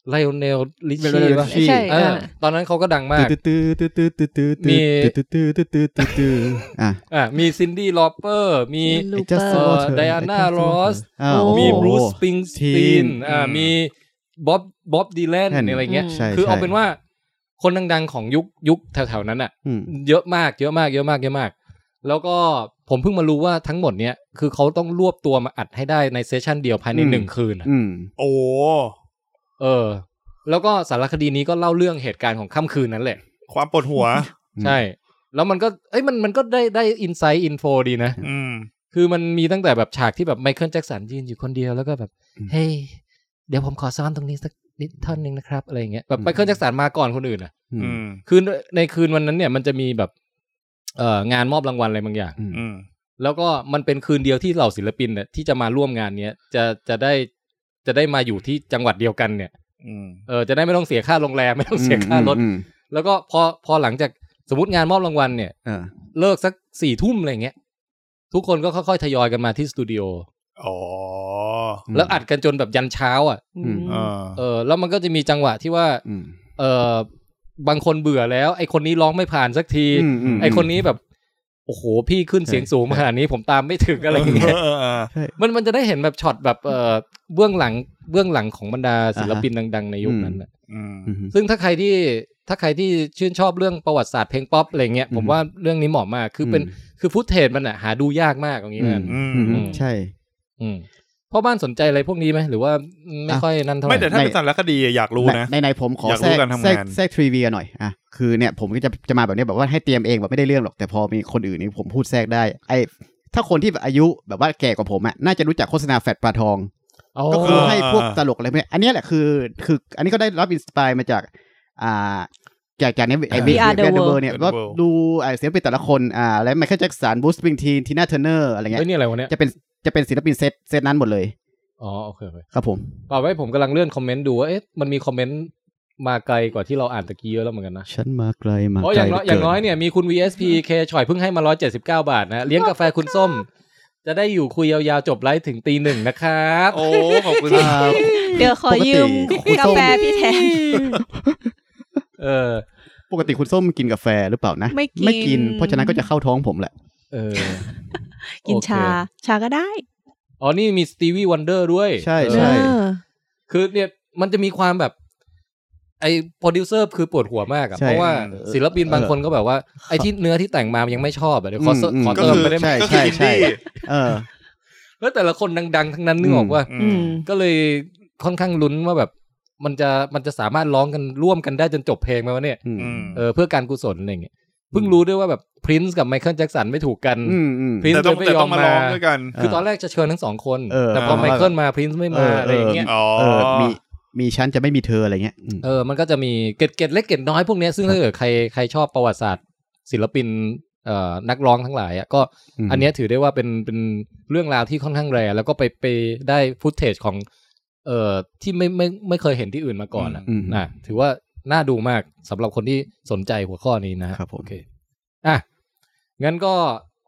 Speaker 2: ไลโอเนลลิชี
Speaker 3: Lionel
Speaker 2: ป่ะ
Speaker 3: Richie
Speaker 6: ใช่
Speaker 2: เออ
Speaker 6: อ่ะ
Speaker 2: ตอนนั้นเขาก็ดังมาก
Speaker 3: ตื้อตื้อตื้อตื้อตื้อตื้อตื้อตื้อตื้อตื้อตื้อตื้อตื้ออ่ะ
Speaker 2: อ่ะมีซินดี้ลอปเปอร์มี
Speaker 6: ลู
Speaker 3: I
Speaker 6: เปอ
Speaker 3: just
Speaker 6: ร์
Speaker 3: saw her.
Speaker 2: เอ่อ Diana
Speaker 3: I just saw her.
Speaker 2: Ross
Speaker 3: อ่า
Speaker 6: โอ้
Speaker 3: โอ้โห
Speaker 2: มีบรูซสปริงสตีน
Speaker 3: Teen
Speaker 2: อ่า
Speaker 4: อืม
Speaker 2: มีบ๊อบบ๊อบดีแลน
Speaker 3: แค่นี้
Speaker 2: อะไรเงี้ย
Speaker 6: อืม
Speaker 3: ใช่
Speaker 2: คือเอา
Speaker 3: ใช่
Speaker 2: เป็นว่าคนดังๆของยุคยุคแถวๆนั้นอ่ะ
Speaker 3: อืม
Speaker 2: เยอะมากเยอะมากเยอะมากเยอะมาก แล้วก็ผมเพิ่งมารู้ว่าทั้งหมดเนี้ยคือเขาต้องรวบตัวมาอัดให้ได้ในเซสชันเดียวภายใน
Speaker 3: อืม
Speaker 2: หนึ่งคืนอะ
Speaker 3: อืม
Speaker 4: โอ้โห
Speaker 2: เออ แล้วก็สารคดีนี้ก็เล่าเรื่องเหตุการณ์ของค่ำคืนนั้นแหละ
Speaker 4: ความปวดหัว
Speaker 3: อืม
Speaker 2: ใช่ แล้วมันก็เอ้ยมันมันก็ได้ได้อินไซต์อินโฟดีนะ
Speaker 4: อืม
Speaker 2: คือมันมีตั้งแต่แบบฉากที่แบบไมเคิลแจ็คสันยืนอยู่คนเดียวแล้วก็แบบ
Speaker 3: อืม
Speaker 2: เฮ้ย เดี๋ยวผมขอซ้อนตรงนี้สักนิดท่อนหนึ่งนะครับ อะไรอย่างเงี้ยแบบ
Speaker 3: อืม
Speaker 2: ไมเคิลแจ็คสันมาก่อนคนอื่นอ่ะ
Speaker 3: อื
Speaker 4: อื
Speaker 3: ม
Speaker 4: ม
Speaker 2: คือในคืนวันนั้นเนี่ยมันจะมีแบบเอ่องานมอบรางวัลอะไรบางอย่าง
Speaker 3: อืม
Speaker 4: อืม
Speaker 2: แล้วก็มันเป็นคืนเดียวที่เหล่าศิลปินเนี่ยที่จะมาร่วมงานเนี้ยจะจะได้จะได้มาอยู่ที่จังหวัดเดียวกันเนี่ย
Speaker 4: อืม
Speaker 2: เออจะได้ไม่ต้องเสียค่าโรงแรม ไม่ต้องเสียค่ารถ
Speaker 3: อืม
Speaker 2: แล้วก็พอพอหลังจากสมมติงานมอบรางวัลเนี่ย
Speaker 3: เออ
Speaker 2: เลิกสักสี่ทุ่มอะไรเงี้ยทุกคนก็ค่อยๆทยอยกันมาที่สตูดิโอ
Speaker 4: อ๋อ
Speaker 3: อืม
Speaker 2: แล้วอัดกันจนแบบยันเช้าอ่ะ
Speaker 6: อืม
Speaker 4: อ่า
Speaker 2: เออแล้วมันก็จะมีจังหวะที่ว่า
Speaker 3: อืม
Speaker 2: เออบางคนเบื่อแล้ว ไอคนนี้ร้องไม่ผ่านสักที
Speaker 3: มม
Speaker 2: ไอคนนี้แบบ โอ้โห พี่ขึ้นเสียงสูงขนาดนี้ผมตามไม่ถึงอะไรอย่างเงี้ย
Speaker 4: เออเออ
Speaker 2: มันมันจะได้เห็นแบบช็อตแบบเออเบื้องหลังเบื้องหลังของบรรดาศิลปินดัง ๆ ในยุคนั้นน่ะ
Speaker 4: อืม
Speaker 3: อืม
Speaker 2: ซึ่งถ้าใครที่ถ้าใครที่ชื่นชอบเรื่องประวัติศาสตร์เพลงป๊อปอะไรเงี้ยผม
Speaker 3: อืม
Speaker 2: ว่าเรื่องนี้เหมาะมากคือเป็น
Speaker 3: อืม
Speaker 2: คือฟุตเทจมันอะหาดูยากมากอย่างนี้นะ
Speaker 3: อืม
Speaker 4: อืม
Speaker 3: อืมใช่
Speaker 2: อืมพ่อบ้านสนใจอะไรพวกนี้ไหมหรือว่าไม่
Speaker 3: อ่ะ
Speaker 2: ค่อยนั่นเท่าไห
Speaker 4: ไม่
Speaker 2: ร่
Speaker 4: แต่ถ้าเป็นสารคดีอะอยากรู้นะ
Speaker 3: ในในผมขอ
Speaker 4: อยากรู้
Speaker 3: แทรก
Speaker 4: การทำ
Speaker 3: แทรก
Speaker 4: งาน
Speaker 3: แทรกทริเวียหน่อยอ่ะคือเนี่ยผมก็จะจะมาแบบเนี้ยแบบว่าให้เตรียมเองแบบไม่ได้เรื่องหรอกแต่พอมีคนอื่นนี่ผมพูดแทรกได้ไอถ้าคนที่แบบอายุแบบว่าแก่กว่าผมอ่ะน่าจะรู้จักโฆษณาแฟตปลาทอง
Speaker 2: โอ้
Speaker 3: ก็คือ
Speaker 4: เออ
Speaker 3: ให้พวก
Speaker 4: เออ
Speaker 3: ตลกอะไรพวกเนี้ยอันเนี้ยแหละคือคือ อันนี้ก็ได้รับอินสปายมาจากอ่าจากจากเนี้ยไอ้บี
Speaker 6: We
Speaker 3: อา
Speaker 6: Are
Speaker 3: ร์
Speaker 6: the
Speaker 3: เดอ
Speaker 6: World
Speaker 3: ร์เนี่ย
Speaker 4: We
Speaker 3: ว่า
Speaker 4: Are the World
Speaker 3: ดูไอ้เสียงปิดแต่ละคนอ่าแล้วไมเคิลแจ็คสันบูสปริงทีนทีน่าเทอร์เนอร์อะไรเงี้
Speaker 2: เอ้ย
Speaker 3: ย
Speaker 2: นี่อะไรวะเนี่ย
Speaker 3: จะเป็นจะเป็นศิลปินเซตเซตนั้นหมดเลย
Speaker 2: อ๋อโอเคโอเค
Speaker 3: ครับผม
Speaker 2: เปล่าไว้ผมกำลังเลื่อนคอมเมนต์ดูว่าเอ๊ะมันมีคอมเมนต์มาไกลกว่าที่เราอ่านตะกี้เยอะแล้วเหมือนกันนะ
Speaker 3: ฉันมาไกลมา
Speaker 2: อ๋อ
Speaker 3: ไก
Speaker 2: อ
Speaker 3: ล
Speaker 2: ย่างน้อยอ
Speaker 3: เหลื
Speaker 2: ย่างน้อย
Speaker 3: เกิ
Speaker 2: เนี่ยมีคุณ VSP K ช่อยเพิ่งให้มา 179 บาท นะเลี้ยงกาแฟคุณส้ม จะได้อยู่คุยยาวๆจบไลฟ์ถึงตีหนึ่งนะครับ
Speaker 4: โอ้ขอบคุณ
Speaker 3: อ่า
Speaker 6: เดี๋ยวขอยืม
Speaker 3: ปกติ
Speaker 6: กาแฟพี่แทน
Speaker 2: เออ
Speaker 3: ปกติคุณส้มกินกาแฟหรือเปล่านะ
Speaker 6: ไม่กิน
Speaker 3: กิน เพราะฉะนั้นก็จะเข้าท้องผมแหละ
Speaker 2: เออ
Speaker 6: กินชา
Speaker 2: โอเค
Speaker 6: ชาก็ได้
Speaker 2: อ๋อนี่มีสตีวีวันเดอร์ด้วย
Speaker 3: ใช่
Speaker 2: เออ
Speaker 3: ใช่
Speaker 6: เออ
Speaker 2: คือเนี่ยมันจะมีความแบบ ไอ้โปรดิวเซอร์คือปวดหัวมากอะ
Speaker 3: ใช่
Speaker 2: เพราะว่า
Speaker 3: เออ
Speaker 2: ศิลปินบาง
Speaker 3: เออ
Speaker 2: คนก็แบบว่าไอ้ที่เนื้อที่แต่งมามันยังไม่ชอบอะเดี๋ยวขอเสริม
Speaker 3: อืม
Speaker 2: ขอ
Speaker 4: ก็
Speaker 2: เติม
Speaker 4: คือ
Speaker 2: ไปได้ไหม
Speaker 3: ใช่
Speaker 4: ก็คือ
Speaker 3: ใช่
Speaker 4: อิน
Speaker 3: ใช่
Speaker 4: ดี้
Speaker 3: เออ
Speaker 2: แล้วแต่ละคนดังๆ ทั้งนั้นนึกออกว่า
Speaker 4: อื
Speaker 6: อื
Speaker 4: ม
Speaker 6: ม
Speaker 2: ก็เลยค่อนข้างลุ้นว่าแบบ มันจะมันจะสามารถร้องกันร่วมกันได้จนจบเพลงไหมวะเนี่ย
Speaker 3: อืม
Speaker 4: อืม
Speaker 2: เออเพื่อการกุศลอะไรอย่างเงี้ยเพิ่งรู้ด้วยว่าแบบพรินซ์กับไมเคิลแจ็คสันไม่ถูกกัน
Speaker 3: อืมอืม
Speaker 2: Prince
Speaker 4: แต่ต้อง
Speaker 2: เลยไม่
Speaker 4: แต่
Speaker 2: ยอ
Speaker 4: ต้อ
Speaker 2: ม
Speaker 4: ง
Speaker 2: มา
Speaker 4: มาร้องด้วยกัน
Speaker 2: คือตอนแรกจะเชิญทั้งสองคน
Speaker 3: เออ
Speaker 2: แต่พอ
Speaker 4: เออ
Speaker 2: ไมเคิลมาพรินซ์ไม่
Speaker 3: เอ
Speaker 2: มา
Speaker 3: ออ
Speaker 2: อะไรอย่างเงี้ย
Speaker 4: อ๋อ
Speaker 3: เออมีมีฉันจะไม่มีเธออะไรเงี้ยอืม
Speaker 2: เออมันก็จะมีเกร็ดเกร็ดเล็กเกร็ดน้อยพวกเนี้ยซึ่งถ้าเกิดใครใครชอบประวัติศาสตร์ ศิลปินเอ่อนักร้องทั้งหลายอ่ะก็
Speaker 3: อืม
Speaker 2: อันเนี้ยถือได้ว่าเป็นเป็นเรื่องราวที่ค่อนข้างแรงแล้วก็ไปไปได้ฟุตเทจของ เอ่อที่ไม่ไม่ไม่เคยเห็นที่อื่นมาก่อนอะ
Speaker 3: อืม
Speaker 2: นะถือว่าน่าดูมากสำหรับคนที่สนใจหัวข้อนี้นะฮะ
Speaker 3: ครับผม
Speaker 2: โอเคอ่ะงั้นก็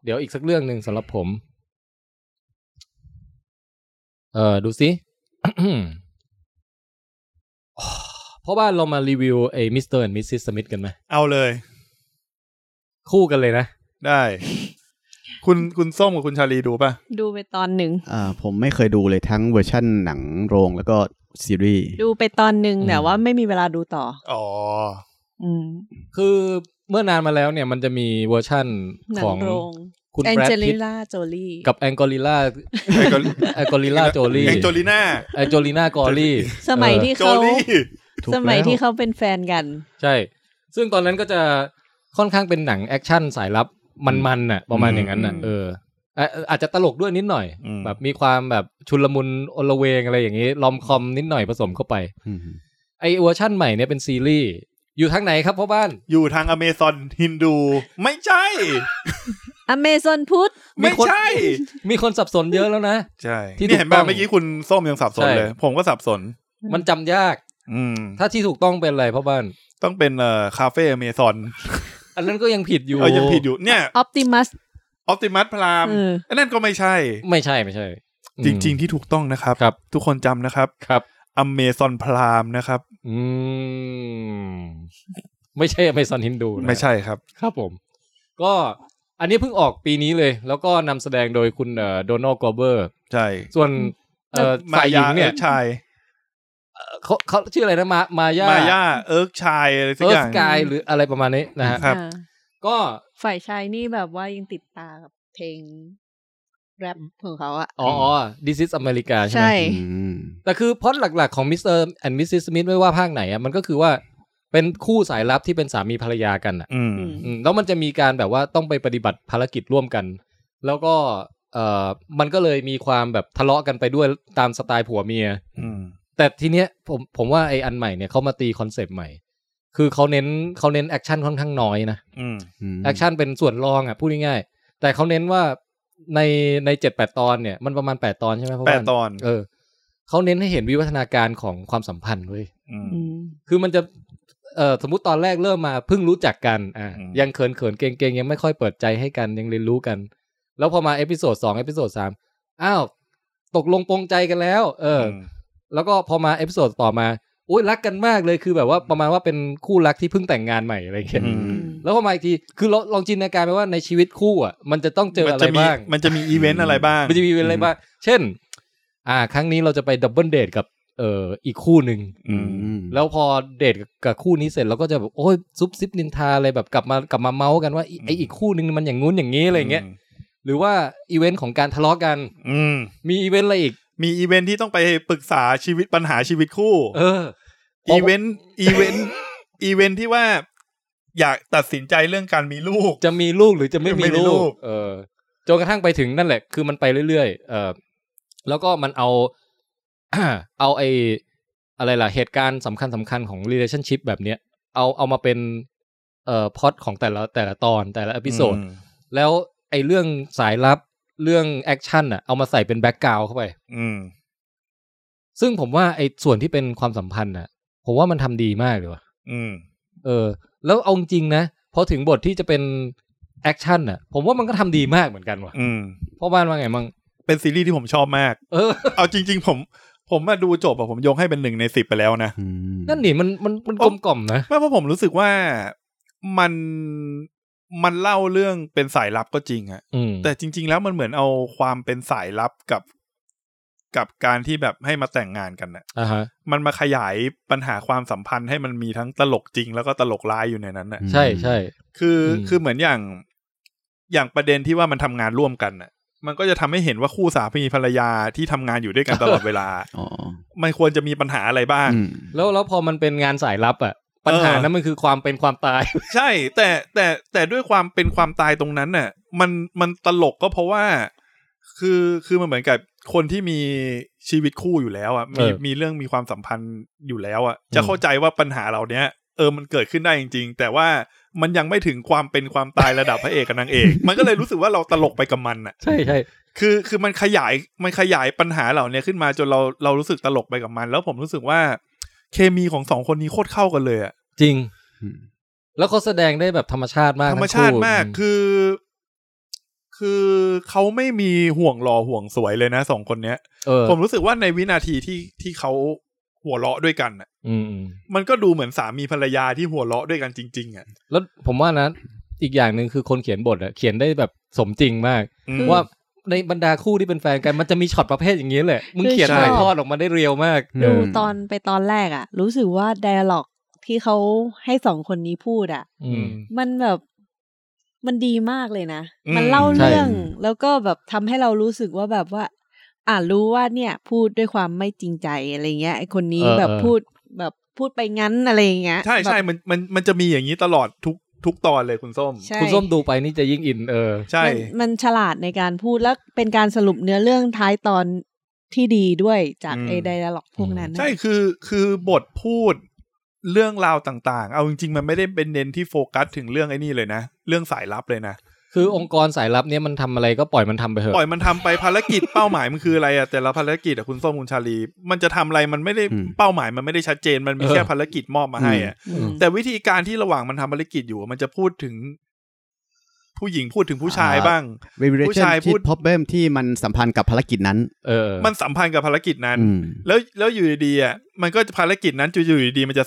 Speaker 2: เดี๋ยวอีกสักเรื่องหนึ่งสำหรับผม เอ่อดูสิ เพราะว่าเรามารีวิวไอ้มิสเตอร์และมิสซิสสมิธกันไหม
Speaker 4: เอาเลย
Speaker 2: คู่กันเลยนะ
Speaker 4: ได้ คุณคุณส้มกับคุณชาลีดูป่ะ
Speaker 6: ดูไปตอนหนึ่ง
Speaker 3: อ่าผมไม่เคยดูเลยทั้งเวอร์ชั่นหนังโรงแล้วก็ซีรีส์
Speaker 6: ดูไปตอนหนึ่ง
Speaker 2: อืม
Speaker 6: แต่ว่าไม่มีเวลาดูต่อ
Speaker 4: อ๋อ
Speaker 6: อืม
Speaker 2: คือเมื่อนานมาแล้วเนี่ยมันจะมีเวอร์ชั่น
Speaker 6: หนั
Speaker 2: ข
Speaker 6: ง
Speaker 2: อง
Speaker 6: โรง
Speaker 2: คุณ
Speaker 6: แอง
Speaker 2: แบรด
Speaker 6: เจ
Speaker 2: พิ
Speaker 6: ลิ
Speaker 2: ต
Speaker 6: ล่าโจลี่
Speaker 2: กับแองกอริล่า
Speaker 4: แองกอริ
Speaker 2: แองกอริล่าโจลี่
Speaker 4: แองโจลิน่า
Speaker 2: แองโจลิน่ากอรี่
Speaker 6: สมัยที่
Speaker 4: โจ
Speaker 6: เขา
Speaker 4: ลี่
Speaker 3: ถูก
Speaker 6: สมัย
Speaker 3: แล้ว
Speaker 6: ที่เขาเป็นแฟนกัน
Speaker 2: ใช่ ซึ่งตอนนั้นก็จะค่อนข้างเป็นหนังแอคชั่นสายลับมันๆน่ะ ประมาณอย่างนั้นน่ะ
Speaker 6: อืม
Speaker 2: เอออ่ะอาจจะตลกด้วยนิดหน่อย
Speaker 4: อืม
Speaker 2: แบบมีความแบบชุลมุนอลเวงอะไรอย่างนี้ลอมคอมนิดหน่อยผสมเข้าไป
Speaker 3: อืม
Speaker 2: ไอเวอร์ชั่นใหม่เนี่ยเป็นซีรีส์ อยู่ทางไหนครับพ่อบ้าน
Speaker 4: อยู่ทางอเมซอนฮินดู ไม่ใช่
Speaker 6: อเมซอนพุทธ
Speaker 4: ไม่ใช่
Speaker 2: มีคนสับสนเยอะแล้วนะ
Speaker 4: ใช่
Speaker 2: ที่
Speaker 4: นี่
Speaker 2: ถูก
Speaker 4: เห็นป่ะ
Speaker 2: ต้อง
Speaker 4: เมื่อกี้คุณส้มยังสับสน
Speaker 2: ใช่
Speaker 4: เลย ผมก็สับสน
Speaker 2: มันจำยาก
Speaker 4: อืม
Speaker 2: ถ้าที่ถูกต้องเป็นอะไรพ่อบ้าน
Speaker 4: ต้องเป็นเอ่อคาเฟ่อเมซอน
Speaker 2: อันนั้นก็ยังผิดอยู่
Speaker 4: เออยังผิดอยู่เนี่ย
Speaker 6: ออปติมัส
Speaker 4: ออ t ติมัสพราม
Speaker 6: เออ
Speaker 4: อันนั่นก็ไม่ใช่
Speaker 2: ไม่ใช่ไม่ใช่อืม
Speaker 4: จริง ๆ ที่ถูกต้องนะครับ
Speaker 2: ครับ
Speaker 4: ทุกคนจำนะครับ
Speaker 2: ครับ
Speaker 4: อเมซอนพรามนะครับ
Speaker 2: อืม ไม่ใช่อเมซอนฮินดู
Speaker 4: ไม่ใช่ครับ
Speaker 2: ครับผม ก็อันนี้เพิ่งออกปีนี้เลย แล้วก็นำแสดงโดยคุณโดนัลกอเบอร์
Speaker 4: ใช่
Speaker 2: ส่วนเอ่อฝ่ายหญิงเนี่ย
Speaker 4: มชาย
Speaker 2: เขาเขาชื่ออะไรนะมามายาม
Speaker 4: ายาเอิร์กชายอะไรสัก
Speaker 2: เอิ
Speaker 4: อ
Speaker 2: ร์ธ
Speaker 4: ย่าง
Speaker 2: สกายหรืออะไรประมาณนี้นะฮะ
Speaker 4: ครับ
Speaker 6: อ่า
Speaker 2: ก็
Speaker 6: ฝ่ายชายนี่แบบว่ายังติดตากับเพลงแรปของเขาอะ
Speaker 2: อ๋ออ๋อ This is America ใช่ไหม
Speaker 6: ใช่
Speaker 3: อืม
Speaker 2: แต่คือพล็อดหลักๆของ Mr. and Mrs. Smith ไม่ว่าภาคไหนอ่ะมันก็คือว่าเป็นคู่สายลับที่เป็นสามีภรรยากันอ่ะ
Speaker 4: อืม
Speaker 2: อืมแล้วมันจะมีการแบบว่าต้องไปปฏิบัติภารกิจร่วมกัน แล้วก็เอ่อมันก็เลยมีความแบบทะเลาะกันไปด้วยตามสไตล์ผัวเมีย
Speaker 4: อืม
Speaker 2: แต่ทีเนี้ยผมผมว่าไออันใหม่เนี่ยเขามาตีคอนเซปต์ใหม่ คือเขาเน้นเขาเน้นแอคชั่นค่อนข้างน้อยนะ
Speaker 4: อืม
Speaker 3: ม
Speaker 2: แอคชั่นเป็นส่วนรองอ่ะพูดง่ายๆแต่เขาเน้นว่าในในเจ็ดแปดตอนเนี่ยมันประมาณแปดตอนใช่ไหมเพราะ
Speaker 4: แป
Speaker 2: ว่า
Speaker 4: ดตอน
Speaker 2: เออเขาเน้นให้เห็นวิวัฒนาการของความสัมพันธ์เว้ย
Speaker 4: อืม
Speaker 2: คือมันจะเออสมมติตอนแรกเริ่มมาเพิ่งรู้จักกันอ่ะ
Speaker 4: อืม
Speaker 2: ยังเขินเขินๆเกรงเกรงๆยังไม่ค่อยเปิดใจให้กันยังเรียนรู้กัน แล้วพอมาเอพิโซดสองเอพิโซดสามอ้าวตกลงปรงใจกันแล้ว เอออ แล้วก็พอมาเอพิโซดต่อมาอุ้ยรักกันมากเลยคือแบบว่าประมาณว่าเป็นคู่รักที่เพิ่งแต่งงานใหม่อะไรอย่างเงี้ย
Speaker 4: อืม
Speaker 2: แล้วพอมาอีกทีคือเราลองจินตนาการไปว่าในชีวิตคู่อ่ะมันจะต้องเจอ
Speaker 4: มัน
Speaker 2: อะไร
Speaker 4: จะมี
Speaker 2: บ้าง
Speaker 4: มันจะมีอีเวนต์อะไรบ้าง
Speaker 2: มันจะมีอะไรบ้าง เช่น อ่า ครั้งนี้เราจะไปดับเบิลเดทกับเอ่ออีกคู่หนึ่ง
Speaker 4: อืม
Speaker 3: อืม
Speaker 2: แล้วพอเดทกับคู่นี้เสร็จเราก็จะแบบโอ้ยซุบซิบนินทาอะไรแบบกลับมากลับมาเมาส์กันว่าไออีกคู่หนึ่งมันอย่างงู้นอย่างนี้อะไรอย่างเงี้ยหรือว่าอีเวนต์ของการทะเลาะกัน
Speaker 4: อืม
Speaker 2: มีอีเวนต์อะไรอีก
Speaker 4: มีอีเวนต์ที่ต้องไปปรึกษาชีวิตปัญหาชีวิตคู่
Speaker 2: เออ
Speaker 4: อีเวนต์อีเวน ต์อีเวนต์ที่ว่า อยากตัดสินใจเรื่องการมีลูก
Speaker 2: จะมีลูกหรือจะไม่มี
Speaker 4: ไม่มีลู
Speaker 2: ลู
Speaker 4: ก
Speaker 2: ก เออจนกระทั่งไปถึงนั่นแหละ คือมันไปเรื่อยๆ เออแล้วก็มันเอา เอาไออะไรล่ะ เหตุการณ์สำคัญสำคัญๆของ relationship แบบเนี้ย เอาเอามาเป็นเอ่อพอดของแต่ละแต่ละตอนแต่ละอพิโซด แล้วไอเรื่องสายลับเรื่องแอคชั่นอ่ะ เอามาใส่เป็นแบ็กกราวเข้าไป
Speaker 4: อืม
Speaker 2: ซึ่งผมว่าไอส่วนที่เป็นความสัมพันธ์อ่ะ ผมว่ามันทำดีมากเลยว่ะ
Speaker 4: อืม
Speaker 2: เออแล้วเอาจริงๆนะพอถึงบทที่จะเป็นแอคชั่นอ่ะ ผมว่ามันก็ทำดีมากเหมือนกันว่ะ
Speaker 4: อืม
Speaker 2: พ่อบ้านว่าไงมั่ง
Speaker 4: เป็นซีรีส์ที่ผมชอบมาก
Speaker 2: เอ อ
Speaker 4: เอาจริง ๆ ผม ผมมาดูจบอะผมยกให้เป็นหนึ่งในสิบไปแล้วนะ
Speaker 3: อืม
Speaker 2: นั่นนี่มันมันมันกลมกล่อมนะ
Speaker 4: ไม่เพราะผมรู้สึกว่ามันมันเล่าเรื่องเป็นสายลับก็จริงอะ
Speaker 2: อืม
Speaker 4: แต่จริง ๆ แล้วมันเหมือนเอาความเป็นสายลับกับ กับการที่แบบให้มาแต่งงานกันน่ะ
Speaker 2: อ่าฮะ
Speaker 4: มันมาขยายปัญหาความสัมพันธ์ให้มันมีทั้งตลกจริง แล้วก็ตลกร้ายอยู่ในนั้นน่ะ
Speaker 2: ใช่ใช่
Speaker 4: คืออ
Speaker 2: ม
Speaker 4: คือเหมือนอย่างอย่างประเด็นที่ว่ามันทำงานร่วมกันน่ะ มันก็จะทำให้เห็นว่าคู่สามีภรรยาที่ทำงานอยู่ด้วยกันตลอดเวลา
Speaker 3: อ๋อ
Speaker 4: มันควรจะมีปัญหาอะไรบ้าง
Speaker 3: อืม
Speaker 2: แล้วแล้วพอมันเป็นงานสายลับอ่ะ ปัญหานั้นมันคือความเป็นความตาย
Speaker 4: ใช่ แต่แต่แต่ด้วยความเป็นความตายตรงนั้นน่ะ มันมันตลกก็เพราะว่า คือคือมันเหมือนกับคนที่มีชีวิตคู่อยู่แล้วอ่ะมี
Speaker 2: เออ
Speaker 4: มีเรื่องมีความสัมพันธ์อยู่แล้วอ่ะ
Speaker 2: อืม
Speaker 4: จะเข้าใจว่าปัญหาเหล่าเนี้ย เออมันเกิดขึ้นได้จริง ๆ แต่ว่ามันยังไม่ถึงความเป็นความตายระดับพระเอกกับนาง เอก มันก็เลยรู้สึกว่าเราตลกไปกับมันน่ะ
Speaker 2: ใช่ใช่
Speaker 4: คือคือมันขยายมันขยายปัญหาเหล่าเนี้ยขึ้นมาจนเราเรารู้สึกตลกไปกับมัน แล้วผมรู้สึกว่า เคมีของสองคนนี้โคตรเข้ากันเลยอ่ะ
Speaker 2: จริง
Speaker 3: อืม
Speaker 2: แล้วเขาแสดงได้แบบธรรมชาติมาก
Speaker 4: ธรรม
Speaker 2: งคู่
Speaker 4: ชาติมากคือ คือเขาไม่มีห่วงหล่อห่วงสวยเลยนะสองคนเนี้ย
Speaker 2: เออ
Speaker 4: ผมรู้สึกว่าในวินาทีที่ที่เขาหัวเราะด้วยกันน่ะ
Speaker 2: อืมอืม
Speaker 4: มันก็ดูเหมือนสามีภรรยาที่หัวเราะด้วยกันจริง ๆ อ่ะ
Speaker 2: แล้วผมว่านะอีกอย่างหนึ่งคือคนเขียนบทอ่ะเขียนได้แบบสมจริงมาก
Speaker 4: อืม
Speaker 2: ว่าในบรรดาคู่ที่เป็นแฟนกันมันจะมีช็อตประเภทอย่างนี้แหละ มึง
Speaker 6: คือ
Speaker 2: เขียน
Speaker 4: ชอบ
Speaker 2: ถ่ายทอดออกมาได้เรียวมาก
Speaker 3: อืม
Speaker 6: ดูตอนไปตอนแรกอะรู้สึกว่า d ด a l ล็อกที่เขาให้สองคนนี้พูดอะ
Speaker 2: อืม
Speaker 6: มันแบบมันดีมากเลยนะ
Speaker 4: อืม
Speaker 6: มันเล่า
Speaker 2: ใช่
Speaker 6: เรื่อง แล้วก็แบบทำให้เรารู้สึกว่าแบบว่า อ่ารู้ว่าเนี่ย พูดด้วยความไม่จริงใจอะไรเงี้ยไอคนนี้แบบพูดแบบ พูดไปงั้นอะไรอย่างเงี้ย
Speaker 4: ใช่ใช่
Speaker 6: แบบ
Speaker 4: มันมันมันจะมีอย่างนี้ตลอดทุกทุกตอนเลยคุณส้ม
Speaker 6: ใช่
Speaker 2: คุณส้มดูไปนี่จะยิ่งอินเออ
Speaker 4: ใช่
Speaker 6: มันมันฉลาดในการพูดแล้วเป็นการสรุปเนื้อเรื่องท้ายตอนที่ดีด้วยจาก
Speaker 4: อืม
Speaker 6: ไอ้ไดอะล็อกพวกนั้นน่ะ
Speaker 4: ใช่คือคือบทพูดเรื่องราวต่างๆ เอาจริงๆ มันไม่ได้เป็นเน้นที่โฟกัสถึงเรื่องไอ้นี่เลยนะ เรื่องสายลับเลยนะ
Speaker 2: คือองค์กรสายลับเนี่ยมันทำอะไรก็ปล่อยมันทำไปเถ
Speaker 4: ปล่อ
Speaker 2: อะ
Speaker 4: ยมันทำไปภารกิจ เป้าหมายมันคืออะไรอะแต่ละภารกิจอะคุณส้มคุณชาลี มันจะทำอะไรมันไม่ได้
Speaker 3: อืม
Speaker 4: เป้าหมายมันไม่ได้ชัดเจนมันมีแค่ภารกิจมอบมาให้อะ
Speaker 6: อืม
Speaker 4: แต่วิธีการที่ระหว่างมันทำภารกิจอยู่อะมันจะพูดถึง ผู้หญิงพูดถึงผู้ชายบ้าง ผู้
Speaker 3: variation
Speaker 4: ชายพู
Speaker 3: ที่
Speaker 4: ด
Speaker 3: problem ที่มันสัมพันธ์กับภารกิจนั้น
Speaker 2: เออ
Speaker 4: มันสัมพันธ์กับภารกิจนั้น
Speaker 3: อืม
Speaker 4: แล้วแล้วอยู่ดีๆอ่ะมันก็ภารกิจนั้นอยู่ๆดีๆมันจะ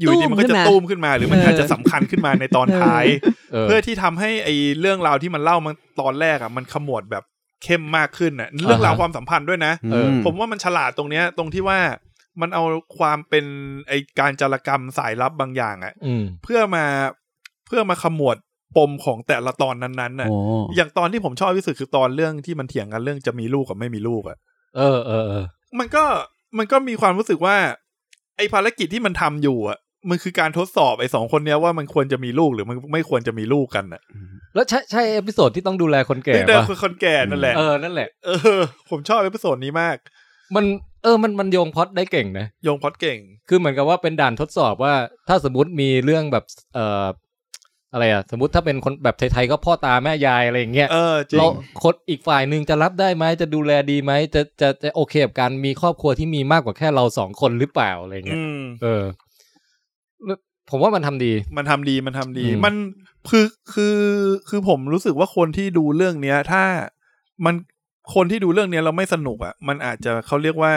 Speaker 4: อยู่ดีๆมันก็
Speaker 6: ตูมขึ้น
Speaker 4: จะ
Speaker 6: มา
Speaker 4: ตูมขึ้นมา หรือมันอาจจะสำคัญขึ้นมาในตอนท้าย
Speaker 2: เออ
Speaker 4: เพื่อที่ทำให้ไอ้เรื่องราวที่มันเล่ามันตอนแรกอ่ะมันขมวดแบบเข้มมากขึ้นอ่ะเรื่องราว
Speaker 2: อ่าฮะ
Speaker 4: ความสัมพันธ์ด้วยนะ
Speaker 2: เออ
Speaker 4: ผมว่ามันฉลาดตรงเนี้ย ตรงที่ว่ามันเอาความเป็นไอการจารกรรมสายลับบางอย่างอ่ะ
Speaker 2: อืม
Speaker 4: เพื่อมาเพื่อมาขมวดปมของแต่ละตอนนั้นๆน่ะ
Speaker 3: โอ้
Speaker 4: อย่างตอนที่ผมชอบที่สุดคือตอนเรื่องที่มันเถียงกันเรื่องจะมีลูกกับไม่มีลูกอ่ะ
Speaker 2: เออเออเออ
Speaker 4: มันก็มันก็มีความรู้สึกว่า ไอภารกิจที่มันทำอยู่อ่ะ มันคือการทดสอบไอสองคนเนี้ยว่ามันควรจะมีลูกหรือมันไม่ควรจะมีลูกกันอ่ะ
Speaker 2: แล้วใช่ใช่เอพิโซดที่ต้องดูแลคนแก่
Speaker 4: นี่เดิม
Speaker 2: ปะ
Speaker 4: คือคนแก่นั่นแหละ
Speaker 2: เออนั่นแหละ
Speaker 4: เออ ผมชอบเอพิโซดนี้มาก
Speaker 2: มันเออมันมันโยงพล็อดได้เก่งนะ
Speaker 4: โยงพล็อดเก่ง
Speaker 2: คือเหมือนกับว่าเป็นด่านทดสอบว่า ถ้าสมมติมีเรื่องแบบเอ่ออะไรอะสมมติถ้าเป็นคนแบบไทยๆก็พ่อตาแม่ยายอะไรอย่างเงี้ย
Speaker 4: เออจริ
Speaker 2: เรา
Speaker 4: ง
Speaker 2: คนอีกฝ่ายหนึ่งจะรับได้ไหมจะดูแลดีไหมจะจะจะโอเคกับการมีครอบครัวที่มีมากกว่าแค่เราสองคนหรือเปล่าอะไรเงี้ย
Speaker 4: อืม
Speaker 2: เออ ผมว่ามันทำดี
Speaker 4: มันทำดีมันทำดี
Speaker 2: อืม
Speaker 4: มันคือคือคือผมรู้สึกว่าคนที่ดูเรื่องเนี้ย ถ้ามันคนที่ดูเรื่องเนี้ยเราไม่สนุกอ่ะ มันอาจจะเขาเรียกว่า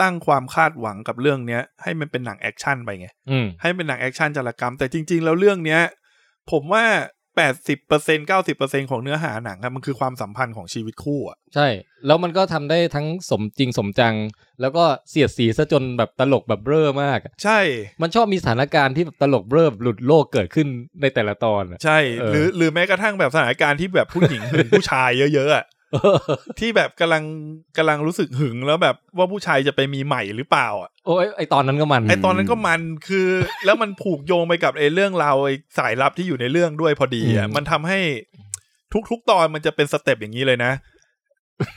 Speaker 4: ตั้งความคาดหวังกับเรื่องเนี้ย ให้มันเป็นหนังแอคชั่นไปไง
Speaker 2: อืม
Speaker 4: ให้เป็นหนังแอคชั่นจารกรรม แต่จริง ๆ แล้วเรื่องเนี้ย ผมว่าแปดสิบเปอร์เซ็นเก้าสิบเปอร์เซ็นของเนื้อหาหนังครับมันคือความสัมพันธ์ของชีวิตคู่อ่ะ
Speaker 2: ใช่ แล้วมันก็ทำได้ทั้งสมจริงสมจัง แล้วก็เสียดสีซะจนแบบตลกแบบเบ้อมาก
Speaker 4: ใช่
Speaker 2: มันชอบมีสถานการณ์ที่แบบตลกเบ้อแบบหลุดโลกเกิดขึ้นในแต่ละตอน อะ
Speaker 4: ใช่
Speaker 2: เออ
Speaker 4: หรือหรือแม้กระทั่งแบบสถานการณ์ที่แบบผู้หญิง หึงผู้ชายเยอะๆอะที่แบบกำลังกำลังรู้สึกหึงแล้วแบบว่าผู้ชายจะไปมีใหม่หรือเปล่าอ่ะ
Speaker 2: โอ้ยไอตอนนั้นก็มัน
Speaker 4: ไอตอนนั้นก็มันคือ แล้วมันผูกโยงไปกับไอเรื่องราวไอสายลับที่อยู่ในเรื่องด้วยพอดีอ่ะ
Speaker 2: อืม
Speaker 4: มันทำให้ทุกๆตอนมันจะเป็นสเต็ปอย่างนี้เลยนะ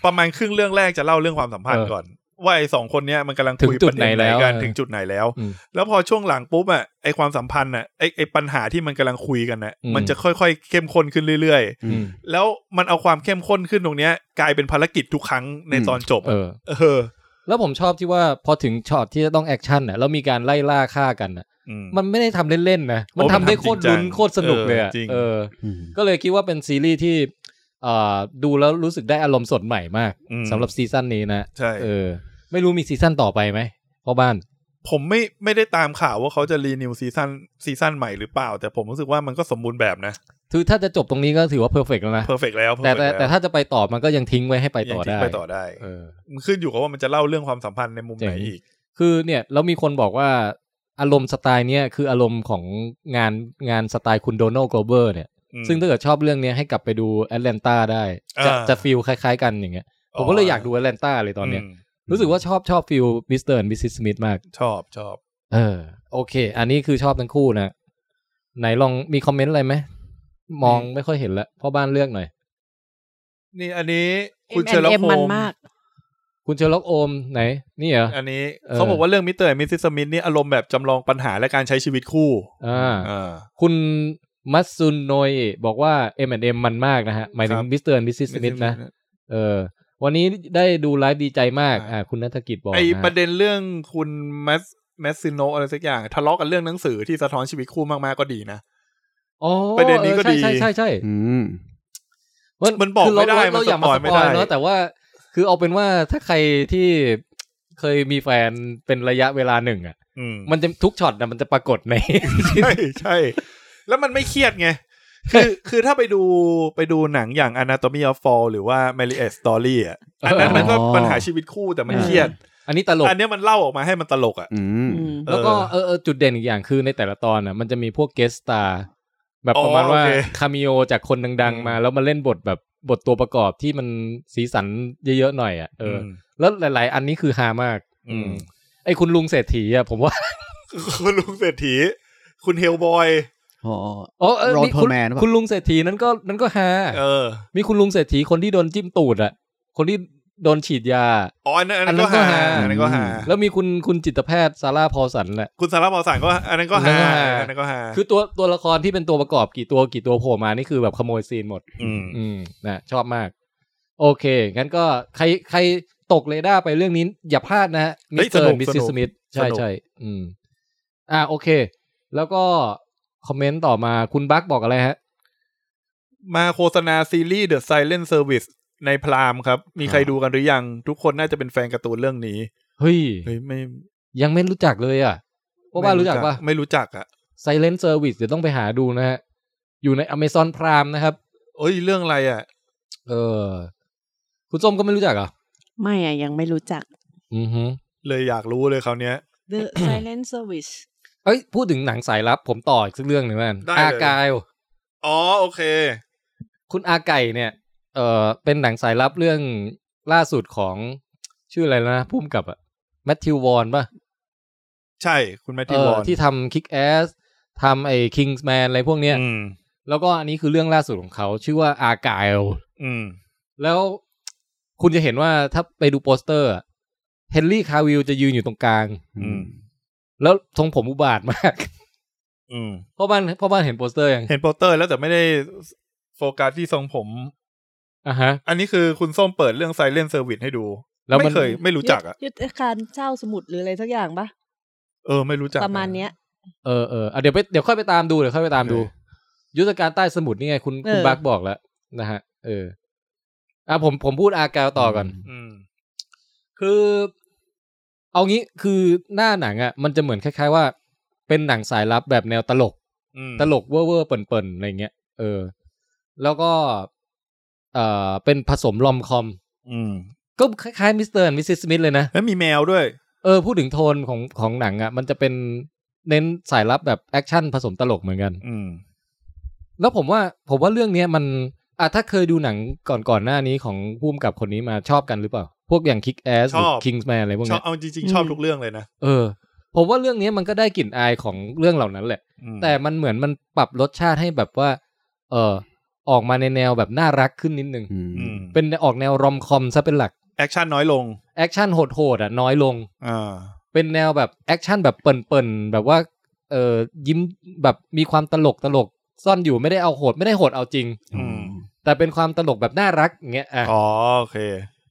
Speaker 4: ประมาณครึ่งเรื่องแรกจะเล่าเรื่องความสัมพันธ์ก่อน ว่าไอ้สองคนเนี้ยมันกำลังคุยประเด็นไหนกันถึงจุดไหนแล้ว
Speaker 2: อืม
Speaker 4: แล้วพอช่วงหลังปุ๊บอ่ะไอ้ความสัมพันธ์อ่ะไอ้ไอ้ปัญหาที่มันกำลังคุยกันอ่ะ
Speaker 2: อืม
Speaker 4: มันจะค่อยๆเข้มข้นขึ้นเรื่อย
Speaker 2: อืม
Speaker 4: ๆ แล้วมันเอาความเข้มข้นขึ้นตรงเนี้ย กลายเป็นภารกิจทุกครั้งในตอนจบ
Speaker 2: เอ
Speaker 4: อะ
Speaker 2: อ
Speaker 4: เออ
Speaker 2: แล้วผมชอบที่ว่าพอถึงช็อตที่จะต้องแอคชั่นน่ะแล้วมีการไล่ล่าฆ่ากันน่ะ
Speaker 4: อืม
Speaker 2: มันไม่ได้ทำเล่นๆนะ มัน
Speaker 4: โอ้
Speaker 2: ทำ
Speaker 4: มันทำ
Speaker 2: ได้โคตร
Speaker 4: จริงจั
Speaker 2: ลุ้
Speaker 4: ง
Speaker 2: นโคตรสนุกเลยอะ
Speaker 4: เออจริง
Speaker 2: เออ
Speaker 3: อืม
Speaker 2: ก็เลยคิดว่าเป็นซีรีส์ที่เอ่อดูแล้วรู้สึกได้อารมณ์สดใหม่มาก
Speaker 4: อืม
Speaker 2: สำหรับซีซั่นนี้นะ
Speaker 4: ใช่
Speaker 2: เออ ไม่รู้มีซีซั่นต่อไปไหมพ่อบ้าน
Speaker 4: ผมไม่ไม่ได้ตามข่าวว่าเขาจะรีนิวซีซั่นซีซั่นใหม่หรือเปล่า แต่ผมรู้สึกว่ามันก็สมบูรณ์แบบนะ
Speaker 2: คือถ้าจะจบตรงนี้ก็ถือว่าเพอร์เฟกแล้วนะ
Speaker 4: เพอร์เฟกแล้ว
Speaker 2: แต่แต่
Speaker 4: perfect
Speaker 2: แต่
Speaker 4: ล้ว
Speaker 2: ถ้าจะไปต่อมันก็ยังทิ้งไว้ให้ไปต่อ
Speaker 4: ยัง
Speaker 2: ได้
Speaker 4: ทิ้งไปต่อได้
Speaker 2: เออ
Speaker 4: มันขึ้นอยู่กับว่ามันจะเล่าเรื่องความสัมพันธ์ในมุมไหน
Speaker 2: เจ๋ง
Speaker 4: อีก
Speaker 2: คือเนี่ยแล้วมีคนบอกว่าอารมณ์สไตล์เนี้ยคืออารมณ์ของงานงานสไตล์คุณโดนัลด์โกลเบอร์เนี่ย
Speaker 4: อืม
Speaker 2: ซึ่งถ้าเกิดชอบเรื่องเนี้ยให้กลับไปดูแอตแลนตาได้ จะ
Speaker 4: อ่า
Speaker 2: จะฟิลคล้ายๆกันอย่างเงี้ย ผมก็เลยอยากดูแอตแลนตาเลยตอนเนี้ย
Speaker 4: ม
Speaker 2: รู้สึกว่าชอบชอบฟิลมิสเตอร์มิสซิสมิธมาก
Speaker 4: ชอบชอบ
Speaker 2: เออ โอเค อันนี้คือชอบทั้งคู่นะ ไหนลองมีคอมเมนต์อะไรไหมมองไม่ค่อยเห็นละพ่อบ้านเลือกหน่อย
Speaker 4: นี่อันนี้
Speaker 6: เอ็
Speaker 4: คุณ
Speaker 6: ม
Speaker 4: เชอร์ล็อก
Speaker 6: เอ็ม
Speaker 4: โฮ
Speaker 6: มัน
Speaker 4: ม
Speaker 6: มาก
Speaker 2: คุณเชอร์ล็อกโอมส์ไหน นี่เหรอ
Speaker 4: อันนี้
Speaker 2: เออ
Speaker 4: เขาบอกว่าเรื่องมิสเตอร์มิสซิสมิธนี่อารมณ์แบบจำลองปัญหาและการใช้ชีวิตคู่
Speaker 2: อ่า
Speaker 4: อ่า
Speaker 2: คุณมัตซุนโนยบอกว่า M&M มันมากนะฮะ หมายถึง
Speaker 4: ครับ
Speaker 2: มิสเตอร์มิสซิสมิธนะ เออ วันนี้ได้ดูไลฟ์ดีใจมาก อ่า คุณนัทกิจบอก
Speaker 4: ไอ
Speaker 2: นะ
Speaker 4: ประ
Speaker 2: ฮะ
Speaker 4: เด็นเรื่องคุณแมสแมสซิโนอะไรสักอย่าง ทะเลาะกันเรื่องหนังสือที่สะท้อนชีวิตคู่มากๆก็ดีนะ
Speaker 2: อ๋อ
Speaker 4: ประเด็นนี้ก็ดี
Speaker 2: ใช่ใช่ใช่ใช่
Speaker 3: อืม
Speaker 2: ว่า
Speaker 4: มันบอก
Speaker 2: คืเรา
Speaker 4: ไม่ได้
Speaker 2: เรา
Speaker 4: มัน
Speaker 2: เราอย่ามา
Speaker 4: สปอย
Speaker 2: ส
Speaker 4: ไม่
Speaker 2: ปอย
Speaker 4: ได้
Speaker 2: เนาะแต่ว่า คือเอาเป็นว่าถ้าใครที่เคยมีแฟนเป็นระยะเวลาหนึ่งอ่ะ
Speaker 4: อืม
Speaker 2: มันจะทุกช็อตนะมันจะปรากฏ ใน
Speaker 4: ใช่ ใช่ แล้วมันไม่เครียดไง คือ คือถ้าไปดูไปดูหนังอย่าง Anatomy of Fall หรือว่า Marriage Story อ่ะอันนั้นมันก็
Speaker 3: อ๋อ
Speaker 4: ปัญหาชีวิตคู่แต่มันเครียด
Speaker 2: อันนี้ตลก
Speaker 4: อันเนี้ยมันเล่าออกมาให้มันตลกอ่ะ
Speaker 3: อืม
Speaker 6: อืม
Speaker 2: แล้วก็เออเออจุดเด่นอีกอย่างคือในแต่ละตอนน่ะมันจะมีพวกเกสตาแบบ
Speaker 4: อ๋อ
Speaker 2: ประมาณว่า
Speaker 4: โอเค
Speaker 2: คาเมิโอจากคนดัง
Speaker 4: อืม
Speaker 2: ๆมา แล้วมาเล่นบทแบบบทตัวประกอบที่มันสีสันเยอะๆหน่อยอ่ะเอออ
Speaker 4: ม
Speaker 2: แล้วหลายๆ อันนี้คือฮามาก
Speaker 4: อืม
Speaker 2: ไอ้คุณลุงเศรษฐีอ่ะผมว่า
Speaker 4: คุณลุงเศรษฐี คุณเฮลบอย
Speaker 3: อ๋อ
Speaker 2: อ๋อเออนี่คุณ
Speaker 3: Roadman หรือเปล่า
Speaker 2: คุณลุงเศรษฐีนั้นก็นั้นก็ฮา
Speaker 4: เออ
Speaker 2: มีคุณลุงเศรษฐีคนที่โดนจิ้มตูดอะคนที่โดนฉีดยา
Speaker 4: อ๋ออันนั้นอันนั้น
Speaker 2: อัน
Speaker 4: ก็
Speaker 2: นั้นก็
Speaker 4: หา
Speaker 2: หา
Speaker 4: อันนั้นก็หา
Speaker 2: แล้วมีคุณคุณจิตแพทย์ซาร่าพอลสันแหละ
Speaker 4: คุณสาระหมอสังก็อันนั้นก็
Speaker 2: อั
Speaker 4: หาน
Speaker 2: นั้นก็หา
Speaker 4: อันนั้นก็หา
Speaker 2: คือตัวตัวละครที่เป็นตัวประกอบกี่ตัวกี่ตัวโผล่มานี่คือแบบขโมยซีนหมด
Speaker 4: ม
Speaker 2: อืมนะชอบมาก โอเค งั้นก็ใครใครตกเรดาร์ไปเรื่องนี้ อย่าพลาดนะฮะมิ
Speaker 4: ฮ้ย
Speaker 2: สเตอ
Speaker 4: นุ
Speaker 2: ร์
Speaker 4: ก
Speaker 2: มิสซิส
Speaker 4: นุก
Speaker 2: มิธใช่
Speaker 4: สนุก
Speaker 2: ใช่อืม อ่าโอเค แล้วก็คอมเมนต์ต่อมาคุณบักบอกอะไรฮะ
Speaker 4: มาโฆษณาซีรีส์ The Silent Service ในพรามครับ มีใครดูกันหรือยัง ทุกคนน่าจะเป็นแฟนการ์ตูนเรื่องนี้
Speaker 2: เฮ้ย
Speaker 4: เฮ้ยไม่
Speaker 2: ยังไม่รู้จักเลยอ่ะเพราะว่ารู้จักปะ
Speaker 4: ไม่รู้จักอ่ะ
Speaker 2: Silent Service เดี๋ยวต้องไปหาดูนะฮะ อยู่ใน Amazon Prime นะครับ
Speaker 4: เอ้ยเรื่องอะไรอ่ะ
Speaker 2: เออ คุณส้มก็ไม่รู้จักเหรอ่ะ
Speaker 6: ไม่อะยังไม่รู้จัก
Speaker 2: อือฮึ
Speaker 4: เลยอยากรู้เลยคราวเนี้ย
Speaker 6: The Silent Service
Speaker 2: เอ้ย พูดถึงหนังสายลับ ผมต่ออีกสักเรื่องหนึ่งแล้วกัน
Speaker 4: ได้เลย
Speaker 2: อาไกาย
Speaker 4: อ๋อโอเค
Speaker 2: คุณอาไก่เนี่ย เออเป็นหนังสายลับเรื่องล่าสุดของชื่ออะไรแล้วนะพุ่มกับอะแมทธิววอนป่ะ
Speaker 4: ใช่คุณแมท
Speaker 2: เอ
Speaker 4: ธิว
Speaker 2: อ
Speaker 4: วอน
Speaker 2: ที่ทำคิกแอสทำไอ้คิงส์แมนอะไรพวกเนี้ย
Speaker 4: อืม
Speaker 2: แล้วก็อันนี้คือเรื่องล่าสุดของเขาชื่อว่าอาไก
Speaker 4: อืม
Speaker 2: แล้วคุณจะเห็นว่าถ้าไปดูโปสเตอร์เฮนรี่คาวิลจะยืนอยู่ตรงกลาง
Speaker 4: อืม
Speaker 2: แล้วทรงผมอุบาทมาก
Speaker 4: อืม
Speaker 2: พ่อบ้านพ่อบ้านเห็นโปสเตอร์ยัง
Speaker 4: เห็นโปสเตอร์แล้วแต่ไม่ได้โฟกัสที่ทรงผม
Speaker 2: อ่ะฮะ
Speaker 4: อันนี้คือคุณส้มเปิดเรื่องไซเลนเซอร์วิสให้ดู
Speaker 2: แล้วมั
Speaker 4: ไม่
Speaker 2: น
Speaker 4: เคย ไม่รู้จักอ่ะ
Speaker 6: ยุทธการเจ้าสมุทรหรืออะไรสักอย่างปะ
Speaker 4: เออ ไม่รู้จัก
Speaker 6: ประมาณเนี้ย
Speaker 2: เออเอออ่ะเดี๋ยวไปเดี๋ยวค่อยไปตามดูเดี๋ยวค่อยไปตามดู
Speaker 4: โอเค
Speaker 2: ยุทธการใต้สมุทรนี่ไงคุณคุณ
Speaker 6: เออ
Speaker 2: บักบอกแล้วนะฮะ เอออ่ะผมผมพูดอากาวต่อก่อน
Speaker 4: อืม
Speaker 2: คือ เอางี้คือหน้าหนังอ่ะ มันจะเหมือนคล้ายๆว่า เป็นหนังสายลับแบบแนวตลก
Speaker 4: อืม
Speaker 2: ตลกเว่อร์ๆเปิ่นๆอะไรเงี้ย เออ แล้วก็ เอ่อ เป็นผสมลอมคอม
Speaker 4: อืม
Speaker 2: ก็คล้ายๆมิสเตอร์มิสซิสมิธเลยนะ
Speaker 4: แล้วมีแมวด้วย
Speaker 2: เออ พูดถึงโทนของของหนังอะ่ะ มันจะเป็นเน้นสายลับแบบแอคชั่นผสมตลกเหมือนกัน
Speaker 4: อืม
Speaker 2: แล้วผมว่า ผมว่าเรื่องเนี้ยมัน อ่ะถ้าเคยดูหนังก่อนก่อนๆหน้านี้ของพุ่มกับคนนี้มาชอบกันหรือเปล่า พวกอย่างคิกแอสหรือ
Speaker 4: ชอบ
Speaker 2: คิงส์แมนอะไรพวก
Speaker 4: ชอ
Speaker 2: เนี้
Speaker 4: บ
Speaker 2: ย
Speaker 4: เอาจริง
Speaker 6: อื
Speaker 4: ๆ
Speaker 6: ม
Speaker 4: ชอบทุกเรื่องเลยนะ
Speaker 2: เออ ผมว่าเรื่องเนี้ยมันก็ได้กลิ่นอายของเรื่องเหล่านั้นแหละ
Speaker 4: อืม
Speaker 2: แต่มันเหมือนมันปรับรสชาติให้แบบว่า เออออกมาในแนวแบบน่ารักขึ้นนิดนึง
Speaker 3: อืม
Speaker 4: อืม
Speaker 2: เป็นออกแนวรอมคอมซะเป็นหลัก
Speaker 4: แอคชั่นน้อยลง
Speaker 2: แอคชั่นโหดๆอ่ะน้อยลง
Speaker 4: อ่า
Speaker 2: เป็นแนวแบบแอคชั่นแบบเปิ่นๆ แบบว่า เออยิ้มแบบมีความตลกตลกซ่อนอยู่ไม่ได้เอาโหดไม่ได้โหดเอาจริง
Speaker 4: อืม
Speaker 2: แต่เป็นความตลกแบบน่ารักอย่างเงี้ยอ่ะ
Speaker 4: อ๋อ โอเค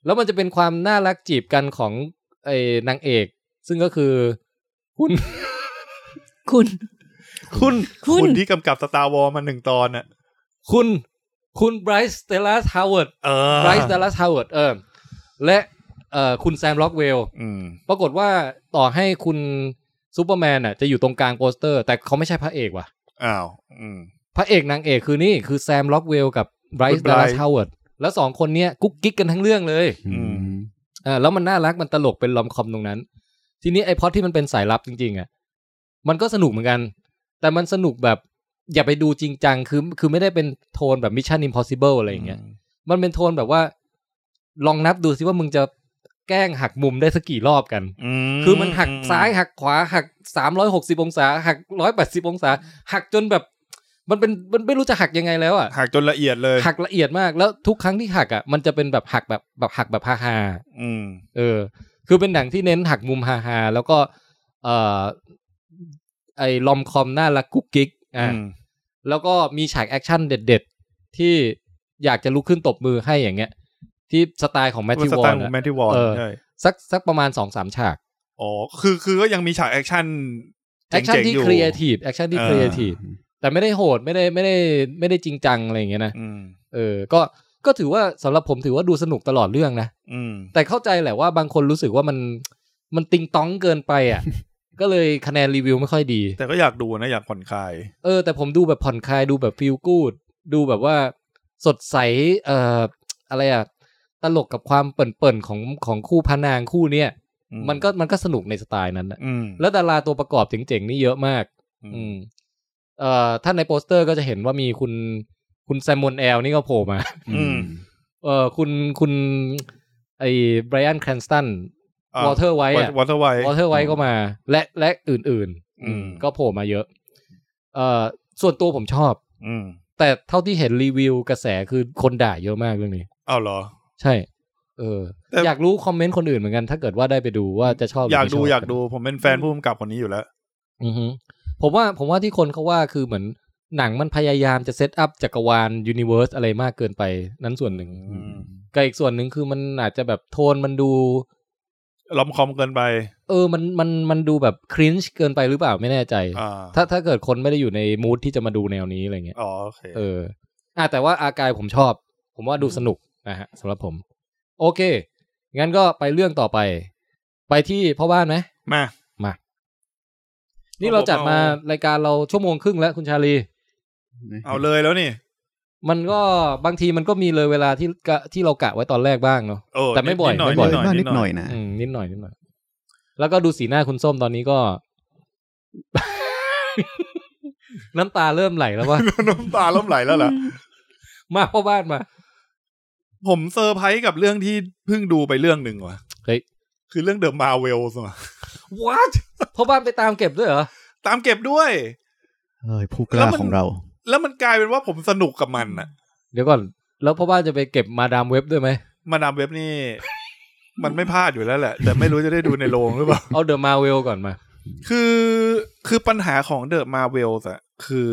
Speaker 2: แล้วมันจะเป็นความน่ารักจีบกันของไอ้นางเอก ซึ่งก็คือ คุณ
Speaker 6: คุณ
Speaker 4: คุณ
Speaker 6: คุณ
Speaker 4: คุณที่กำกับสตาร์วอลมาหนึ่งตอนน่ะ
Speaker 2: คุณคุณไบรท์สเตลัสฮาวเวิร์ด
Speaker 4: เออ
Speaker 2: ไบรซ์ดัลลัสฮาวเวิร์ดเออและเอ่อคุณแซมล็อกเวล
Speaker 4: อืม
Speaker 2: ปรากฏว่าต่อให้คุณซูเปอร์แมนอ่ะจะอยู่ตรงกลางโปสเตอร์ แต่เขาไม่ใช่พระเอกว่ะ
Speaker 4: อ้าว อืม
Speaker 2: พระเอกนางเอกคือนี่ คือแซมล็อกเวลกับไบร
Speaker 4: คุณ Bryce
Speaker 2: ซ์ดัลลัสฮาวเวิร์ดแล้วสองคนเนี้ยกุ๊กกิ๊กกันทั้งเรื่องเลย
Speaker 3: อืม
Speaker 2: เออแล้วมันน่ารักมันตลกเป็นลอมคอมตรงนั้น ทีนี้ไอ้พล็อดที่มันเป็นสายลับจริงๆอ่ะมันก็สนุกเหมือนกัน แต่มันสนุกแบบอย่าไปดูจริงจังคือคือไม่ได้เป็นโทนแบบมิชชั่นอิมพอสิเบิลอะไรอย่างเงี้ย มันเป็นโทนแบบว่า ลองนับดูสิว่ามึงจะแกล้งหักมุมได้สักกี่รอบกัน
Speaker 4: อืม
Speaker 2: คือมันหักซ้ายหักขวา หักสามร้อยหกสิบองศา หักร้อยแปดสิบองศา หักจนแบบ มันเป็นมันไม่รู้จะหักยังไงแล้วอ่ะ
Speaker 4: หักจนละเอียดเลย
Speaker 2: หักละเอียดมากแล้วทุกครั้งที่หักอ่ะมันจะเป็นแบบหักแบบแบบหักแบบฮาฮา
Speaker 4: อืม
Speaker 2: ๆเออ คือเป็นหนังที่เน้นหักมุมฮาฮาๆแล้วก็ เอ่อไอ้ลอมคอมน่ารักกุ๊กกิ๊กอ่ะ
Speaker 4: อืม
Speaker 2: แล้วก็มีฉากแอคชั่นเด็ดๆ ที่อยากจะลุกขึ้นตบมือให้อย่างเงี้ย ที่สไตล์ของแมทธิว
Speaker 4: ส
Speaker 2: วอ
Speaker 4: ไต
Speaker 2: ร์
Speaker 4: ล์
Speaker 2: น
Speaker 4: ของ
Speaker 2: อะ
Speaker 4: แมทธิววอน
Speaker 2: เออ
Speaker 4: ใช่
Speaker 2: สักสักประมาณสองสามฉาก
Speaker 4: อ๋อ คือ คือก็ยังมีฉากแอคชั่น
Speaker 2: แอคชั่น
Speaker 4: เจ๋งๆ
Speaker 2: ที่
Speaker 4: อยู่
Speaker 2: ครีเอทีฟแอคชั่นที่
Speaker 4: เออ
Speaker 2: ครีเอทีฟแต่ไม่ได้โหดไม่ได้ไม่ได้ไม่ได้จริงจังอะไรอย่างเงี้ยนะ
Speaker 4: อืม
Speaker 2: เออก็ก็ถือว่าสำหรับผมถือว่าดูสนุกตลอดเรื่องนะ
Speaker 4: อืม
Speaker 2: แต่เข้าใจแหละว่าบางคนรู้สึกว่ามันมันติงต้องเกินไปอ่ะ ก็เลยคะแนนรีวิวไม่ค่อยดี
Speaker 4: แต่ก็อยากดูนะ อยากผ่อนคลาย
Speaker 2: เออแต่ผมดูแบบผ่อนคลายดูแบบฟีลกูดดูแบบว่าสดใสเอ่ออะไรอะตลกกับความเปิ่นๆของของคู่พระนางคู่เนี้ย
Speaker 4: อื
Speaker 2: มันก็มันก็สนุกในสไตล์นั้นนะ
Speaker 4: อืม
Speaker 2: แล้วดาราตัวประกอบเจ๋งๆนี่เยอะมาก อืมเอ่อถ้าในโปสเตอร์ก็จะเห็นว่ามีคุณคุณแซมมอนแอลนี่ก็โผล่มา
Speaker 4: อืม
Speaker 2: เออคุณคุณไอ้ไบรอันแคลนสตัน วอเทอร์ไว้อะ
Speaker 4: วอเทอร์ไว
Speaker 2: วอเทอร์ไวท์ก็มา และและอื่น
Speaker 4: อืม
Speaker 2: ก็โผล่มาเยอะ เอ่อส่วนตัวผมชอบ
Speaker 4: อืม
Speaker 2: แต่เท่าที่เห็นรีวิวกระแสคือคนด่าเยอะมากเรื่องนี้
Speaker 4: เอาเหรอ
Speaker 2: ใช่ เออ
Speaker 4: แต่
Speaker 2: อยากรู้คอมเมนต์คนอื่นเหมือนกัน ถ้าเกิดว่าได้ไปดูว่าจะชอบหรื
Speaker 4: อยาก
Speaker 2: ไม่
Speaker 4: ดู
Speaker 2: ชบ
Speaker 4: อยากดูผมเป็นแฟนผู้กำกับคนนี้อยู่แล้ว
Speaker 2: อือฮึผมว่าผมว่าที่คนเขาว่าคือเหมือนหนังมันพยายามจะเซตอัพจักรวาลยูนิเวอร์สอะไรมากเกินไปนั้นส่วนหนึ่ง
Speaker 4: อืม
Speaker 2: กับอีกส่วนหนึ่งคือมันอาจจะแบบโทนมันดู
Speaker 4: ลอมคอมเกินไป
Speaker 2: เออมันมันมันดูแบบครินช์เกินไปหรือเปล่าไม่แน่ใจ
Speaker 4: อ่า
Speaker 2: ถ้าถ้าเกิดคนไม่ได้อยู่ในมูทที่จะมาดูแนวนี้อะไรเงี้ย
Speaker 4: อ๋อโอเค
Speaker 2: เอออ่ะแต่ว่าอากายผมชอบ ผมว่าดูสนุกนะฮะสำหรับผม โอเค งั้นก็ไปเรื่องต่อไป ไปที่พ่อบ้านไหม
Speaker 4: มา
Speaker 2: นี่
Speaker 4: ผม
Speaker 2: เราจัดมา
Speaker 4: เอา
Speaker 2: รายการเราชั่วโมงครึ่งแล้วคุณชาลี
Speaker 4: เอาเลยแล้วนี่
Speaker 2: มันก็บางทีมันก็มีเลยเวลาที่กะที่เรากะไว้ตอนแรกบ้างเนาะ
Speaker 4: เออ
Speaker 2: แต่ไม่บ่อย
Speaker 4: นิดหน่อย
Speaker 2: ไม่บ่อย
Speaker 4: นิดหน่อยนิดหน่อย ย
Speaker 3: นิดหน่อนะ
Speaker 2: อืมนิดหน่อยนิดหน่อย แล้วก็ดูสีหน้าคุณส้มตอนนี้ก็ น้ำตาเริ่มไหลแล้วว่า
Speaker 4: น้ำตาเริ่มไหลแล้วล่ะ
Speaker 2: มาพ่อบ้านมา
Speaker 4: ผมเซอร์ไพรส์กับเรื่องที่เพิ่งดูไปเรื่องหนึ่งว่ะ
Speaker 2: เฮ้ย
Speaker 4: คือเรื่องเดอะมาเวลส์ว่ะ
Speaker 2: what พ่อบ้านไปตามเก็บด้วยเหรอ
Speaker 4: ตามเก็บด้วย
Speaker 3: เอ้ยผู้กล้าของเรา
Speaker 4: แล้วมันกลายเป็นว่าผมสนุกกับมันอะ
Speaker 2: เดี๋ยวก่อน แล้วพ่อบ้านจะไปเก็บมาดามเว็บด้วยไหม
Speaker 4: มาดามเว็บนี่ มันไม่พลาดอยู่แล้วแหละ แต่ไม่รู้จะได้ดูในโรงหรือเปล่า
Speaker 2: เอาเดอะมาเวลก่อนมา
Speaker 4: คือคือปัญหาของเดอะมาเวลส์อะคือ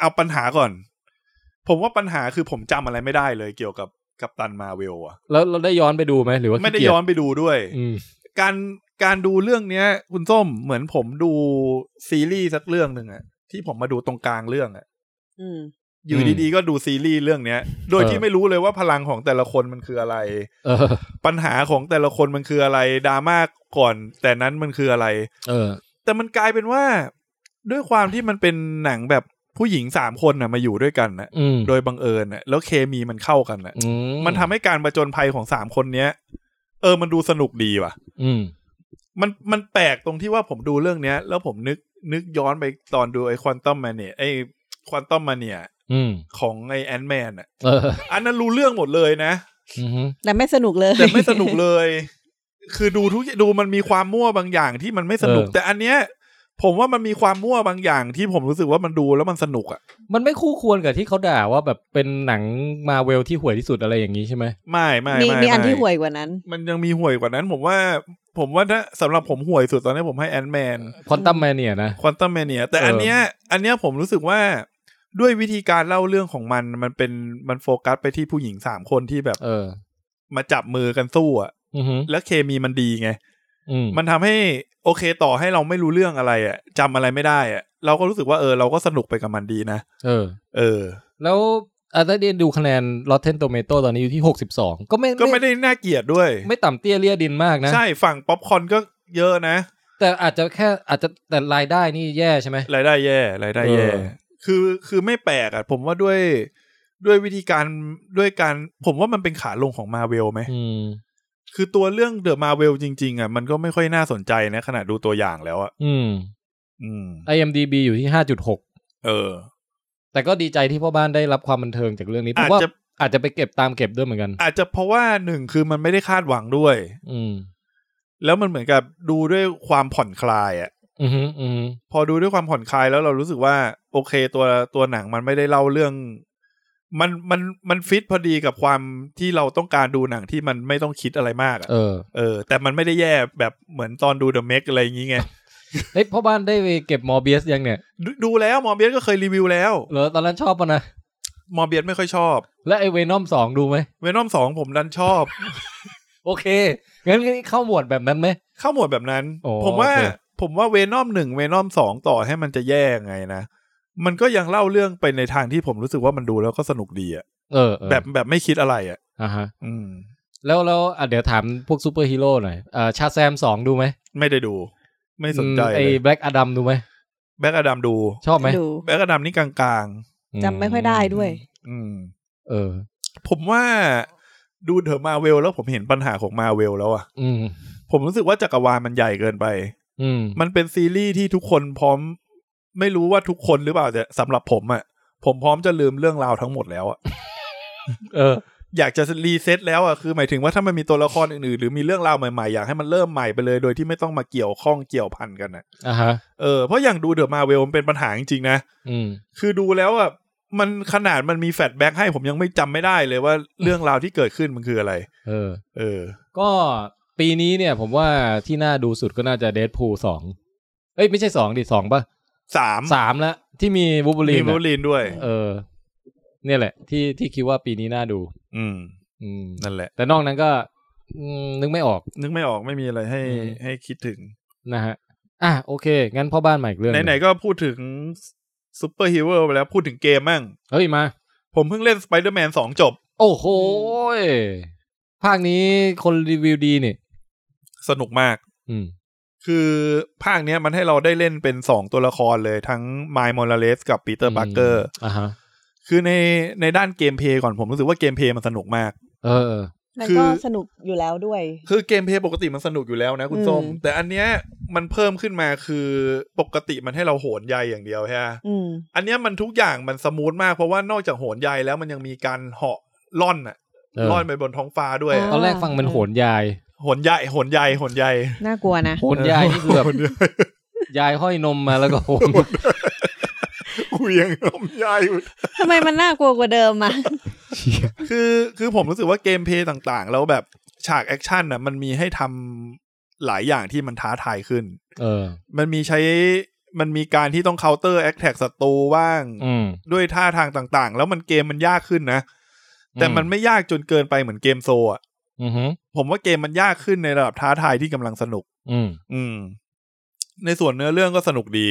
Speaker 4: เอาปัญหาก่อน ผมว่าปัญหาคือผมจำอะไรไม่ได้เลยเกี่ยวกับกับตันมาเวลอะ
Speaker 2: แล้วเราได้ย้อนไปดูไหมหรือว่าขี้
Speaker 4: ไม่ได้
Speaker 2: เกีจ
Speaker 4: ย้อนไปดูด้วย
Speaker 2: อืม
Speaker 4: การการดูเรื่องเนี้ย คุณส้มเหมือนผมดูซีรีส์สักเรื่องหนึ่งอะที่ผมมาดูตรงกลางเรื่องอะ
Speaker 6: อืม
Speaker 4: อยู่
Speaker 2: อืม
Speaker 4: ดีๆ ก็ดูซีรีส์เรื่องเนี้ย โดย
Speaker 2: เออ
Speaker 4: ที่ไม่รู้เลยว่าพลังของแต่ละคนมันคืออะไร
Speaker 2: เออ
Speaker 4: ปัญหาของแต่ละคนมันคืออะไรดราม่าก่อน แต่นั้นมันคืออะไร
Speaker 2: เออ
Speaker 4: แต่มันกลายเป็นว่า ด้วยความที่มันเป็นหนังแบบผู้หญิงสามคนน่ะมาอยู่ด้วยกันน่ะ
Speaker 2: อืม
Speaker 4: โดยบังเอิญน่ะแล้วเคมีมันเข้ากันน่ะ
Speaker 2: อื
Speaker 4: มันทำให้การประจนภัยของสามคนเนี้ย เออมันดูสนุกดีว่ะ
Speaker 2: อืม
Speaker 4: มันมันแปลกตรงที่ว่าผมดูเรื่องเนี้ย แล้วผมนึกนึกย้อนไปตอนดูไอ้ควอนตัมมาเนี่ยไอ้ควอนตัมมาเนี่ย
Speaker 2: อืม
Speaker 4: ของไอ้แอนแมนอ่ะ
Speaker 2: เออ
Speaker 4: อันนั้นรู้เรื่องหมดเลยนะ
Speaker 2: อืม
Speaker 5: แต่ไม่สนุกเลย
Speaker 4: แต่ ไม่สนุกเลย คือดูทุกดูมันมีความมั่วบางอย่างที่มันไม่สนุก
Speaker 2: เออ
Speaker 4: แต่อันเนี้ย ผมว่ามันมีความมั่วบางอย่างที่ผมรู้สึกว่ามันดูแล้วมันสนุกอ่ะ
Speaker 2: มันไม่คู่ควรกับที่เขาด่าว่าแบบเป็นหนังมาเวลที่ห่วยที่สุดอะไรอย่างนี้ใช่ไหม
Speaker 4: ไม่ไม่
Speaker 5: มี
Speaker 4: ไม่
Speaker 5: มีอัน
Speaker 4: ไม่
Speaker 5: ที่ห่วยกว่านั้น
Speaker 4: มันยังมีห่วยกว่านั้น ผมว่า ผมว่าถ้าสำหรับผมห่วยสุดตอนนี้ผมให้แอนแมน
Speaker 2: ควอนตัมแมนเนี่ยนะ
Speaker 4: ควอนตัมแมเนียแต่อันเนี้ย อันเนี้ยผมรู้สึกว่าด้วยวิธีการเล่าเรื่องของมันมันเป็นมันโฟกัสไปที่ผู้หญิงสามคนที่แบบ
Speaker 2: เออ
Speaker 4: มาจับมือกันสู้อ่ะ
Speaker 2: อือหือ
Speaker 4: แล้วเคมีมันดีไง
Speaker 2: อืม
Speaker 4: มันทำให้โอเคต่อให้เราไม่รู้เรื่องอะไรอะจำอะไรไม่ได้อะเราก็รู้สึกว่าเออเราก็สนุกไปกับมันดีนะ
Speaker 2: เออ
Speaker 4: เออ
Speaker 2: แล้วอาถ้าเดียนดูคะแนน Rotten Tomato ตอนนี้อยู่ที่หกสิบสองก็ไม่
Speaker 4: ก็ไม่ได้น่าเกลียดด้วย
Speaker 2: ไม่ต่ำเตี้ยเลี่ยดินมากนะ
Speaker 4: ใช่ฝั่งป๊อปคอร์นก็เยอะนะ
Speaker 2: แต่อาจจะแค่อาจจะแต่รายได้นี่แย่ใช่ไหม
Speaker 4: รายได้แย่รายได้แย่
Speaker 2: เออ
Speaker 4: คือคือไม่แปลกอะผมว่าด้วยด้วยวิธีการด้วยการผมว่ามันเป็นขาลงของมาเวลไหม
Speaker 2: อืม
Speaker 4: คือตัวเรื่องเดอะมาเวลจริง ๆอะมันก็ไม่ค่อยน่าสนใจนะ ขนาดดูตัวอย่างแล้วอะ
Speaker 2: อืม
Speaker 4: อืม
Speaker 2: IMDB อยู่ที่ห้าจุดหก
Speaker 4: เออ
Speaker 2: แต่ก็ดีใจที่พ่อบ้านได้รับความบันเทิงจากเรื่องนี้เพ
Speaker 4: อาจ
Speaker 2: ราะว่า
Speaker 4: จะ
Speaker 2: อาจจะไปเก็บตามเก็บด้วยเหมือนกัน
Speaker 4: อาจจะเพราะว่าหนึ่งคือมันไม่ได้คาดหวังด้วย
Speaker 2: อืม
Speaker 4: แล้วมันเหมือนกับดูด้วยความผ่อนคลายอะ
Speaker 2: อือหืออือหือ
Speaker 4: พอดูด้วยความผ่อนคลายแล้วเรารู้สึกว่า โอเคตัวตัวหนังมันไม่ได้เล่าเรื่อง มันมันมันฟิตพอดีกับความที่เราต้องการดูหนังที่มันไม่ต้องคิดอะไรมากอะ
Speaker 2: เออ
Speaker 4: เออ แต่มันไม่ได้แย่แบบเหมือนตอนดูเดอะเมกอะไรอย่างงี้ไง
Speaker 2: เฮ้ยพ่อบ้านได้ไปเก็บมอร์เบียสยังเนี่ย
Speaker 4: ดดูแล้วหมอเบียสก็เคยรีวิวแล้ว
Speaker 2: เหรอตอนนั้นชอบปะนะ
Speaker 4: หมอเบียสไม่ค่อยชอบ
Speaker 2: และไอเวนอมสองดูไหม
Speaker 4: เวนอมสองผมดันชอบ
Speaker 2: โอเค งั้นเข้าหมวดแบบนั้นไหม
Speaker 4: เข้าหมวดแบบนั้น
Speaker 2: โอ้
Speaker 4: ผมว่า
Speaker 2: โอเค
Speaker 4: ผมว่าเวนอมหนึ่งเวนอมสองต่อให้มันจะแย่ไงนะมันก็ยังเล่าเรื่องไปในทางที่ผมรู้สึกว่ามันดูแล้วก็สนุกดีอะ
Speaker 2: เออเออ
Speaker 4: แบบแบบไม่คิดอะไรอะ
Speaker 2: อ่าฮะ
Speaker 4: อืม
Speaker 2: แล้วแล้วอ่ะเดี๋ยวถามพวกซูเปอร์ฮีโร่หน่อยเอ่อชาแซมสองดูไหม
Speaker 4: ไม่ได้ดู ไม่สนใจ
Speaker 2: ไอ้
Speaker 4: เลย
Speaker 2: แบล็กอดัมดูไหม
Speaker 4: แบ็กอะดัมดู
Speaker 2: ชอบไหม
Speaker 5: ดู
Speaker 4: แบ็กอะดัมนี่กลาง
Speaker 5: จำไม่ค่อยได้ด้วย
Speaker 4: ๆอืม
Speaker 2: เออ
Speaker 4: ผมว่าดูเถอะมาเวลแล้วผมเห็นปัญหาของมาเวลแล้วอะ
Speaker 2: อืม
Speaker 4: ผมรู้สึกว่าจักรวาลมันใหญ่เกินไป
Speaker 2: อืม
Speaker 4: มันเป็นซีรีส์ที่ทุกคนพร้อม ไม่รู้ว่าทุกคนหรือเปล่าแต่สำหรับผมอะผมพร้อมจะลืมเรื่องราวทั้งหมดแล้วอะ
Speaker 2: เออ
Speaker 4: อยากจะรีเซ็ตแล้วอ่ะคือหมายถึงว่าถ้ามันมีตัวละครอื่นๆหรือมีเรื่องราวใหม่ๆ อยากให้มันเริ่มใหม่ไปเลยโดยที่ไม่ต้องมาเกี่ยวข้องเกี่ยวพันกันนะ
Speaker 2: อ่าฮะ
Speaker 4: เออเพราะอย่างดูเดอะมาเวลมันเป็นปัญหาจริงๆนะ
Speaker 2: อืม
Speaker 4: คือดูแล้วอ่ะมันขนาดมันมีแฟลชแบ็กให้ผมยังไม่จำไม่ได้เลยว่าเรื่องราวที่เกิดขึ้นมันคืออะไร
Speaker 2: เออ
Speaker 4: เออ
Speaker 2: ก็ปีนี้เนี่ยผมว่าที่น่าดูสุดก็น่าจะเด p พูสองเอ้ย ไม่ใช่สองดิสองป่ะ
Speaker 4: สาม
Speaker 2: สามละที่มีวูบูลี
Speaker 4: มี
Speaker 2: น
Speaker 4: บูลินด้วย
Speaker 2: เออ เนี่ยแหละ ที่ที่คิดว่าปีนี้น่าดู
Speaker 4: อืม
Speaker 2: อืม
Speaker 4: นั่นแหละ
Speaker 2: แต่นอกนั้นก็อืมนึกไม่ออก
Speaker 4: นึกไม่ออกไม่มีอะไรให้
Speaker 2: อืม
Speaker 4: ให้คิดถึง
Speaker 2: นะฮะ อ่ะ โอเค งั้นพ่อบ้านใหม่อีกเรื่องง
Speaker 4: ไหน ๆ ก็พูดถึงซูเปอร์ฮีโร่ไปแล้วพูดถึงเกมมั่ง
Speaker 2: เฮ้ย มา
Speaker 4: ผมเพิ่งเล่นสไปเดอร์แมนสองจบ
Speaker 2: โอ้โหยภาคนี้คนรีวิวดีนี่
Speaker 4: สนุกมาก
Speaker 2: อืม
Speaker 4: คือภาคเนี้ยมันให้เราได้เล่นเป็นสองตัวละครเลยทั้งไมล์มอลเลสกับปีเตอร์บัคเกอร์
Speaker 2: อ่าฮะ
Speaker 4: คือในในด้านเกมเพลย์ก่อนผมรู้สึกว่าเกมเพลย์มันสนุกมาก
Speaker 2: เออเออ
Speaker 5: มัน
Speaker 4: คือ
Speaker 5: ก็สนุกอยู่แล้วด้วย
Speaker 4: คือเกมเพลย์ปกติมันสนุกอยู่แล้วนะคุณ
Speaker 5: อืม
Speaker 4: ส้มแต่อันเนี้ยมันเพิ่มขึ้นมาคือปกติมันให้เราโหนใยอย่างเดียวใช่ไหม
Speaker 5: อืม
Speaker 4: อันเนี้ยมันทุกอย่างมันสมูทมากเพราะว่านอกจากโหนใยแล้วมันยังมีการเหาะล่อนอะ
Speaker 2: เออ
Speaker 4: ล่อนไปบนท้องฟ้าด้วย
Speaker 5: อ๋
Speaker 2: ตอนแรกฟังมันโหนยาย
Speaker 4: โหนใยโหนใยโหนใย
Speaker 5: น่ากลัวนะ
Speaker 2: โหนยายนี่คือแบบ
Speaker 4: โหนใย
Speaker 2: ยายห้อยนมมาแล้วก็โหน
Speaker 4: เหวียงโหนใย
Speaker 5: ทำไมมันน่ากลัวกว่าเดิมอะ
Speaker 4: คือคือผมรู้สึกว่าเกมเพลย์ต่างๆ แล้วแบบฉากแอคชั่นน่ะมันมีให้ทำหลายอย่างที่มันท้าทายขึ้น
Speaker 2: เออ
Speaker 4: มันมีใช้มันมีการที่ต้องเคาน์เตอร์แอคแท็กศัตรูบ้าง
Speaker 2: อืม
Speaker 4: ด้วยท่าทางต่างๆ แล้วมันเกมมันยากขึ้นนะ แต่มันไม่ยากจนเกินไปเหมือนเกมโซอ่ะ
Speaker 2: อือหือ
Speaker 4: ผมว่าเกมมันยากขึ้นในระดับท้าทายที่กำลังสนุก
Speaker 2: อืม
Speaker 4: อืม ในส่วนเนื้อเรื่องก็สนุกดี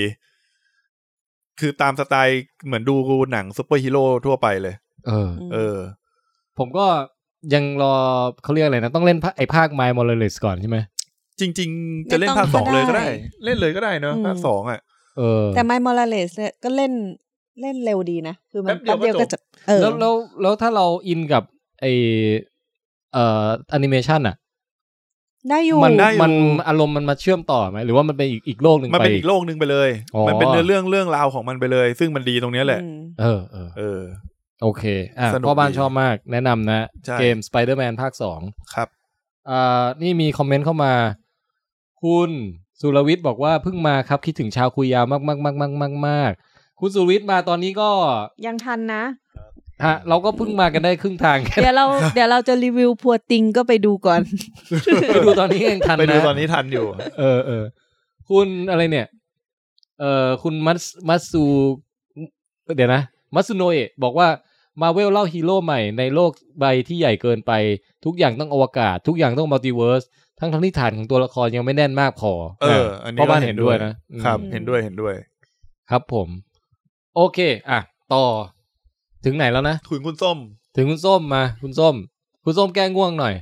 Speaker 4: คือตามสไตล์เหมือนดูหนังซูเปอร์ฮีโร่ทั่วไปเลย
Speaker 2: เออ
Speaker 4: เออ
Speaker 2: ผมก็ยังรอเขาเรียกอะไรนะ ต้องเล่นภาคไอภาคไมล์มอลเลสก่อนใช่ไหม
Speaker 4: จริง ๆ จะเล่นภาคสองเลยก็ได้ เล่นเลยก็ได้เนอะภาคสองอ่ะ
Speaker 2: เออ
Speaker 5: แต่ไมมอลเลสเนี่ยก็เล่นเล่นเร็วดีนะ คือมัน
Speaker 4: แป๊
Speaker 5: แป๊
Speaker 4: บบ เดี
Speaker 5: เดี
Speaker 4: ย
Speaker 5: ยว ว
Speaker 4: ก็
Speaker 5: ก็
Speaker 4: จ
Speaker 5: จะ
Speaker 4: บ
Speaker 5: เออ
Speaker 2: แล้วแล้วแล้วถ้าเราอินกับไอเอ่อแอนิเมชันอ่ะ
Speaker 5: ได้อยู่
Speaker 2: มั
Speaker 4: ได้อยู่
Speaker 2: มันอารมณ์มันมาเชื่อมต่อไหม หรือว่ามันเป็นอีกอีกโลกหนึ่ง
Speaker 4: มัน
Speaker 2: ไป
Speaker 4: เป็นอีกโลกหนึ่งไปเลย มันเป็นเนื้อเรื่องเรื่องราวของมันไปเลย ซึ่งมันดีตรงเนี้ยแหละ
Speaker 5: อืม
Speaker 2: เออเออ
Speaker 4: เออ
Speaker 2: โอเค อ่ะ
Speaker 4: สนุก
Speaker 2: พ่อบ้าน
Speaker 4: ดี
Speaker 2: ชอบมาก แนะนำนะ
Speaker 4: ใช่
Speaker 2: เกม Spider-Man ภาคสอง
Speaker 4: ครับ
Speaker 2: อ่า นี่มีคอมเมนต์เข้ามา คุณสุรวิทย์บอกว่าเพิ่งมาครับ คิดถึงชาวคุยยาวมากมากมากมากมากมากคุณสุรวิทย์มาตอนนี้ก็
Speaker 5: ยังทันนะ
Speaker 2: ฮะ เราก็เพิ่งมากันได้ครึ่งทาง
Speaker 6: เดี๋ยวเรา
Speaker 5: เดี๋ยวเราจะรีวิวพัวติงก็ไปดูก่อน
Speaker 2: ไปดูตอนนี้เองทันนะ
Speaker 4: ไปดูตอนนี้ทันอยู่
Speaker 2: เออเออคุณอะไรเนี่ย เออคุณมัสมัสซูเดี๋ยวนะ มัตสุโนเอะบอกว่ามาเวลเล่าฮีโร่ใหม่ในโลกใบที่ใหญ่เกินไป ทุกอย่างต้องอวกาศ ทุกอย่างต้องมัลติเวิร์ส ทั้งทั้งที่ฐานของตัวละครยังไม่แน่นมากพอ
Speaker 4: เออ อันนี้
Speaker 2: เพราะบ้านเห็นด้วยนะครับ อืม
Speaker 4: เห็นด้วยเห็นด้วย
Speaker 2: ครับผม โอเค อ่ะ ต่อ ถึงไหนแล้วนะ
Speaker 4: คุณคุณส้ม
Speaker 2: ถึงคุณส้มมา คุณส้ม คุณส้มแก้ง่วงหน่อย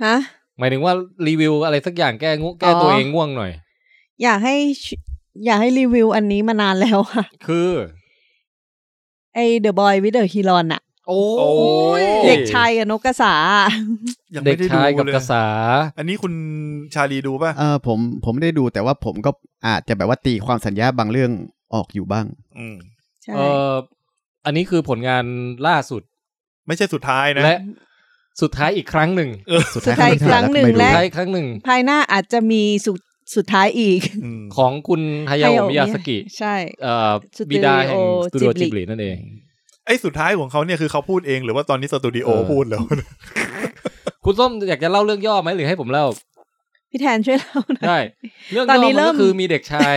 Speaker 5: ฮะ
Speaker 2: หมายถึงว่ารีวิวอะไรสักอย่างแก้ง่วงแก้ตัวเองง่วงหน่อย
Speaker 5: อยากให้ชอยากให้รีวิวอันนี้มานานแล้วอะ
Speaker 2: คือ
Speaker 5: ไอเดอะบอยวิเดอร์ฮีรอนอะ
Speaker 2: โอ้
Speaker 4: โอ้ย
Speaker 5: เด็กชายกับนกกระสา อะ
Speaker 4: ยัง
Speaker 2: เด็ก
Speaker 4: ไม่ได้ดู
Speaker 2: ชายกับ
Speaker 4: เลย
Speaker 2: กษา
Speaker 4: อันนี้คุณชาลีดูป่ะ
Speaker 3: เออผมผมไม่ได้ดูแต่ว่าผมก็อาจจะแบบว่าตีความสัญญาบางเรื่องออกอยู่บ้าง
Speaker 4: อืม
Speaker 5: ใช่
Speaker 2: เอ่ออันนี้คือผลงานล่าสุด
Speaker 4: ไม่ใช่สุดท้ายนะ
Speaker 2: และสุดท้ายอีกครั้งหนึ่ง
Speaker 3: สุด
Speaker 5: สุดท้ายอีกครั้งหนึ่ง
Speaker 3: ไม่รู้
Speaker 5: และ
Speaker 2: สุดท้ายอีกครั้งหนึ่ง
Speaker 5: ภายหน้าอาจจะมีสุดสุดท้ายอีก
Speaker 4: อืม
Speaker 2: ของคุณฮายาโอะมิยาสกิ
Speaker 5: ใช่
Speaker 2: เอ่อ
Speaker 5: สตูดิโอ
Speaker 2: บิดาแห่งสตูดิโอ
Speaker 5: จิ
Speaker 2: จิบบ
Speaker 5: ลิ
Speaker 2: ลินั่นเอง
Speaker 4: ไอ้สุดท้ายของเขาเนี่ยคือเขาพูดเองหรือว่าตอนนี้สตูดิโอ
Speaker 2: เออ
Speaker 4: พูดแล้ว
Speaker 2: คุณส้มอยากจะเล่าเรื่องย่อไหมหรือให้ผมเล่า
Speaker 5: พี่แทนช่วยเล่าหน่อย
Speaker 2: ได้ เรื่อง
Speaker 5: ตอย่ น
Speaker 2: อ
Speaker 5: นี้
Speaker 2: มัน
Speaker 5: เริ่
Speaker 2: ก็
Speaker 5: ม
Speaker 2: คือมีเด็ก ชาย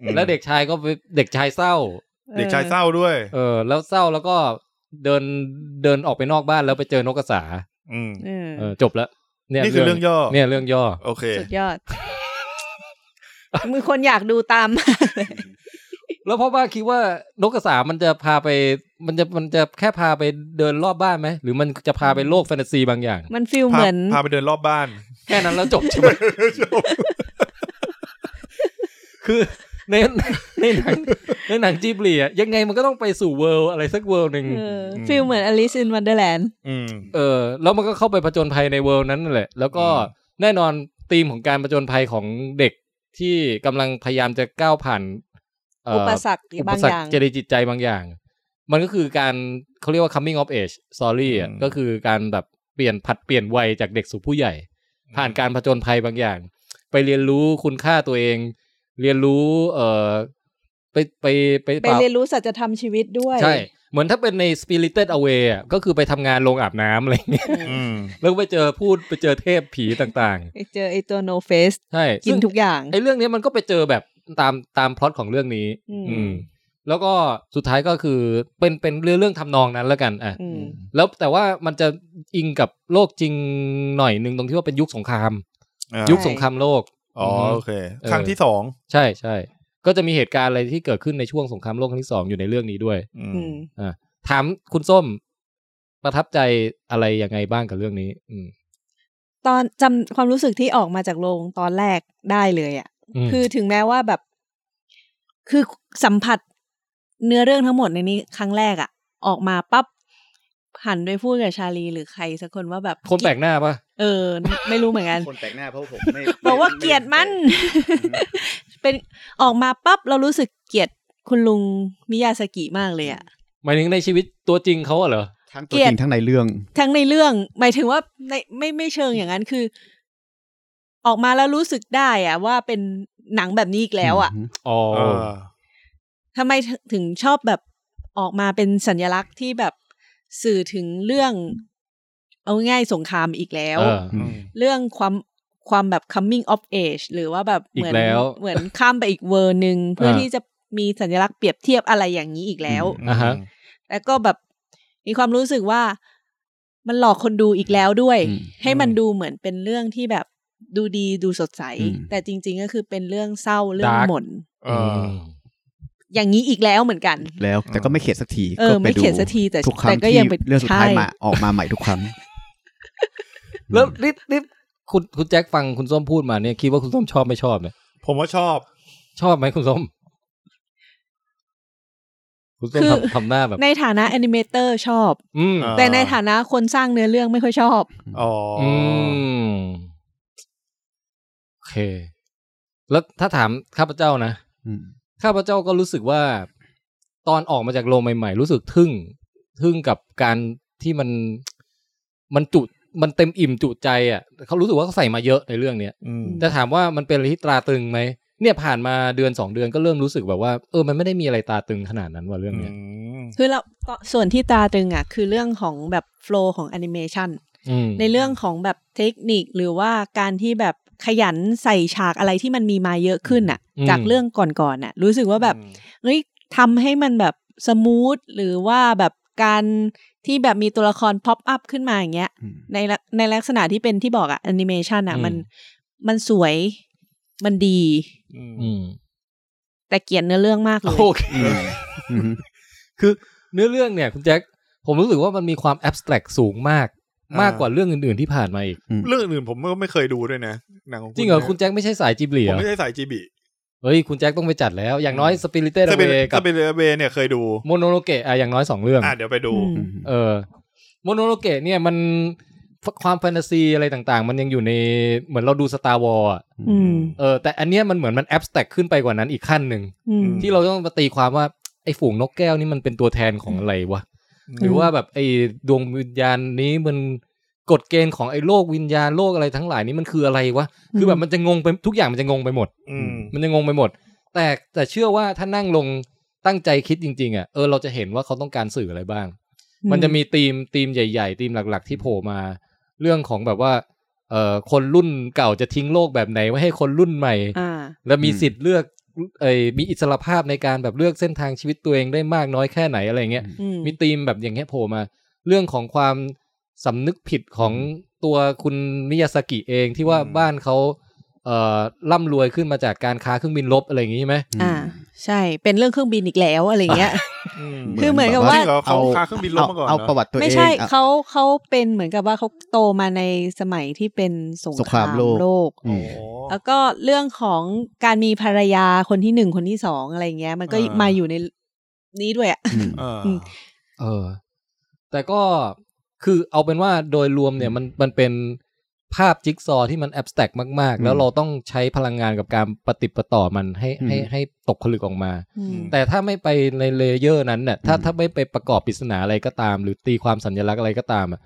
Speaker 4: อืม
Speaker 2: และเด็กชายก็เป็นเด็กชายเศร้า
Speaker 4: เด็กชายเศร้าด้วย
Speaker 2: เออ แล้วเศร้าแล้วก็เดินเดินออกไปนอกบ้านแล้วไปเจอนกกระสา
Speaker 4: อืม
Speaker 5: เออ
Speaker 2: เออจบแล้วเนี่ย
Speaker 4: นี่คือเรื่องย่อ
Speaker 2: เนี่ยเรื่องย่อ
Speaker 4: โอเค
Speaker 5: สุดยอด มือคนอยากดูตามมากเลย
Speaker 2: แล้วพ่อบ้านคิดว่านกกระสามันจะพาไป มันจะมันจะแค่พาไปเดินรอบบ้านไหม หรือมันจะพาไปโลกแฟนตาซีบางอย่าง
Speaker 5: มันฟิล
Speaker 4: พา
Speaker 5: เหมือน
Speaker 4: พาไปเดินรอบบ้าน
Speaker 2: แค่นั้นแล้วจบใช่ไหม คือในในหนังในหนังจีบลีอะยังไงมันก็ต้องไปสู่เวิลด์อะไรสักเวิลด์หนึ่ง
Speaker 5: เอออ
Speaker 4: ม
Speaker 5: ฟิลเหมือนอลิซอินวันเดอร์แลนด์
Speaker 4: อืม
Speaker 2: เออ แล้วมันก็เข้าไปผจญภัยในเวิลด์นั้นนั่นแหละ แล้วก็
Speaker 4: อืม
Speaker 2: แน่นอนธีมของการผจญภัยของเด็กที่กำลังพยายามจะก้าวผ่านเ
Speaker 5: อุปสรรคบางอย่าง
Speaker 2: เจริญจิตใจบางอย่าง มันก็คือการเขาเรียกว่า coming of age story อ่ะ
Speaker 4: อืม
Speaker 2: ก็คือการแบบเปลี่ยนผัดเปลี่ยนวัยจากเด็กสู่ผู้ใหญ่ ผ่านการผจญภัยบางอย่าง ไปเรียนรู้คุณค่าตัวเอง เรียนรู้ เอ่อไปไปไป
Speaker 5: ไปเรียนรู้สัจธรรมชีวิตด้วย
Speaker 2: ใช่ เหมือนถ้าเป็นใน spirited away อ่ะก็คือไปทำงานโรงอาบน้ำอะไรอย่างเงี้ย
Speaker 4: อืม
Speaker 2: แล้วก็ไปเจอพูดไปเจอเทพผีต่าง
Speaker 5: ไปเจอไอตัวโนเฟส
Speaker 2: ๆ ใช่
Speaker 5: กินทุกอย่าง
Speaker 2: ไอ้เรื่องเนี้ยมันก็ไปเจอแบบตามตามพล็อตของเรื่องนี้
Speaker 5: อืม
Speaker 2: อืม แล้วก็สุดท้ายก็คือเป็นเป็นเรื่องเรื่องทำนองนั้นแล้วกันอ่ะ
Speaker 5: อืม
Speaker 2: แล้วแต่ว่ามันจะอิงกับโลกจริงหน่อยหนึ่งตรงที่ว่าเป็นยุคสงคราม
Speaker 4: อ่า
Speaker 2: ยุคสงครามโลก
Speaker 4: อ๋อโอเค ครั้งที่สอง
Speaker 2: ใช่ใช่ก็จะมีเหตุการณ์อะไรที่เกิดขึ้นในช่วงสงครามโลกครั้งที่สองอยู่ในเรื่องนี้ด้วย
Speaker 4: อืม
Speaker 5: อืม
Speaker 2: ถามคุณส้มประทับใจอะไรยังไงบ้างกับเรื่องนี้ อืม
Speaker 5: ตอนจำความรู้สึกที่ออกมาจากโรงตอนแรกได้เลยอะ่ะ
Speaker 2: ม
Speaker 5: คือถึงแม้ว่าแบบ คือสัมผัสเนื้อเรื่องทั้งหมดในนี้ครั้งแรกอะ่ะ ออกมาปั๊บหันไปพูดกับชาลีหรือใครสักคนว่าแบบ
Speaker 2: คนแปลกหน้าปะ
Speaker 5: เออ ไม่รู้เหมือนกัน
Speaker 3: คนแปลกหน้าเพราะผมไม่
Speaker 5: บอกว่าเกลียดมัน เป็นออกมาปั๊บเรารู้สึกเกลียดคุณลุงมิยาสกิมากเลยอ่ะ
Speaker 2: หมายถึงในชีวิตตัวจริงเขาอะเหรอ
Speaker 3: ทั้งตัวจริงทั้งในเรื่อง
Speaker 5: ทั้งในเรื่องหมายถึงว่าในไม่ไม่เชิงอย่างนั้นคือ ออกมาแล้วรู้สึกได้อะว่าเป็นหนังแบบนี้อีกแล้วอะ
Speaker 2: อ๋อ
Speaker 4: เออ
Speaker 5: ทำไมถึงชอบแบบออกมาเป็นสัญลักษณ์ที่แบบสื่อถึงเรื่อง เอาง่ายๆสงครามอีกแล้ว
Speaker 2: เออ
Speaker 4: อืม
Speaker 5: เรื่องความความแบบ coming of age หรือว่าแบบเหมืน
Speaker 2: อีกแล้ว
Speaker 5: เหมือนข้ามไปอีกเวอร์หนึ่งเพื่อ
Speaker 2: เออ
Speaker 5: ที่จะมีสัญลักษณ์เปรียบเทียบอะไรอย่างนี้อีกแล้ว
Speaker 2: อ่ะฮะ
Speaker 5: แล้วก็แบบมีความรู้สึกว่ามันหลอกคนดูอีกแล้วด้วย
Speaker 3: อืม
Speaker 5: ให้มันดูเหมือนเป็นเรื่องที่แบบดูดีดูสดใส
Speaker 3: อืม
Speaker 5: แต่จริง ๆ ก็คือเป็นเรื่องเศร้าเรื่อง
Speaker 2: ดาร์ก
Speaker 5: หม่น
Speaker 4: เออ
Speaker 2: ม
Speaker 5: อย่างนี้อีกแล้วเหมือนกัน
Speaker 3: แล้วแต่ก็ไม่เข็ดสักที
Speaker 5: เออ
Speaker 3: ก็ป
Speaker 5: ไม่
Speaker 3: ดู
Speaker 5: เข็ดสักทีแต่
Speaker 3: ทุกครั้
Speaker 5: แต่
Speaker 3: ง
Speaker 5: ก็
Speaker 3: ที่
Speaker 5: ยังเป็น
Speaker 3: เรื่องสุดท้าย
Speaker 5: ใช่
Speaker 3: มาออกมาใหม่ทุกครั้ง
Speaker 2: แล้วรีบรีบคุณคุณแจ็คฟังคุณส้มพูดมาเนี่ยคิดว่าคุณส้มชอบไม่ชอบเนี่ย
Speaker 4: ผมว่าชอบ
Speaker 2: ชอบไหมคุณส้ม คุณส้ม
Speaker 5: คือ
Speaker 2: ทำทำหน้าแบบ
Speaker 5: ในฐานะแอนิเมเตอร์ชอบ
Speaker 2: อืม
Speaker 4: อ่า
Speaker 5: แต่ในฐานะคนสร้างเนื้อเรื่องไม่ค่อยชอบ
Speaker 4: อ๋ออ
Speaker 2: อืมโอเค แล้วถ้าถามข้าพเจ้านะ
Speaker 3: อืม
Speaker 2: ข้าพเจ้าก็รู้สึกว่า ตอนออกมาจากโรงใหม่ ๆ รู้สึกทึ่ง ทึ่งกับการที่มันมันจุมันเต็มอิ่มจุใจอ่ะเขารู้สึกว่าเขาใส่มาเยอะในเรื่องเนี้ย
Speaker 4: อืม
Speaker 2: แต่ถามว่ามันเป็นอะไรที่ตราตรึงไหมเนี่ยผ่านมาเดือนสองเดือนก็เริ่มรู้สึกแบบว่าเออมันไม่ได้มีอะไรตราตรึงขนาดนั้นว่ะเรื่องเนี้ย
Speaker 5: คือเราตส่วนที่ตาตรึงอ่ะ คือเรื่องของแบบโฟลของแอนิเมชัน
Speaker 2: อืม
Speaker 5: ในเรื่องของแบบเทคนิคหรือว่าการที่แบบขยันใส่ฉากอะไรที่มันมีมาเยอะขึ้นอ่ะ
Speaker 2: อืม
Speaker 5: จากเรื่องก่อนๆอ่ะ รู้สึกว่าแบบ เฮ้ยทำให้มันแบบสมูทหรือว่าแบบการที่แบบมีตัวละครพ็อปอัพขึ้นมาอย่างเงี้ย
Speaker 3: อืม
Speaker 5: ในละในลักษณะที่เป็นที่บอกอะแอนิเมชันอะ
Speaker 2: อืม
Speaker 5: มันมันสวยมันดี
Speaker 4: อืม
Speaker 2: อืม
Speaker 5: แต่เกลียดเนื้อเรื่องมากเลย
Speaker 2: โอเค
Speaker 3: อืม
Speaker 2: คือเนื้อเรื่องเนี่ย คุณแจ็ค ผมรู้สึกว่ามันมีความแอบสแตรกสูงมาก
Speaker 4: อ่าม
Speaker 2: มากกว่าเรื่องอื่นๆที่ผ่านมาอีก
Speaker 4: เรื่องอื่นผมก็ไม่เคยดูด้วยนะ หนังของ
Speaker 2: จริงเหรอ
Speaker 4: นี่ย
Speaker 2: คุณแจ็คไม่ใช่สายจิบเหลี
Speaker 4: ผ
Speaker 2: ย
Speaker 4: มไม่ใช่สายจีบี
Speaker 2: เฮ้ย คุณแจ็คต้องไปจัดแล้ว อย่างน้อยสปิริตเตอร์
Speaker 4: ถ้าเป็น
Speaker 2: เวกับ
Speaker 4: ถ้าเป็นเวเนี่ยเคยดู
Speaker 2: โมโนโลเกะอะอย่างน้อยสองเรื่อง
Speaker 4: อ่ะเดี๋ยวไปดู
Speaker 5: อืม
Speaker 2: เออโมโนโลเกะเนี่ยมันความแฟนตาซีอะไรต่างๆ มันยังอยู่ในเหมือนเราดูสตาร์วอล
Speaker 5: อืม
Speaker 2: เออแต่อันเนี้ยมันเหมือนมันแอบสแตรกขึ้นไปกว่านั้นอีกขั้นหนึ่ง
Speaker 5: อืม
Speaker 4: ม
Speaker 2: ที่เราต้องมาตีความว่าไอ้ฝูงนกแก้วนี่มันเป็นตัวแทนของอะไรวะ
Speaker 5: อืม
Speaker 2: หรือว่าแบบไอ้ดวงวิญญาณนี้มันกฎเกณฑ์ของไอ้โลกวิญญาณโลกอะไรทั้งหลายนี้มันคืออะไรวะ คือแบบมันจะงงไปทุกอย่างมันจะงงไปหมด
Speaker 4: อืม
Speaker 2: มันจะงงไปหมด แต่แต่เชื่อว่าถ้านั่งลงตั้งใจคิดจริงๆอ่ะเออเราจะเห็นว่าเขาต้องการสื่ออะไรบ้าง มันจะมีธีมธีมใหญ่ๆธีมหลักๆ ที่โผล่มา เรื่องของแบบว่าเอ่อคนรุ่นเก่าจะทิ้งโลกแบบไหนไว้ให้คนรุ่นใหม่
Speaker 5: อ่า
Speaker 2: แล้วมี
Speaker 3: อืม
Speaker 2: สิทธิ์เลือกเอยมีอิสระภาพในการแบบเลือกเส้นทางชีวิตตัวเองได้มากน้อยแค่ไหนอะไรเงี้ย
Speaker 5: อืม
Speaker 2: มีธีมแบบอย่างเงี้ยโผล่มา เรื่องของความสำนึกผิดของตัวคุณมิยาสกิเองที่ว่าบ้านเขาเอ่อร่ำรวยขึ้นมาจากการค้าเครื่องบินลบอะไรอย่างงี้ใช่ไหม
Speaker 5: อ่า ใช่ เป็นเรื่องเครื่องบินอีกแล้วอะไรเงี้ย
Speaker 4: อืม
Speaker 5: คือเหมือนกับ
Speaker 4: จ
Speaker 5: ว่า
Speaker 4: ริงเหรอเขาพาเครื่องบินลบมาก่อนเหรอ
Speaker 3: เอาประวัติตัวเอง
Speaker 5: ไม่ใช่
Speaker 3: อ่ะ
Speaker 5: เขาเขาเป็นเหมือนกับว่าเขาโตมาในสมัยที่เป็นสง
Speaker 3: สงคราร
Speaker 5: คาม ม
Speaker 3: โลก
Speaker 5: โลก
Speaker 3: อืม
Speaker 4: โอ้
Speaker 5: แล้วก็เรื่องของการมีภรรยาคนที่หนึ่งคนที่สองอะไรเงี้ย มันก็
Speaker 4: อ่าม
Speaker 5: มาอยู่ในนี้ด้วยอะ
Speaker 3: อืม
Speaker 4: เออ
Speaker 5: ม
Speaker 2: เออ แต่ก็คือเอาเป็นว่าโดยรวมเนี่ยมันมันเป็น ภาพจิ๊กซอว์ที่มันแอบสแต็กมาก
Speaker 3: อื
Speaker 2: ๆ
Speaker 3: ม
Speaker 2: แล้วเราต้องใช้พลังงานกับการปฏิดประต่อมันให้
Speaker 3: อืม
Speaker 2: ให้ให้ตกผลึกออกมา
Speaker 5: อืม
Speaker 2: แต่ถ้าไม่ไปในเลเยอร์นั้นเนี่ยถ้า
Speaker 3: อืม
Speaker 2: ถ้าไม่ไปประกอบปริศนาอะไรก็ตาม หรือตีความสัญลักษณ์อะไรก็ตามอะ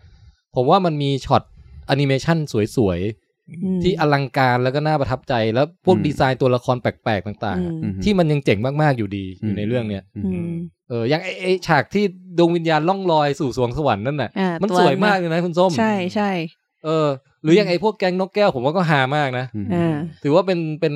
Speaker 2: ผมว่ามันมีช็อตแอนิเมชันสวยๆ ที่อลังการแล้วก็น่าประทับใจแล้วพวก
Speaker 3: อืม
Speaker 2: ดีไซน์ตัวละครแปลกๆต่างๆอะ
Speaker 3: อืม
Speaker 2: ที่มันยังเจ๋งมากๆอยู่ดีอยู่ในเรื่องเนี้ย
Speaker 3: อืม
Speaker 5: อืม
Speaker 2: เอออย่างไอ้ไอ้ฉากที่ดวงวิญญาณล่องลอยสู่สวงสวรรค์นั่นน่ะ
Speaker 5: อ่ามั
Speaker 2: มัน
Speaker 5: ตัว
Speaker 2: สวย
Speaker 5: นั้น
Speaker 2: มากเลยนะคุณส้ม
Speaker 5: ใช่ใช่
Speaker 2: เออ หรืออย่างไอ้พวกแก๊งนกแก้วผมว่าก็หามากนะ
Speaker 3: อืม
Speaker 5: อ่า
Speaker 2: ถือว่าเป็นเป็น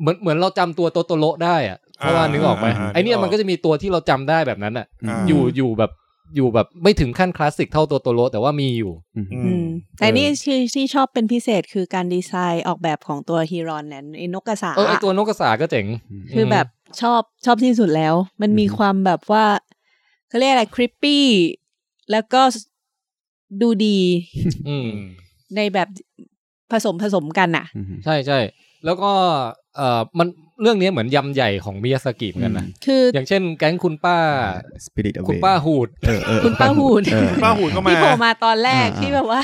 Speaker 2: เหมือนเหมือนเราจำตัวโตโตโละได้อะเพราะว่า
Speaker 4: อ่า
Speaker 2: นึกออกไหม
Speaker 4: อ่า
Speaker 2: ไอเนี้ย
Speaker 4: นึกออก
Speaker 2: มันก็จะมีตัวที่เราจำได้แบบนั้นอ่ะ
Speaker 4: อ่า
Speaker 2: อยู่อยู่แบบอยู่แบบไม่ถึงขั้นคลาสสิกเท่าตัวโตโละแต่ว่ามีอยู่
Speaker 4: อื
Speaker 5: อื
Speaker 4: ม
Speaker 5: มแต่นี่ที่ที่ชอบเป็นพิเศษคือการดีไซน์ออกแบบของตัวฮีรอนเนี่ยไอ้นกกระสา
Speaker 2: เออไอตัวนกกระสาก็เจ๋ง
Speaker 5: คือแบบชอบชอบที่สุดแล้ว มันมี
Speaker 3: อืม
Speaker 5: ความแบบว่าเขาเรียกอะไรคริปปี้แล้วก็ดูดี
Speaker 2: อืม
Speaker 5: ในแบบผสมผสมกันน่ะ
Speaker 3: อืม
Speaker 2: ใช่ใช่แล้วก็เออมันเรื่องเนี้ยเหมือนยำใหญ่ของมิยาสกิเหมือนกันนะ
Speaker 5: คือ
Speaker 2: อย่างเช่น แก๊งคุณป้า
Speaker 3: Spirit Away
Speaker 2: คุณป้าหูด
Speaker 3: เออเออ
Speaker 5: คุณป้าหูด
Speaker 3: เออ
Speaker 4: ป้าหูดก็มา
Speaker 5: ที่โผล่มาตอนแรก
Speaker 3: อ่า
Speaker 5: ที่แบบว่า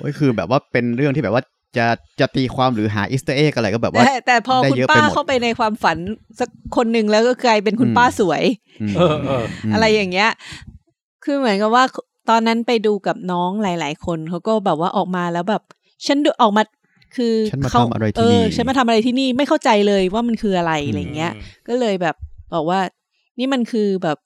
Speaker 3: โอ้ยคือแบบว่าเป็นเรื่องที่แบบว่าจะจะตีความหรือหาอ a ส t ต r e เอ็กอะไรก็แบบว่า
Speaker 5: แต่แต่พอ
Speaker 3: ได้
Speaker 5: คุณ
Speaker 3: เยอะ
Speaker 5: ป้า
Speaker 3: ไปหมด
Speaker 5: เข้าไปในความฝันสักคนหนึ่งแล้วก็กลายเป็นคุณ
Speaker 3: อืม
Speaker 5: ป้าสวย
Speaker 3: ม
Speaker 2: เออเออ
Speaker 3: ม
Speaker 5: อะไรอย่างเงี้ย คือเหมือนกับว่าตอนนั้นไปดูกับน้องหลาย ๆ คนเขาก็แบบว่าออกมาแล้วแบบ ฉันดูออกมา คือ
Speaker 3: ฉันมา
Speaker 5: เข
Speaker 3: ทำอะไรที่
Speaker 5: เออ
Speaker 3: นี่
Speaker 5: ฉันมาทำอะไรที่นี่ไม่เข้าใจเลยว่ามันคืออะไรอะไรเงี้ย ก็เลยแบบบอกว่า นี่มันคือแบบ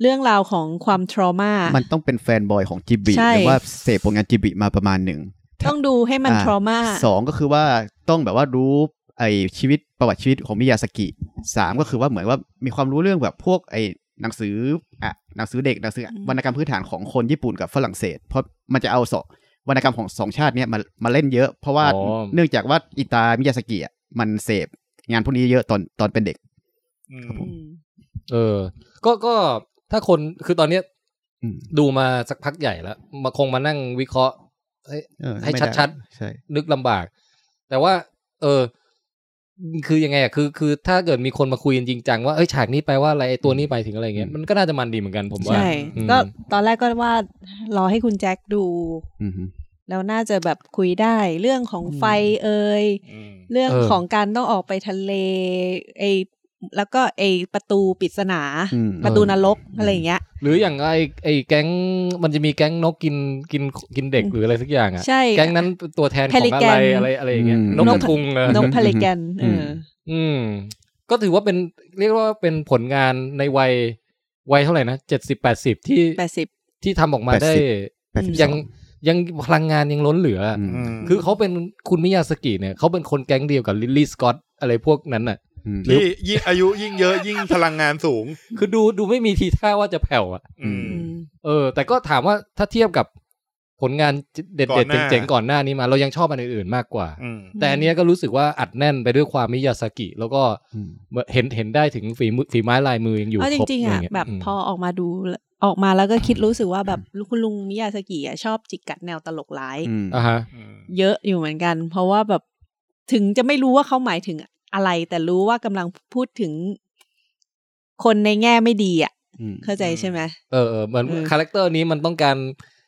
Speaker 5: เรื่องราวของความทรมา
Speaker 3: มันต้องเป็นแฟนบอยของจิบิ
Speaker 5: ใช่
Speaker 3: หรือว่าเสพผลงานจิบิมาประมาณหนึ่ง
Speaker 5: ต้องดูให้มัน
Speaker 3: อ่
Speaker 5: ทรมา
Speaker 3: สองก็คือว่าต้องแบบว่ารู้ไอชีวิตประวัติชีวิตของมิยาสกิสามก็คือว่าเหมือนว่ามีความรู้เรื่องแบบพวกไอหนังสืออ่ะหนังสือเด็กหนังสือวรรณกรรมพื้นฐานของคนญี่ปุ่นกับฝรั่งเศส เพราะมันจะเอาสองวรรณกรรมของสองชาติเนี้ยมามาเล่นเยอะ เพราะว่า
Speaker 2: อ๋อ
Speaker 3: เนื่องจากว่าอิตามิยาสกิอ่ะมันเสพงานพวกนี้เยอะตอนตอนเป็นเด็ก
Speaker 5: อืม
Speaker 2: เออ ก็ ก็ถ้าคน คือตอนเนี้ย
Speaker 3: อืม
Speaker 2: ดูมาสักพักใหญ่แล้ว มาคงมานั่งวิเคราะห์ เอ้ย
Speaker 3: เออ
Speaker 2: ให้
Speaker 3: ไม่ไ
Speaker 2: ชัด
Speaker 3: ใช่
Speaker 2: นึกลำบาก แต่ว่า เออ คือยังไงอะคือ คือ ถ้าเกิดมีคนมาคุยกันจริงจังว่า เอ้ย ฉากนี้ไปลว่าอะไรไอ้ตัวนี้ไปถึงอะไรเงี้ย มันก็น่าจะมันดีเหมือนกันผมว่า
Speaker 5: ใช่
Speaker 2: อืม
Speaker 5: ก็ตอนแรกก็ว่ารอให้คุณแจ็คดู
Speaker 3: อือฮึ
Speaker 5: แล้วน่าจะแบบคุยได้เรื่องของไฟเอ่ย เรื่องของการต้องออกไปทะเลไอแล้วก็ไอประตูปริศนา
Speaker 3: อืม
Speaker 5: ประตูนรกอะไรอย่างเงี้ย
Speaker 2: หรืออย่างไอ้ไอ้แก๊ง มันจะมีแก๊งนกกิน กิน กินเด็กหรืออะไรสักอย่างอะ
Speaker 5: ใช่
Speaker 2: แก๊งนั้นเป็นตัวแทนของอะไร
Speaker 5: Pelican
Speaker 2: อะไร อะไรอย่างเงี้ย
Speaker 3: อืม
Speaker 2: นกกระทุงเออ
Speaker 5: นกพาเลแกนเอออ
Speaker 3: ม
Speaker 2: อืม ก็ถือว่าเป็นเรียกว่าเป็นผลงานในวัยวัยเท่าไหร่นะเจ็ดสิบแปดสิบที่
Speaker 5: แปดสิบ
Speaker 2: ที่ทำออกมาได้
Speaker 3: แปดสิบส
Speaker 2: ยั
Speaker 3: องง
Speaker 2: ยังพลังงานยังล้นเหลืออ
Speaker 3: ม
Speaker 2: คือเขาเป็นคุณมิยาสกิเนี่ยเขาเป็นคนแก๊งเดียวกับลิลลี่สกอตอะไรพวกนั้นน่ะ
Speaker 3: อืม
Speaker 4: ที่ยิ่งอายุยิ่งเยอะยิ่งพลังงานสูง
Speaker 2: คือดูดูไม่มีทีท่าว่าจะแผ่วอ่ะ
Speaker 4: อืม
Speaker 2: เออ แต่ก็ถามว่าถ้าเทียบกับผลงานเด็ด
Speaker 4: ก่
Speaker 2: เด็
Speaker 4: อ
Speaker 2: ด
Speaker 4: นหน้า
Speaker 2: เจ๋งๆก่อนหน้านี้มา เรายังชอบอันอื่นๆมากกว่า
Speaker 4: อืม
Speaker 2: แต่อันเนี้ยก็รู้สึกว่าอัดแน่นไปด้วยความมิยาสกิ แล้วก็
Speaker 3: อืม
Speaker 2: เห็นเห็นได้ถึงฝีมือฝีไม้ลายมือยังอยู่คร
Speaker 5: เอา
Speaker 2: บ
Speaker 5: จริงๆ
Speaker 2: ย่า
Speaker 5: อ่ะ
Speaker 2: เย
Speaker 5: แบบ
Speaker 2: ม
Speaker 5: พอออกมาดูออกมาแล้วก็คิดรู้สึกว่าแบบคุณลุงมิยาสกิอ่ะชอบจิกกัดแนวตลกร้าย
Speaker 3: อืม
Speaker 2: อ่าฮะ
Speaker 5: เยอะอยู่เหมือนกัน เพราะว่าแบบถึงจะไม่รู้ว่าเขาหมายถึงอะไร แต่รู้ว่ากำลังพูดถึง คนในแง่ไม่ดีอ่ะ
Speaker 3: อืม
Speaker 5: เข้าใจใช่ไหม
Speaker 2: เออเออเหมือน
Speaker 5: เออ
Speaker 2: คาแรคเตอร์นี้มันต้องการ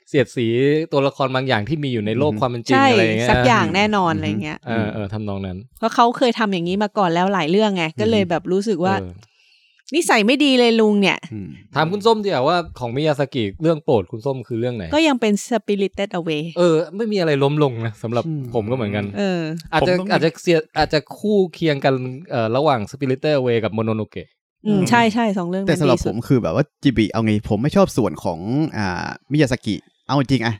Speaker 2: เสียดสีตัวละครบางอย่างที่มีอยู่ในโลก
Speaker 3: อือฮึ
Speaker 2: ความเป็นจริง
Speaker 5: ใช่
Speaker 2: อะไรอย่างเงี้ย
Speaker 5: สักอย่างแน่นอน
Speaker 3: อืม
Speaker 5: อะไรเงี้ย
Speaker 2: เออเออทำนองนั้น
Speaker 5: เพราะเขาเคยทำอย่างนี้มาก่อนแล้วหลายเรื่องไง ก็เลยแบบรู้สึกว่า
Speaker 2: เออ
Speaker 5: นิสัยไม่ดีเลยลุงเนี่ย
Speaker 3: อืม
Speaker 2: ถามคุณส้มดีกว่าว่าของมิยาสกิเรื่องโปรดคุณส้มคือเรื่องไหน
Speaker 5: ก็ยังเป็น spirited away
Speaker 2: เออ ไม่มีอะไรล้มลงนะสำหรับ
Speaker 3: อืม
Speaker 2: ผมก็เหมือนกัน
Speaker 5: เออ
Speaker 2: อาจจะ
Speaker 4: ผมต้อง
Speaker 2: อาจจะเสียอาจจะคู่เคียงกันเอ่อระหว่าง Spirited Away กับ Mononoke
Speaker 5: อืมใช่ใช่สองเรื่อง
Speaker 3: แต่
Speaker 5: นั้น
Speaker 3: สำหรับ
Speaker 5: ดี
Speaker 3: ผ
Speaker 5: สุด
Speaker 3: มคือแบบว่าจิบิเอาไงผมไม่ชอบส่วนของอ่ามิยาสกิ เอาจริงอะ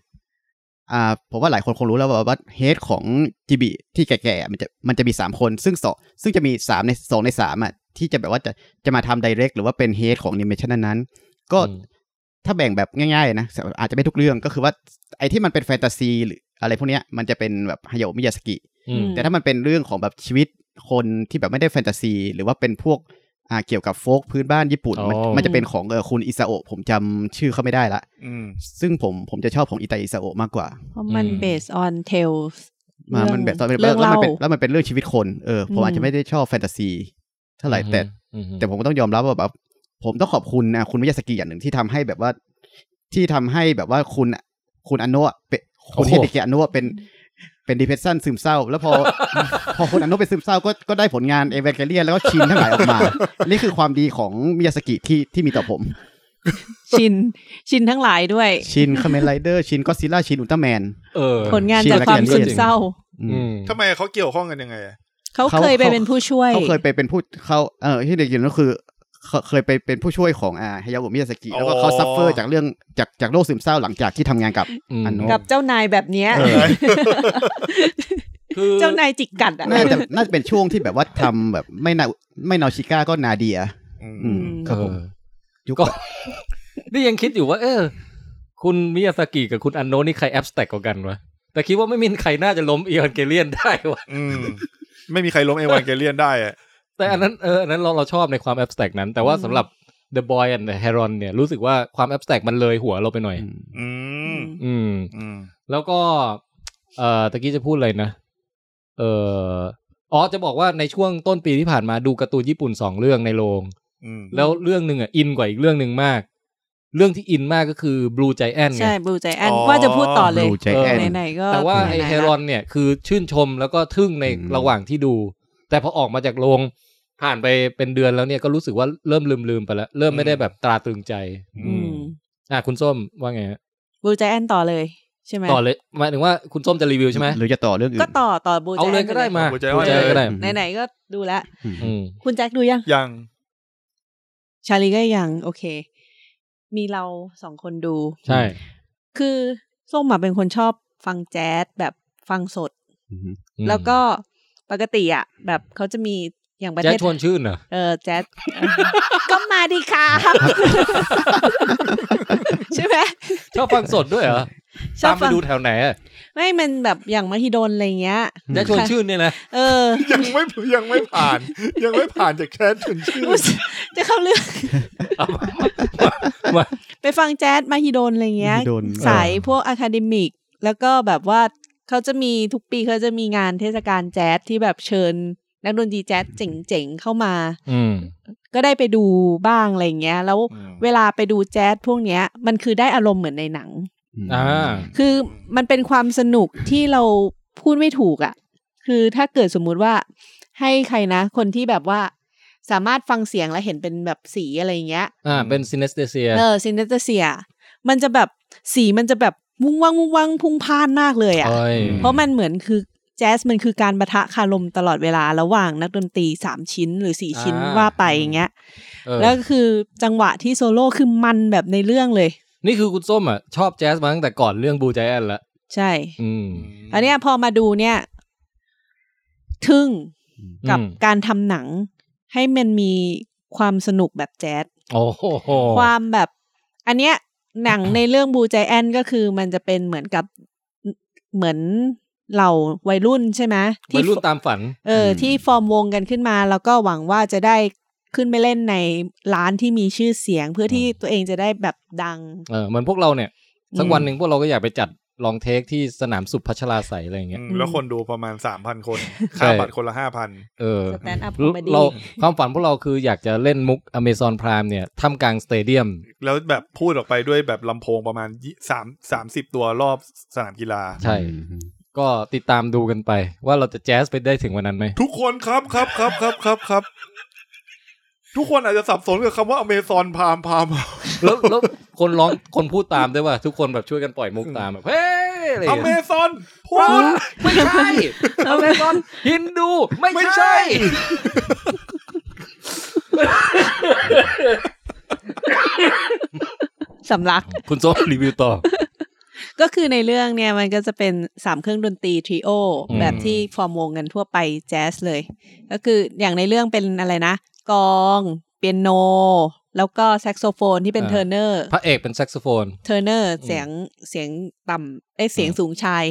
Speaker 3: อ่าผมว่าหลายคนคงรู้แล้วว่าเฮดของจิบิที่แก่ๆมันจะมันจะมีสามคนซึ่งสองซึ่งจะมีสามในสองในสามอ่ะที่จะแบบว่าจะจะมาทำไดเรกหรือว่าเป็นเฮดของนิเมชันนั้นๆก็
Speaker 2: อืม
Speaker 3: ถ้าแบ่งแบบง่ายๆนะอาจจะไม่ทุกเรื่องก็คือว่าไอ้ที่มันเป็นแฟนตาซีหรืออะไรพวกเนี้ยมันจะเป็นแบบฮายาโอะมิยาสกิ
Speaker 2: อืม
Speaker 3: แต่ถ้ามันเป็นเรื่องของแบบชีวิตคนที่แบบไม่ได้แฟนตาซี หรือว่าเป็นพวกอ่าเกี่ยวกับโฟกพื้นบ้านญี่ปุ่น มัน
Speaker 2: อ๋อ
Speaker 3: มันจะเป็นของเออคุณอิซาโอะผมจำชื่อเขาไม่ได้ละ
Speaker 4: อืม
Speaker 3: ซึ่งผมผมจะชอบของอิตาอิซาโอะมากกว่า
Speaker 5: เพราะมัน
Speaker 2: อืม
Speaker 5: based on tales
Speaker 3: มามันแบบตอนเป็น
Speaker 5: เรื่อง
Speaker 3: แล้ว
Speaker 5: เล่า
Speaker 3: มันเป็นแล้วมันเป็นเรื่องชีวิตคนเออผมอาจจะไม่ได้ชอบแฟนตาซีเท่าไหร่แต่
Speaker 2: อืม
Speaker 3: แต่ผมก็ต้องยอมรับว่าแบบผมต้องขอบคุณนะคุณมิยาสกิอย่างหนึ่งที่ทำให้แบบว่าที่ทำให้แบบว่าคุณคุณอันโนะเป็น คุณ
Speaker 2: โอ้โห
Speaker 3: เฮเดเกะอนุเป็นเป็นดิเพ s ชันซึมเศร้า แล้วพอ พอคุณอนุเป็นซึมเศร้าก็ก็ได้ผลงานเอเวนเกเลียแล้วก็ชินทั้งหลายออกมา นี่คือความดีของมิยาสกิที่ที่มีต่อผม
Speaker 5: ชิน ชินทั้งหลายด้วย
Speaker 3: ชินคาเมนไรเดอร์ชินก็ซิล่าชินอุลตร้าแมน
Speaker 2: เออ
Speaker 5: ผลงานจากความ
Speaker 3: ชิน
Speaker 5: ซึมเศร้า
Speaker 3: อืม
Speaker 2: อืม
Speaker 4: ทำไมเขาเกี่ยวข้องกันยังไงอะ
Speaker 5: เขา
Speaker 3: เขา
Speaker 5: เคยไป
Speaker 3: เขา
Speaker 5: เป็นผู้ช่วย
Speaker 3: เขาเคยไปเป็นผู้เขาเออที่เด็กอยู่นั่นคือเขาเคยไปเป็นผู้ช่วยของอาฮายาโกะมิยาสกิแล้วก็เขาซัฟเฟอร์จากเรื่องจากจากโรคซึมเศร้าหลังจากที่ทำงานกับ
Speaker 2: อืม
Speaker 3: อันโนะ
Speaker 5: กับเจ้านายแบบเนี้ย
Speaker 3: เออ
Speaker 2: คือ
Speaker 5: เจ้านายจิกกัดอ่ะ
Speaker 3: น่าจะน่าจะเป็นช่วงที่แบบว่าทำแบบไม่นาไม่นาชิก้าก็นาเดีย
Speaker 4: อืม
Speaker 3: อืมครับผม
Speaker 2: เออ
Speaker 3: ยุค
Speaker 2: ก็ นี่ยังคิดอยู่ว่า เออ คุณมิยาสกิกับคุณอันโนะนี่ใครแอปสแต็กกว่ากันวะ แต่คิดว่าไม่มีใครน่าจะล้มเอียนเกเลียนได้วะ
Speaker 4: อืมไม่มีใครล้มเอวานเกเลียนได้อะ
Speaker 2: แต่อันนั้นเอออันนั้นเราเราชอบในความแอปสแต็กนั้น แต่ว่าสำหรับ The Boy and the Heron เนี่ย รู้สึกว่าความแอปสแต็กมันเลยหัวเราไปหน่อย
Speaker 3: อืม
Speaker 4: อืม
Speaker 2: อืม
Speaker 4: อืม
Speaker 2: แล้วก็ เอ่อตะกี้จะพูดอะไรนะ เอ่ออ๋อจะบอกว่าในช่วงต้นปีที่ผ่านมาดูการ์ตูนญี่ปุ่นสองเรื่องในโรง
Speaker 4: อืม
Speaker 2: แล้วเรื่องหนึ่งอ่ะอินกว่าอีกเรื่องหนึ่งมาก เรื่องที่อินมากก็คือ Blue Giant ไง
Speaker 5: ใช่บลูใจแอนว่าจะพูดต่อเล
Speaker 3: บ
Speaker 5: ย
Speaker 3: ลูใจแอน
Speaker 5: ไหนๆก็
Speaker 2: แต่ว่าไอ
Speaker 5: หนๆ
Speaker 2: เฮ
Speaker 5: ละ
Speaker 2: รอนเนี่ยคือชื่นชมแล้วก็ทึ่งใน
Speaker 3: อืม
Speaker 2: ระหว่างที่ดู แต่พอออกมาจากโรงผ่านไปเป็นเดือนแล้วเนี่ยก็รู้สึกว่าเริ่มลืมลืมๆไปแล้ว เริ่มไม่ได้แบบตราตรึงใจ
Speaker 5: อืม
Speaker 2: อ่ะคุณส้มว่าไงฮะ
Speaker 5: บลูใจแอนต่อเลย ใช่ไหม
Speaker 2: ต่อเลยหมายถึงว่าคุณส้มจะรีวิวใช่ไหม
Speaker 3: หรือจะต่อเรื่องอื่น
Speaker 5: ก็ต่อต่อบู
Speaker 2: เอาเลยก็ได้มา
Speaker 4: หัวใจ
Speaker 2: หัว
Speaker 4: ว่า
Speaker 2: ใจก็ได้
Speaker 3: อืม
Speaker 5: ไหนๆก็ดูแล้ว
Speaker 2: อืม
Speaker 5: คุณแจ็คดูยัง
Speaker 4: ยัง
Speaker 5: ชาลีก็ยัง โอเค มีเราสองคนดู
Speaker 2: ใช่
Speaker 5: คือส้มอะเป็นคนชอบฟังแจ๊สแบบฟังสด
Speaker 3: อืม
Speaker 2: อืม
Speaker 5: แล้วก็ปกติอ่ะ แบบเขาจะมีอย่างประ
Speaker 2: แจ๊
Speaker 5: เท
Speaker 2: ด
Speaker 5: ศ
Speaker 2: ชวนชื่นเหรอ
Speaker 5: เออแจ๊ส เออก็มาดีครับ ใช่ไหม
Speaker 2: ชอบฟังสดด้วยเหรอ
Speaker 5: ชอ
Speaker 2: ตา
Speaker 5: บ
Speaker 2: มไป
Speaker 5: ฟัง
Speaker 2: ดูแถวไหนอะ
Speaker 5: ไม่มันแบบอย่างมหิดลอะไรเงี้ย
Speaker 2: แจ๊ดชวนชื่นเนี่ยนะ
Speaker 5: เออ
Speaker 4: ยังไม่ยังไม่ผ่าน ยังไม่ผ่านจากแคสถึงชื่อ
Speaker 5: รู้สึกจะเข้าเรื่อง
Speaker 2: เอามามา
Speaker 5: ไปฟังแจ๊สมหิดลอะไรเงี้ย
Speaker 3: โดน
Speaker 5: สายพวกอะคาเดมิก แล้วก็แบบว่าเขาจะมีทุกปีเขาจะมีงานเทศกาลแจ๊สที่แบบเชิญ นักดนตรีแจ๊สเจ๋งๆเข้ามา
Speaker 2: อืม
Speaker 5: ก็ได้ไปดูบ้างอะไรเงี้ย แล้วเวลาไปดูแจ๊สพวกเนี้ย มันคือได้อารมณ์เหมือนในหนัง
Speaker 2: อ่า
Speaker 5: คือมันเป็นความสนุกที่เราพูดไม่ถูกอะ่ะ คือถ้าเกิดสมมุติว่าให้ใครนะ คนที่แบบว่าสามารถฟังเสียงแล้วเห็นเป็นแบบสีอะไรเงี้ย
Speaker 2: อ่า เป็นซินเนสเตเซีย
Speaker 5: เออซินเนสเตเซีย มันจะแบบสีมันจะแบบวุ้งวังวุ้งวังพุ่งพล่านมากเลยอะ่ะ เพราะมันเหมือนคือแจ๊สมันคือการประทะคารมตลอดเวลาระหว่างนักดนตรีสามชิ้นหรือสี่ชิ้น
Speaker 2: อ่า
Speaker 5: ว่าไปอย่างเงี้ย
Speaker 2: เออ
Speaker 5: แล้วก็คือจังหวะที่โซโล่คือมันแบบในเรื่องเลย
Speaker 2: นี่คือคุณส้มอ่ะ ชอบแจ๊สมาตั้งแต่ก่อนเรื่องบู g จแอนละ
Speaker 5: ใช่
Speaker 2: อืม
Speaker 5: อันเนี้ยพอมาดูเนี่ย ทึ่งกับ
Speaker 2: อืม
Speaker 5: การทำหนัง ให้มันมีความสนุกแบบแจ๊ส
Speaker 2: โอ้โห
Speaker 5: ความแบบ อันเนี้ย หนังในเรื่องบู g จแอนก็คือมันจะเป็นเหมือนกับเหมือนเหล่าวัยรุ่นใช่ไหม
Speaker 2: วั
Speaker 5: ที่
Speaker 2: ยรุ่นตามฝัน
Speaker 5: เอออ
Speaker 3: ม
Speaker 5: ที่ฟอร์มวงกันขึ้นมา แล้วก็หวังว่าจะได้ขึ้นไปเล่นในร้านที่มีชื่อเสียง เพื่อที่ตัวเองจะได้แบบดัง
Speaker 2: เออ เหมือนพวกเราเนี่ย สัก
Speaker 5: อืม
Speaker 2: วันหนึ่งพวกเราก็อยากไปจัดลองเทคที่สนามสุพัชราใสยอะไรอย่างเงี้ย
Speaker 4: อืมแล้วคนดูประมาณสามพันคน
Speaker 2: ใช่
Speaker 4: ค่าบัตรคนละห้าพัน
Speaker 2: เออ
Speaker 5: สแตนด์อัพคอม
Speaker 2: เรา
Speaker 5: ดี้
Speaker 2: ความฝันพวกเราคืออยากจะเล่นมุกอเมซอนพรามเนี่ยท่ามกลางสเตเดียม
Speaker 4: แล้วแบบพูดออกไปด้วยแบบลำโพงประมาณยี่สามสามสิบตัวรอบสนามกีฬา
Speaker 2: ใช่ ก็ติดตามดูกันไป ว่าเราจะแจ๊สไปได้ถึงวันนั้นไหม
Speaker 4: ทุกคนครับครับครับครับครับครับ ทุกคนอาจจะสับสนกับคำว่าอเมซอนพามพาม
Speaker 2: แล้วแล้วคนร้องคนพูดตามด้วยว่า ทุกคนแบบช่วยกันปล่อยมุกตามแบบเฮ้ยอะไรอ
Speaker 4: อย่าง เม
Speaker 2: เงี้ย
Speaker 4: ซอนพูด
Speaker 2: ไม่ใช่อเมซอนฮินดูไม่
Speaker 4: ไม่
Speaker 2: ใช่
Speaker 4: ใช่
Speaker 5: สำลัก
Speaker 2: คุณส้มรีวิวต่อ
Speaker 5: ก็คือในเรื่องเนี่ยมันก็จะเป็นสามเครื่องดนตรีทริโอ
Speaker 2: อืม
Speaker 5: แบบที่ฟอร์มวงกันทั่วไปแจ๊สเลย ก็คืออย่างในเรื่องเป็นอะไรนะกลองเปียโน แล้วก็แซกโซโฟนที่เป็นเทอร์เนอร์
Speaker 2: พระเอกเป็นแซกโซโฟน
Speaker 5: เทอร์เนอร์เสียงเสียงต่ำเอ้ยเสียงสูงชาย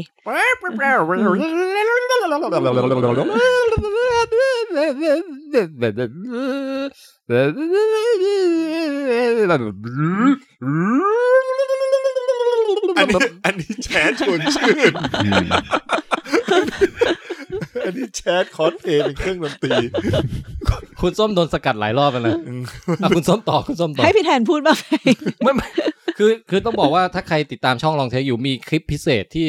Speaker 4: อันนี้อันนี้แชทชวนชื่น อันนี้แชทคอสเพลย์เป็นเครื่องดนตรี
Speaker 2: คุณส้มโดนสกัดหลายรอบแล้วนะอ่ะคุณส้มต่อคุณส้มต่อ
Speaker 5: ให้พี่แทนพูดบ้างไหม
Speaker 2: ไม่ไม่ คือคือต้องบอกว่าถ้าใครติดตามช่องลองเทคอยู่มีคลิปพิเศษที่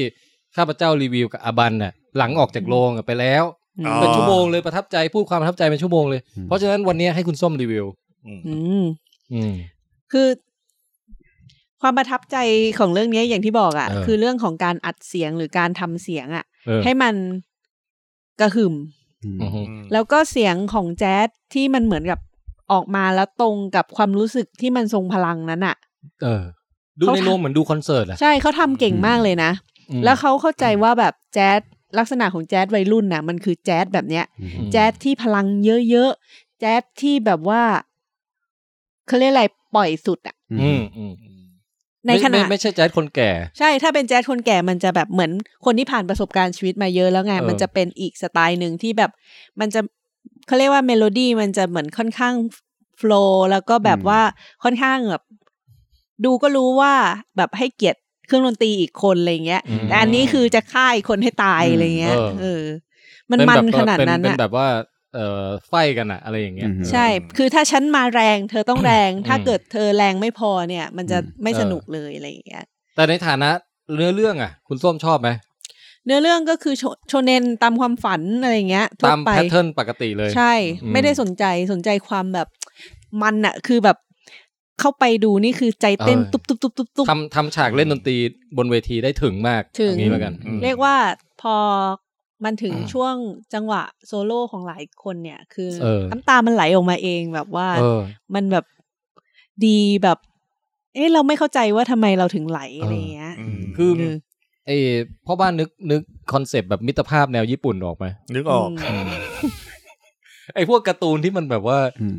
Speaker 2: ข้าพเจ้ารีวิวกับอาบันน่ะหลังออกจากโรงอะไปแล้ว
Speaker 4: อ๋อ
Speaker 2: เป็นชั่วโมงเลยประทับใจพูดความประทับใจเป็นชั่วโมงเลย
Speaker 3: อืม
Speaker 2: เพราะฉะนั้นวันนี้ให้คุณส้มรีวิว
Speaker 5: อืม
Speaker 2: อืม
Speaker 5: คือความประทับใจของเรื่องเนี้ยอย่างที่บอกอะ่ะ
Speaker 2: เออ
Speaker 5: คือเรื่องของการอัดเสียงหรือการทำเสียงอะ่ะ
Speaker 2: เออ
Speaker 5: ให้มันกระหึ่ม
Speaker 2: อือฮึ
Speaker 5: แล้วก็เสียงของแจ๊สที่มันเหมือนกับออกมาแล้วตรงกับความรู้สึกที่มันทรงพลังนั้นอ่ะ
Speaker 2: เออ ดูในโรงเหมือนดูคอนเสิร์ตอะ
Speaker 5: ใช่เขาทำเก่งมากเลยนะ
Speaker 2: อืม
Speaker 5: แล้วเขาเข้าใจว่าแบบแจ๊สลักษณะของแจ๊สวัยรุ่นน่ะ มันคือแจ๊สแบบเนี้ย
Speaker 3: อืม
Speaker 2: ม
Speaker 5: แจ๊สที่พลังเยอะๆแจ๊สที่แบบว่าเขาเรียกอะไรปล่อยสุดอ่ะ
Speaker 2: อืมอืม
Speaker 5: ในขณะ
Speaker 2: ไม่ไม่ไม่ใช่แจ๊ดคนแก่
Speaker 5: ใช่ถ้าเป็นแจ๊สคนแก่มันจะแบบเหมือนคนที่ผ่านประสบการณ์ชีวิตมาเยอะแล้วไง
Speaker 2: เออ
Speaker 5: มันจะเป็นอีกสไตล์หนึ่งที่แบบมันจะเขาเรียกว่าเมโลดี้มันจะเหมือนค่อนข้างโฟลว์แล้วก็แบบ
Speaker 3: อืม
Speaker 5: ว่าค่อนข้างแบบดูก็รู้ว่าแบบให้เกียรติเครื่องดนตรีอีกคนอะไรเงี้ย
Speaker 2: อืม
Speaker 5: แต่อันนี้คือจะฆ่าอีกคนให้ตายอะไรเงี้ย
Speaker 2: เออ
Speaker 5: เออ มัน
Speaker 2: เป็
Speaker 5: มัน
Speaker 2: แบบ
Speaker 5: ขนาดนั้น
Speaker 2: เป็นเป็
Speaker 5: อะ
Speaker 2: นแบบว่า เอ่อไฟกันอะอะไรอย่างเงี้ย
Speaker 3: อืม
Speaker 5: ใช่ คือถ้าฉันมาแรง เธอต้องแรง ถ้าเกิดเธอแรงไม่พอเนี่ย มันจะ
Speaker 3: อืม
Speaker 5: ไม่
Speaker 2: เออ
Speaker 5: สนุกเลยอะไรอย่างเงี้ย
Speaker 2: แต่ในฐานะเนื้อเรื่องอะคุณส้มชอบไหม
Speaker 5: เนื้อเรื่องก็คือโชโชเนนตามความฝันอะไรอย่างเงี้ยทั่ว
Speaker 2: ตาม
Speaker 5: ไป
Speaker 2: แพทเทิร์นปกติเลย
Speaker 5: ใช่
Speaker 2: อืม
Speaker 5: ไม่ได้สนใจสนใจความแบบมันอะคือแบบเข้าไปดูนี่คือใจเต้นตุ๊บตุ๊บตุ๊บตุ๊บตุ๊บ
Speaker 2: ทำทำฉากเล่นดนตรีบนเวทีได้ถึงมาก
Speaker 5: ถึง
Speaker 2: อย่างนี้แล้วกันอืม
Speaker 5: เรียกว่าพอมันถึง
Speaker 2: อ่า
Speaker 5: ช่วงจังหวะโซโล่ของหลายคนเนี่ย คือ
Speaker 2: เออ
Speaker 5: น้ำตามันไหลออกมาเองแบบว่า
Speaker 2: เออ
Speaker 5: มันแบบดีแบบ เอ๊ะเราไม่เข้าใจว่าทำไมเราถึงไหลอะไรอย่างเงี้ย
Speaker 2: คือ
Speaker 5: เออ
Speaker 2: ไอ้พ่อบ้านนึกนึกคอนเซปต์แบบมิตรภาพแนวญี่ปุ่นออกไหม
Speaker 4: นึกออก
Speaker 5: ม
Speaker 2: ไอ้พวกการ์ตูนที่มันแบบว่า
Speaker 3: อืม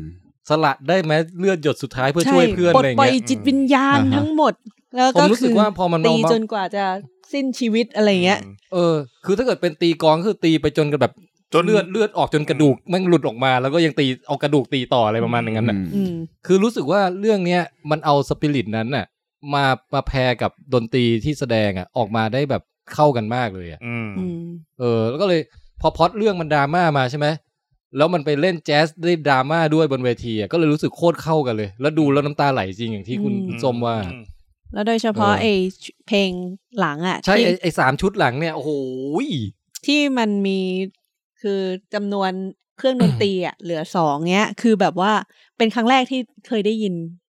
Speaker 2: สละได้ไหมเลือดหยดสุดท้ายเพื่อช่วยเพื่อน
Speaker 5: ปล
Speaker 2: อะ
Speaker 5: ด
Speaker 2: ไรอย่าง
Speaker 5: ปล่อย
Speaker 2: เงี้ย
Speaker 5: จิตวิญญาณ
Speaker 3: อ่าฮะ
Speaker 5: ทั้งหมด แล้ว
Speaker 2: ผม
Speaker 5: ก็
Speaker 2: รู้สึก
Speaker 5: คื
Speaker 2: ว่าพอมัน
Speaker 5: ตี
Speaker 2: มา
Speaker 5: จนกว่าจะสิ้นชีวิตอะไรเงี้ย
Speaker 2: เออ คือถ้าเกิดเป็นตีกลองก็คือตีไปจนกันแบบ
Speaker 4: จน
Speaker 2: เลือดเลือดออกจนกระดูกแมันหลุดออกมา แล้วก็ยังตีเอากระดูกตีต่ออะไรประมาณอย่างนั้นน่ะ
Speaker 5: อืม
Speaker 2: คือรู้สึกว่าเรื่องเนี้ยมันเอาสปิริตนั้นน่ะมามาแพรกับดนตรีที่แสดงอ่ะออกมาได้แบบเข้ากันมากเลยอ่ะ
Speaker 4: อืม
Speaker 5: อืม
Speaker 2: เออแล้วก็เลยพอพล็อดเรื่องมันดราม่ามาใช่ไหมแล้วมันไปเล่นแจ๊สได้ดราม่าด้วยบนเวทีอะก็เลยรู้สึกโคตรเข้ากันเลย แล้วดูแล้วน้ำตาไหลจริงอย่างที่คุณ
Speaker 5: อืม
Speaker 2: คุณส้มว่า
Speaker 5: แล้วโดยเฉพาะ
Speaker 2: เออ
Speaker 5: ไอ้เพลงหลังอ่ะ
Speaker 2: ใช่
Speaker 5: ที่
Speaker 2: ไอ้ไอ้สามชุดหลังเนี่ย โอ้โหย
Speaker 5: ที่มันมีคือจำนวนเครื่องดนตรีอ่ะ เหลือสองเงี้ย คือแบบว่าเป็นครั้งแรกที่เคยได้ยิน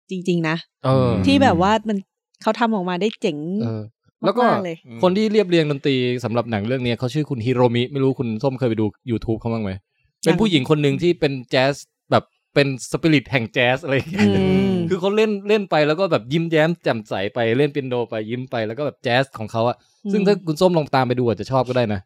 Speaker 5: จริง ๆ นะ
Speaker 2: เออ
Speaker 5: ที่แบบว่ามันเขาทำออกมาได้เจ๋ง
Speaker 2: เออ แล้วก็
Speaker 5: มากๆเลย
Speaker 2: คนที่เรียบเรียงดนตรีสำหรับหนังเรื่องเนี้ยเขาชื่อคุณฮิโรมิ ไม่รู้คุณส้มเคยไปดู YouTube เขาบ้างไหมเป็นผู้หญิงคนหนึ่งที่เป็นแจ๊สแบบเป็นสปิริตแห่งแจ๊สอะไรอย่างเงี้ย
Speaker 5: อืม
Speaker 2: คือเขาเล่นเล่นไปแล้วก็แบบยิ้มแย้มแจ่มใสไปเล่นเปียโนไปยิ้มไปแล้วก็แบบแจ๊สของเขาอะ
Speaker 5: อืม
Speaker 2: ซึ่งถ้าคุณส้มลองตามไปดูอาจจะชอบก็ได้นะ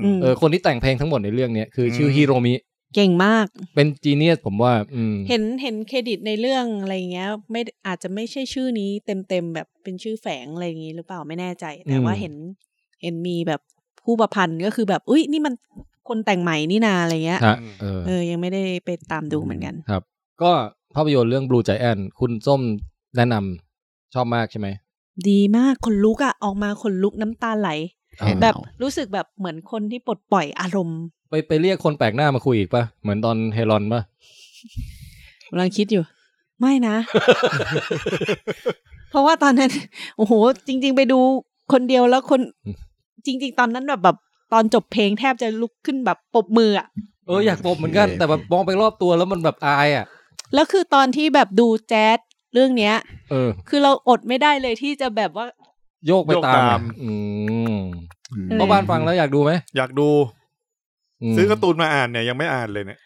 Speaker 5: ม
Speaker 2: เออคนที่แต่งเพลงทั้งหมดในเรื่องเนี้ยคือชื่อฮิโรมิ
Speaker 5: เก่งมาก
Speaker 2: เป็นจีเนียสผมว่า อืม
Speaker 5: เห็นเห็นเครดิตในเรื่องอะไรเงี้ย ไม่อาจจะไม่ใช่ชื่อนี้เต็มเต็มๆแบบเป็นชื่อแฝงอะไรอย่างงี้หรือเปล่าไม่แน่ใจ แต่ว่าเห็นเห็นมีแบบผู้ประพันธ์ก็คือแบบอุ้ยนี่มันคนแต่งใหม่นี่นาอะไรเงี้ย
Speaker 2: ฮะเออ
Speaker 5: เออยังไม่ได้ไปตามดูเหมือนกัน
Speaker 2: ก็ภาพยนตร์เรื่อง Blue Giant คุณส้มแนะนำชอบมากใช่ไหม
Speaker 5: ดีมากคนลุกอะออกมาคนลุกน้ำตาไหล
Speaker 2: เออ
Speaker 3: เห็น
Speaker 5: แบบรู้สึกแบบเหมือนคนที่ปลดปล่อยอารมณ์
Speaker 2: ไปไปเรียกคนแปลกหน้ามาคุยอีกปะเหมือนตอนเฮรอนปะ
Speaker 5: กำลังคิดอยู่ ไม่ นะ เพราะว่าตอนนั้น โอ้โห จริง ๆ ไปดูคนเดียวแล้วคน จริง ๆ ตอนนั้นแบบแบบตอนจบเพลงแทบจะลุกขึ้นแบบปรบมืออะ
Speaker 2: เอออยากปรบเหมือนกันแต่แบบมองไปรอบตัวแล้วมันแบบอายอะ
Speaker 5: แล้วคือตอนที่แบบดูแจ๊สเรื่องเนี้ย
Speaker 2: เออ
Speaker 5: คือเราอดไม่ได้เลยที่จะแบบว่า
Speaker 2: โยกไป
Speaker 4: โยก
Speaker 2: ตาม
Speaker 4: ตาม
Speaker 2: อะอืม
Speaker 5: เออ
Speaker 2: พ่อบ้านฟังแล้วอยากดูไหม
Speaker 4: อยากดู
Speaker 2: ม
Speaker 4: ซื้อการ์ตูนมาอ่านเนี่ยยังไม่อ่านเลยเนี่ย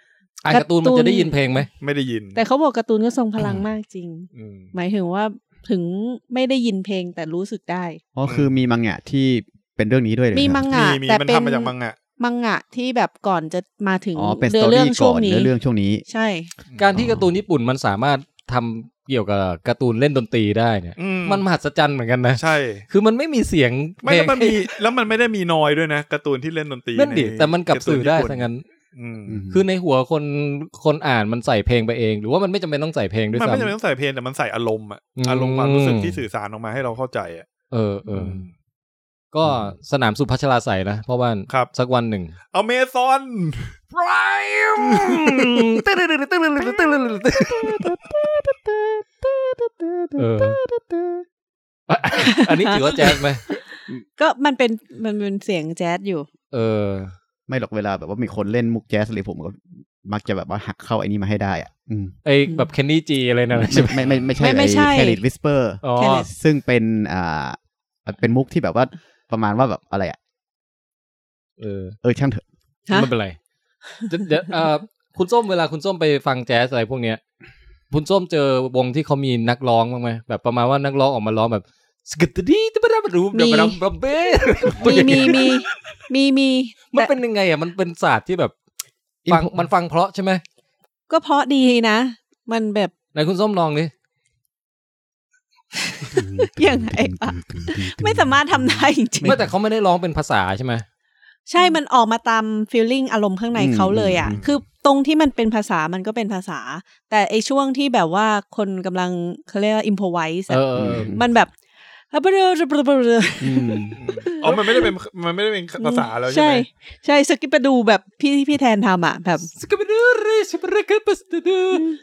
Speaker 2: อ่านการ์ตูนมันจะได้ยินเพลงไหม
Speaker 4: ไม่ได้ยิน
Speaker 5: แต่เขาบอกการ์ตูนก็ทรงพลังมากจริง
Speaker 4: อืม
Speaker 5: หมายถึงว่าถึงไม่ได้ยินเพลงแต่รู้สึกได้
Speaker 3: อ๋อคือมีมังงะที่เป็นเรื่องนี้ด้วยเลย
Speaker 5: มี
Speaker 3: นะ
Speaker 5: มังงะ
Speaker 4: มีมี
Speaker 5: แต่
Speaker 4: มัน
Speaker 5: เป็น
Speaker 4: ทำมาจากมังงะ
Speaker 5: มังงะที่แบบก่อนจะมาถึง
Speaker 3: อ๋อเป็นสตอรี่ก่อนเนื้อเรื่องช่วงนี้
Speaker 5: ใช่
Speaker 2: การที่การ์ตูนญี่ปุ่นมันสามารถทำเกี่ยวกับการ์ตูนเล่นดนตรีได้เนี่ย
Speaker 4: อืม
Speaker 2: มันมหัศจรรย์เหมือนกันนะ
Speaker 4: ใช่
Speaker 2: คือมันไม่มีเสียง
Speaker 4: ไม่
Speaker 2: เพล
Speaker 4: แล้ว
Speaker 2: ง
Speaker 4: มันมีแล้วมันไม่ได้มีนอยด้วยนะการ์ตูนที่เล่นดนตรี
Speaker 2: นั่นดิ
Speaker 4: ใ
Speaker 2: แต่มันกลับสื่อได้
Speaker 4: กาตู
Speaker 2: ทั้งนั้น
Speaker 4: อืม
Speaker 2: คือในหัวคนคนอ่านมันใส่เพลงไปเอง หรือว่ามันไม่จำเป็นต้องใส่เพลงด้วย
Speaker 4: มันไม่จำเป็น
Speaker 2: ซ้ำ
Speaker 4: ต้องใส่เพลงแต่มันใส่อารมณ์อะ
Speaker 2: อืม
Speaker 4: อารมณ์ความรู้สึกที่สื่อสารออกมาให้เราเข้าใจอ่ะ
Speaker 2: เออเออ
Speaker 4: ม
Speaker 2: ก็สนามสุพัชราใส่นะ เพราะว่า
Speaker 4: ครับ
Speaker 2: สักวันหนึ่ง
Speaker 4: อเมซอน
Speaker 2: เออ อันนี้ถือว่าแจ๊สไหม
Speaker 5: ก็มันเป็นมันเป็นเสียงแจ๊สอยู่
Speaker 2: เออ
Speaker 3: ไม่หรอกเวลาแบบว่ามีคนเล่นมุกแจ๊สเลยผมก็มักจะแบบว่าหักเข้าไอ้นี่มาให้ได้อ่ะอืม
Speaker 2: ไอแบบเคนนี่จีอะไรนะ ใช่ไหม
Speaker 3: ไม่ไม่ไม่ใช่
Speaker 5: ไม่ไม่ใช่
Speaker 3: แคลิดวิสเปอร์
Speaker 2: อ๋อ
Speaker 5: Careless
Speaker 3: ซึ่งเป็นอ่าเป็นมุกที่แบบว่าประมาณว่าแบบอะไรอ่ะ
Speaker 2: เออ
Speaker 3: เออช่างเถอะ
Speaker 5: ฮะ
Speaker 2: ไม่เป็นไรเดี๋ยวเดี๋ยวเอ่อคุณส้มเวลาคุณส้มไปฟังแจ๊สอะไรพวกเนี้ย คุณส้มเจอวงที่เขามีนักร้องบ้างไหมแบบประมาณว่านักร้องออกมาร้องแบบสกิตตี้ตะบะรูปเดบะบะเบ้
Speaker 5: มีมีมีมีมี
Speaker 2: มัน
Speaker 5: แต่
Speaker 2: เป็นยังไงอ่ะ มันเป็นศาสตร์ที่แบบ
Speaker 3: อิน
Speaker 2: ฟัง
Speaker 3: พุต
Speaker 2: มันฟังเพราะใช่ไหม
Speaker 5: ก็เพราะดีนะ มันแบบ
Speaker 2: ไหนคุณส้มลองดิ
Speaker 5: ยังไงวะไม่สามารถทำได้จริง
Speaker 2: ไม่แต่เขาไม่ได้ร้องเป็นภาษาใช่ไหม
Speaker 5: ๆใช่มันออกมาตามฟีลลิ่งอารมณ์ข้างในเขาเลยอ่ะ
Speaker 3: อืม
Speaker 5: คือตรงที่มันเป็นภาษามันก็เป็นภาษา แต่ไอช่วงที่แบบว่าคนกำลังเขาเรียกว่าอิมพอไวส์
Speaker 2: เออเออเออ
Speaker 5: มันแบบ
Speaker 2: อืม
Speaker 4: อ๋อมันไม่ได้เป็นมันไม่ได้เป็นภาษาแล้วใช่ไหม
Speaker 5: ใช่ใช่สกิปไปดูแบบพี่พี่แทนทำอ่ะแบบ
Speaker 2: สกิปดูริสปริกปัสตูดู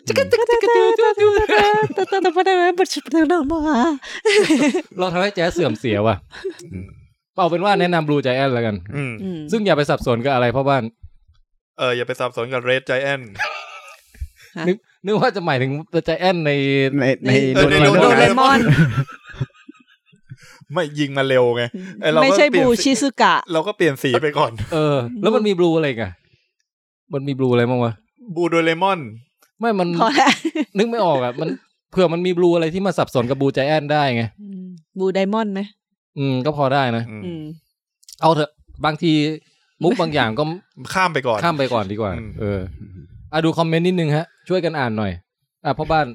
Speaker 2: จิกจิกจิกดูดูดูลองทำให้แจ๊สเสื่อมเสียว่ะเอาเป็นว่าแนะนำบลูใจแอนแล้วกัน
Speaker 4: อืม
Speaker 5: อืม
Speaker 2: ซึ่งอย่าไปสับสนกับอะไรพ่อบ้าน
Speaker 4: เอออย่าไปสับสนกับเรดใจแอน
Speaker 2: นึกนึกว่าจะหมายถึงใจแอนใน
Speaker 3: ในใน
Speaker 4: เออ
Speaker 3: โด
Speaker 4: ใน
Speaker 3: น
Speaker 4: โด
Speaker 3: โดน
Speaker 4: เร
Speaker 3: โดน
Speaker 4: มอน ไม่ยิงมาเร็วไงเออเรา
Speaker 5: ไม่
Speaker 4: ก็
Speaker 5: ใช่
Speaker 4: เปลี่ย
Speaker 5: บู
Speaker 4: น
Speaker 5: ชิซุกะ
Speaker 4: เราก็เปลี่ยนสีไปก่อน
Speaker 2: เออ แล้วมันมีบลูอะไรอีกันมันมีบลูอะไรบ้างวะ
Speaker 4: บูโดเรมอน
Speaker 2: ไม่มัน
Speaker 5: พอแล้ว
Speaker 2: นึกไม่ออกอ่ะ มันเผื่อมันมีบลูอะไรที่มาสับสนกับบลูใจแอนได้ไง
Speaker 5: บูไดมอนด์ไหม
Speaker 2: อืม ก็พอได้นะ
Speaker 4: อืม
Speaker 5: อืม
Speaker 2: เอาเถอะ บางทีมุกบางอย่างก็
Speaker 4: ข้ามไปก่อน
Speaker 2: ข้ามไปก่อนดีกว่า
Speaker 4: อืม
Speaker 2: เอออ่ะดูคอมเมนต์นิดนึงฮะ ช่วยกันอ่านหน่อย อ่ะพ่อบ้าน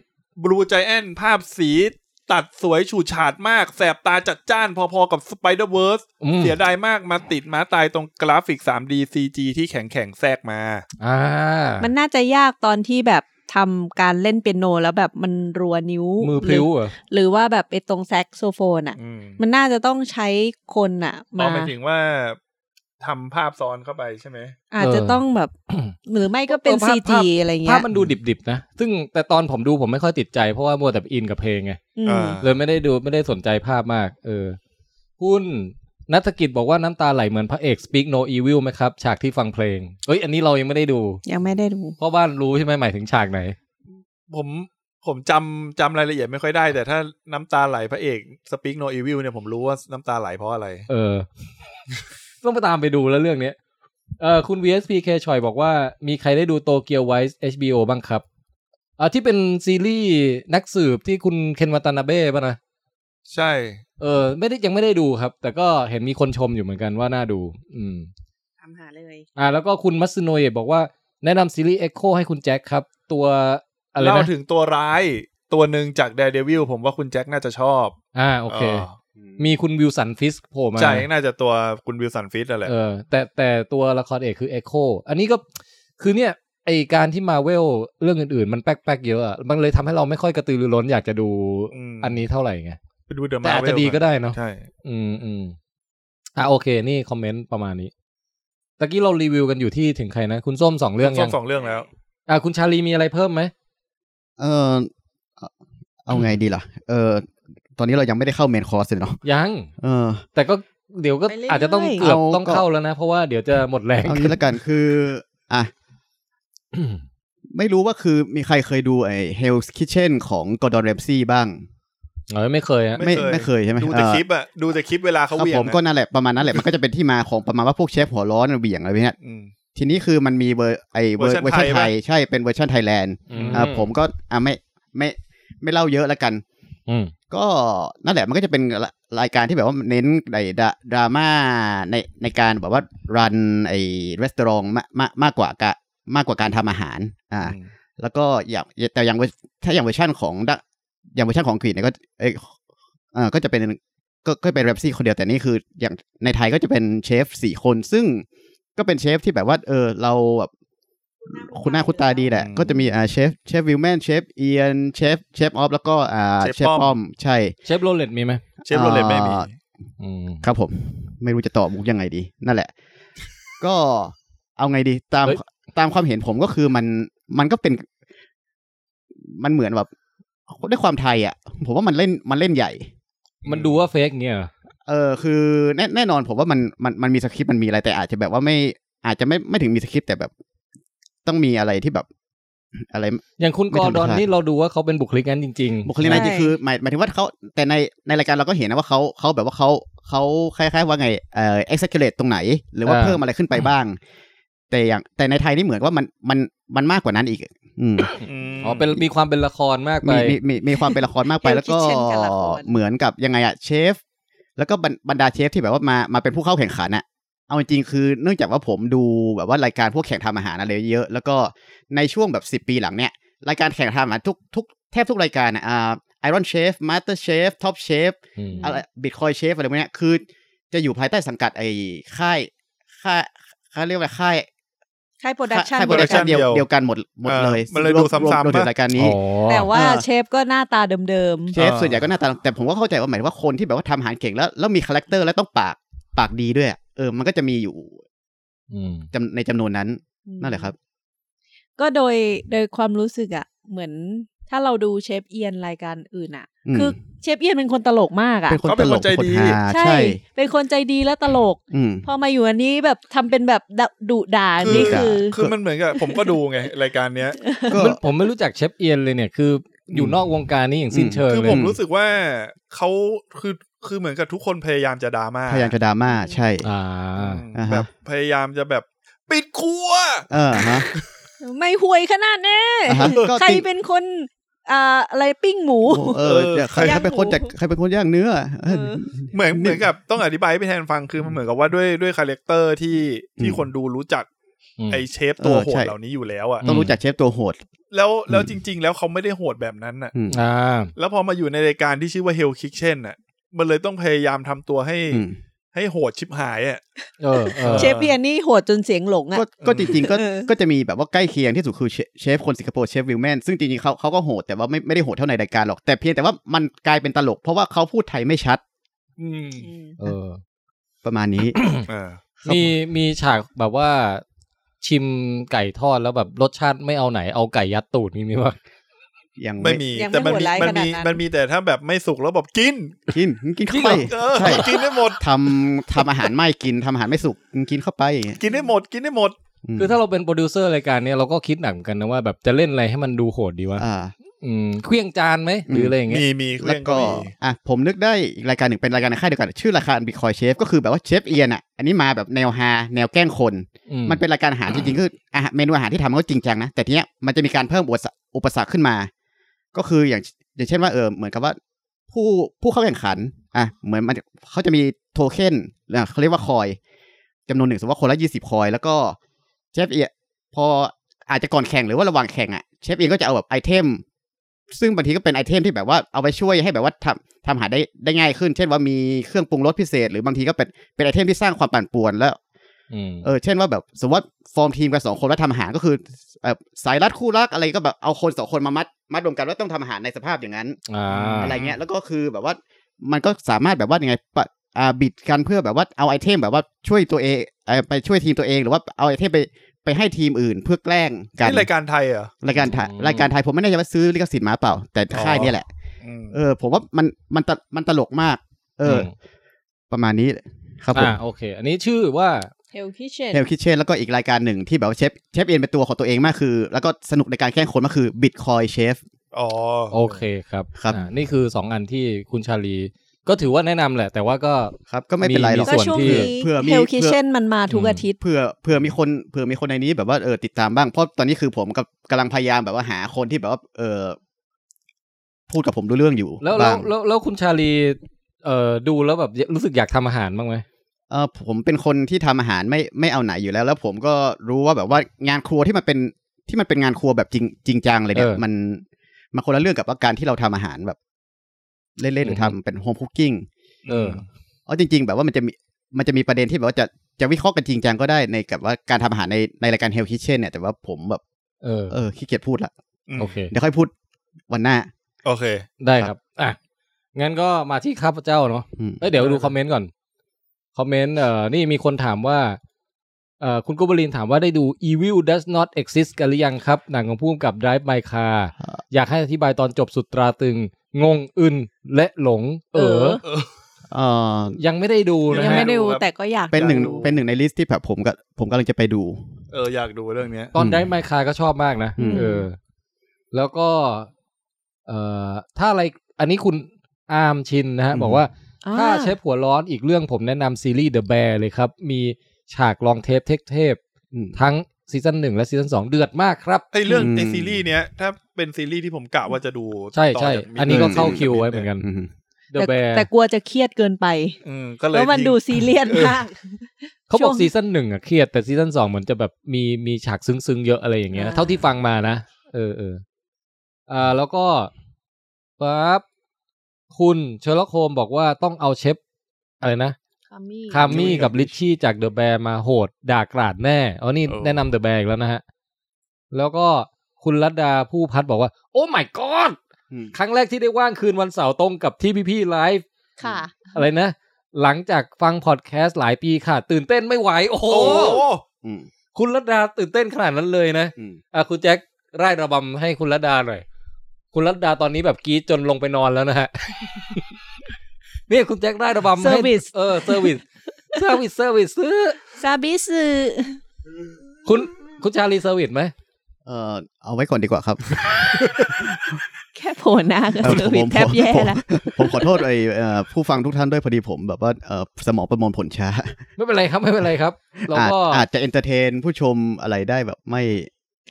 Speaker 4: บลูใจแอนภาพสีตัดสวยฉูดฉาดมาก แสบตาจัดจ้านพอๆกับสไปเดอร์เวิร์ส
Speaker 2: อืม
Speaker 4: เสียดายมากมาติดม้าตายตรงกราฟิก 3D CG ที่แข็งแข็งๆแทรกมา
Speaker 2: อ่า
Speaker 5: มันน่าจะยากตอนที่แบบทำการเล่นเปียโนแล้วแบบมันรัวนิ้ว
Speaker 2: มือพลิ้ว
Speaker 5: หรื
Speaker 2: เหรอ
Speaker 5: หรือว่าแบบไอตรงแซกโซโฟนอ่ะ
Speaker 4: อืม
Speaker 5: มันน่าจะต้องใช้คนอ่ะ
Speaker 4: อ๋อ
Speaker 5: มา
Speaker 4: หมายถึงว่าทำภาพซ้อนเข้าไปใช่ไหม
Speaker 5: อาจจะต้องแบบ หรือไม่ก็เป็น
Speaker 2: ออภา
Speaker 5: ซี
Speaker 2: พ
Speaker 5: จี
Speaker 2: ภาพ
Speaker 5: อะไรเงี้
Speaker 2: ภาพ
Speaker 5: ย
Speaker 2: มันดูดิบๆนะ ซึ่งแต่ตอนผมดูผมไม่ค่อยติดใจ เพราะว่ามัวแต่อินกับเพลงไง
Speaker 5: อืม
Speaker 2: เลยไม่ได้ดูไม่ได้สนใจภาพมาก เออ คุณนัฐกิจบอกว่าน้ำตาไหลเหมือนพระเอก Speak No Evil ไหมครับ ฉากที่ฟังเพลง เอ้ย อันนี้เรายังไม่ได้ดู
Speaker 5: ยังไม่ได้ดู
Speaker 2: เพราะบ้านรู้ใช่ไหมหมายถึงฉากไหน
Speaker 4: ผมผมจำจำรายละเอียดไม่ค่อยได้ แต่ถ้าน้ำตาไหลพระเอก Speak No Evil เนี่ยผมรู้ว่าน้ำตาไหลเพราะอะไร
Speaker 2: เออ ต้องไปตามไปดูแล้วเรื่องเนี้ยเออคุณ VSPK ชอยบอกว่ามีใครได้ดูโตเกียวไวส์ HBO บ้างครับอ่าที่เป็นซีรีส์นักสืบที่คุณเคนวาตานาเบ้ป่ะนะ
Speaker 4: ใช่
Speaker 2: เออ ไม่ได้ยังไม่ได้ดูครับ แต่ก็เห็นมีคนชมอยู่เหมือนกันว่าน่าดู อืม
Speaker 5: ทำหาเลย
Speaker 2: อ่าแล้วก็คุณมัตสึโนเอะบอกว่าแนะนำซีรีส์ Echo ให้คุณแจ็คครับ ตัวอะไร
Speaker 4: เล่า
Speaker 2: นะ
Speaker 4: ถึงตัวร้ายตัวหนึ่งจาก Daredevil ผมว่าคุณแจ็คน่าจะชอบ
Speaker 2: อ่าโอเค
Speaker 4: า
Speaker 2: มีคุณวิลสันฟิสก์โผล่มา
Speaker 4: ใช่น่าจะตัวคุณวิลสันฟิตอะไร
Speaker 2: เออแต่แต่ตัวละครเอกคือ Echo อันนี้ก็คือเนี่ย ไอการที่มาเวลเรื่องอื่นๆ มันแป๊กๆเยอะอะมันเลยทำให้เราไม่ค่อยกระตือรือร้นอยากจะดูอันนี้เท่าไหร่ไง
Speaker 4: ไปดูเดอะ
Speaker 2: แต่
Speaker 4: มา
Speaker 2: อาจจะดีก็ได้เนอะ
Speaker 4: ใช่
Speaker 2: อืมอืมอ่ะโอเค นี่คอมเมนต์ประมาณนี้ตะกี้เรารีวิวกันอยู่ที่ถึงใครนะ คุณส้มสองเรื่อง
Speaker 4: ส้
Speaker 2: ยั
Speaker 4: ม
Speaker 2: ง
Speaker 4: สองเรื่องแล้ว
Speaker 2: อ่ะคุณชาลีมีอะไรเพิ่มไหม
Speaker 3: เออเอาเอาไงดีล่ะ เออ ตอนนี้เรายังไม่ได้เข้าเมนคอร์สเลยเนาะ
Speaker 2: ยัง
Speaker 3: เออ
Speaker 2: แต่ก็เดี๋ยวก็
Speaker 5: ไปเรื่อยๆ
Speaker 2: อาจจะต้องเกือบ
Speaker 3: เอา
Speaker 2: ต้องเข้าแล้วนะ เพราะว่าเดี๋ยวจะหมดแรง
Speaker 3: เอางี้ละกันคือ อ่ะ ไม่รู้ว่าคือมีใครเคยดูไอ้ Hell's Kitchen ของกอร์ดอน m รมซี่บ้าง
Speaker 2: เออไม่เคยอะ
Speaker 4: ไม่
Speaker 3: ไม่
Speaker 4: เคย
Speaker 3: ไม่เคยใช่ไหม
Speaker 4: ดูแต่
Speaker 3: เอ่อ
Speaker 4: คลิปอะดูแต่คลิปเวลาเขา
Speaker 3: ครับ
Speaker 4: เหวียง
Speaker 3: ผม
Speaker 4: อะ
Speaker 3: ก็นั่นแหละประมาณนั้นแหละ มันก็จะเป็นที่มาของประมาณว่าพวกเชฟหัวร้อนเหวี่ยงอะไรเนี่ย
Speaker 4: อืม
Speaker 3: ทีนี้คือมันมีเวอร์ไอเวอร์
Speaker 4: เว
Speaker 3: เว
Speaker 4: อร์
Speaker 3: อร์
Speaker 4: ชั
Speaker 3: ชั
Speaker 4: น
Speaker 3: น
Speaker 4: ไท
Speaker 3: ไท
Speaker 4: ย
Speaker 3: ย
Speaker 4: ปะ
Speaker 3: ใช่เป็นเวอร์ชันไทยแลนด์
Speaker 2: อืม
Speaker 3: อ่าผมก็อ่ะไม่ไม่ไม่เล่าเยอะละกัน
Speaker 2: อืม
Speaker 3: ก็นั่นแหละมันก็จะเป็นรรายการที่แบบว่าเน้นในดราดราม่าในในการแบบว่ารันไอ้ร้านอาหารมากมากกว่ากะมากกว่าการทำอาหารอ่า แล้วก็อย่างแต่อย่างเวอร์ถ้าอย่างเวอร์ชันของดะอย่างเวอร์ชันของอังกรีเนี่ยก็เอยเออก็จะเป็นก็ก็เป็นแรปซี่คนเดียวแต่นี่คืออย่างในไทยก็จะเป็นเชฟสี่คน ซึ่งก็เป็นเชฟที่แบบว่า เออ เราแบบคุณหน้าคุณตาดีแหละ
Speaker 4: อืม
Speaker 3: ก็จะมีอ่าเชฟเชฟวิลแมนเชฟเอียนเชฟเชฟออฟแล้วก็อ่า
Speaker 4: เช
Speaker 3: เช
Speaker 4: ฟ
Speaker 3: ฟ
Speaker 4: ป้อ
Speaker 3: ป้อ
Speaker 4: ม
Speaker 3: มใช่
Speaker 2: เชฟโรเลตมีไหม
Speaker 4: เชฟโรเลตไม่มี
Speaker 3: อ่า
Speaker 2: อืม
Speaker 3: ครับผม ไม่รู้จะตอบมุกยังไงดี นั่นแหละ ก็เอาไงดีตามตามความเห็นผมก็คือมันมันก็เป็น มันเหมือนแบบด้วยความไทยอ่ะ ผมว่ามันเล่นมันเล่นใหญ่
Speaker 2: มันดูว่าเฟกเนี่ยเหรอ
Speaker 3: เออคือแน่แน่นอนผมว่ามันมันมันมีสคริปต์มันมีอะไรแต่อาจจะแบบว่าไม่อาจจะไม่ไม่ถึงมีสคริปต์แต่แบบ ต้องมีอะไรที่แบบ อะไร
Speaker 2: อย่างคุณ
Speaker 3: ไม่
Speaker 2: กอ
Speaker 3: ธรรม
Speaker 2: ร์ดอน
Speaker 3: ชาติ
Speaker 2: นี่เราดูว่าเขาเป็นบุคลิกนั้นจริง ๆ
Speaker 3: บุคลิกนั้นจริง
Speaker 5: ใช่
Speaker 3: คือหมายหมายถึงว่าเขาแต่ในในรายการเราก็เห็นนะว่าเขาเขาแบบว่าเขาเขาคล้ายๆว่าไงเอ่อ exaggerate ตรงไหน หรือว่า
Speaker 2: อ่า
Speaker 3: เพิ่มอะไรขึ้นไปบ้าง แต่อย่างแต่ในไทยนี่เหมือนว่ามันมันมันมากกว่านั้นอีก อืม
Speaker 4: ม
Speaker 2: อ๋อเป็นมีความเป็นละครมากไป
Speaker 3: มีมีมีมีความเป็นละครมากไป
Speaker 5: Hell
Speaker 3: แล้วก็
Speaker 5: Kitchen กับละคร
Speaker 3: เหมือนกับยังไงอะเชฟ แล้วก็บรรบรรดาเชฟที่แบบว่ามามาเป็นผู้เข้าแข่งขันอะเอาจริงๆคือเนื่องจากว่าผมดูแบบว่ารายการพวกแข่งทำอาหารอะไรเยอะแล้วก็ในช่วงแบบสิบ10 ปีหลังเนี่ย รายการแข่งทำอาหารทุกทุกแทบทุกรายการอะอ่าไอรอนเชฟมาสเตอร์เชฟท็อปเชฟ
Speaker 2: อืม
Speaker 3: อะไรบิตคอยเชฟอะไรพวกเนี้ยคือจะอยู่ภายใต้สังกัดไอ้ค่ายค่ายค่ายเรียกว่าค่าย
Speaker 5: ค่ายโปรดักชัน
Speaker 3: ค่ายโปรดักชันเดียวเดียวกันหมดหมดเลย
Speaker 4: อ่ามันเลยดูซ้ำๆ
Speaker 3: รวมถึง
Speaker 4: ปะ
Speaker 3: รายการนี้
Speaker 2: อ๋อ
Speaker 5: แต่ว่า
Speaker 3: เออ
Speaker 5: เชฟก็หน้าตาเดิม
Speaker 3: เชฟส่วนใหญ่ก็หน้าตาแต่ผมก็เข้าใจว่าหมายถึงว่าคนที่แบบว่าทำอาหารเก่งแล้วแล้วมีคาแรคเตอร์แล้วต้องปากปากดีด้วยอะเออมันก็จะมีอยู่
Speaker 2: อืม
Speaker 3: จำในจำนวนนั้น
Speaker 5: ๆ
Speaker 3: นั่นแหละครับ
Speaker 5: ก็โดยโดยความรู้สึกอะเหมือนถ้าเราดูเชฟเอียนรายการอื่นอะ
Speaker 3: อืม
Speaker 5: คือเชฟเอียนเป็นคนตลกมากอะ
Speaker 3: เป็นคน
Speaker 4: เขา
Speaker 3: ต
Speaker 4: เป็น
Speaker 3: ล
Speaker 4: ค
Speaker 3: ก
Speaker 4: นใจ
Speaker 3: คน
Speaker 4: ดี
Speaker 3: ฮาใช่
Speaker 5: เป็นคนใจดีและตลก
Speaker 3: อืม
Speaker 5: พอมาอยู่อันนี้แบบทำเป็นแบบดุด่า
Speaker 4: คือ
Speaker 5: นี่คือ
Speaker 4: คือมันเหมือนกับผมก็ดูไงรายการเนี้ย
Speaker 3: ก็
Speaker 2: มันผมไม่รู้จักเชฟเอียนเลยเนี่ยคืออยู่
Speaker 3: อืม
Speaker 2: นอกวงการนี้อย่างสิ้นเชิง
Speaker 4: คือ
Speaker 2: เล
Speaker 4: ผม
Speaker 2: ย
Speaker 4: รู้สึกว่าเขาคือคือเหมือนกับทุกคนพยายามจะดราม่า
Speaker 3: พยายามจะดราม่าใช่
Speaker 2: อ่า
Speaker 4: อืม
Speaker 3: อ่าฮะ
Speaker 4: แบบพยายามจะแบบปิดครัว
Speaker 3: เออฮะ
Speaker 5: ไม่ห่วยขนาดแน่
Speaker 3: อ่าฮะก็จริง
Speaker 5: ใครเป็นคนอ่าอะไรปิ้งหมู
Speaker 3: โอ้เออเดี๋ยวใคร
Speaker 5: ย่าง
Speaker 3: ใครเป็นคนจากใครเป็นคนย่างเนื้อเออ
Speaker 5: เออ
Speaker 4: เหมือนเหมือนกับต้องอธิบายให้พี่แทนฟังคือมันเหมือนกับว่าด้วยด้วยคาแรคเตอร์ที่ที่
Speaker 3: อืม
Speaker 4: คนดูรู้จัก
Speaker 2: อืม
Speaker 4: ไอเชฟตัวโหด
Speaker 3: เออใช่
Speaker 4: เหล่านี้อยู่แล้วอ่ะ
Speaker 3: ต้องรู้จักเชฟตัวโหด
Speaker 4: แล้วแล้ว
Speaker 3: อืม
Speaker 4: จริง ๆ แล้วเขาไม่ได้โหดแบบนั้นน่ะ
Speaker 3: อืม
Speaker 2: อ่า
Speaker 4: แล้วพอมาอยู่ในรายการที่ชื่อว่า Hell Kitchen น่ะ มันเลยต้องพยายามทำตัวให้
Speaker 3: อืม
Speaker 4: ให้โหดชิบหายอ่ะ
Speaker 2: เออเออ
Speaker 5: เชฟเอียนนี่โหดจนเสียงหลงอะ
Speaker 3: ก็ก็จริงๆก็
Speaker 5: เออ
Speaker 3: ก็จะมีแบบว่าใกล้เคียงที่สุดคือเชเชฟคนสิงคโปร์เชฟวิลแมนซึ่งจริงๆเขาเขาก็โหดแต่ว่าไม่ไม่ได้โหดเท่าในรายการหรอกแต่เพียงแต่ว่ามันกลายเป็นตลก เพราะว่าเขาพูดไทยไม่ชัด
Speaker 4: อืม
Speaker 2: เออ
Speaker 3: ประมาณนี้
Speaker 4: อ่า
Speaker 2: มีมีฉากแบบว่าชิมไก่ทอดแล้วแบบรสชาติไม่เอาไหนเอาไก่ยัดตูดมีมีวะ
Speaker 3: ยัง
Speaker 4: ไม่มี
Speaker 5: ยังไม่
Speaker 4: แต่มัน
Speaker 5: โหด
Speaker 4: มี
Speaker 5: ร้าย
Speaker 4: มันมี
Speaker 5: ขนาดนั้น
Speaker 4: มันมีแต่ถ้าแบบไม่สุกแล้วแบบกิน
Speaker 3: กินกินเข้าไป
Speaker 4: เออ
Speaker 3: ใช่
Speaker 4: กินได้หมด
Speaker 3: ทำทำอาหารไม่กินทำอาหารไม่สุกกินเข้าไปอย่างเงี้ย
Speaker 4: กินได้หมดกินได้หมด
Speaker 3: ม
Speaker 2: คือถ้าเราเป็นโปรดิวเซอร์รายการเนี้ยเราก็คิดหนักเหมือนกันนะว่าแบบจะเล่นอะไรให้มันดูโหดดีวะ
Speaker 3: อ่า
Speaker 2: อืมเครื่องจานไหมหรืออะไรอย่างเงี้ย
Speaker 4: มีมีเค
Speaker 3: แล้
Speaker 4: รื่
Speaker 3: ว
Speaker 4: อง
Speaker 3: ก็
Speaker 4: ก็มี
Speaker 3: อ่ะผมนึกได้อีกรายการหนึ่งเป็นรายการในค่ายเดียวกัน ชื่อรายการบิคอยเชฟก็คือแบบว่าเชฟเอียนอ่ะอันนี้มาแบบแนวฮาแนวแกล้งคน
Speaker 2: อืม
Speaker 3: มันเป็นรายการอาหารจริงๆคืออาหารเมนูอาหารที่ทำมันก็จริงจังนะ แต่ทีเนี้ยมันจะมีการเพิ่มอุปสรรคอุปสรรคขึ้นมา ก็คืออย่างอย่างเช่นว่าเออเหมือนกับว่าผู้ผู้เข้าแข่งขันอ่ะเหมือนมันเขาจะมีโทเค็นอ่ะเขาเรียกว่าคอยจำนวนหนึ่งสมมติว่าคนละยี่สิบคอย แล้วก็เชฟเอียพออาจจะก่อนแข่งหรือว่าระหว่างแข่งอ่ะเชฟเอียก็จะเอาแบบไอเทม ซึ่งบางทีก็เป็นไอเทมที่แบบว่าเอาไปช่วยให้แบบว่าทำทำอาหารได้ได้ง่ายขึ้น เช่นว่ามีเครื่องปรุงรสพิเศษ หรือบางทีก็เป็นเป็นไอเทมที่สร้างความปั่นป่วนแล้ว
Speaker 2: อืม
Speaker 3: เออเช่นว่าแบบสมมติว่าฟอร์มทีมกันสองคนแล้วทำอาหารก็คือแบบสายรัดคู่รักอะไรก็แบบเอาคนสองคนมามัดมัดรวมกันแล้วต้องทำอาหารในสภาพอย่างนั้น
Speaker 2: อ่า
Speaker 3: อะไรเงี้ยแล้วก็คือแบบว่ามันก็สามารถแบบว่ายังไงปะอ่าบิดกันเพื่อแบบว่าเอาไอเทมแบบว่าช่วยตัวเองเอ่อไปช่วยทีมตัวเองหรือว่าเอาไอเทมไปไปให้ทีมอื่นเพื่อแกล้งกัน
Speaker 4: นี่รายการไทยเหรอ
Speaker 3: รายการไทยรายการไทยผมไม่แน่ใจว่าซื้อลิขสิทธิ์มาเปล่า แต่ค่ายเนี่ยแหละ
Speaker 4: อืม
Speaker 3: เออผมว่ามันมันตะมันตลกมาก เอออประมาณนี้ครับผม
Speaker 2: อ่าโอเค อันนี้ชื่อว่า
Speaker 5: เฮลคิเช่น
Speaker 3: เฮลคิเชนแล้วก็อีกรายการหนึ่งที่แบบว่าเชฟเชฟเอ็นเป็นตัวของตัวเองมากคือ แล้วก็สนุกในการแข่งคนมากคือบิตคอยเชฟ
Speaker 4: อ๋อ
Speaker 2: โอเคครับ
Speaker 3: ครับ
Speaker 2: อ่านี่คือสองอันที่คุณชาลี ก็ถือว่าแนะนำแหละ แต่ว่าก็
Speaker 3: ครับ ก็ไม่เป็นไรหรอก
Speaker 2: มี
Speaker 5: ก็
Speaker 2: ส่วน
Speaker 5: ช่วง
Speaker 2: ที่
Speaker 5: นี้
Speaker 3: เผื่อมี
Speaker 5: เฮลคิ
Speaker 3: เผื่อ
Speaker 5: เช่นมันมาทุกอาทิตย์
Speaker 3: เผื่อเผื่อมีคนเผื่อมีคนในนี้แบบว่าเออติดตามบ้างเพราะตอนนี้คือผมกับกำลังพยายามแบบว่าหาคนที่แบบว่า เออพูดกับผมรู้เรื่องอยู่
Speaker 2: แล้วแล้ว
Speaker 3: บ้าง
Speaker 2: แล้วแล้วคุณชาลีเอ่อดูแล้วแบบรู้สึกอยากทำอาหารบ้างไหม
Speaker 3: เออผมเป็นคนที่ทำอาหารไม่ไม่เอาไหนอยู่แล้ว แล้วผมก็รู้ว่าแบบว่างานครัวที่มันเป็นที่มันเป็นงานครัวแบบจริงจริงจังเลยเนี่ยมันมันคนละเรื่องกับว่าการที่เราทำอาหารแบบ เล่นๆหรือทำเป็นโฮมคุกกิ้ง
Speaker 2: เออ
Speaker 3: อ๋อจริงๆ แบบว่ามันจะมีมันจะมีประเด็นที่แบบว่าจะจะวิเคราะห์กันจริงจังก็ได้ในกับว่าการทำอาหารในในรายการ Hell Kitchen เนี่ยแต่ว่าผมแบบ
Speaker 2: เออ
Speaker 3: เออขี้เกียจพูดละ
Speaker 4: อืม
Speaker 2: โอเค
Speaker 3: เดี๋ยวค่อยพูดวันหน้า
Speaker 4: โอเค
Speaker 2: ได้ครับ อ่ะ งั้นก็มาที่ข้าพเจ้าเนาะ
Speaker 3: อืม
Speaker 2: เอ้ยเดี๋ยวดูคอมเมนต์ก่อน คอมเมนต์ เอ่อ นี่มีคนถามว่า เอ่อ คุณกุบลินถามว่าได้ดู Evil Does Not Exist กันหรือยังครับ หนังของผู้กำกับ Drive My Car อยากให้อธิบายตอนจบสุดตราตรึง งงอึนและหลง เออ
Speaker 4: เออ
Speaker 3: เออ
Speaker 2: ยังไม่ได้ดูนะ
Speaker 6: ยัง
Speaker 2: ฮะ
Speaker 6: ไม่ได้ดู
Speaker 4: ครับ
Speaker 6: แต่ก็อยาก
Speaker 3: เป็นหนึ่ง
Speaker 4: อยากดู
Speaker 3: เป็นหนึ่งในลิสต์ที่แบบผมกับผมกำลังจะไปดู
Speaker 4: เอออยากดูเรื่องเนี้ย
Speaker 2: ตอนได้ไมค์คาก็ชอบมากนะ
Speaker 3: อืม
Speaker 2: เออ แล้วก็ เอ่อถ้าอะไร อันนี้คุณอาร์มชินนะฮะ บอกว่า ถ้าเชฟหัวร้อนอีกเรื่องผมแนะนำซีรีส์ The Bear เลยครับ มีฉากลองเทปเทป
Speaker 3: อืม
Speaker 2: ๆทั้งซีซั่นหนึ่งและซีซั่นสองเดือดมากครับ
Speaker 4: ไอเรื่อง
Speaker 3: อืม
Speaker 4: ไอซีรีส์เนี้ยถ้าเป็นซีรีส์ที่ผมกะว่าจะดู
Speaker 2: ใช่
Speaker 4: ต่
Speaker 2: ใช่
Speaker 4: จาก Mr.
Speaker 2: อันนี้ก็เข้า
Speaker 4: Bean
Speaker 2: คิวไว้เหมือนกัน
Speaker 3: อืม
Speaker 2: The
Speaker 6: แต่
Speaker 2: Bear
Speaker 6: แต่กลัวจะเครียดเกินไป
Speaker 4: อืมก็เลย
Speaker 6: แล้วมันดูซีเรียสมาก
Speaker 2: เขาบ
Speaker 6: ช่
Speaker 2: อก
Speaker 6: วง
Speaker 2: ซีซั่นหนึ่งอะเครียดแต่ซีซั่นสองเหมือนจะแบบมีมีฉากซึ้งๆเยอะอะไรอย่างเงี้ย
Speaker 6: อ่า
Speaker 2: เท่าที่ฟังมานะ เออเอออ่า แล้วก็ปั๊บคุณเชอร์ล็อกโฮมบอกว่าต้องเอาเชฟอะไรนะ
Speaker 6: คามี่
Speaker 2: คามี่กับลิชชี่จากเดอะแบร์มาโหดด่ากราดแน่อ๋อนี่แนะนำเดอะแบร์อีกแล้วนะฮะ แล้วก็คุณรัตดาผู้พัดบอกว่า โอ้ my god
Speaker 3: อืม
Speaker 2: ครั้งแรกที่ได้ว่างคืนวันเสาร์ตรงกับที่พี่ๆไลฟ์
Speaker 6: ค่ะ
Speaker 2: อะไรนะ หลังจากฟังพอดแคสต์หลายปีค่ะ ตื่นเต้นไม่ไหว โอ้โห
Speaker 4: โอ้โห
Speaker 3: อืม
Speaker 2: คุณรัตดาตื่นเต้นขนาดนั้นเลยนะ
Speaker 3: อืม
Speaker 2: อ่ะคุณแจ็คไล่ระบำให้คุณรัตดาหน่อย คุณรัตดาตอนนี้แบบกรีดจนลงไปนอนแล้วนะฮะ นี่คุณแจ็คไล่ระบำให้
Speaker 6: Service
Speaker 2: เออเซอร์วิ สเซอร์วิสเซอร์วิสซื้อ
Speaker 6: ซาบิสึ
Speaker 2: คุณคุณชาลีเซอร์วิสไหม
Speaker 3: เออเอาไว้ก่อนดีกว่าครับ
Speaker 6: แค่โผล่หน้าก็
Speaker 3: เออ
Speaker 6: เซอร์วิส
Speaker 3: ผม
Speaker 6: แทบแย่
Speaker 3: ผม
Speaker 6: ละ
Speaker 3: ผมขอโทษไอ้เอ่อผู้ฟังทุกท่านด้วยพอดีผมแบบว่าเอ่อสมองประมวลผลช้า
Speaker 2: ไม่เป็นไรครับ ไม่เป็นไรครับเรา
Speaker 3: อาจ
Speaker 2: ก็
Speaker 3: อาจจะเอนเตอร์เทนผู้ชมอะไรได้แบบไม่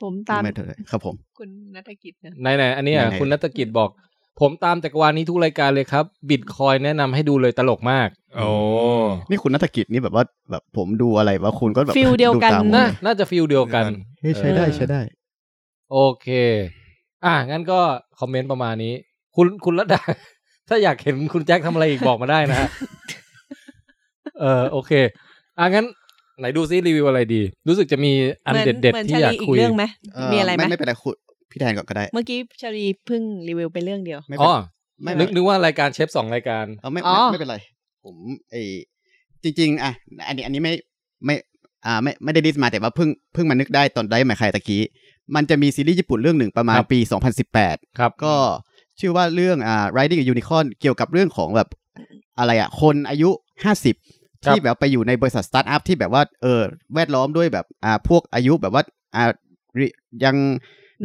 Speaker 6: ผมตาม
Speaker 3: ไม่เท่าไหร่ครับผม
Speaker 6: คุณนัทกิจนะ
Speaker 2: ไหนไหนๆอันเนี้ย
Speaker 3: ไหนๆ
Speaker 2: คุณนัตกิจบอก ผมตามจักรวาลนี้ทุกรายการเลยครับบิตคอยแนะนำให้ดูเลยตลกมาก
Speaker 4: โอ้
Speaker 3: นี่คุณนัฐกิจนี่แบบว่าแบบผมดูอะไรวะคุณก็แบบ
Speaker 6: ฟิลเดียวกัน
Speaker 3: ตาม
Speaker 6: นะ
Speaker 2: น่าน่าจะฟิลเดียวกัน
Speaker 3: เฮ้ยใช้ได้
Speaker 6: เออ
Speaker 3: ใช้ได้
Speaker 2: โอเค อ่ะ งั้นก็คอมเมนต์ประมาณนี้ คุณคุณระดา ถ้าอยากเห็นคุณแจ็คทำอะไรอีกบอกมาได้นะฮะ เออโอเค อ่ะ งั้น ไหนดูซิรีวิวอะไรดี รู้สึกจะมีอัน
Speaker 6: หมื
Speaker 2: เด็ด
Speaker 6: หมืน
Speaker 2: ๆ ที่อยาก
Speaker 6: ชลี
Speaker 2: คุย
Speaker 6: เรื่องไหม
Speaker 3: เ
Speaker 6: มีอะไรไหม
Speaker 3: ไม่เป็นไรคุณพี่แทนก่อนก็ได้
Speaker 6: เมื่อกี้ชลีเพิ่งรีวิวไปเรื่องเดียว
Speaker 3: ไม่เป็
Speaker 2: อ๋
Speaker 3: น
Speaker 2: อ
Speaker 3: ไม่
Speaker 2: นึ
Speaker 3: ไม่
Speaker 2: กนึกว่ารายการเชฟสองรายการ
Speaker 3: เออไม่
Speaker 6: อ๋
Speaker 3: ไม่
Speaker 6: อ
Speaker 3: ไม่เป็นไร ผมไอจริง ๆ อ่ะ อันนี้อันนี้ไม่ไม่อ่าไม่ไม่ได้ดิสมาแต่ว่าเพิ่งเพิ่งมานึกได้ตอนได้หมายใครตะกี้ มันจะมีซีรีส์ญี่ปุ่นเรื่องหนึ่งประมาณ
Speaker 2: ครับ
Speaker 3: ปี 2018
Speaker 2: ครับ
Speaker 3: ก็ชื่อว่าเรื่องอ่า Riding a Unicorn เกี่ยวกับเรื่องของแบบอะไรอ่ะ คนอายุ 50
Speaker 2: ครับ
Speaker 3: ที่แบบไปอยู่ในบริษัทสตาร์ทอัพที่แบบว่าเออแวดล้อมด้วยแบบอ่าพวกอายุแบบว่าอ่าริยัง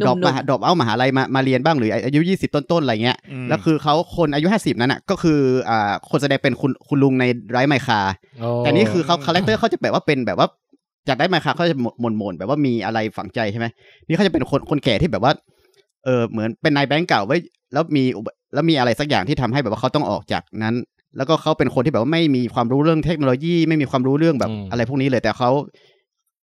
Speaker 6: หนุ่
Speaker 3: ดร
Speaker 6: ม
Speaker 3: อ
Speaker 6: ๆ
Speaker 3: ปมาดรอปเอามหาลัยมามาเรียนบ้างหรืออายุ 20 ต้นๆ อะไรเงี้ย แล้วคือเขาคนอายุ 50 นั้นอ่ะ ก็คืออ่าคนแสดงเป็นคุณคุณลุงในไรไมคา
Speaker 2: โอ้
Speaker 3: แต่นี่คือเขาคาแรคเตอร์เขาจะแบบว่าเป็นแบบว่าจากได้มาค่ะเขาจะหม่นๆแบบว่ามีอะไรฝังใจใช่ไหมนี่เขาจะเป็นคนคนแก่ที่แบบว่า เออเหมือนเป็นนายแบงก์เก่าไว้ยแล้วมีอุบัแล้วมีอะไรสักอย่างที่ทำให้แบบว่าเขาต้องออกจากนั้น แล้วก็เขาเป็นคนที่แบบว่าไม่มีความรู้เรื่องเทคโนโลยี ไม่มีความรู้เรื่องแบบอะไรพวกนี้เลยแต่เขา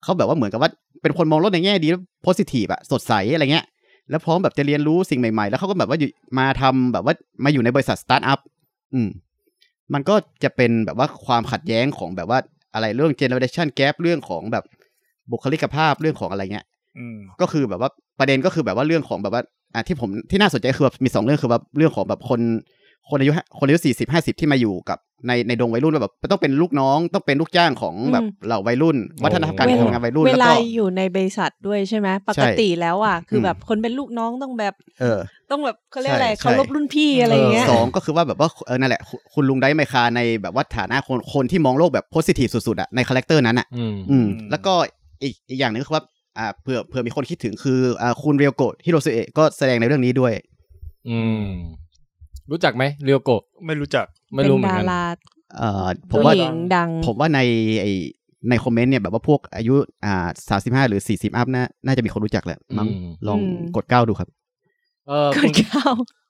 Speaker 3: เขาแบบว่าเหมือนกับว่าเป็นคนมองโลกในแง่ดีโพสิทีฟอะสดใสอะไรเงี้ย แล้วพร้อมแบบจะเรียนรู้สิ่งใหม่ ๆ แล้วเขาก็แบบว่าอยู่มาทำแบบว่ามาอยู่ในบริษัทสตาร์ทอัพ อืม มันก็จะเป็นแบบว่าความขัดแย้งของแบบว่าอะไรเรื่องเจเนอเรชันแกปเรื่องของแบบบุคลิกภาพเรื่องของอะไรเงี้ย
Speaker 4: ม
Speaker 3: ก็คือแบบว่าประเด็นก็คือแบบว่าเรื่องของแบบว่าอ่ะที่ผมที่น่าสนใจคือแบบมีสองเรื่องคือแบบเรื่องของแบบคนคนอายุห้าคนอายุสี่สิบห้าสิบที่มาอยู่กับในในดงวัยรุ่นแล้วแบบต้องเป็นลูกน้องต้องเป็นลูกจ้างของแบบ
Speaker 6: อืม
Speaker 3: เหล่าวัยรุ่น วัฒนธรรมการทำงานวัยรุ่น
Speaker 6: เว
Speaker 3: แล้ว
Speaker 6: ลา
Speaker 3: ก็
Speaker 6: อยู่ในบริษัทด้วยใช่ไหมปกติแล้วอ่ะคือ
Speaker 3: ม
Speaker 6: แบบคนเป็นลูกน้องต้องแบบ
Speaker 3: เออ
Speaker 6: ต้องแบบเขาเรียกอะไร
Speaker 3: ใช่
Speaker 6: เคารพรุ่นพี่อะไรเงี้ย
Speaker 3: สองก็คือว่าแบบว่าเออนั่นแหละคุณคุณลุงได้ไมคาในแบบว่าฐานะคนคนที่มองโลกแบบโพสิทีฟสุดๆอะในคาแรคเตอร์นั้นอะ
Speaker 2: อืม
Speaker 3: อืมแล้วก็อีกอีกอย่างหนึ่งคือว่าอ่าเผื่อเผื่อมีคนคิดถึงคืออ่าคุณเรียวโกะฮิโรซุเอะก็แสดงในเรื่องนี้ด้วย
Speaker 2: อืม รู้จักไหมเรียวโกะ
Speaker 4: ไม่รู้จัก
Speaker 2: ไม่
Speaker 6: เป็น
Speaker 2: รู้เหมือน
Speaker 6: ดา
Speaker 2: กัน
Speaker 6: รา
Speaker 3: เอ่อผม
Speaker 6: ผู้
Speaker 3: ว่า
Speaker 6: หญิงดัง
Speaker 3: ผมว่าในไอในคอมเมนต์เนี่ยแบบว่าพวกอายุอ่าสาสิบห้า35 หรือสี่สิบอัพน่าน่าจะมีคนรู้จักแหละมั้ง
Speaker 2: อืม
Speaker 3: ลอง
Speaker 6: อืม
Speaker 3: กดเก้าดูครับ
Speaker 2: เออ
Speaker 6: ค
Speaker 2: คุ
Speaker 6: น
Speaker 2: ณ
Speaker 6: เก้า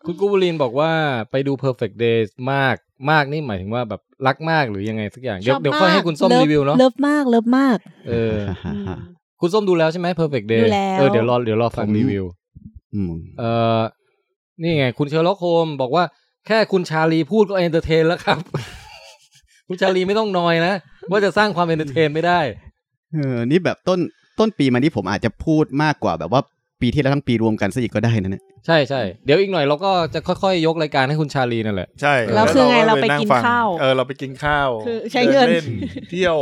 Speaker 2: คุณกูบูลินบอกว่าไปดู perfect days มากมากนี่หมายถึงว่าแบบรักมากหรือยังไงสักอย่าง เดี๋ยวเดี๋ยวค่อยให้คุณส้มรีวิวเนาะ
Speaker 6: เลิฟมากเลิฟมาก
Speaker 2: เออ คุณส้มดูแล้วใช่ไหม perfect days
Speaker 6: ดูแล้ว
Speaker 2: เออเดี๋ยวรอเดี๋ยวรอฟัง
Speaker 3: ผม
Speaker 2: รีวิว
Speaker 3: อืม
Speaker 2: เออนี่ไง คุณเชอร์ล็อกโฮมบอกว่าแค่คุณชาลีพูดก็เอนเตอร์เทนแล้ว ครับ คุณชาลีไม่ต้องนอยนะ ว่าจะสร้างความเอนเตอร์เทนไม่ได้
Speaker 3: เออนี่แบบต้นต้นปีมานี่ผมอาจจะพูดมากกว่าแบบว่าปีที่แล้วทั้งปีรวมกันซะอีกก็ได้นะเนี่ย
Speaker 2: ใช่ใช่เดี๋ยวอีกหน่อยเราก็จะค่อยๆ ยกรายการให้คุณชาลีนั่นแหละ
Speaker 4: ใช่
Speaker 6: แล้วคือไงเราไปกิน
Speaker 4: ฟัง
Speaker 6: ข้าว
Speaker 4: เออเราไปกินข้าว
Speaker 6: คือใช้เงิน
Speaker 4: ดิล่เที่ยว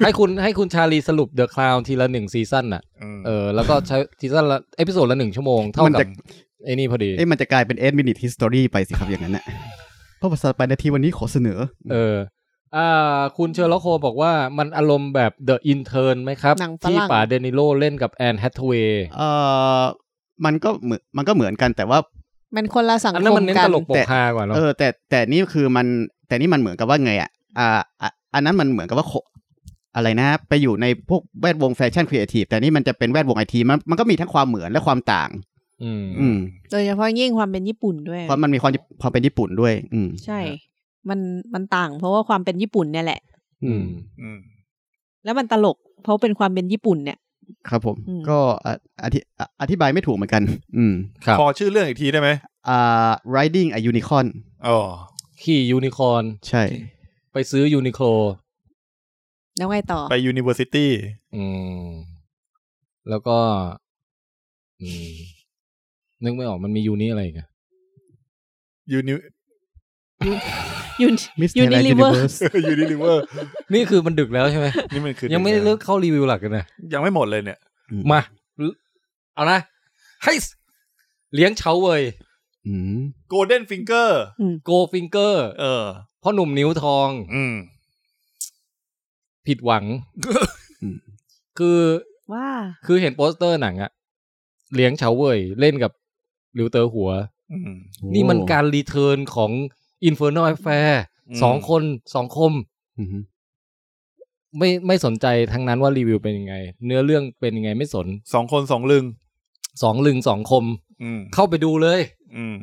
Speaker 2: ให้คุณให้คุณชาลีสรุปเดอะคลาวทีละหนึ่งซีซั่นน่ะ
Speaker 4: ม
Speaker 2: เออแล้วก็ใช้ซีซั่นละเอพิโซดละหนึ่งชั่วโมงเท่า
Speaker 3: มั
Speaker 2: กับ
Speaker 3: จะ
Speaker 2: เอ ไอ้นี่พอดี
Speaker 3: เอ้ยมันจะกลายเป็น 8 minute history ไปสิครับอย่างนั้นน่ะเพราะภาษาไปนาทีวันนี้ขอเสนอ
Speaker 2: เออ อ่า คุณเชอร์ล็อกโฮบอกว่ามันอารมณ์แบบ The Intern ไหมครับ
Speaker 6: หนังฝรั่ง
Speaker 2: ที่ป่าเดนิโลเล่นกับแอนแฮทเวย์
Speaker 3: เออมันก็เหมือนมันก็เหมือนกันแต่ว่า
Speaker 6: มันคนละสัง
Speaker 2: อัน
Speaker 6: ค
Speaker 2: นั้น
Speaker 6: ม
Speaker 2: มันเน้น
Speaker 6: กั
Speaker 2: ต
Speaker 6: น
Speaker 2: ลกป
Speaker 3: แต่
Speaker 2: กฮากว่าเนาะ
Speaker 3: เออแต่แต่นี่คือมันแต่นี่มันเหมือนกับว่าไงอ่ะอ่าอ่ะอันนั้นมันเหมือนกับว่าโคอะไรนะ ไปอยู่ในพวกแวดวงแฟชั่นครีเอทีฟแต่นี่มันจะเป็นแวดวงไอทีมันมันก็มีทั้งความเหมือนและความต่าง
Speaker 2: อืม
Speaker 3: อืม
Speaker 6: โดยเฉพาะยิ่งความเป็นญี่ปุ่นด้วย
Speaker 3: เพราะมันมีความความเป็นญี่ปุ่นด้วย อืม
Speaker 6: ใช่ มันมันต่างเพราะว่าความเป็นญี่ปุ่นเนี่ยแหละ
Speaker 2: อืม
Speaker 4: อืม
Speaker 6: แล้วมันตลก เพราะเป็นความเป็นญี่ปุ่นเนี่ย
Speaker 3: ครับผม
Speaker 6: อืม
Speaker 3: ก็อ่ะอธิอ่ะอธิบายไม่ถูกเหมือนกัน อืม
Speaker 2: ครับ
Speaker 4: ขอชื่อเรื่องอีกทีได้ไหม
Speaker 3: อ่า riding a unicorn
Speaker 4: อ๋อ
Speaker 2: ขี่ยูนิคอร์น
Speaker 3: ใช่
Speaker 2: ไปซื้อยูนิโคล
Speaker 6: แล้วไงต่อ
Speaker 4: ไป University
Speaker 2: อืม แล้วก็ อืม นึกไม่ออกมันมียูนิอะไรอีกัน
Speaker 4: Uni
Speaker 6: ยูน
Speaker 3: มิสเตอ
Speaker 6: ยู
Speaker 3: ร์
Speaker 6: นิลิ
Speaker 3: ยู
Speaker 6: เว
Speaker 3: นิ
Speaker 6: อร์
Speaker 3: เวิร์ส
Speaker 4: Unilever
Speaker 2: นี่คือมันดึกแล้วใช่ไหม
Speaker 4: นี่มันคือ
Speaker 2: ยังไม่ได้เลิกเข้ารีวิวหลักกันนะ
Speaker 4: ยังไม่หมดเลยเนี่ย
Speaker 2: มา เอานะ ให้สเลี้ยงเฉาเวย
Speaker 3: อืม
Speaker 4: Golden Finger
Speaker 2: โกฟิงเกอร์
Speaker 4: เออ
Speaker 2: พ่อหนุ่มนิ้วทอง
Speaker 4: อืม
Speaker 2: ผิดหวัง
Speaker 3: อืม
Speaker 2: คือ
Speaker 6: ว่า
Speaker 2: คือเห็นโปสเตอร์หนังอะเลี้ยงเฉาเว่ยเล่นกับริวเตอร์หัว
Speaker 4: อืม
Speaker 2: นี่มันการรีเทิร์นของอินเฟอร์นอ f แฟร์
Speaker 4: อืม
Speaker 2: สองคนสองคม
Speaker 3: อืม
Speaker 2: ไม่ไม่สนใจทั้งนั้นว่ารีวิวเป็นยังไง เนื้อเรื่องเป็นยังไงไม่สน
Speaker 4: สองคนสองลึง
Speaker 2: สองลึงสองคม
Speaker 4: อืม
Speaker 2: เข้าไปดูเลย
Speaker 4: อืม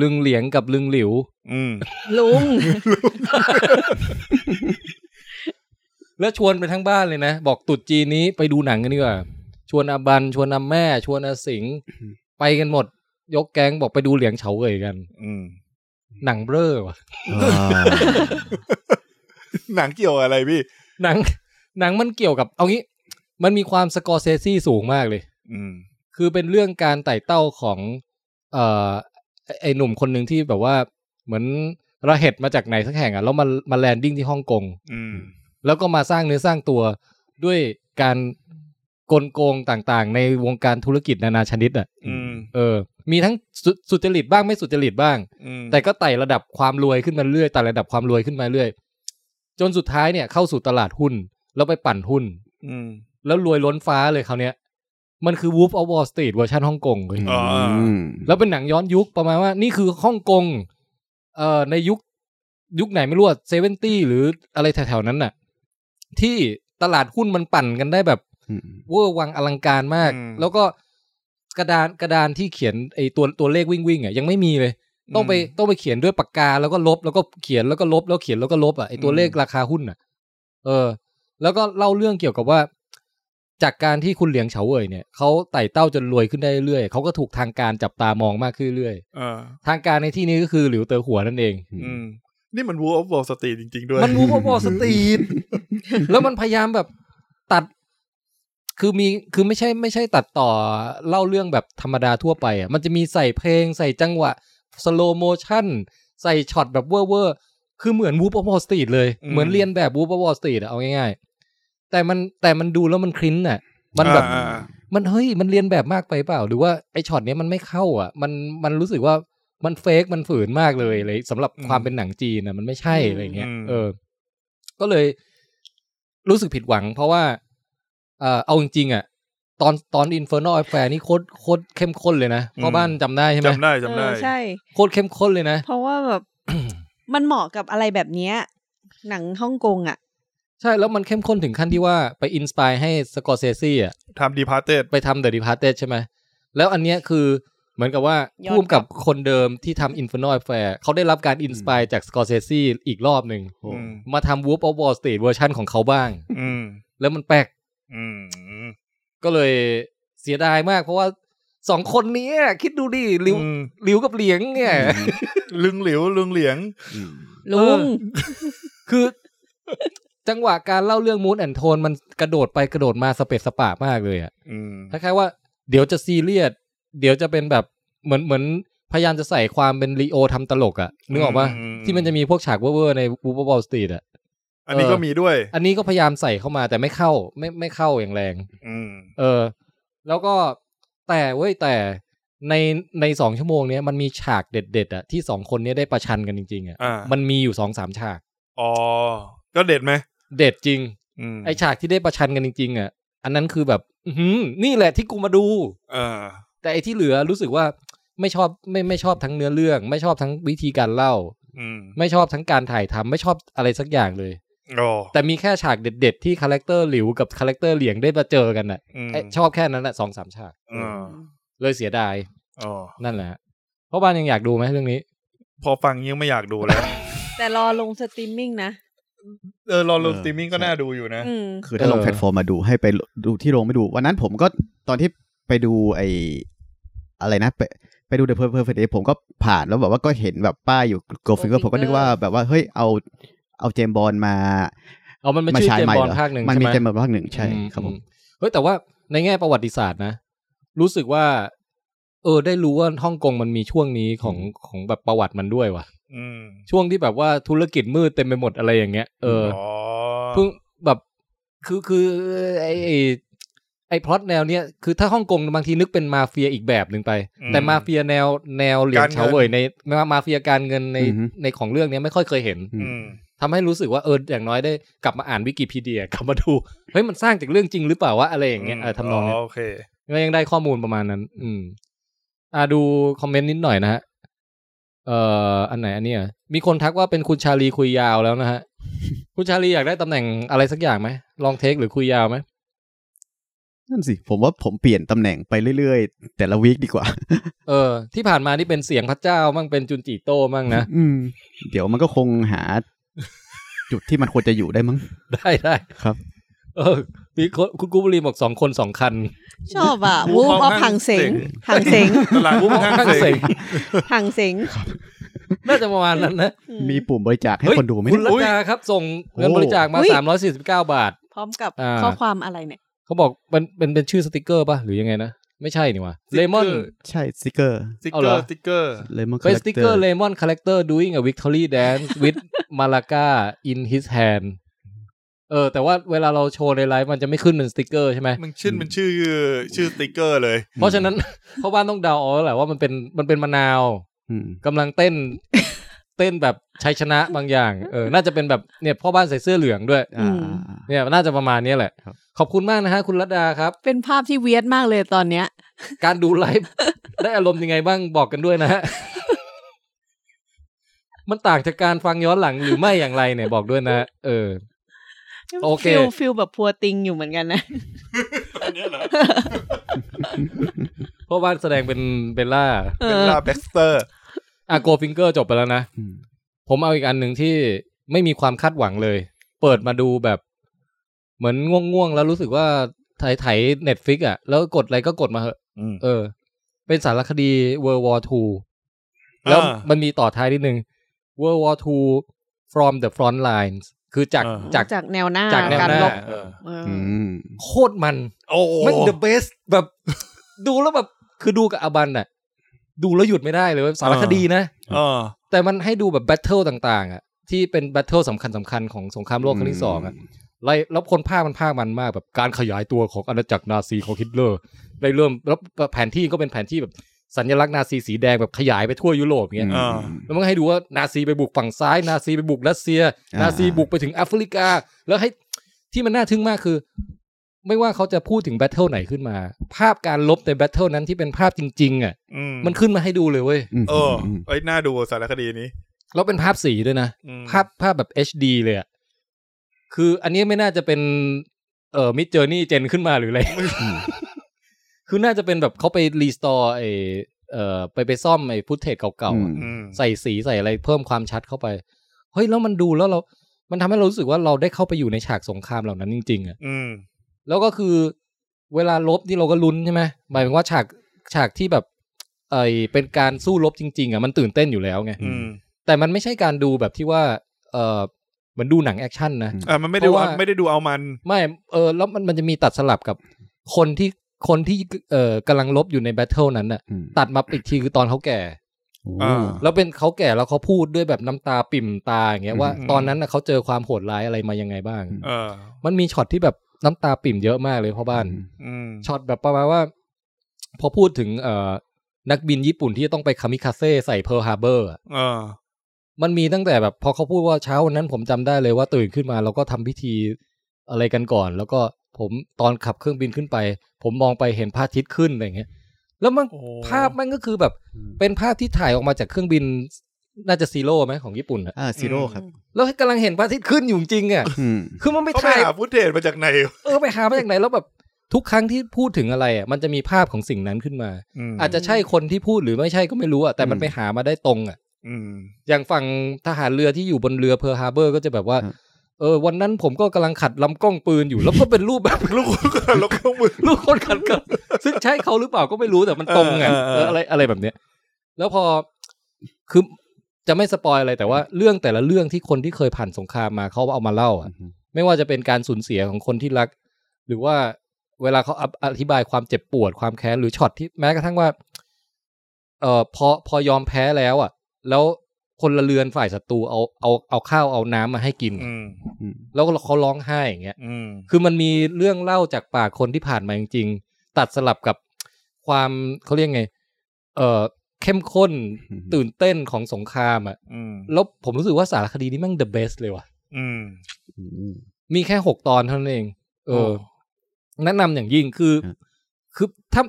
Speaker 2: ลึงเหลียงกับลึงหลิว
Speaker 4: อืม
Speaker 6: ลุง
Speaker 2: แล้วชวนไปทั้งบ้านเลยนะ บอกตรุดจีนนี้ไปดูหนังกันดีกว่า ชวนอาบัน ชวนอาแม่ ชวนอาสิงห์ไปกันหมด ยกแก๊งบอกไปดูเหลียงเฉาเว่ยกัน
Speaker 4: อื ม
Speaker 2: หนังเบ้อว่ะ
Speaker 3: อ่า
Speaker 4: หนังเกี่ยวอะไรพี่
Speaker 2: หนังหนังมันเกี่ยวกับเอางี้ มันมีความสกอร์เซซี่สูงมากเลย
Speaker 4: อืม
Speaker 2: คือเป็นเรื่องการไต่เต้าของเอ่อไอ้ไอหนุ่มคนหนึ่งที่แบบว่าเหมือนระเห็ดมาจากไหนสักแห่งอ่ะแล้วมามาแลนดิ้งที่ฮ่องกง
Speaker 4: อืม
Speaker 2: แล้วก็มาสร้างเนื้อสร้างตัวด้วยการกลโกงต่างๆ ในวงการธุรกิจนานาชนิดอ่ะ
Speaker 4: อืม
Speaker 2: เออ มีทั้งสุสุจริตบ้างไม่สุจริตบ้าง
Speaker 4: อืม
Speaker 2: แต่ก็ไต่ระดับความรวยขึ้นมาเรื่อยไต่ระดับความรวยขึ้นมาเรื่อยจนสุดท้ายเนี่ยเข้าสู่ตลาดหุ้น แล้วไปปั่นหุ้น
Speaker 4: อืม
Speaker 2: แล้วรวยล้นฟ้าเลยคราวเนี้ย มันคือ Wolf of Wall Street เวอร์ชันฮ่องกงเลย
Speaker 4: อ๋อ
Speaker 3: ม
Speaker 2: แล้วเป็นหนังย้อนยุคประมาณว่านี่คือฮ่องกงเอ่อในยุคยุคไหนไม่รู้เซเวนตี้หรืออะไรแถวๆนั้นน่ะ ที่ตลาดหุ้นมันปั่นกันได้แบบ
Speaker 3: อืม
Speaker 2: เวอร์วังอลังการมาก
Speaker 4: อืม
Speaker 2: แล้วก็กระดานกระดานที่เขียนไอตัวตัวเลขวิ่งวิ่งๆอ่ะยังไม่มีเลย ต้องไปต้องไปเขียนด้วยปากกาแล้วก็ลบแล้วก็เขียนแล้วก็ลบแล้วเขียนแล้วก็ลบอ่ะไอตัวเลขราคาหุ้นอ่ะ เออ แล้วก็เล่าเรื่องเกี่ยวกับว่า จากการที่คุณเหลียงเฉาเว่ยเนี่ยเขาไต่เต้าจนรวยขึ้นได้เรื่อยเขาก็ถูกทางการจับตามองมากขึ้นเรื่อย
Speaker 4: เออ
Speaker 2: ทางการในที่นี้ก็คือหลิวเตอหัวนั่นเอง
Speaker 4: อืม นี่มัน Wolf of Wall Street จริง ๆ ด้วย
Speaker 2: มันรู้ว่าบอสตรีทแล้วมันพยายามแบบตัด คือมีคือไม่ใช่ไม่ใช่ตัดต่อเล่าเรื่องแบบธรรมดาทั่วไปอ่ะมันจะมีใส่เพลงใส่จังหวะสโลโมชั่น ใส่ช็อตแบบเว่อร์ๆคือเหมือนวูปบอสตรีทเลย
Speaker 4: อืม
Speaker 2: เหมือนเรียนแบบวูปบอสตรีทเอาง่ายๆ แต่มันแต่มันดูแล้วมันคลิ้นอ่ะ มันแบบ
Speaker 4: อ่าอ่า
Speaker 2: มันเฮ้ยมันเรียนแบบมากไปเปล่า หรือว่าไอช็อตเนี้ยมันไม่เข้าอ่ะ มันมันรู้สึกว่ามันเฟกมันฝืนมากเลยอะไรสำหรับ
Speaker 4: อืม
Speaker 2: ความเป็นหนังจีนนะมันไม่ใช่อะไรเงี้ย
Speaker 4: อืม
Speaker 2: เออ ก็เลยรู้สึกผิดหวัง เพราะว่า เออเอาจริงๆอ่ะ ตอนตอนอินเฟอร์นอลแฟร์นี่โคตรโคตรเข้มข้นเลยนะพ่อบ้านจำได้ใช่ไหม
Speaker 4: จำได้จำได้
Speaker 6: เออใช่
Speaker 2: โคตรเข้มข้นเลยนะ
Speaker 6: เพราะว่าแบบ มันเหมาะกับอะไรแบบเนี้ย หนังฮ่องกงอ่ะ
Speaker 2: ใช่แล้วมันเข้มข้นถึงขั้นที่ว่าไปอินสปายให้สกอร์เซซี่อ่ะ
Speaker 4: ทำ Departed
Speaker 2: ไปทำ The Departed ใช่ไหม แล้วอันเนี้ยคือเหมือนกับว่า
Speaker 6: ย้อนกลับ
Speaker 2: ร่วมกับคนเดิมที่ทำ Inferno Affair เขาได้รับการอินสปายจาก Scorsese อีกรอบหนึ่ง
Speaker 3: โอ้
Speaker 4: อืม
Speaker 2: มาทำ Wolf of Wall Street เวอร์ชันของเขาบ้าง
Speaker 4: อืม
Speaker 2: แล้วมันแปลก
Speaker 4: อืม
Speaker 2: ก็เลยเสียดายมากเพราะว่าสองคนเนี้ยคิดดูดิลิว
Speaker 4: อืม
Speaker 2: ลิวกับเหลียงเนี่ย
Speaker 4: ลึงเหลียวลึงเหลียง
Speaker 3: อืม
Speaker 6: ลุง
Speaker 2: คือ จังหวะการเล่าเรื่อง Mood and Tone มันกระโดดไปกระโดดมาสเปซสปามากเลยอะ
Speaker 4: อืม
Speaker 2: คล้ายๆว่าเดี๋ยวจะซีเรียส เดี๋ยวจะเป็นแบบเหมือนเหมือนพยายามจะใส่ความเป็นลีโอทำตลกอะนึกออกปะ
Speaker 4: อืมอืม
Speaker 2: ที่มันจะมีพวกฉากเว่อร์ๆในวูบอลสตรีทอะ
Speaker 4: อันนี้ก็มีด้วย
Speaker 2: อันนี้ก็พยายามใส่เข้ามาแต่ไม่เข้าไม่ไม่เข้าอย่างแรง
Speaker 4: อืม
Speaker 2: เออ แล้วก็แต่เว้ยแต่ ในในสองชั่วโมงเนี้ยมันมีฉากเด็ดๆอ่ะที่สองคนเนี้ยได้ประชันกันจริงๆอ่ะ
Speaker 4: อ่ามั
Speaker 2: มันมีอยู่สองสามฉาก
Speaker 4: อ๋อ ก็เด็ดไหม
Speaker 2: เด็ดจริง
Speaker 4: อืม
Speaker 2: ไอฉากที่ได้ประชันกันจริงๆอ่ะอันนั้นคือแบบอื้อหือนี่แหละที่กูมาดู
Speaker 4: เออ
Speaker 2: แต่ไอที่เหลือรู้สึกว่าไม่ชอบไม่ไม่ชอบทั้งเนื้อเรื่อง ไม่ชอบทั้งวิธีการเล่า
Speaker 4: อืม
Speaker 2: ไม่ชอบทั้งการถ่ายทำไม่ชอบอะไรสักอย่างเลย
Speaker 4: โอ้
Speaker 2: แต่มีแค่ฉากเด็ดๆที่คาแรคเตอร์หลิวกับคาแรคเตอร์เหลียงได้มาเจอกันน่ะ
Speaker 4: อืม
Speaker 2: ไอ้ชอบแค่นั้นน่ะสองสามฉาก
Speaker 4: เออ
Speaker 2: เลยเสียดาย
Speaker 4: อ๋อ
Speaker 2: นั่นแหละฮะเพราะบ้านยังอยากดูไหมเรื่องนี้
Speaker 4: พอฟังยังไม่อยากดูแล้ว
Speaker 6: แต่รอลงสตรีมมิ่งนะ
Speaker 4: เออ รอลง
Speaker 3: เออ
Speaker 4: สตรีมมิ่งก็
Speaker 3: ใช่
Speaker 4: น่าดูอยู่นะ
Speaker 6: อืม
Speaker 3: คือถ้าลง
Speaker 2: เออ
Speaker 3: แพลตฟอร์มมาดูให้ไปดูที่โรงไม่ดู วันนั้นผมก็ตอนที่ไปดูไออะไรนะไปไปดู The Perfect Day ผมก็ผ่านแล้วแบบว่าก็เห็นแบบป้ายอยู่ Go Finger
Speaker 6: Goldfinger
Speaker 3: ผมก็นึกว่าแบบว่าเฮ้ยเอาเอาเจมส์บอลมา
Speaker 2: เอามันเป็น
Speaker 3: มา
Speaker 2: ชื่อ
Speaker 3: ใช้
Speaker 2: เจม
Speaker 3: ใหม่
Speaker 2: ส์บอล
Speaker 3: เหรอ
Speaker 2: ภาคหนึ่ง
Speaker 3: มัน
Speaker 2: ใช่
Speaker 3: มี
Speaker 2: ไหม
Speaker 3: เจมส์บอลภาคหนึ่งใช่
Speaker 2: อื
Speaker 3: ครับผม
Speaker 2: อืเฮ้ยแต่ว่าในแง่ประวัติศาสตร์นะ รู้สึกว่า เออ ได้รู้ว่าฮ่องกงมันมีช่วงนี้ของของแบบประวัติมันด้วยว่ะ
Speaker 4: อืม
Speaker 2: ช่วงที่แบบว่าธุรกิจมืดเต็มไปหมดอะไรอย่างเงี้ยเอออ
Speaker 4: อ๋อ
Speaker 2: เพิ่งแบบคือคือไอไอ้ไอพล็อตแนวเนี้ยคือถ้าฮ่องกงบางทีนึกเป็นมาเฟียอีกแบบหนึ่งไป แต่มาเฟียแนวแนวเหลียงเฉาเว่ยในมามาเฟียการเงินใน
Speaker 3: อือฮึ
Speaker 2: ในของเรื่องเนี้ยไม่ค่อยเคยเห็น
Speaker 4: อืม
Speaker 2: ทำให้รู้สึกว่าเอออย่างน้อยได้กลับมาอ่านวิกิพีเดียกลับมาดูเฮ้ยมันสร้างจากเรื่องจริงหรือเปล่าวะอะไรอย่างเงี้ยเออทำนองเนี้ย
Speaker 4: โอเค
Speaker 2: ก็ยังได้ข้อมูลประมาณนั้น อืมอ่าดูคอมเมนต์นิดหน่อยนะฮะเอ่ออันไหนอันเนี้ยมีคนทักว่าเป็นคุณชาลีคุยยาวแล้วนะฮะ คุณชาลีอยากได้ตำแหน่งอะไรสักอย่างไหมลองเทคหรือคุยยาวไหม
Speaker 3: นั่นสิ ผมว่าผมเปลี่ยนตำแหน่งไปเรื่อยๆ แต่ละวีคดีกว่า
Speaker 2: เออ ที่ผ่านมานี่เป็นเสียงพระเจ้ามั่งเป็นจุนจิโต้มั่งนะ
Speaker 3: อืม เดี๋ยวมันก็คงหา จุดที่มันควรจะอยู่ ได้มั้ง
Speaker 2: ได้ได้
Speaker 3: ครับ
Speaker 2: เออมีคนคุณกูบุรีบอกสองคนสองคัน
Speaker 5: ชอบอ่ะ
Speaker 4: Wolf
Speaker 5: วูฟ
Speaker 4: of
Speaker 5: ออฟหังเสงหังเส ง
Speaker 4: ตลาดวุ้นข้าง
Speaker 2: ข้าง
Speaker 4: เส
Speaker 2: เส
Speaker 4: ง
Speaker 2: ง
Speaker 5: หังเสง
Speaker 2: น่าจะประมาณนั้นนะ
Speaker 5: อื
Speaker 3: มีปุ่มบริจาคให้
Speaker 2: เฮ้ย
Speaker 3: คนดูไหม
Speaker 2: คุณ
Speaker 3: เนี่ย
Speaker 2: รัตดาครับ ส่งเงิน
Speaker 3: โอ้
Speaker 2: บริจาคมา 349 บาท
Speaker 5: พร้อมกับ
Speaker 2: อ่า
Speaker 5: ข้อความอะไรเนี่ย
Speaker 2: เขาบอกเป็นเป็นเป็นชื่อสติกเกอร์ป่ะ หรือยังไงนะ ไม่ใช่นี่วะเลมอน
Speaker 3: ใช่สติกเกอร์
Speaker 4: สติ๊ก
Speaker 2: เอา
Speaker 4: เก
Speaker 2: เหร
Speaker 4: อ
Speaker 2: อ
Speaker 4: ร์สติ๊กเกอร์
Speaker 3: เลยมัน
Speaker 2: เป็นสติกเกอร์เลมอนคาแรคเตอร์ doing a victory dance with Malaka in his hand เออ แต่ว่าเวลาเราโชว์ในไลฟ์มันจะไม่ขึ้นเป็นสติกเกอร์ใช่ไหม
Speaker 4: มันชื่อมันชื่อชื่อสติ๊กเกอร์เลย
Speaker 2: เพราะฉะนั้น พ่อบ้านต้องเดาเอาแล้วแหละว่ามันเป็นมันเป็นมะนาวกำลังเต้น เต้นแบบชัยชนะบางอย่างเออน่าจะเป็นแบบเนี่ยพ่อบ้านใส่เสื้อเหลืองด้วย
Speaker 5: อืม
Speaker 2: เนี่ยน่าจะประมาณเนี้ยแหละ
Speaker 3: ครับ
Speaker 2: ขอบคุณมากนะฮะ คุณรัตดาครับ
Speaker 5: เป็นภาพที่เวียดมากเลยตอนเนี้ย
Speaker 2: การดูไลฟ์ ได้อารมณ์ยังไงบ้างบอกกันด้วยนะฮ ะ มันต่างจากการฟังย้อนหลังหรือไม่อย่างไรเนี่ยบอกด้วยนะ เออ โอเค
Speaker 5: ฟิลฟิลแบบพัวติงอยู่เหมือนกันนะ
Speaker 2: พ่อบ้านแสดงเป็นเบลล่า
Speaker 4: เป็นลาเบ็กสเตอร์
Speaker 2: อ่ะโกฟิงเกอร์จบไปแล้วนะ
Speaker 3: อืม
Speaker 2: ผมเอาอีกอันหนึ่งที่ไม่มีความคาดหวังเลย เปิดมาดูแบบ เหมือนง่วงๆ แล้วรู้สึกว่าไถไถเน็ตฟิกอ่ะ แล้วกดอะไรก็กดมาเหอะ เออ เป็นสารคดี World War II แล้วมันมีต่อท้ายนิดนึง World War II from the front lines คือจาก
Speaker 4: อ่า
Speaker 2: จาก
Speaker 5: จากแนวหน้า
Speaker 2: จากแนว
Speaker 5: การ
Speaker 2: หน้า
Speaker 5: รบ
Speaker 4: เออ
Speaker 5: เอออ
Speaker 3: อืม
Speaker 2: โคตรมัน
Speaker 4: โอ้โห
Speaker 2: มัน the best แบบ ดูแล้วแบบ คือดูกับอบันอ่ะ ดูแล้วหยุดไม่ได้เลยเว้ยสารคดีนะ
Speaker 4: เออ
Speaker 2: แต่มันให้ดูแบบแบทเทิลต่าง ๆ อ่ะ ที่เป็นแบทเทิลสำคัญสำคัญๆของสงครามโลกครั้งที่สองอ่ะไล่แล้วคนภาคมันภาคมันมากแบบการขยายตัวของอาณาจักรนาซีของฮิตเลอร์ได้เริ่มแล้วแผนที่ก็เป็นแผนที่แบบสัญลักษณ์นาซีสีแดงแบบขยายไปทั่วยุโรปเงี้ย
Speaker 4: อ่า
Speaker 2: แล้วมันก็ให้ดูว่านาซีไปบุกฝั่งซ้าย นาซีไปบุกรัสเซีย
Speaker 3: อ่า
Speaker 2: นาซีบุกไปถึงแอฟริกา แล้วให้ที่มันน่าทึ่งมากคือ ไม่ว่าเขาจะพูดถึงแบทเทิลไหนขึ้นมา ภาพการลบในแบทเทิลนั้นที่เป็นภาพจริงๆอ่ะ
Speaker 4: อื
Speaker 2: มันขึ้นมาให้ดูเลยเว้ย
Speaker 3: ม
Speaker 4: เออไอ้ยน่าดูสารคดีนี้
Speaker 2: แล้วเป็นภาพสีด้วยนะ
Speaker 4: อืม
Speaker 2: ภาพภาพแบบ HD เลยอะคืออันนี้ไม่น่าจะเป็นเอ่อมิดเจอร์นี่เจนขึ้นมาหรืออะไร คือน่าจะเป็นแบบเขาไปรีสตอร์ไอเอ่อไปไปซ่อมไอฟุตเทจเก่าๆอะ
Speaker 4: อืม
Speaker 2: ใส่สีใส่อะไรเพิ่มความชัดเข้าไป เฮ้ย แล้วมันดูแล้วเรา มันทำให้เรารู้สึกว่าเราได้เข้าไปอยู่ในฉากสงครามเหล่านั้นจริงๆอะ
Speaker 4: อืม
Speaker 2: แล้วก็คือเวลาลบนี่เราก็ลุ้นใช่ไหมหมายถึงว่าฉากฉากที่แบบไอเป็นการสู้รบจริง ๆอ่ะมันตื่นเต้นอยู่แล้วไง
Speaker 4: อืม
Speaker 2: แต่มันไม่ใช่การดูแบบที่ว่า เออเหมือนดูหนังแอคชั่นนะ
Speaker 4: อ่ามันไม่ได้
Speaker 2: เพราะ
Speaker 4: ว่า
Speaker 2: ว่า
Speaker 4: ไม่ได้ดูเอามัน
Speaker 2: ไม่ เออ แล้วมันมันจะมีตัดสลับกับคนที่คนที่ เอ่อกำลังลบอยู่ในแบทเทิลนั้นน่ะ ตัดมาอีกทีคือตอนเขาแก่
Speaker 4: อ่า
Speaker 2: แล้วเป็นเขาแก่แล้วเขาพูดด้วยแบบน้ำตาปิ่มตาอย่างเงี้ยว่า
Speaker 4: อืม
Speaker 2: ตอนนั้นน่ะเขาเจอความโหดร้ายอะไรมายังไงบ้าง
Speaker 4: เออ
Speaker 2: มันมีช็อตที่แบบน้ำตาปิ่มเยอะมากเลยพ่อบ้าน
Speaker 4: อืม
Speaker 2: ช็อตแบบประมาณว่า พอพูดถึงเอ่อ นักบินญี่ปุ่นที่จะต้องไปคามิคาเซ่ใส่เพ a ร์ฮาร์เบอร์
Speaker 4: เออ
Speaker 2: มันมีตั้งแต่แบบพอเขาพูดว่าเช้าวันนั้นผมจำได้เลยว่าตื่นขึ้นมาเราก็ทำพิธีอะไรกันก่อน แล้วก็ผมตอนขับเครื่องบินขึ้นไป ผมมองไปเห็นพระอาทิตย์ขึ้นอะไรอย่างเงี้ยแล้วมัน
Speaker 4: โอ้
Speaker 2: ภาพมันก็คือแบบเป็นภาพที่ถ่ายออกมาจากเครื่องบินน่าจะซีโร่ไหมของญี่ปุ่นอะ
Speaker 3: อ่าซีโร่ครับ
Speaker 2: แล้วกำลังเห็นพระอาทิตย์ขึ้นอยู่จริงๆอะ
Speaker 3: อืม
Speaker 2: คือมันไป
Speaker 4: เขาไป
Speaker 2: ถ่าย
Speaker 4: หาฟุตเทจมาจากไหน
Speaker 2: เออไปหามาจากไหนแล้วแบบทุกครั้งที่พูดถึงอะไรอ่ะมันจะมีภาพของสิ่งนั้นขึ้นมา อาจจะใช่คนที่พูดหรือไม่ใช่ก็ไม่รู้อ่ะแต่มัน
Speaker 3: อืม
Speaker 2: ไปหามาได้ตรงอ่ะ
Speaker 4: อืม
Speaker 2: อย่างฝั่งทหารเรือที่อยู่บนเรือเพอร์ฮาร์เบอร์ก็จะแบบว่า
Speaker 3: อืม
Speaker 2: เออ วันนั้นผมก็กำลังขัดลำกล้องปืนอยู่ แล้วก็เป็นรูปแบบ
Speaker 4: ลูกคนลูกลูกมือ
Speaker 2: ลูกคนขัดกันซึ่งใช่เขาหรือเปล่าก็ไม่รู้แต่มันตรงไง
Speaker 4: เออเออเออ
Speaker 2: เอออะไรอะไรแบบเนี้ย แล้วพอคือจะไม่สปอยอะไรแต่ว่าเรื่องแต่ละเรื่องที่คนที่เคยผ่านสงครามมาเขาเอามาเล่าอ่ะ ไม่ว่าจะเป็นการสูญเสียของคนที่รัก หรือว่าเวลาเขาอธิอธิบายความเจ็บปวดความแค้นหรือช็อตที่แม้กระทั่งว่า เอ่อพอพอยอมแพ้แล้วอ่ะ แล้วคนละเรือนฝ่ายศัตรูเอาเอาเอาข้าวเอาน้ำมาให้กิน
Speaker 4: อืม
Speaker 2: แล้วเขาร้องไห้อย่างเงี้ย
Speaker 4: อืม
Speaker 2: คือมันมีเรื่องเล่าจากปากคนที่ผ่านมาจริงๆ ตัดสลับกับความเขาเรียกไง เอ่อเข้มข้น
Speaker 3: อืม
Speaker 2: ตื่นเต้นของสงครามอ่ะ
Speaker 4: อืม
Speaker 2: แล้วผมรู้สึกว่าสารคดีนี้แม่ง the best เลยว่ะ
Speaker 4: อืม
Speaker 3: อืม
Speaker 2: มีแค่หกตอนเท่านั้นเอง เออ
Speaker 4: โอ้
Speaker 2: แนะนำอย่างยิ่งคือ
Speaker 3: ฮะ
Speaker 2: คือถ้า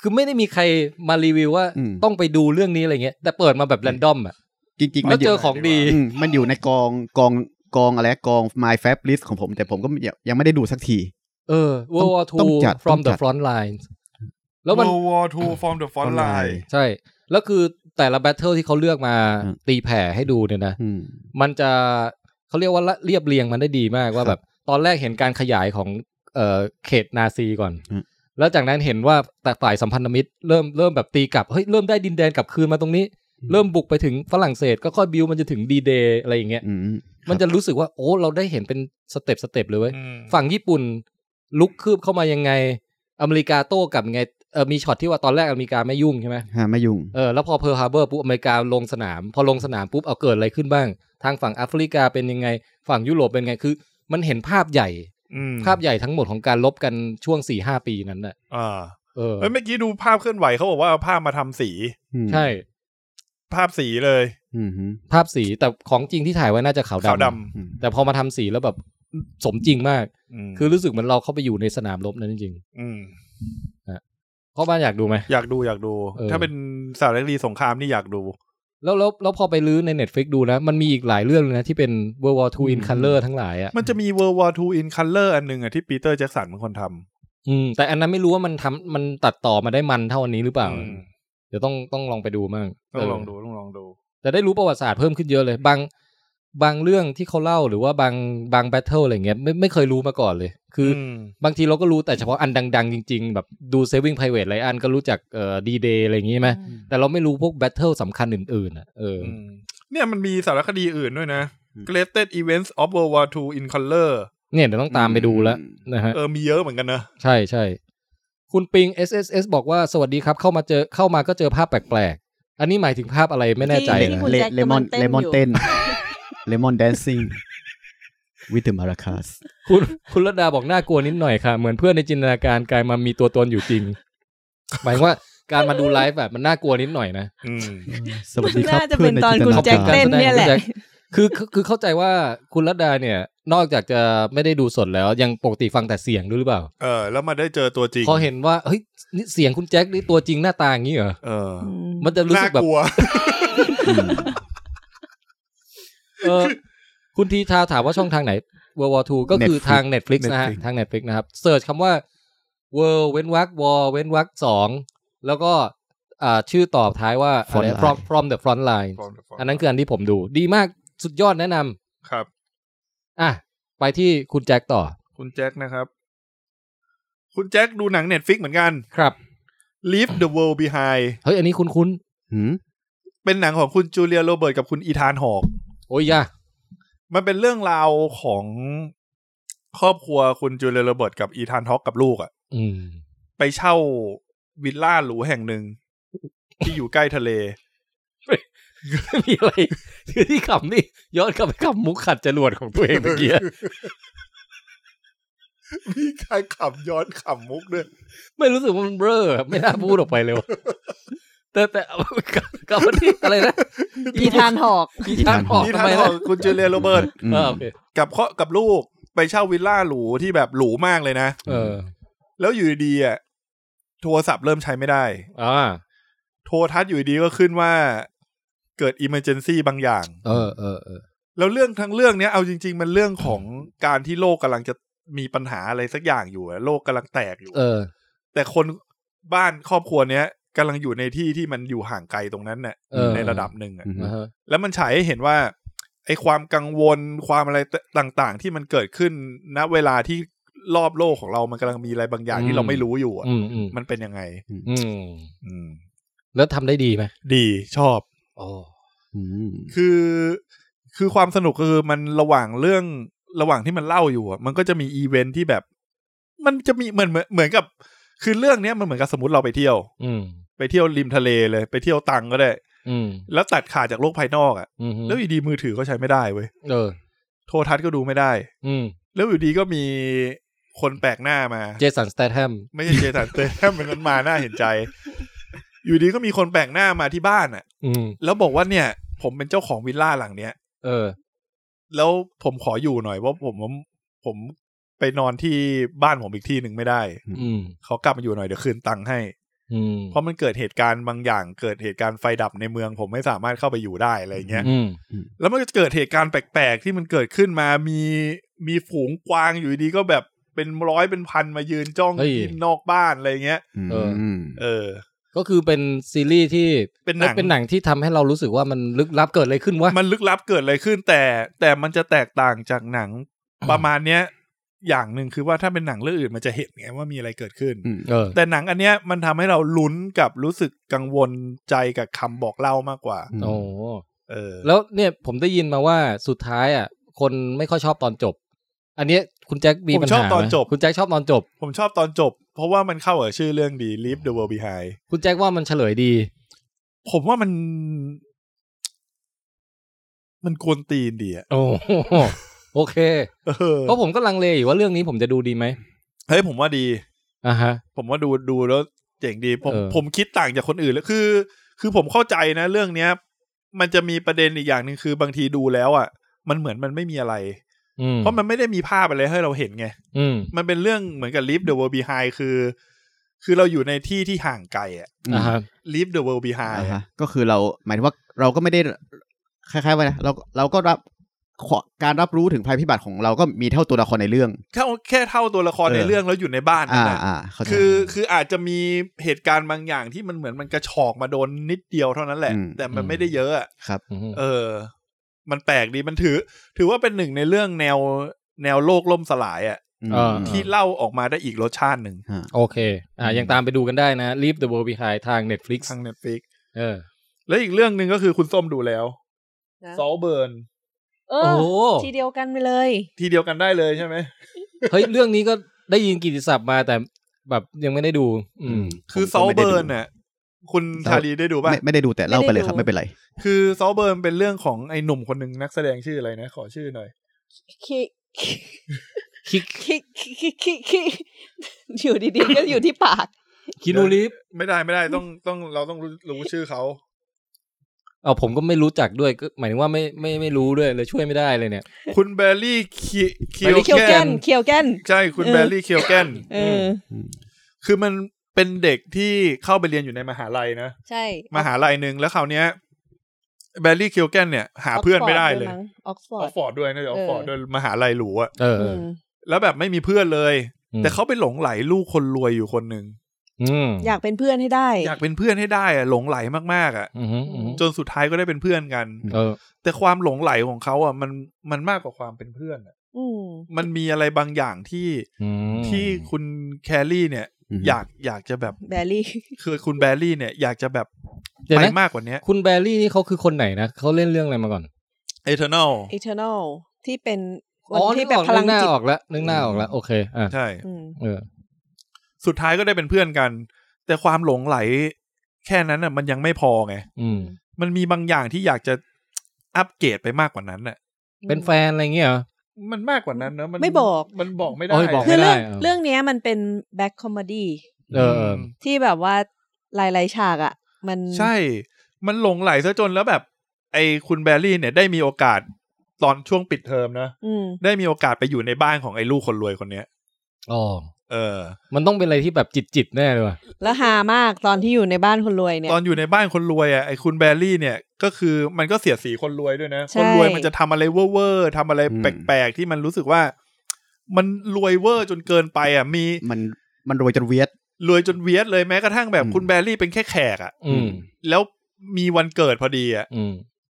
Speaker 2: คือไม่ได้มีใครมารีวิวว่า
Speaker 3: อืม
Speaker 2: ต้องไปดูเรื่องนี้อะไรเงี้ย แต่เปิดมาแบบแรนดอมอ่ะ
Speaker 3: จริงๆ
Speaker 2: แล้ว
Speaker 3: มั
Speaker 2: น เจ
Speaker 3: ยู่
Speaker 2: อของดี
Speaker 3: อืมมันอยู่ในกองกองกองอะไรกอง My Fab List ของผม แต่ผมก็ยังยังไม่ได้ดูสักที
Speaker 2: เออ World War
Speaker 3: ต้อง
Speaker 2: II
Speaker 3: จัด
Speaker 2: from
Speaker 3: ต้
Speaker 2: the
Speaker 3: องจัด
Speaker 2: front lines แล้วมัน
Speaker 4: World War Two from the front line
Speaker 2: ใช่ แล้วคือแต่ละแบทเทิลที่เขาเลือกมา
Speaker 3: อืม
Speaker 2: ตีแผ่ให้ดูเนี่ยนะ
Speaker 3: อืม
Speaker 2: มันจะเขาเรียกว่าละเรียบเรียงมันได้ดีมากว่าแบบ ตอนแรกเห็นการขยายของเอ่อเขตนาซีก่อน
Speaker 3: อืม
Speaker 2: แล้วจากนั้นเห็นว่าแต่ฝ่ายสัมพันธมิตรเริ่มเริ่มแบบตีกลับเฮ้ยเริ่มได้ดินแดนกลับคืนมาตรงนี้ เริ่มบุกไปถึงฝรั่งเศสก็ค่อยบิวมันจะถึงดีเดย์อะไรอย่างเงี้ย
Speaker 3: อืม
Speaker 2: มันจะรู้สึกว่าโอ้เราได้เห็นเป็นสเต็ปสเต็ปเลยเว้ย
Speaker 4: อืม
Speaker 2: ฝั่งญี่ปุ่นลุกคืบเข้ามายังไง อเมริกาโต้กลับยังไงเออมีช็อตที่ว่าตอนแรกอเมริกาไม่ยุ่งใช่ไหม
Speaker 3: ฮะไม่ยุ่ง
Speaker 2: เออแล้วพอเพอร์ฮาร์เบอร์ปุ๊บอเมริกาลงสนาม พอลงสนามปุ๊บเอาเกิดอะไรขึ้นบ้าง ทางฝั่งแอฟริกาเป็นยังไง ฝั่งยุโรปเป็นไงคือ มันเห็นภาพใหญ่
Speaker 4: อืม
Speaker 2: ภาพใหญ่ทั้งหมดของการลบกันช่วงสี่ห้าปีนั้นน่ะ
Speaker 4: อ่า
Speaker 2: เออ
Speaker 4: เอ้ยเมื่อกี้ดูภาพเคลื่อนไหวเขาบอกว่าเอาภาพมาทำสี
Speaker 3: อืม
Speaker 2: ใช่
Speaker 4: ภาพสีเลย
Speaker 3: อืมฮึ
Speaker 2: ภาพสีแต่ของจริงที่ถ่ายไว้น่าจะขาว
Speaker 4: ขาว
Speaker 2: ดำ
Speaker 4: ด
Speaker 3: อืม
Speaker 2: แต่พอมาทำสีแล้วแบบสมจริงมาก
Speaker 4: ำอืม
Speaker 2: คือรู้สึกเหมือนเราเข้าไปอยู่ในสนามรบนั้นจริง
Speaker 4: ม
Speaker 2: ๆเพราะบ้านอยากดูไหม
Speaker 4: อยากดูอยากดู
Speaker 2: เออ
Speaker 4: ถ้าเป็นสารคดีสงครามนี่อยากดู
Speaker 2: แล้วแล้วแล้วพอไปลื้อใน Netflix ดูนะมันมีอีกหลายเรื่องเลยนะที่เป็น World War II in Color ทั้งหลายอ่ะ
Speaker 4: มันจะมี World War Two in Color อันหนึ่งอ่ะที่ปีเตอร์แจ็กสันเป็นคนทำ
Speaker 2: อืมแต่อันนั้นไม่รู้ว่ามันทำมันตัดต่อมาได้มันเท่าอันนี้หรือเปล่า
Speaker 4: อืม
Speaker 2: เดี๋ยวต้องต้องลองไปดูมั่ง
Speaker 4: ต้องลองดู
Speaker 2: เ
Speaker 4: ต้องลองดู
Speaker 2: แต่ได้รู้ประวัติศาสตร์เพิ่มขึ้นเยอะเลย บางบางเรื่องที่เขาเล่าหรือว่าบางบางแบทเทิลอะไรเงี้ยไม่ไม่เคยรู้มาก่อนเลย คืออ
Speaker 4: อืม
Speaker 2: บางทีเราก็รู้แต่เฉพาะอันดัง ๆ จริง ๆ แบบดู Saving Private Ryan ก็รู้จักเอ่อดีเดย์อะไรอย่างงี้ไหมแต่เราไม่รู้พวกแบทเทิลสำคัญอื่นๆอ่ะเอออ
Speaker 4: มเนี่ยมันมีสารคดีอื่นด้วยนะ Greatest Events of World War II in Color
Speaker 2: เนี่ยเดี๋ยวต้องตามไปดูแล้วนะฮะ
Speaker 4: เออมีเยอะเหมือนกันนะ
Speaker 2: ใช่ใช่ คุณปิง S S S บอกว่าสวัสดีครับ เข้ามาเจอเข้ามาก็เจอภาพแปลกๆ อันนี้หมายถึงภาพอะไรไม่แน่ใจ
Speaker 5: ที่
Speaker 2: นะ
Speaker 5: คุณแจ็ค
Speaker 3: เลมอน
Speaker 5: กำลังเต้น
Speaker 3: เลมอน
Speaker 5: อยู่
Speaker 3: เต้นเลมอน แดนซิ่งวิตมาราคัส
Speaker 2: คุณคุณรตดาบอกน่ากลัวนิดหน่อยค่ะ เหมือนเพื่อนในจินตนาการกลายมามีตัวตนอยู่จริง หมายว่าการมาดูไลฟ์แบบมันน่ากลัวนิดหน่อยนะ
Speaker 4: อืม
Speaker 3: สวัสดีครับ
Speaker 5: น่าจะ
Speaker 3: เพื่อนใน
Speaker 5: เป็นตอน
Speaker 3: จินต
Speaker 5: คุณ
Speaker 3: นา
Speaker 5: แจ็ค
Speaker 3: กา
Speaker 5: เต้
Speaker 3: ร
Speaker 5: น ยแหละ
Speaker 2: คือคือคือเข้าใจว่าคุณรตดาเนี่ย นอกจากจะไม่ได้ดูสดแล้วยังปกติฟังแต่เสียงด้วยหรือเปล่า
Speaker 4: เออ แล้วมาได้เจอตัวจริง
Speaker 2: พอเห็นว่าเฮ้ยนี่เสียงคุณแจ็คนี่ตัวจริงหน้าตาอย่างนี้เหรอ
Speaker 4: เออ
Speaker 2: มันจะรู้
Speaker 4: น่า
Speaker 2: สึกแบบ
Speaker 4: กลัว
Speaker 3: อืม
Speaker 2: เออคุณทีทาถามว่าช่องทางไหน World War II ก็คือ
Speaker 3: Netflix
Speaker 2: ทาง Netflix นะฮะ
Speaker 4: Netflix
Speaker 2: ทาง Netflix นะครับเสิร์ชคำว่า World เว้นวรรค War เว้นวรรคสองแล้วก็อ่าชื่อตอบท้ายว่าอะไร
Speaker 3: Frontline
Speaker 2: from from the front line อันนั้นคืออันที่ผมดู ดีมากสุดยอดแนะน
Speaker 4: ครับ
Speaker 2: ำอ่ะ ไปที่คุณแจ็คต่อ
Speaker 4: คุณแจ็คนะครับ คุณแจ็คดูหนังเน็ตฟิกเหมือนกัน
Speaker 2: ครับ
Speaker 4: Leave the World Behind
Speaker 2: เฮ้ย อันนี้คุณคุณ
Speaker 3: หืม
Speaker 4: เป็นหนังของคุณจูเลียโรเบิร์ตกับคุณอีธานฮอก
Speaker 2: โอ้ยยะ
Speaker 4: มันเป็นเรื่องราวของครอบครัวคุณจูเลียโรเบิร์ตกับอีธานฮอกกับลูกอะ
Speaker 2: อืม
Speaker 4: ไปเช่าวิลล่าหรูแห่งหนึ่ง ที่อยู่ใกล้ทะเล
Speaker 2: มีอะไร ที่ขำนี่ย้อนกลับไปขำมุกขัดจรวดของตัวเองเมื่อกี้
Speaker 4: มีการขำย้อนขำมุกด้วย
Speaker 2: ไม่รู้สึกว่ามันเบ้อไม่น่าพูดออกไปเลยวะ แต่แต่กลับกลับมาที่อะไร นะ
Speaker 6: อีธานหอก
Speaker 2: อีทานออก
Speaker 4: นิ
Speaker 2: ทำ
Speaker 4: ทาน
Speaker 2: ไม
Speaker 4: ข
Speaker 2: นะ
Speaker 4: องคุณจูเลียโรเบิร์ต
Speaker 3: อืม
Speaker 2: เออโอเค
Speaker 4: กับครอบกับลูกไปเช่าวิลล่าหรูที่แบบหรูมากเลยนะ
Speaker 2: เออ
Speaker 4: แล้วอยู่ดีๆอ่ะโทรศัพท์เริ่มใช้ไม่ได้
Speaker 2: อ่า
Speaker 4: โทรทัศน์อยู่ดีก็ขึ้นว่าเกิดอิมเมอร์เจนซีบางอย่าง
Speaker 2: เออเออเออ
Speaker 4: แล้วเรื่องทั้งเรื่องเนี้ยเอาจริง ๆ มันเรื่องของการที่โลกกำลังจะมีปัญหาอะไรสักอย่างอยู่อะโลกกำลังแตกอยู่
Speaker 2: เออ
Speaker 4: แต่คนบ้านครอบครัวเนี้ยกำลังอยู่ในที่ที่มันอยู่ห่างไกลตรงนั้นน่ะ
Speaker 2: เออ
Speaker 4: ในระดับหนึ่งอะ
Speaker 3: อืม
Speaker 2: อ่าฮะ
Speaker 4: แล้วมันฉายให้เห็นว่าไอ้ความกังวลความอะไรต่างๆ ที่มันเกิดขึ้นณเวลาที่รอบโลกของเรามันกำลังมีอะไรบางอย่างที่เราไม่รู้อยู่อะ
Speaker 2: อืมอืม
Speaker 4: มันเป็นยังไง
Speaker 2: อืม
Speaker 4: อืม
Speaker 2: แล้วทำได้ดีไหม
Speaker 4: ดีชอบ
Speaker 2: โอ้
Speaker 3: อืม
Speaker 4: คือคือความสนุกคือมันระหว่างเรื่องระหว่างที่มันเล่าอยู่อะมันก็จะมีอีเวนท์ที่แบบ มันจะมีเหมือนเหมือนเหมือนกับ คือเรื่องเนี้ยมันเหมือนกับสมมติเราไปเที่ยว
Speaker 2: อืม
Speaker 4: ไปเที่ยวริมทะเลเลย ไปเที่ยวตังก็ได้
Speaker 2: อืม
Speaker 4: แล้วตัดขาดจากโลกภายนอกอะ่ะ
Speaker 2: อืม
Speaker 4: แล้วอยู่ดีมือถือก็ใช้ไม่ได้เว้ย
Speaker 2: เออ
Speaker 4: โทรทัศน์ก็ดูไม่ได้
Speaker 2: อืม
Speaker 4: แล้วอยู่ดีก็มีคนแปลกหน้ามา
Speaker 2: เจสันสเตทแฮม
Speaker 4: ไม่ใช่เจสันเตแทมเป็นนั้นมาหน้าเห็นใจ อยู่ดีก็มีคนแปลกหน้ามาที่บ้านอ่ะ
Speaker 2: อืม
Speaker 4: แล้วบอกว่าเนี่ย ผมเป็นเจ้าของวิลล่าหลังเนี้ย
Speaker 2: เออ
Speaker 4: แล้วผมขออยู่หน่อยว่าะผมผมผมไปนอนที่บ้านผมอีกที่หนึ่งไม่ได้
Speaker 2: อืม
Speaker 4: เขากลับมาอยู่หน่อยเดี๋ยวคืนตังค์ให้
Speaker 2: อืม
Speaker 4: เพราะมันเกิดเหตุการณ์บางอย่าง เกิดเหตุการณ์ไฟดับในเมือง ผมไม่สามารถเข้าไปอยู่ได้อะไรอย่างเงี้ย
Speaker 2: อืม
Speaker 4: แล้วมันก็จะเกิดเหตุการณ์แปลกๆที่มันเกิดขึ้นมามีมีฝูงกวางอยู่ดีๆก็แบบเป็นร้อยเป็นพันมายืนจ้องกินนอกบ้านอะไรอย่างเงี้ย
Speaker 3: อืม
Speaker 4: เออ
Speaker 2: ก็คือเป็นซีรีส์ที่
Speaker 4: เป็นหนัง
Speaker 2: เป็นหนังที่ทำให้เรารู้สึกว่ามันลึกลับเกิดอะไรขึ้นวะ
Speaker 4: มันลึกลับเกิดอะไรขึ้น แต่แต่มันจะแตกต่างจากหนังประมาณเนี้ย อย่างหนึ่งคือว่าถ้าเป็นหนังเรื่องอื่นมันจะเห็นไงว่ามีอะไรเกิดขึ้น
Speaker 3: อืม
Speaker 2: เออ
Speaker 4: แต่หนังอันเนี้ยมันทำให้เราลุ้นกับรู้สึกกังวลใจกับคำบอกเล่ามากกว่า
Speaker 3: อืม
Speaker 2: โอ้
Speaker 4: เออ
Speaker 2: แล้วเนี่ยผมได้ยินมาว่าสุดท้ายอ่ะ คนไม่ค่อยชอบตอนจบ อันเนี้ยคุณแจ็คมี
Speaker 4: ผม
Speaker 2: ปัญ
Speaker 4: ชอบ
Speaker 2: หาไหม
Speaker 4: ตอนจบ
Speaker 2: คุณแจ็คชอบตอนจบ
Speaker 4: ผมชอบตอนจบ เพราะว่ามันเข้ากับชื่อเรื่องดี Leave the World Behind
Speaker 2: คุณแจ็คว่ามันเฉลยดี
Speaker 4: ผมว่ามัน มันกวนตีนดีอะ
Speaker 2: โอ้โหโอเค
Speaker 4: เออ
Speaker 2: เพราะผมก็ลังเลอยู่ว่าเรื่องนี้ผมจะดูดีไหม
Speaker 4: เฮ้ยผมว่าดี
Speaker 2: อ่าฮะ
Speaker 4: ผมว่าดูดูแล้วเจ๋งดี ผม
Speaker 2: เออ
Speaker 4: ผมคิดต่างจากคนอื่นแล้วคือ คือผมเข้าใจนะ เรื่องเนี้ย มันจะมีประเด็นอีกอย่างหนึ่งคือบางทีดูแล้วอ่ะ มันเหมือนมันไม่มีอะไร
Speaker 2: อืม
Speaker 4: เพราะมันไม่ได้มีภาพอะไรให้เราเห็นไง
Speaker 2: อืม
Speaker 4: มันเป็นเรื่องเหมือนกับ leave the world behind คือ คือเราอยู่ในที่ที่ห่างไกลอะ
Speaker 2: อ่าฮะ
Speaker 4: leave the world
Speaker 3: อ่า
Speaker 4: behind
Speaker 3: ฮะก็คือเราหมายถึงว่าเราก็ไม่ได้คล้ายๆว่านะเราเราก็รับขอการรับรู้ถึงภัยพิบัติของเราก็มีเท่าตัวละครในเรื่อง
Speaker 4: แค่แค่เท่าตัวละคร
Speaker 3: เออ
Speaker 4: ในเรื่องแล้วอยู่ในบ้านนั่
Speaker 3: อ่าน
Speaker 4: แหละ
Speaker 3: อ่าเข้าใจ
Speaker 4: คือคืออาจจะมีเหตุการณ์บางอย่างที่มันเหมือนมันกระชอกมาโดนนิดเดียวเท่านั้นแหละ
Speaker 3: อืม
Speaker 4: แต่มันไม่ได้เยอะอะ
Speaker 3: ครับ
Speaker 2: อืม
Speaker 4: เออ มันแปลกดีมันถือ ถือว่าเป็นหนึ่งในเรื่องแนวแนวโลกล่มสลายอะ
Speaker 3: อืม
Speaker 2: เออ
Speaker 4: ที่เล่าออกมาได้อีกรสชาติหนึ่ง
Speaker 3: ฮะ
Speaker 2: โอเค อ่า ยังตามไปดูกันได้นะ Leave the World Behind ทาง Netflix
Speaker 4: ทาง Netflix
Speaker 2: เออ
Speaker 4: แล้วอีกเรื่องหนึ่งก็คือคุณส้มดูแล้ว
Speaker 6: นะ
Speaker 4: ซอเบิร์น
Speaker 6: เอ
Speaker 2: โอ้
Speaker 6: อ
Speaker 2: โห
Speaker 6: ทีเดียวกันไปเลย
Speaker 4: ทีเดียวกันได้เลยใช่ไหม
Speaker 2: เฮ้ย เรื่องนี้ก็ได้ยินกิตติศัพท์มาแต่แบบยังไม่ได้ดู อื
Speaker 3: อื
Speaker 2: ม
Speaker 3: ม
Speaker 4: คือ
Speaker 3: ผม
Speaker 4: ซอล
Speaker 3: ก็ไม่
Speaker 4: เบิ
Speaker 3: ได้ดู
Speaker 4: ร์นน่ะคุณชาลีได้ดูป่ะ
Speaker 3: ไม่ไม่ได้ดูแต่เล่าไปเลยครับ
Speaker 6: ไม่
Speaker 3: ไม่
Speaker 6: ได้ดู
Speaker 3: เป็นไร
Speaker 4: คือซอลเบิร์นเป็นเรื่องของไอ้หนุ่มคนหนึ่งนักแสดงชื่ออะไรนะ ขอชื่อหน่อย
Speaker 6: คิ
Speaker 2: คิก
Speaker 6: คิคิคิคิคิอยู่ดีๆก็อยู่ที่ปาก
Speaker 2: คินูลิฟ
Speaker 4: ไม่ได้ไม่ได้ต้องต้องเราต้องรู้รู้ชื่อเขา
Speaker 2: เอาผมก็ไม่รู้จักด้วยก็หมายถึงว่าไม่ไม่ไม่รู้ด้วยเลยช่วยไม่ได้เลยเนี่ย
Speaker 4: คุณเบลลี่คิคิ
Speaker 6: เคียว
Speaker 4: ว
Speaker 6: แก
Speaker 4: แก
Speaker 6: น
Speaker 4: น
Speaker 6: เคียวแกน
Speaker 4: ใช่คุณ
Speaker 6: เออ
Speaker 4: เบลลี่เคียวแกน
Speaker 6: เออ
Speaker 4: คือมันเป็นเด็กที่เข้าไปเรียนอยู่ในมหาลัยนะ
Speaker 6: ใช่
Speaker 4: มหาลัยหนึ่งแล้วคราวเนี้ยเบลลี่เคียวแกนเนี่ย หาเพื่อนไม่ได้เลย
Speaker 6: ออกฟ
Speaker 4: อ
Speaker 6: อ
Speaker 4: อ
Speaker 6: ร์
Speaker 4: ก
Speaker 6: ด
Speaker 4: ฟอร์ดด้วยนะออกฟอร์ด
Speaker 6: เออ
Speaker 4: ด้วยมหาลัยหรูอะ
Speaker 2: เออเออ
Speaker 4: แล้วแบบไม่มีเพื่อนเลย
Speaker 2: อืม
Speaker 4: แต่เขาไปหลงไหลลูกคนรวยอยู่คนหนึ่ง
Speaker 2: อืม
Speaker 6: อยากเป็นเพื่อนให้ได้
Speaker 4: อยากเป็นเพื่อนให้ได้อะหลงไหลมากๆอะ
Speaker 2: อืมอืมอืม
Speaker 4: จนสุดท้ายก็ได้เป็นเพื่อนกัน
Speaker 2: เออ
Speaker 4: แต่ความหลงไหลของเขาอ่ะมันมันมากกว่าความเป็นเพื่อนอะ
Speaker 6: อืม
Speaker 4: มันมีอะไรบางอย่างที่
Speaker 2: อืม
Speaker 4: ที่คุณแคลรี่เนี่ย
Speaker 3: อืม
Speaker 4: อยากอยากจะแบบ
Speaker 6: แบลลี่
Speaker 4: คือคุณแบรรี่เนี่ยอยากจะแบบ
Speaker 2: เดี๋ยว
Speaker 4: ไป
Speaker 2: นะ
Speaker 4: มากกว่าเนี้
Speaker 2: คุณแบร์รี่นี่เขาคือคนไหนนะเขาเล่นเรื่องอะไรมาก่อน
Speaker 4: เอเทอร์นอล
Speaker 6: Eternal ที่เป็นคน
Speaker 2: อ๋อ
Speaker 6: ที่
Speaker 2: ก
Speaker 6: แบ
Speaker 2: อ
Speaker 6: บอกพลัง
Speaker 2: นึกหน้า
Speaker 6: จิต
Speaker 2: ออกแล้วนึกหน้าออกแล้วโอเคอ่ะ
Speaker 4: ใช่
Speaker 6: อืม
Speaker 2: เออ
Speaker 4: สุดท้ายก็ได้เป็นเพื่อนกัน แต่ความหลงไหลแค่นั้นอ่ะมันยังไม่พอไง
Speaker 2: อืม
Speaker 4: มันมีบางอย่างที่อยากจะอัปเกรดไปมากกว่านั้นน่ะ
Speaker 2: เป็นแฟนอะไรเงี้ยเหรอ
Speaker 4: มันมากกว่านั้นนะมัน
Speaker 6: ไม่บอก
Speaker 4: มันบอกไม่ได้
Speaker 2: โอ้ยบอก
Speaker 6: คือเรื่อง
Speaker 2: ไม่ได้อะ
Speaker 6: เรื่องเนี้ยมันเป็นแบ็คคอมเมดี้
Speaker 2: เออเออ
Speaker 6: ที่แบบว่าหลายๆฉากอะ
Speaker 5: มัน
Speaker 4: ใช่ มันหลงไหลซะจนแล้วแบบ ไอ้คุณแบรี่เนี่ยได้มีโอกาสตอนช่วงปิดเทอมนะ
Speaker 5: อืม
Speaker 4: ได้มีโอกาสไปอยู่ในบ้านของไอ้ลูกคนรวยคนเนี้ย
Speaker 2: อ๋อ
Speaker 4: เออ
Speaker 2: มันต้องเป็นอะไรที่แบบจิตจิตๆแน่เลยว่ะ
Speaker 5: แล้วหามากตอนที่อยู่ในบ้านคนรวยเนี่ย
Speaker 4: ตอนอยู่ในบ้านคนรวยอ่ะไอ้คุณแบรี่เนี่ย ก็คือมันก็เสียดสีคนรวยด้วยนะ
Speaker 5: ใช่
Speaker 4: คนรวยมันจะทำอะไรเว่อร์ๆทำอะไร
Speaker 3: อืม
Speaker 4: แปลกๆที่มันรู้สึกว่า มันรวยเวอร์จนเกินไปอ่ะ มี
Speaker 3: มันมันรวยจนเวียด
Speaker 4: รวยจนเวียดเลยแม้กระทั่งแบบ
Speaker 3: อืม
Speaker 4: คุณแบรี่เป็นแค่แขกอ่ะ
Speaker 2: อืม
Speaker 4: แล้วมีวันเกิดพอดีอ่ะ
Speaker 2: อืม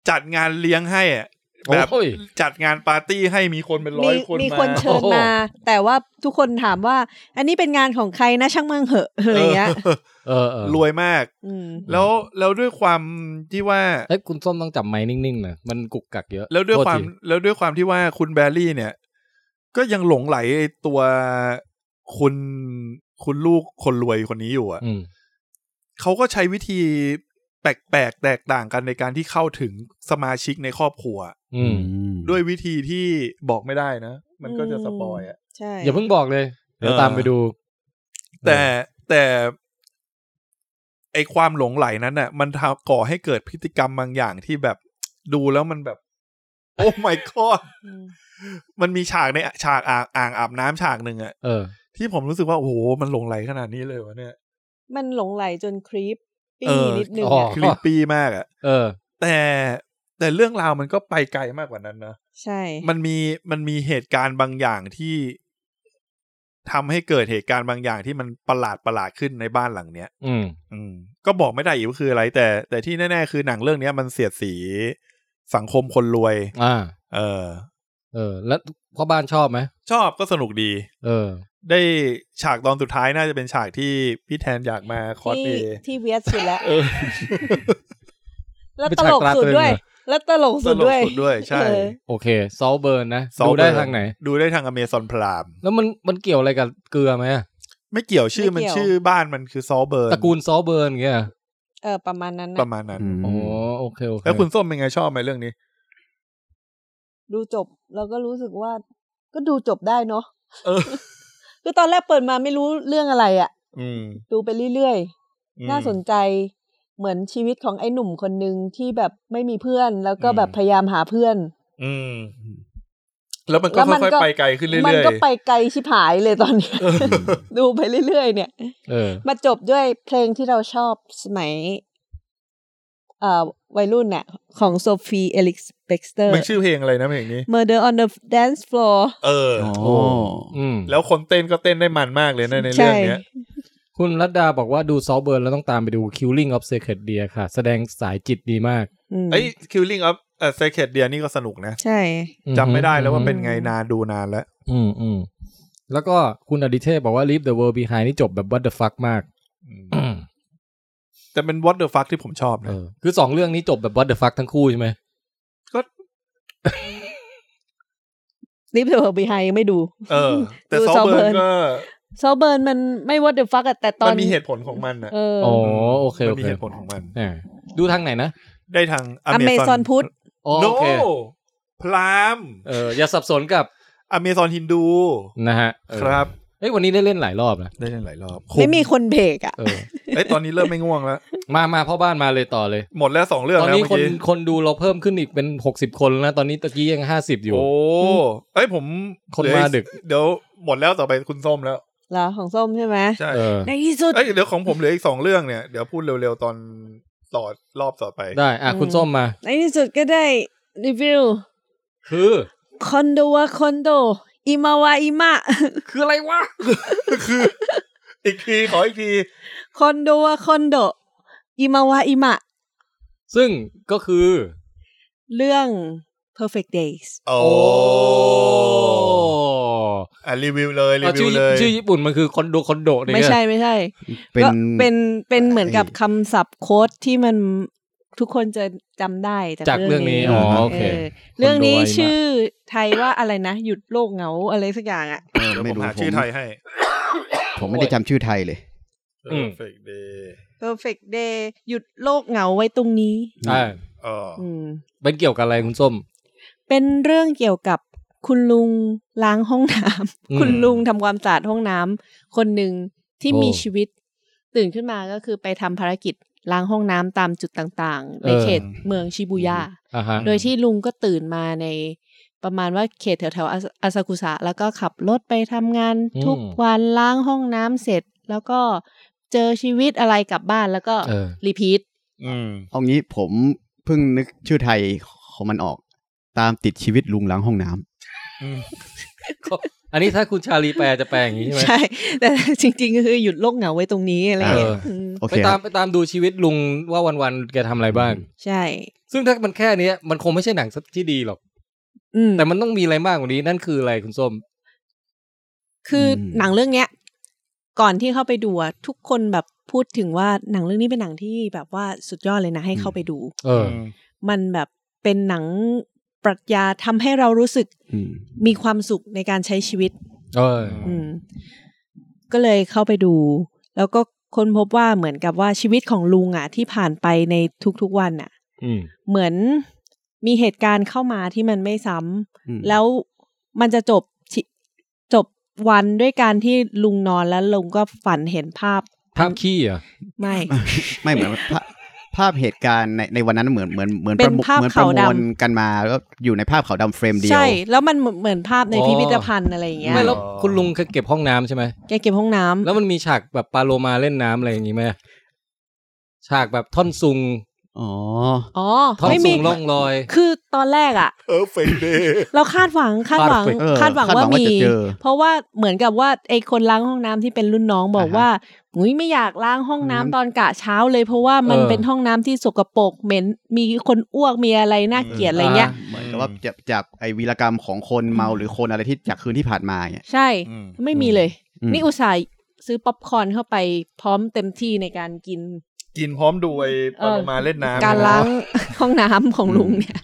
Speaker 4: จัดงานเลี้ยงให้อ่ะแบบ
Speaker 2: โอ้ย
Speaker 4: จัดงานปาร์ตี้ให้มีคนเป็นร้
Speaker 5: มี
Speaker 4: อยคน
Speaker 5: มี
Speaker 4: มา
Speaker 5: คนเชิญมา แต่ว่าทุกคนถามว่า อันนี้เป็นงานของใครนะช่างเมืองเหอะ อะไรเงี้ย
Speaker 4: เออ
Speaker 2: เออเออ
Speaker 4: รวยมาก
Speaker 5: อืม
Speaker 4: แล้วแล้วด้วยความที่ว่า
Speaker 2: เอ้ยคุณส้มต้องจับไม้นิ่งๆหน่อยมันกุกกักเยอะ
Speaker 4: แล้วด้วย
Speaker 2: โทษ
Speaker 4: ความ
Speaker 2: ที
Speaker 4: แล้วด้วยความที่ว่าคุณแบรี่เนี่ย ก็ยังหลงไหลไอ้ตัวคุณคุณลูกคนรวยคนนี้อยู่อ่ะ
Speaker 2: อืม
Speaker 4: เขาก็ใช้วิธีแปลกๆแตกต่างกันในการที่เข้าถึงสมาชิกในครอบครัว
Speaker 2: อืม
Speaker 4: ด้วยวิธีที่บอกไม่ได้นะ มันก็จะสปอยอ่ะ
Speaker 5: ใช่
Speaker 2: อย่าเพิ่งบอกเลย เดี๋ยว
Speaker 4: เออ
Speaker 2: ตามไปดู
Speaker 4: แต่แต่ไอความหลงไหลนั้นน่ะ มันทำก่อให้เกิดพฤติกรรมบางอย่างที่แบบดูแล้วมันแบบ โอ้ my god
Speaker 5: อืม
Speaker 4: มันมีฉากในฉากอ่างอ่างอาบน้ำฉากหนึ่งอะ
Speaker 2: เออ
Speaker 4: ที่ผมรู้สึกว่า โอ้โห มันหลงไหลขนาดนี้เลยวะเนี่ย
Speaker 5: มันหลงไหลจนครีปปี้
Speaker 4: เออ
Speaker 5: นิดนึง
Speaker 2: อ๋อ
Speaker 5: อะ
Speaker 4: คลิปปี้มากอะ
Speaker 2: เออ
Speaker 4: แต่แต่เรื่องราวมันก็ไปไกลมากกว่านั้นนะ
Speaker 5: ใช่
Speaker 4: มันมีมันมีเหตุการณ์บางอย่างที่ทำให้เกิดเหตุการณ์บางอย่างที่มันประหลาดประหลาดขึ้นในบ้านหลังเนี้ย
Speaker 2: อืม
Speaker 4: อืมก็บอกไม่ได้อีกว่าคืออะไร แต่แต่ที่แน่ๆ คือหนังเรื่องเนี้ยมันเสียดสีสังคมคนรวย
Speaker 2: อ่า
Speaker 4: เออ
Speaker 2: เออ แล้วพ่อบ้านชอบไหม
Speaker 4: ชอบก็สนุกดี
Speaker 2: เออ
Speaker 4: ได้ฉากตอนสุดท้ายน่าจะเป็นฉากที่พี่แทนอยากมาคอส
Speaker 5: ที่
Speaker 4: เพลย์
Speaker 5: ที่เวียดสุดแล้ว
Speaker 4: เออ
Speaker 5: แล้วตลกสุดด้วย
Speaker 2: เป็นฉากตราตรึงเหรอ
Speaker 5: แล้วตลก
Speaker 4: ส
Speaker 5: สุด
Speaker 4: นุก
Speaker 5: ด้วย
Speaker 4: สุดด้วย ใช่
Speaker 5: เออ
Speaker 2: โอเคซอลเบิร์นนะ
Speaker 4: ซอฟ
Speaker 2: ดู
Speaker 4: ต์
Speaker 2: ได้
Speaker 4: เวิร์
Speaker 2: ทางไหน
Speaker 4: ดูได้ทางอเมซอนพราม
Speaker 2: แล้วมันมันเกี่ยวอะไรกับเกลือไหมอะ
Speaker 4: ไม่เกี่ยวชื่อ
Speaker 5: ไม่
Speaker 4: มัน
Speaker 5: เกี่ยว
Speaker 4: ชื่อบ้านมันคือซอฟต์เบิร์น
Speaker 2: ตระกูลซอลเบิร์นอย่างเงี้ยเหรอ
Speaker 5: เออประมาณนั้น
Speaker 4: ป
Speaker 5: นะ
Speaker 4: ระมาณนั้น
Speaker 2: อ๋อโอเคโอเค
Speaker 4: แล้วคุณส้มเป็นไงชอบไหมเรื่องนี้
Speaker 5: ดูจบแล้วก็รู้สึกว่า ก็ดูจบได้เนาะ
Speaker 4: เออ
Speaker 5: คือตอนแรกเปิดมาไม่รู้เรื่องอะไรอ่ะ
Speaker 4: อืม
Speaker 5: ดูไปเรื่อยๆ
Speaker 4: อืม
Speaker 5: น่าสนใจเหมือนชีวิตของไอ้หนุ่มคนหนึ่งที่แบบไม่มีเพื่อน แล้วก็
Speaker 4: อืม
Speaker 5: แบบพยายามหาเพื่อน
Speaker 4: อืม แล้วมันก็
Speaker 5: แล้วมัน
Speaker 4: ค่อย
Speaker 5: ก็
Speaker 4: ๆไปไกลขึ้นเรื่อยๆ
Speaker 5: มันก็ไปไกลชิบหายเลยตอนเนี้ย
Speaker 4: เออ
Speaker 5: ดูไปเรื่อยๆเนี่ย
Speaker 2: เออ
Speaker 5: มาจบด้วยเพลงที่เราชอบสมัยเอ่อวัยรุ่นน่ะ ของโซฟีเอลิกซ์เบ็กสเตอร์
Speaker 4: มันชื่อเพลงอะไรนะเพลงนี้
Speaker 5: Murder on the Dance Floor
Speaker 4: เออ
Speaker 3: โอ้
Speaker 2: อืม
Speaker 4: แล้วคนเต้นก็เต้นได้มันมากเลยนะในเรื่องเนี้ย
Speaker 2: คุณรัตดาบอกว่าดูซอลเบิร์นแล้วต้องตามไปดู Killing of Sacred Deer ค่ะ แสดงสายจิตดีมาก
Speaker 5: อืม
Speaker 4: เอ้ย Killing of เอ่อ Sacred Deer นี่ก็สนุกนะ
Speaker 5: ใช่
Speaker 4: จำไม่ได้แล้วว่าเป็น
Speaker 2: อืม
Speaker 4: ไงนานดูนานแล้ว
Speaker 2: อืมอืมแล้วก็คุณอดิเทพบอกว่า Leave the World Behind นี่จบแบบ What the fuck มาก
Speaker 4: แต่เป็น What the fuck ที่ผมชอบ
Speaker 2: เอ
Speaker 4: นะ
Speaker 2: อ คือสองเรื่องนี้จบแบบ What the fuck ทั้งคู่ใช่ไหม
Speaker 5: Leave the World Behind ยังไม่ดู
Speaker 4: เออ แต่
Speaker 5: ดู
Speaker 4: ซอเบิร์
Speaker 5: Saltburn
Speaker 4: นก็
Speaker 5: โซเบิร์นมันไม่ว่าเดอะฟักอะแต่ตอ
Speaker 4: มัน นมีเหตุผลของมันนะ
Speaker 5: เออ
Speaker 2: อ๋อโอเค
Speaker 4: มั
Speaker 2: โอน
Speaker 4: มี
Speaker 2: เค
Speaker 4: เหตุผลของมัน
Speaker 2: อ่าดูทางไหนนะ
Speaker 4: ได้ทาง
Speaker 5: อเมซอน
Speaker 4: Amazon
Speaker 5: พุทธ
Speaker 2: อ๋อ
Speaker 4: No
Speaker 2: โอเค
Speaker 4: พราม
Speaker 2: เอออย่าสับสนกับ
Speaker 4: อเมซอนฮินดู
Speaker 2: นะฮะเออ
Speaker 4: ครับ
Speaker 2: เอ้ยวันนี้ได้เล่นหลายรอบนะ
Speaker 4: ได้เล่นหลายรอบ
Speaker 5: ไม่มีคนเบรกอ่ะ
Speaker 2: เออ
Speaker 4: เอ้ยตอนนี้เริ่มไม่ง่วงแล้ว
Speaker 2: มามาพ่อบ้านมาเลยต่อเลย
Speaker 4: หมดแล้วสองเรื่อง
Speaker 2: ตอน
Speaker 4: แล้ว
Speaker 2: นี้
Speaker 4: เมื่อ
Speaker 2: คน
Speaker 4: กี้
Speaker 2: คนดูเราเพิ่มขึ้นอีกเป็นหกสิบคนแล้วนะ ตอนนี้ตะกี้ยังห้าสิบอยู่
Speaker 4: โอ้เอ้ยผม
Speaker 2: คน
Speaker 4: เหลือ
Speaker 2: มา
Speaker 4: อี
Speaker 2: ดึก
Speaker 4: เดี๋ยวหมดแล้วต่อไปคุณส้มแล้ว
Speaker 5: เหรอ ของส้มใช่ไหม
Speaker 4: ใช่
Speaker 2: เออ
Speaker 7: ในที่สุด
Speaker 4: เอ้ยเดี๋ยวของผมเหลืออีกสองเรื่องเนี่ยเดี๋ยวพูดเร็วๆตอนต่อรอบต่อไป
Speaker 2: ได้ อ่ะ คุณส้มมา
Speaker 5: ในที่สุดก็ได้รีวิว
Speaker 2: คือ
Speaker 5: คอนโดวาคอนโดอิมาวาอิ มะ
Speaker 2: คืออะไรวะ
Speaker 4: คือ อีกทีขออีกที
Speaker 5: คอนโดวาคอนโดอิมาวาอิมะ
Speaker 2: ซึ่งก็คือ
Speaker 5: เรื่อง perfect days
Speaker 4: โอ้
Speaker 2: โอ้
Speaker 4: อ่ะรีวิวเลยรี
Speaker 2: เอา
Speaker 4: วิ
Speaker 2: ชื่
Speaker 4: ว
Speaker 2: อ
Speaker 4: เลย
Speaker 2: ชื่อญี่ปุ่นมันคือคอนโดคอนโดเนี่ย
Speaker 5: ไม่ใช่ไม่ใช่
Speaker 3: เป็น
Speaker 5: ก็เป็นเป็นเหมือนกับคำศัพท์โค้ดที่มันทุกคนจะจำได้
Speaker 2: จากเรื่องนี้
Speaker 5: เ
Speaker 2: อ๋อ โอเค
Speaker 5: ออเรื่องนี้ชื่อไทยว่าอะไรนะ หยุดโลกเหงาอะไรสักอย่างอ่ะ
Speaker 3: เออ
Speaker 4: เดี๋ยว
Speaker 3: ไม่
Speaker 4: ผม
Speaker 3: รู้
Speaker 4: หา
Speaker 3: ผม
Speaker 4: ชื่อไทยให้
Speaker 3: ผมไม่ได้จำชื่อไทยเลย
Speaker 2: อืม
Speaker 4: Perfect Day
Speaker 5: perfect day หยุดโลกเหงาไว้ตรงนี้
Speaker 2: อ่า
Speaker 4: อ๋ออ
Speaker 5: อืม
Speaker 2: เป็นเกี่ยวกับอะไรคุณส้ม
Speaker 5: เป็นเรื่องเกี่ยวกับคุณลุงล้างห้องน้ำ
Speaker 2: อืม
Speaker 5: คุณลุงทำความสะอาดห้องน้ำคนหนึ่งที่
Speaker 2: โอ้
Speaker 5: มีชีวิต ตื่นขึ้นมาก็คือไปทำภารกิจ
Speaker 6: ล้างห้องน้ำตามจุดต่างๆ ใน
Speaker 2: เออ
Speaker 6: เขตเมืองชิบูย่า
Speaker 2: อ่าฮะ
Speaker 6: โดยที่ลุงก็ตื่นมาในประมาณว่าเขตแถวๆอาซาอาซากุสะแล้วก็ขับรถไปทำงานทุกวันล้างห้องน้ำเสร็จ แล้วก็เจอชีวิตอะไรกลับบ้านแล้วก็
Speaker 2: เออ
Speaker 6: รีพีท
Speaker 4: อืม
Speaker 3: เอางี้ผมเพิ่งนึกชื่อไทยของมันออก ตามติดชีวิตลุงหล้างห้องน้ำ
Speaker 2: อันนี้ถ้าคุณชาลีแปลจะแปลอย่างนี้ใช่ไหม
Speaker 5: ใช่ แต่จริงๆก็คือหยุดโลกเหงาไว้ตรงนี้อะไรอย่างเงี้ยม
Speaker 3: โอ
Speaker 2: ไป
Speaker 3: เค
Speaker 2: ตามไปตามดูชีวิตลุงว่าวันๆแกทำอะไรบ้าง
Speaker 5: ใช่
Speaker 2: ซึ่งถ้ามันแค่เนี้ยมันคงไม่ใช่หนังที่ดีหรอก
Speaker 5: อืม
Speaker 2: แต่มันต้องมีอะไรมากกว่านี้นั่นคืออะไรคุณส้ม
Speaker 6: คืออื
Speaker 5: หนังเรื่องเนี้ย ก่อนที่เข้าไปดูอะทุกคนแบบพูดถึงว่าหนังเรื่องนี้เป็นหนังที่แบบว่าสุดยอดเลยนะให้เข้าไปดู
Speaker 2: เออ
Speaker 5: มันแบบเป็นหนังปรัชญาทำให้เรารู้สึก
Speaker 3: อืม
Speaker 5: มีความสุขในการใช้ชีวิต
Speaker 2: เออ
Speaker 5: อืม ก็เลยเข้าไปดู แล้วก็ค้นพบว่าเหมือนกับว่าชีวิตของลุงอ่ะ ที่ผ่านไปในทุกๆวันอ่ะ
Speaker 2: อืม
Speaker 5: เหมือนมีเหตุการณ์เข้ามาที่มันไม่ซ้ำ
Speaker 3: อืม
Speaker 5: แล้วมันจะจบชิจบวันด้วยการที่ลุงนอนแล้วลุงก็ฝันเห็นภาพ
Speaker 2: ภาพขี้เหรอ่ะ
Speaker 5: ไม่
Speaker 3: ไม่เหมือนภาพ ภาพเหตุการณ์ในในวันนั้นเหมือนเหมือนเหมือน
Speaker 5: เป็น
Speaker 3: ระมวล
Speaker 5: ภาพ
Speaker 3: เหมือนประม
Speaker 5: ขาว
Speaker 3: วล
Speaker 5: ดำ
Speaker 3: กันมาแล้วอยู่ในภาพขาวดำเฟรมเดียว
Speaker 5: ใช่ แล้วมันเหมือนเหมือนภาพใน
Speaker 2: อ๋อ
Speaker 5: พิพิธภัณฑ์อะไรอย่างเงี้ย
Speaker 2: ไม่แล้วคุณลุงเคยเก็บห้องน้ำใช่ไหม
Speaker 5: แกเก็บห้องน้ำ
Speaker 2: แล้วมันมีฉากแบบปลาโลมาเล่นน้ำอะไรอย่างงี้ไหมฉากแบบท่อนซุง
Speaker 3: อ๋อ
Speaker 6: อ๋อ
Speaker 2: ท่อน
Speaker 6: ไม่
Speaker 2: ซุ
Speaker 6: มี
Speaker 2: งล่องลอย
Speaker 6: คือตอนแรกอ่ะ
Speaker 1: เออเฟนเดย์
Speaker 5: เราคาดหวังคาดหวัง
Speaker 2: Perfect
Speaker 3: เออ
Speaker 5: คาดหวัง
Speaker 3: คาดหวั
Speaker 5: ว่าง
Speaker 3: ว่า
Speaker 5: มี
Speaker 3: จะเจอ
Speaker 5: เพราะว่าเหมือนกับว่าไอคนล้างห้องน้ำที่เป็นรุ่นน้องบอก
Speaker 3: อ่าฮะ
Speaker 5: ว่าอุ้ยไม่อยากล้างห้องน้ำ
Speaker 3: อืม
Speaker 5: ตอนกะเช้าเลย เพราะว่ามัน
Speaker 2: เออ
Speaker 5: เป็นห้องน้ำที่สกปรกเหม็นมีคนอ้วกมีอะไรน่าเกลียดอะไรเงี้ย
Speaker 3: เหมือนกับว่าจากจากไอวีรกรรมของคนเมาหรือคนอะไรที่จากคืนที่ผ่านมาเนี่ย
Speaker 5: ใช่
Speaker 4: อืม
Speaker 5: ไม่มีเลย
Speaker 3: อืม
Speaker 5: นี่อุตส่าห์ซื้อป๊อปคอร์นเข้าไปพร้อมเต็มที่ในการกิน
Speaker 4: กินพร้อมดูไอ้ปลาโลมาเล่นน้ำ
Speaker 5: การล้าง ห้องน้ำของลุงเนี่ย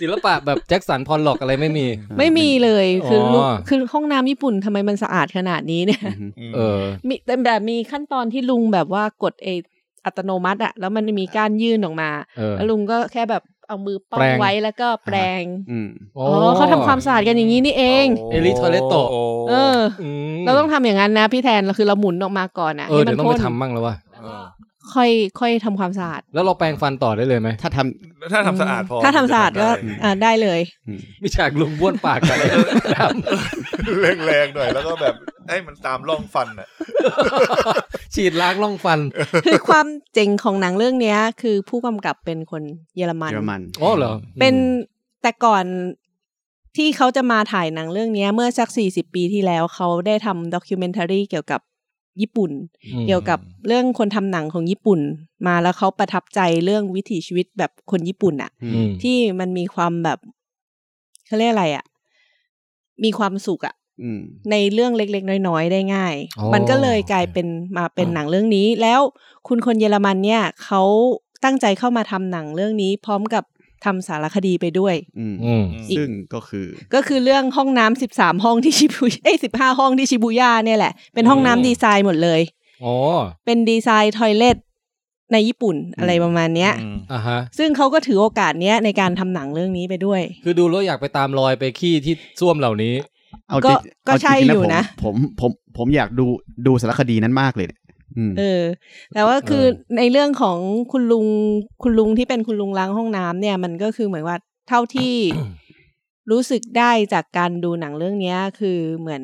Speaker 2: ศิลปะแบบแจ็คสันพอลล็อกอะไรไม่มี
Speaker 5: ไม่มีเลยคือลุง
Speaker 2: อ๋อ
Speaker 5: คือห้องน้ำญี่ปุ่นทำไมมันสะอาดขนาดนี้เนี่ย
Speaker 3: อือฮึ
Speaker 2: เออ
Speaker 5: มีแต่แบบมีขั้นตอนที่ลุงแบบว่ากดเออัตโนมัติอะแล้วมันมีการยื่นออกมา
Speaker 2: เออ
Speaker 5: แล้วลุงก็แค่แบบเอามือป้อ
Speaker 2: แปรง ง
Speaker 5: ไว้แล้วก็แปรง
Speaker 3: อืม
Speaker 2: อ๋
Speaker 5: อ๋อเขาทำความสะอาดกันอย่างนี้นี่เอง
Speaker 2: เอลิโทอเลโตะ
Speaker 5: เออ
Speaker 2: ม
Speaker 5: เราต้องทำอย่างนั้นนะพี่แทนเราคือเราหมุนออกมาก่อนนะ
Speaker 2: เออ
Speaker 5: ให้มั
Speaker 2: เดี๋ย
Speaker 5: น
Speaker 2: วต้อง
Speaker 5: พ่
Speaker 2: ไป
Speaker 5: น
Speaker 2: ทำมั่งแล้วว่ะ
Speaker 5: ค่อยค่อยทำความสะอาด
Speaker 2: แล้วเราแปรงฟันต่อได้เลยไหม
Speaker 3: ถ้าทำ
Speaker 4: ถ้าทำสะอาดพอ
Speaker 5: ถ้าทำสะอาดก็อ่าได้เลย
Speaker 2: มีฉากลุงบ้วนปากอะไร
Speaker 1: แรงๆหน่อยแล้วก็แบบให้มันตามร่องฟันอ่ะ
Speaker 2: ฉีดล้างล่องฟัน
Speaker 5: คือความเจ๋งของหนังเรื่องเนี้ย คือผู้กำกับเป็นคนเยอรมัน
Speaker 3: เยอรมัน
Speaker 2: อ๋อเหรอ
Speaker 5: เป็นแต่ก่อนที่เขาจะมาถ่ายหนังเรื่องเนี้ย เมื่อสักสี่สิบปีที่แล้วเขาได้ทำด็อกิวเมนทารีเกี่ยวกับญี่ปุ่น
Speaker 2: อืม
Speaker 5: เกี่ยวกับเรื่องคนทำหนังของญี่ปุ่น มาแล้วเขาประทับใจเรื่องวิถีชีวิตแบบคนญี่ปุ่นอะ
Speaker 2: อืม
Speaker 5: ที่มันมีความแบบเขาเรียกอะไรอะมีความสุขอะ
Speaker 3: อืม
Speaker 5: ในเรื่องเล็กๆ น้อยๆ ได้ง่าย มันก็เลยกลายเป็นมาเป็นหนังเรื่องนี้ แล้วคุณคนเยอรมันเนี่ยเขาตั้งใจเข้ามาทำหนังเรื่องนี้ พร้อมกับทำสารคดีไปด้วย
Speaker 3: อืม
Speaker 2: อืม
Speaker 3: ซึ่งก็คือ
Speaker 5: ก็คือเรื่องห้องน้ำสิบสามห้องที่ชิบูเอ้สิบห้าห้องที่ชิบูย่าเนี่ยแหละ เป็นห้องน้ำ
Speaker 2: อืม
Speaker 5: ดีไซน์หมดเลย
Speaker 2: อ๋อ
Speaker 5: เป็นดีไซน์ทอยเลทในญี่ปุ่นอะไรประมาณเนี้ย
Speaker 2: อ่ะฮะ
Speaker 5: ซึ่งเขาก็ถือโอกาสเนี้ยในการทำหนังเรื่องนี้ไปด้วย
Speaker 2: คือดูแล้วอยากไปตามรอยไปขี้ที่ส้วมเหล่านี้
Speaker 3: เอาจ
Speaker 5: ก็
Speaker 3: ริง
Speaker 5: ก็
Speaker 3: เาจริง
Speaker 5: ใช่อยู่นะ
Speaker 3: ผมผมผมผมอยากดูดูสารคดีนั้นมากเลยเนี่ยอืม
Speaker 5: เออ แต่ว่าคือ
Speaker 2: เออ
Speaker 5: ในเรื่องของคุณลุงคุณลุงที่เป็นคุณลุงล้างห้องน้ำเนี่ย มันก็คือเหมือนว่าเท่าที่ รู้สึกได้จากการดูหนังเรื่องเนี้ย คือเหมือน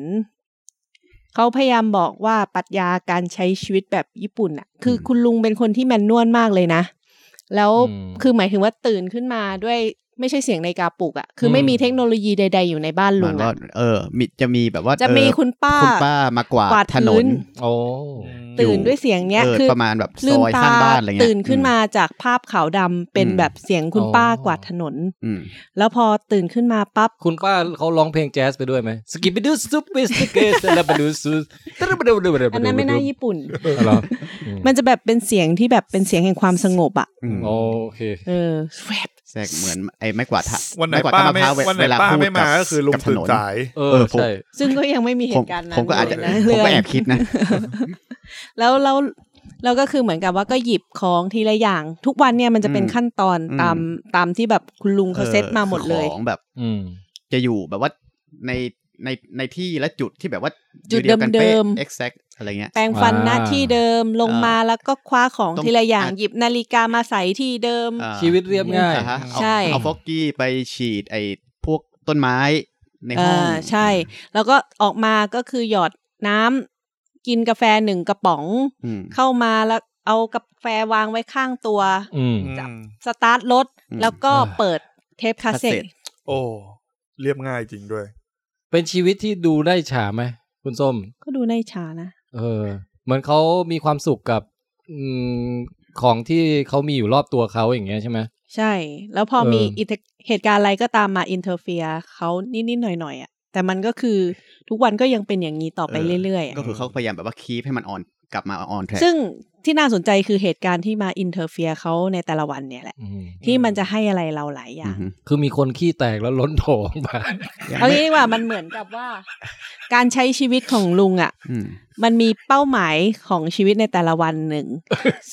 Speaker 5: เขาพยายามบอกว่าปรัชญาการใช้ชีวิตแบบญี่ปุ่นอ่ะ คือคุณลุงเป็นคนที่แมนนวลมากเลยนะ แล้ว
Speaker 2: อืม
Speaker 5: คือหมายถึงว่าตื่นขึ้นมาด้วยไม่ใช่เสียงในาฬิกาปลุกอ่ะคืออ
Speaker 2: ม
Speaker 5: ไม่มีเทคโนโลยีใด ๆ อยู่ในบ้าน
Speaker 3: ห
Speaker 5: ลุ
Speaker 3: มาย
Speaker 5: ง
Speaker 3: ว่า
Speaker 5: อะ
Speaker 3: เออมีจะมีแบบว่า
Speaker 5: จะมี
Speaker 3: เออ
Speaker 5: คุณป้า
Speaker 3: คุณป้ามากวาด
Speaker 5: กวาด
Speaker 3: ถน
Speaker 5: พื้
Speaker 3: น
Speaker 5: น
Speaker 2: โอ้
Speaker 3: อยู่
Speaker 5: ตื่นด้วยเสียงเนี้ย
Speaker 3: เออ
Speaker 5: คือ
Speaker 3: ประมาณแบบ
Speaker 5: ลื
Speaker 3: ซ
Speaker 5: ม
Speaker 3: อย
Speaker 5: ตา
Speaker 3: ข้างบ้านอะไรเงี้ย
Speaker 5: ตื่นขึ้นมาจากภาพขาวดำเป็นแบบเสียงคุณ
Speaker 2: อ๋อ
Speaker 5: ป้ากวาดถนน
Speaker 3: อืม
Speaker 5: แล้วพอตื่นขึ้นมาปั๊บ
Speaker 2: คุณป้าเขาร้องเพลงแจ๊สไปด้วยไหมสกิปไปดูซุปไปสเกสแล้วไปดูซูตระบดูดูดู
Speaker 5: อันนั้นไม่น่าญี่ปุ่น
Speaker 2: เหรออืม
Speaker 5: มันจะแบบเป็นเสียงที่แบบเป็นเสียงแห่งความสงบอ่ะ
Speaker 3: อืม
Speaker 2: โอเค
Speaker 5: เออแวบ
Speaker 3: แทรกเหมือนไอ้ไม้กวาดทะ
Speaker 4: วันไหน
Speaker 3: กวาด
Speaker 4: ป้า
Speaker 3: ทะ
Speaker 4: ไม่
Speaker 3: พร้วเว
Speaker 4: วันไหน
Speaker 3: เวล
Speaker 4: ป้า
Speaker 3: พูด
Speaker 4: ไม่มาก็คือลุง
Speaker 3: กับถ
Speaker 4: ตื่น
Speaker 3: นน
Speaker 4: สาย
Speaker 2: เอ
Speaker 3: เอ
Speaker 2: อ
Speaker 3: อผม
Speaker 2: ใช่
Speaker 5: ซึ่งก็ยังไม่มีเห
Speaker 3: ผม
Speaker 5: ตุการณ์นั้น
Speaker 3: ผมก็อาจจะ
Speaker 5: เลย
Speaker 3: ผ
Speaker 5: นะ
Speaker 3: ม
Speaker 5: เรื่อ
Speaker 3: ก็
Speaker 5: ง
Speaker 3: แอบคิดนะ
Speaker 5: แล้วแล้วเราก็คือเหมือนกับว่าก็หยิบของทีละอย่าง ทุกวันเนี่ยมันจะเป็น
Speaker 3: อืม
Speaker 5: ขั้นตอน
Speaker 3: อืม
Speaker 5: ตามตามที่แบบคุณลุงเขาเซตมาหมดเลย
Speaker 3: ออของแบบ
Speaker 2: อืม
Speaker 3: จะอยู่แบบว่าในในในที่และจุดที่แบบว่า
Speaker 5: จุด
Speaker 3: อยู่ยวกัน
Speaker 5: เดิ
Speaker 3: ป๊ะ
Speaker 5: มๆ
Speaker 3: exact อะไรเงี้ย
Speaker 5: แปรงฟัน
Speaker 2: อ่า
Speaker 5: หน้าที่เดิมลงมาแล้วก็คว้าของ
Speaker 3: ต้อง
Speaker 5: ทีละอย่าง
Speaker 3: อ่ะ
Speaker 5: หยิบนาฬิกามาใส่ที่เดิม
Speaker 3: อ่า
Speaker 2: ชีวิตเรียบง่าย
Speaker 3: อ่ฮะเอา
Speaker 5: ใช่
Speaker 3: เอาฟอกกี้ไปฉีดไอ้พวกต้นไม้ในห้อง
Speaker 5: อ่าใช่ แล้วก็ออกมาก็คือหยอดน้ำกินกาแฟหนึ่งกระป๋อง
Speaker 3: อืม
Speaker 5: เข้ามาแล้วเอากาแฟวางไว้ข้างตัว
Speaker 2: อืม
Speaker 4: อืม
Speaker 5: จับ สตาร์ทรถ
Speaker 3: อืม
Speaker 5: แล้วก็
Speaker 2: อ่า
Speaker 5: เปิดเทปคาสเซ็ต
Speaker 3: คาสเซ็ต
Speaker 4: โอ้เรียบง่ายจริงด้วย
Speaker 2: เป็นชีวิตที่ดูได้ฉาไหมคุณส้ม
Speaker 5: ก็ดูในชานะ
Speaker 2: เออ เหมือนเขามีความสุขกับอืมของที่เขามีอยู่รอบตัวเขาอย่างเงี้ยใช่ไหม
Speaker 5: ใช่ แล้วพอ
Speaker 2: เออ
Speaker 5: มีอิทธิเหตุการณ์อะไรก็ตามมาอินเทอร์เฟียเขานิดๆหน่อยๆอ่ะแต่มันก็คือทุกวันก็ยังเป็นอย่างนี้ต่อไป
Speaker 3: เออ
Speaker 5: เรื่อยๆอะ
Speaker 3: ก็คือเขาพยายามแบบว่าคีปให้มันออนกลับมาออนแทร็ก
Speaker 5: ซึ่งที่น่าสนใจคือเหตุการณ์ที่มาอินเทอร์เฟียเขาในแต่ละวันเนี่ยแหละ
Speaker 2: อืม
Speaker 5: ที่มันจะให้อะไรเราหลายอย่าง
Speaker 2: คือมีคนขี้แตกแล้วล้นโถงมา
Speaker 5: เอางี้ดีกว่ามันเหมือนกับว่า การใช้ชีวิตของลุงอ่ะ
Speaker 3: อืม
Speaker 5: มันมีเป้าหมายของชีวิตในแต่ละวันหนึ่ง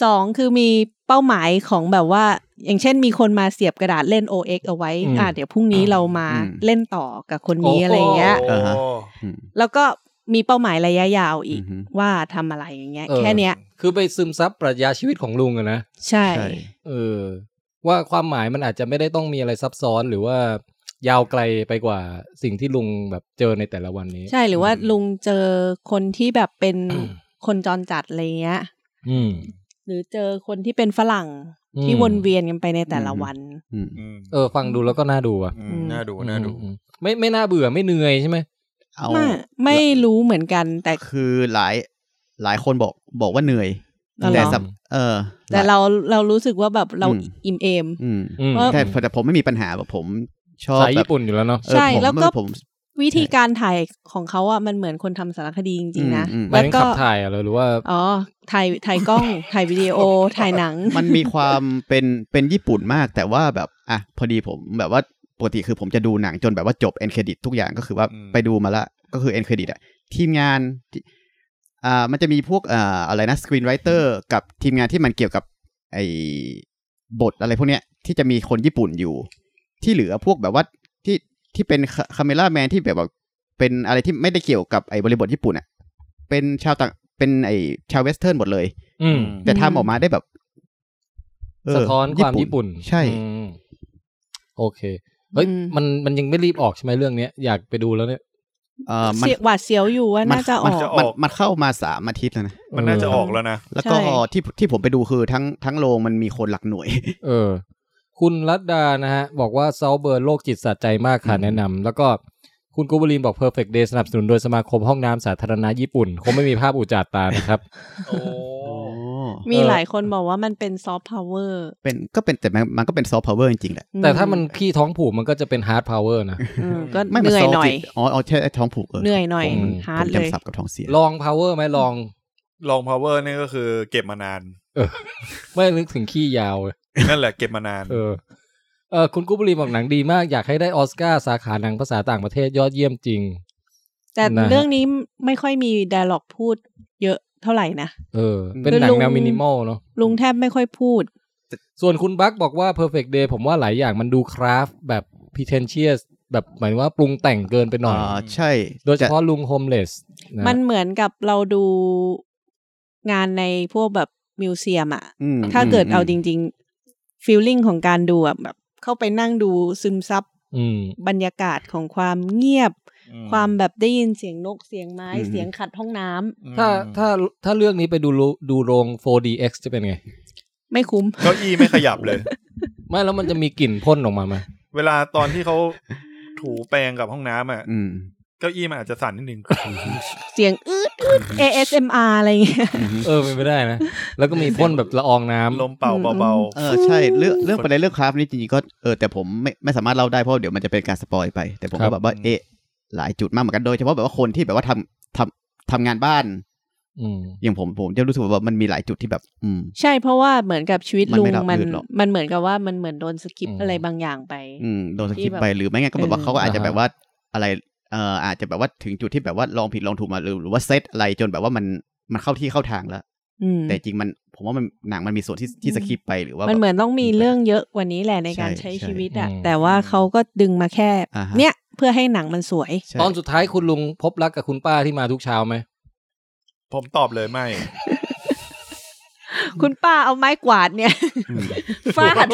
Speaker 5: สองคือมีเป้าหมายของแบบว่า อย่างเช่นมีคนมาเสียบกระดาษเล่น OX เอาไว้
Speaker 2: อืม
Speaker 5: อ่าเดี๋ยวพรุ่งนี้เรามาเล่นต่อกับคนนี้
Speaker 2: โอ้โห
Speaker 5: อะไรอย่างเงี้ย
Speaker 4: โอ้
Speaker 3: อืม
Speaker 5: แล้วก็มีเป้าหมายระยะยาวอีก
Speaker 3: อืม
Speaker 5: ว่าทำอะไรอย่างเงี้ย
Speaker 2: เออ
Speaker 5: แค่เนี้ย
Speaker 2: คือไปซึมซับปรัชญาชีวิตของลุงอะนะ
Speaker 5: ใช่
Speaker 3: ใช่
Speaker 2: เออ ว่าความหมายมันอาจจะไม่ได้ต้องมีอะไรซับซ้อนหรือว่ายาวไกลไปกว่าสิ่งที่ลุงแบบเจอในแต่ละวันนี้
Speaker 5: ใช่หรือว่าลุงเจอคนที่แบบเป็นคนจรจัดอะไรเงี้ย
Speaker 2: อืม
Speaker 5: หรือเจอคนที่เป็นฝรั่ง
Speaker 2: อืม
Speaker 5: ที่วนเวียนกันไปในแต่ละวัน
Speaker 3: อืม
Speaker 8: อืม
Speaker 2: เออ ฟังดูแล้วก็น่าดูอ่ะ
Speaker 8: อืมน่าดูน่าดู
Speaker 2: อืมไม่ไม่น่าเบื่อไม่เหนื่อยใช่ไหม
Speaker 3: เอา
Speaker 5: ไม่ไม่รู้เหมือนกันแต่
Speaker 3: คือหลายหลายคนบอกบอกว่าเหนื่อย
Speaker 5: อ๋อเหรอ
Speaker 3: แต่สำเออ
Speaker 5: แต่
Speaker 3: หลย
Speaker 5: เราเรารู้สึกว่าแบบเรา
Speaker 3: อืม
Speaker 5: อิ่มเอม
Speaker 3: อืม
Speaker 2: อืม
Speaker 5: ว่า
Speaker 3: แต่แต่ผมไม่มีปัญหาแบบผมชอบ
Speaker 2: สาย
Speaker 3: แบบ
Speaker 2: ญี่ปุ่นอยู่แล้วเนาะ
Speaker 3: เออ
Speaker 5: ใช่
Speaker 3: ผม
Speaker 5: แล้วก็
Speaker 3: ผม
Speaker 5: วิธีการถ่ายของเขาอ่ะมันเหมือนคนทำสารคดีจริงๆนะ
Speaker 3: อืมอืม
Speaker 2: มั
Speaker 5: แล้
Speaker 2: น
Speaker 5: วก็
Speaker 2: ขับถ่ายเหรอหรือว่า
Speaker 5: อ๋อถ่ายถ่ายกล้อง ถ่ายวิดีโอถ่ายหนัง
Speaker 3: มันมีความเป็นเป็นญี่ปุ่นมาก แต่ว่าแบบอ่ะพอดีผมแบบว่าปกติคือผมจะดูหนังจนแบบว่าจบเอ็นเครดิตทุกอย่างก็คือว่า
Speaker 8: อืม
Speaker 3: ไปดูมาละก็คือเอ็นเครดิตอะทีมงานที่อ่ามันจะมีพวกอ่าอะไรนะสกรีนไรเตอร์กับทีมงานที่มันเกี่ยวกับไอ้บทอะไรพวกเนี้ยที่จะมีคนญี่ปุ่นอยู่ ที่เหลือพวกแบบว่าที่ที่เป็นคาเมล่าแมนที่แบบว่าเป็นอะไรที่ไม่ได้เกี่ยวกับไอ้บริบทญี่ปุ่นอะเป็นชาวต่างเป็นไอ้ชาวเวสเทิร์นหมดเลย
Speaker 2: อืม
Speaker 3: แต่ทำ
Speaker 5: อืม
Speaker 3: ออกมาได้แบบเ
Speaker 2: สะท้อนความญี่ปุ่น
Speaker 3: ใช่
Speaker 2: อืมโอเค เฮ้ย
Speaker 5: อืม
Speaker 2: มันมันยังไม่รีบออกใช่ไหมเรื่องเนี้ย อยากไปดูแล้วเนี่ย
Speaker 3: เออมัน
Speaker 5: เสียหวาดเสียวอยู่ว่าน่าจะอ
Speaker 3: มั
Speaker 5: อก
Speaker 4: จะออก
Speaker 3: มันมันเข้ามาสามอาทิตย์แล้วนะ
Speaker 4: มันน่าจะออกแล้วนะ
Speaker 3: แล้วก็
Speaker 5: ใช่
Speaker 3: ที่ที่ผมไปดูคือทั้งทั้งโรงมันมีคนหลักหน่วย
Speaker 2: เออ คุณรัตดานะฮะ บอกว่าเซาเบิร์นโรคจิตสะใจมากค่ะแนะนำแล้วก็คุณกูบลินบอก Perfect Day สนับสนุนโดยสมาคมห้องน้ำสาธารณะญี่ปุ่น คงไม่มีภาพอุจจาตานะครับ
Speaker 4: โอ้
Speaker 5: มีหลายคนบอกว่ามันเป็นซอฟต์พาวเวอร์
Speaker 3: เป็นก็เป็นแต่มันมันก็เป็นซอฟต์พาวเวอร์จริงๆแหละ
Speaker 2: แต่ถ้ามันขี้ท้องผูกมันก็จะเป็น Hard Power นะ
Speaker 5: อืมก็
Speaker 3: ไม่
Speaker 5: เห
Speaker 3: มั
Speaker 5: นื่อย
Speaker 3: ซฟต์
Speaker 5: หน่อย
Speaker 3: จริงอ๋อเอาแค่ท้องผูกเออ
Speaker 5: เหนื่อยหน่อย
Speaker 3: ผม
Speaker 5: ฮาร์
Speaker 3: ผ
Speaker 5: ด
Speaker 3: ม
Speaker 5: เลย
Speaker 3: จำสับกับท้องเสีย
Speaker 2: ลอง Power ไหมลอง
Speaker 4: ลองพาวเวอร์นี่ก็คือเก็บมานาน
Speaker 2: ไม่นึกถึงขี้ยาวเลย
Speaker 4: นั่นแหละเก็บมานาน
Speaker 2: เออ เออคุณกุบลีบอกหนังดีมาก อยากให้ได้ออสการ์สาขาหนังภาษาต่างประเทศยอดเยี่ยมจริง
Speaker 5: แต่
Speaker 2: นะ
Speaker 5: เรื่องนี้ไม่ค่อยมีด a ล็อกพูดเยอะเท่าไหร่นะ
Speaker 2: เออ เป็นหนั
Speaker 5: ลุ
Speaker 2: ง
Speaker 5: ง
Speaker 2: แนวมินิมอลเนาะ
Speaker 5: ลุงแทบไม่ค่อยพูด
Speaker 2: ส่วนคุณบักบอกว่า perfect day ผมว่าหลายอย่างมันดูคราฟต์แบบ pretentious แบบหมายถึงว่าปรุงแต่งเกินไปหน่อย
Speaker 3: อ่าใช่
Speaker 2: โดยเฉพาะลุง homeless นะ
Speaker 5: มันเหมือนกับเราดูงานในพวกแบบมิวเซียมอะ
Speaker 3: อืม
Speaker 5: ถ้าเกิด
Speaker 3: ม
Speaker 5: เอาจริงๆฟีลลิ่งของการดูอะแบบเข้าไปนั่งดูซึมซับ
Speaker 2: อืม
Speaker 5: บรรยากาศของความเงียบ
Speaker 8: อืม
Speaker 5: ความแบบได้ยินเสียงนกเสียงไม้เสียงขัดห้องน้ำ
Speaker 8: อืม
Speaker 2: ถ้าถ้าถ้าเรื่องนี้ไปดูโรดูโรง 4DX จะเป็นไง
Speaker 5: ไม่คุ้ม
Speaker 4: เก้าอี้ไม่ขยับเลย
Speaker 2: ไม่แล้วมันจะมีกลิ่นพ่นออกมาไหม
Speaker 4: เวลาตอนที่เขาถูแปรงกับห้องน้ำอ่ะ
Speaker 3: อืม
Speaker 4: เก้าอี้มันอาจจะสั่นนิดนึง
Speaker 5: เสียงอืดอืด ASMR อะไรเงี้ย
Speaker 2: เออเป็นไปได้นะ แล้วก็มีพ่นแบบละอองน้ำ
Speaker 4: ลมเป่าเบา
Speaker 3: เออใช่เรื่องเรื่องประเด็นเรื่องคราฟต์นี่จริงๆก็เออแต่ผมไม่ไม่สามารถเล่าได้เพราะเดี๋ยวมันจะเป็นการสปอยไป แต่ผม
Speaker 2: ครั
Speaker 3: ก็
Speaker 2: บ
Speaker 3: แบบว่าเอะหลายจุดมากเหมือนกันโดยเฉพาะแบบว่าคนที่แบบว่าทำทำทำงานบ้าน
Speaker 2: อืม
Speaker 3: อย่างผมผมจะรู้สึกว่ามันมีหลายจุดที่แบบ อืม
Speaker 5: ใช่เพราะว่าเหมือนกับชีวิต
Speaker 3: มัน
Speaker 5: ลุ
Speaker 3: ไม่
Speaker 5: ง
Speaker 3: ราบ
Speaker 5: มัน
Speaker 3: รื่นหรอก
Speaker 5: มันเหมือนกับว่ามันเหมือนโดนสกิป
Speaker 2: อืม
Speaker 5: อะไรบางอย่างไป
Speaker 3: อืมโดนส
Speaker 5: ที่
Speaker 3: กิป
Speaker 5: แบบ
Speaker 3: ไปหรือไม่งั้นก็แบบว่า
Speaker 5: เออ
Speaker 3: เขาก็อาจจะ
Speaker 2: อ่าฮะ
Speaker 3: แบบว่าอะไรเอ่ออาจจะแบบว่าถึงจุดที่แบบว่าลองผิดลองถูกมาหรือหรือว่าเซตอะไรจนแบบว่ามันมันเข้าที่เข้าทางแล้ว
Speaker 5: อืม
Speaker 3: แต่จริงมันผมว่ามันหนังมันมีส่วนที่ที่สกิปไปหรือว่า
Speaker 5: มันเหมือนต้องมี
Speaker 3: แบบ
Speaker 5: เรื่องเยอะกว่านี้แหละในการ
Speaker 3: ใช่
Speaker 5: ใช้
Speaker 3: ใช่
Speaker 5: ชีวิตอะ
Speaker 2: อืม
Speaker 5: แต่ว่าเขาก็ดึงมาแค่
Speaker 3: อ่าฮะ
Speaker 5: เนี่ยเพื่อให้หนังมันสวย
Speaker 3: ใช่
Speaker 2: ตอนสุดท้ายคุณลุงพบรักกับคุณป้าที่มาทุกเช้าไหม
Speaker 4: ผมตอบเลยไม่
Speaker 5: คุณป้าเอาไม้กวาดเนี่ย
Speaker 3: อืม
Speaker 5: ฟาด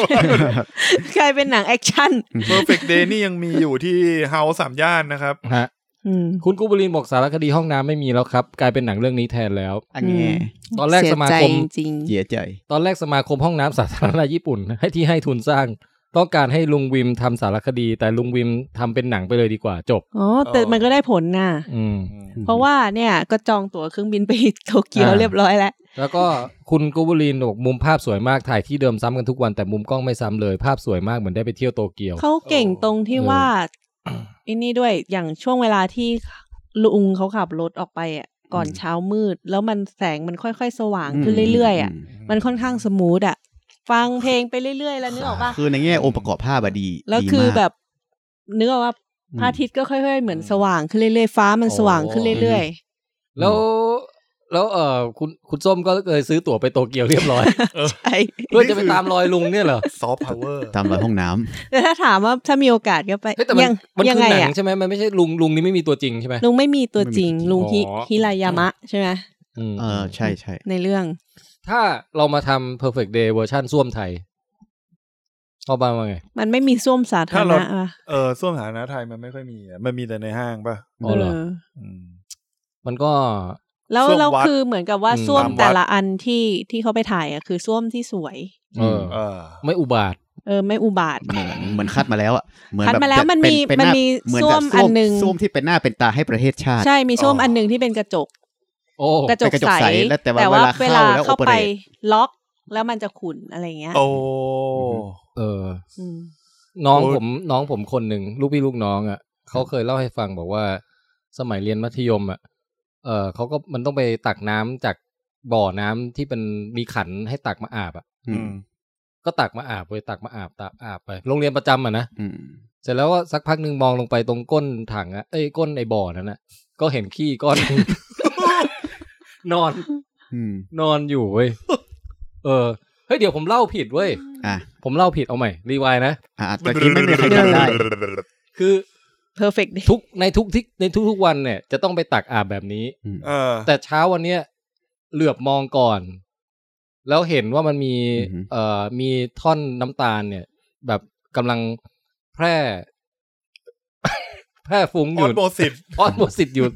Speaker 5: กลายเป็นหนังแอคชั่น
Speaker 4: Perfect Day นี่ยังมีอยู่ที่เฮาสามย่านนะครับ
Speaker 2: ฮะ
Speaker 5: อืม
Speaker 2: คุณกูบลินบอกสารคดีห้องน้ำไม่มีแล้วครับ กลายเป็นหนังเรื่องนี้แทนแล้ว
Speaker 3: อันนี้
Speaker 5: อืม
Speaker 2: ตอนแรก
Speaker 5: เสีย
Speaker 2: สมา
Speaker 5: ใจ
Speaker 2: คม
Speaker 5: จริง
Speaker 3: เสียใจ
Speaker 2: ตอนแรกสมาคมห้องน้ำสาธารณะญี่ปุ่น ให้ที่ให้ทุนสร้าง ต้องการให้ลุงวิมทำสารคดี แต่ลุงวิมทำเป็นหนังไปเลยดีกว่าจบ
Speaker 5: ๆอ๋อแต่มันก็ได้ผลน่ะ
Speaker 2: อืม
Speaker 5: เพราะว่าเนี่ยก็จองตั๋วเครื่องบินไปโตเกียว
Speaker 2: อ่า
Speaker 5: เรียบร้อยแล้ว
Speaker 2: แล้วก็คุณกูบลินบอกมุมภาพสวยมากถ่ายที่เดิมซ้ำกันทุกวันแต่มุมกล้องไม่ซ้ำเลยภาพสวยมากเหมือนได้ไปเที่ยวโตเกียว
Speaker 5: เขาเก่งตรงที่
Speaker 2: เออ
Speaker 5: ว่าไอันนี้ด้วยอย่างช่วงเวลาที่ลุงเขาขับรถออกไปอ่ะก่อน
Speaker 3: อืม
Speaker 5: เช้ามืด แล้วมันแสงมันค่อยๆ สว่างขึ้นเรื่อยๆอ่ะมันค่อนข้างสมูทอ่ะ ฟังเพลงไปเรื่อยๆ แล้วนึกออกปะ
Speaker 3: คือในแง่องค์ประกอบภาพอะดี
Speaker 5: แล้ว
Speaker 3: ดี
Speaker 5: คือ
Speaker 3: มาก
Speaker 5: แบบนึกออกว่าพระอาทิตย์ก็ค่อยๆ เหมือนสว่างขึ้นเรื่อยๆฟ้ามันสว่างขึ้นเรื่อย
Speaker 2: แล้วแล้วเออคุณคุณส้มก็เลยซื้อตั๋วไปโตเกียวเรียบ ร้อย
Speaker 5: ๆใช่
Speaker 2: เพื่อจะไปตามรอยลุงเนี่ยเหรอ
Speaker 1: ซอฟต์พาวเวอร์
Speaker 3: ตามรอยห้องน้ำ
Speaker 5: แต่ถ้าถามว่าถ้ามีโอกาสก็ไป
Speaker 2: เฮ้ยแต่มัน
Speaker 5: ยัง
Speaker 2: มัน
Speaker 5: ยัง
Speaker 2: คือ
Speaker 5: ไง
Speaker 2: หนั
Speaker 5: อ่ะ
Speaker 2: งใช่ไหมมันไม่ใช่ลุงลุงนี่ไม่มีตัวจริงใช่ไหม
Speaker 5: ลุงไม่มีตัวจริงลุงฮิ
Speaker 4: อ๋อ
Speaker 5: ฮิรายามะใช่ไหม
Speaker 2: ม
Speaker 3: เออใช่ใช่
Speaker 5: ในเรื่อง
Speaker 2: ถ้าเรามาทำ perfect day เวอร์ชันส้วมไทยเข้าบ้านว่าไง
Speaker 5: มันไม่มีส้วมสาธาร
Speaker 4: ถ้าเรา
Speaker 5: ณะอ่ะ
Speaker 4: เออส้วมสาธารณะไทยมันไม่ค่อยมีอะมันมีแต่ในห้างป่ะ
Speaker 2: อ๋อเหรอ
Speaker 5: เออ
Speaker 4: อืม
Speaker 2: มันก็
Speaker 5: แล้ว
Speaker 4: ส้วม
Speaker 5: เรา
Speaker 4: วัด
Speaker 5: คือเหมือนกับว่า
Speaker 2: อืม
Speaker 5: ส้วม
Speaker 4: ตามวัด
Speaker 5: แต่ละอันที่ที่เขาไปถ่ายอ่ะคือส้วมที่สวย
Speaker 2: เออ
Speaker 4: เออ
Speaker 2: ไม่อุบาท
Speaker 5: เออไม่อุบาท
Speaker 3: เหมือนเหมือนคัดมาแล้วอะเหมือน
Speaker 5: คัดมาแล้ว
Speaker 3: บบ
Speaker 5: มันมี
Speaker 3: เป็เป็
Speaker 5: มัน
Speaker 3: หา
Speaker 5: มี
Speaker 3: เหอน
Speaker 5: ส้วม
Speaker 3: กับ
Speaker 5: อันหนึ่ง
Speaker 3: ส้วมที่เป็นหน้าเป็นตาให้ประเทศชาติ
Speaker 5: ใช่มีส้วม
Speaker 4: อ๋ออั
Speaker 5: อันหนึ่งที่เป็นกระจก
Speaker 2: โอ้
Speaker 5: กระจก
Speaker 3: เป็นกระจก
Speaker 5: ใส
Speaker 3: ใสแล้วแต่ว่าเวลาเข้าแล้ว
Speaker 5: เข้า
Speaker 3: โอเปเรต
Speaker 5: ไปล็อกแล้วมันจะขุ่นอะไรเงี้ย
Speaker 4: โอ้
Speaker 2: เออ
Speaker 5: อืม
Speaker 2: น้อง
Speaker 4: โอ้
Speaker 2: ผมน้องผมคนหนึ่งลูกพี่ลูกน้องอ่ะเขาเคยเล่าให้ฟังบอกว่า สมัยเรียนมัธยมอ่ะเออเขาก็มันต้องไปตักน้ำจากบ่อน้ำที่เป็นมีขันให้ตักมาอาบอ่ะ
Speaker 3: อืม
Speaker 2: ก็ตักมาอาบไปตักมาอาบตักอาบไปโรงเรียนประจำอ่ะนะ
Speaker 3: อืม
Speaker 2: เสร็จแล้วก็สักพักหนึ่งมองลงไปตรงก้นถังอ่ะเอ้ยก้นไอ้บ่อนั้นอ่ะ ก็เห็นขี้ก้อน นอน
Speaker 3: อืม
Speaker 2: นอนอยู่เว้ยเออเฮ้ยเดี๋ยวผมเล่าผิดเว้ย
Speaker 3: อ่ะ
Speaker 2: ผมเล่าผิดเอาใหม่รีไวน์นะ
Speaker 3: อ่ะตะกี้ไม่มีใครจำได้
Speaker 2: คือ
Speaker 5: เพอร์เฟกต์
Speaker 2: ทุกในทุกที่ในทุกๆวันเนี่ยจะต้องไปตักอาบแบบนี้
Speaker 4: เออ
Speaker 2: แต่เช้าวันเนี้ยเหลือบมองก่อน แล้วเห็นว่ามันมี
Speaker 3: อือหือ
Speaker 2: เอ่อมีท่อนน้ำตาลเนี่ย แบบกำลังแพร่ แพร่ฟุ้งอ
Speaker 4: ออยู่ นโมสิบ
Speaker 2: ออสโมสิตอยู่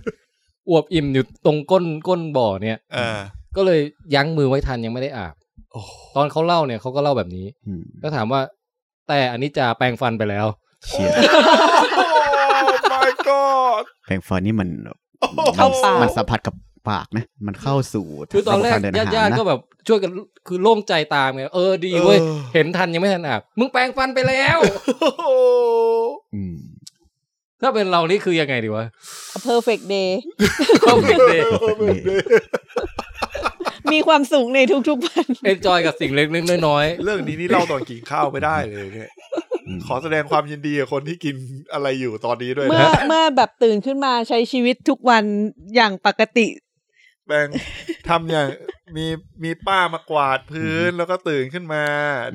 Speaker 2: อวบอิ่มอยู่ตรงก้นก้นบ่อเนี่ย
Speaker 4: อ่า
Speaker 2: ก็เลยยั้งมือไว้ทันยังไม่ได้อาบ
Speaker 4: โอ้
Speaker 2: ตอนเขาเล่าเนี่ยเขาก็เล่าแบบนี้
Speaker 3: อืม
Speaker 2: ก็ถามว่า แต่อันนี้จะแปรงฟันไปแล้ว
Speaker 3: เชียร์
Speaker 4: โอ้ my god
Speaker 3: แปลงฟันนี่มัน
Speaker 5: เข้าปาก
Speaker 3: มันสัมผัสกับปากนะ มันเข้าสู่
Speaker 2: คือตอนแรก
Speaker 3: ะบบาเดินอห
Speaker 2: ญาติๆ
Speaker 3: นะ
Speaker 2: ก็แบบช่วยกันคือโล่งใจตามไงเออดีเว้ย
Speaker 4: เออ
Speaker 2: เห็นทันยังไม่ทันอาบมึงแปรงฟันไปแล้ว
Speaker 3: อืม
Speaker 2: ถ้าเป็นเรานี่คือยังไงดีวะ
Speaker 5: เพอร์เฟกต์เดย์
Speaker 2: เขาเป็นเด็ก
Speaker 5: มีความสุขในทุกๆวัน
Speaker 2: เอนจอยกับสิ่งเล็กๆน้อย
Speaker 4: เรื่องนี้นี่เล่าตอนกินข้าวไม่ได้เลยเนี่ย
Speaker 3: ม
Speaker 4: ขอแสดงความยินดีกับคนที่กินอะไรอยู่ตอนนี้ด้วย
Speaker 5: เมื่อ
Speaker 4: นะ
Speaker 5: เมื่อแบบตื่นขึ้นมาใช้ชีวิตทุกวันอย่างปกติ
Speaker 4: แบง ทำอย่างมีมีป้ามากวาดพื้นแล้วก็ตื่นขึ้นมา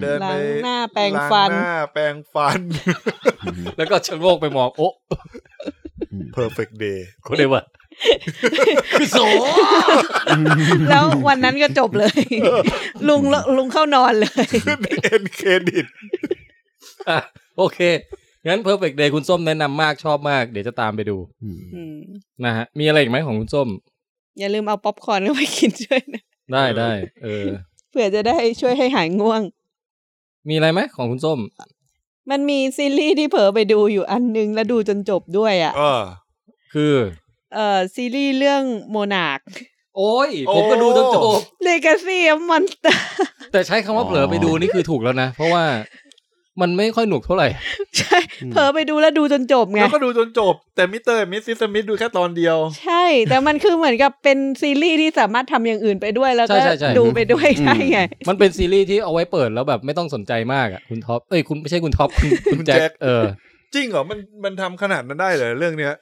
Speaker 4: เดินไป
Speaker 5: ล้างหน้าแปรงฟัน
Speaker 4: ล้างหน้าแปรงฟัน
Speaker 2: ๆ แล้วก็ชะโงกไปมองโอ๊ะ
Speaker 4: perfect day
Speaker 2: คนเดียวะ คือโส
Speaker 5: แล้ววันนั้นก็จบเลย ลุงลุงเข้านอนเลย
Speaker 4: ขึ้นเอ็นเครดิต
Speaker 2: อ่ะโอเค งั้น perfect day คุณส้มแนะนำมากชอบมาก เดี๋ยวจะตามไปดู
Speaker 3: อืม
Speaker 5: อืม
Speaker 2: นะฮะมีอะไรอีกไหมของคุณส้ม
Speaker 5: อย่าลืมเอาป๊อปคอร์นเข้าไปกินด้วยนะ
Speaker 2: ได้ได้เออ
Speaker 5: เผื่อจะได้ช่วยให้หายง่วง
Speaker 2: มีอะไรไหมของคุณส้ม
Speaker 5: มันมีซีรีส์ที่เผลอไปดูอยู่อันนึง แล้วดูจนจบด้วยอ่ะ
Speaker 4: เออ
Speaker 2: คือ
Speaker 5: เอ่อซีรีส์เรื่องโมนาค
Speaker 2: โอ้ยผมก็ดูจนจบ
Speaker 5: เลกาซี่มอนสเตอร์
Speaker 2: แต่ใช้คำว่าเผลอไปดูนี่คือถูกแล้วนะ เพราะว่ามันไม่ค่อยหนุกเท่าไหร่
Speaker 5: ใช่เผลอไปดูแล้วดูจนจบไง
Speaker 4: แล้วก็ดูจนจบ แต่มิสเตอร์มิสซิสมิธดูแค่ตอนเดียว
Speaker 5: ใช่ แต่มันคือเหมือนกับเป็นซีรีส์ที่สามารถทำอย่างอื่นไปด้วยแล้วก็
Speaker 2: ใช่ใช่ใช่
Speaker 5: ดูไปด้วยได้ไง
Speaker 2: มันเป็นซีรีส์ที่เอาไว้เปิดแล้วแบบไม่ต้องสนใจมากอ่ะคุณท็อปเอ้ยคุณไม่ใช่คุณท็อปคุณคุณแจ็
Speaker 4: คุณแจ็
Speaker 2: ค
Speaker 4: ค
Speaker 2: เออ
Speaker 4: จริงเหรอ มันมันทำขนาดนั้นได้เหรอเรื่องเนี้ย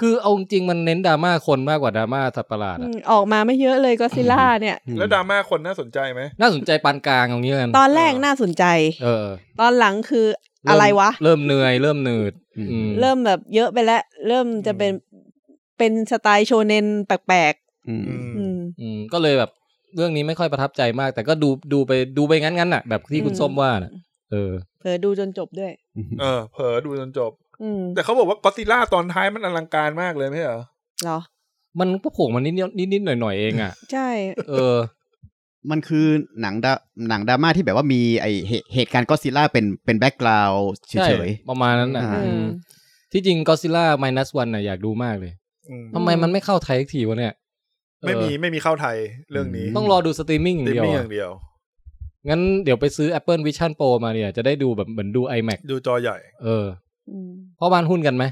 Speaker 2: คือเอาจริงๆมันเน้นดราม่าคนมากกว่าดราม่าสัตว์ประหลาดอะ
Speaker 5: ออกมาไม่เยอะเลยก็ซิล่าเนี่ย
Speaker 4: แล้วดราม่าคนน่าสนใจไหม
Speaker 2: น่าสนใจปานกลางเอางี้กัน
Speaker 5: ตอนแรกน่าสนใจ
Speaker 2: เออ
Speaker 5: ตอนหลังคือ
Speaker 2: เม
Speaker 5: อะไรวะ
Speaker 2: เริ่มเหนื่อยเริ่มหนืดอืม
Speaker 5: เริ่มแบบเยอะไปแล้ว เริ่มจะเป็นเป็นสไตล์โชเนนแปลก
Speaker 3: อืม
Speaker 4: อืม
Speaker 5: อืม
Speaker 2: อืมก็เลยแบบเรื่องนี้ไม่ค่อยประทับใจมาก แต่ก็ดูดูไปดูไปงั้นงั้นๆน่ะแบบที่คุณ
Speaker 5: อืม
Speaker 2: ส้มว่าน่ะเออ
Speaker 5: เผลอดูจนจบด้วย
Speaker 4: เออเผลอดูจนจบ
Speaker 5: อืม
Speaker 4: แต่เขาบอกว่าก็ติล่าตอนท้ายมันอลังการมากเลยไม่ใช่เหรอ
Speaker 5: เหรอ
Speaker 2: มันก็โผล่มานิดนิดนิดหน่อยหน่อยๆเองอ่ะ
Speaker 5: ใช่
Speaker 2: เออ
Speaker 3: มันคือหนังดราหนังดราม่าที่แบบว่ามีไอเหตุเหตุการณ์ก็ซิล่าเป็นเป็นแบ็กกราวด์เฉ
Speaker 2: ใช่
Speaker 3: ย
Speaker 2: ประมาณนั้นน่ะ
Speaker 3: อ่า
Speaker 2: อืม
Speaker 5: อืม
Speaker 2: ที่จริงก็ซิล่า minus one น่ะอยากดูมากเลย
Speaker 4: อืม
Speaker 2: ทำไมมันไม่เข้าไทยสักทีวะเนี่ยเออ
Speaker 4: ไม่มีไม่มีเข้าไทยเรื่องนี้
Speaker 2: ต้องรอดูสตรีมมิ่งอย่าง
Speaker 4: ติม
Speaker 2: เดียว
Speaker 4: มี่อ
Speaker 2: อะ
Speaker 4: ย่างเดียว
Speaker 2: งั้นเดี๋ยวไปซื้อ Apple Vision Pro มาเนี่ย จะได้ดูแบบเหมือนดู iMac
Speaker 4: ดูจอใหญ่
Speaker 2: เออ
Speaker 5: อืม
Speaker 2: พ่อบ้านหุ้นกันไหม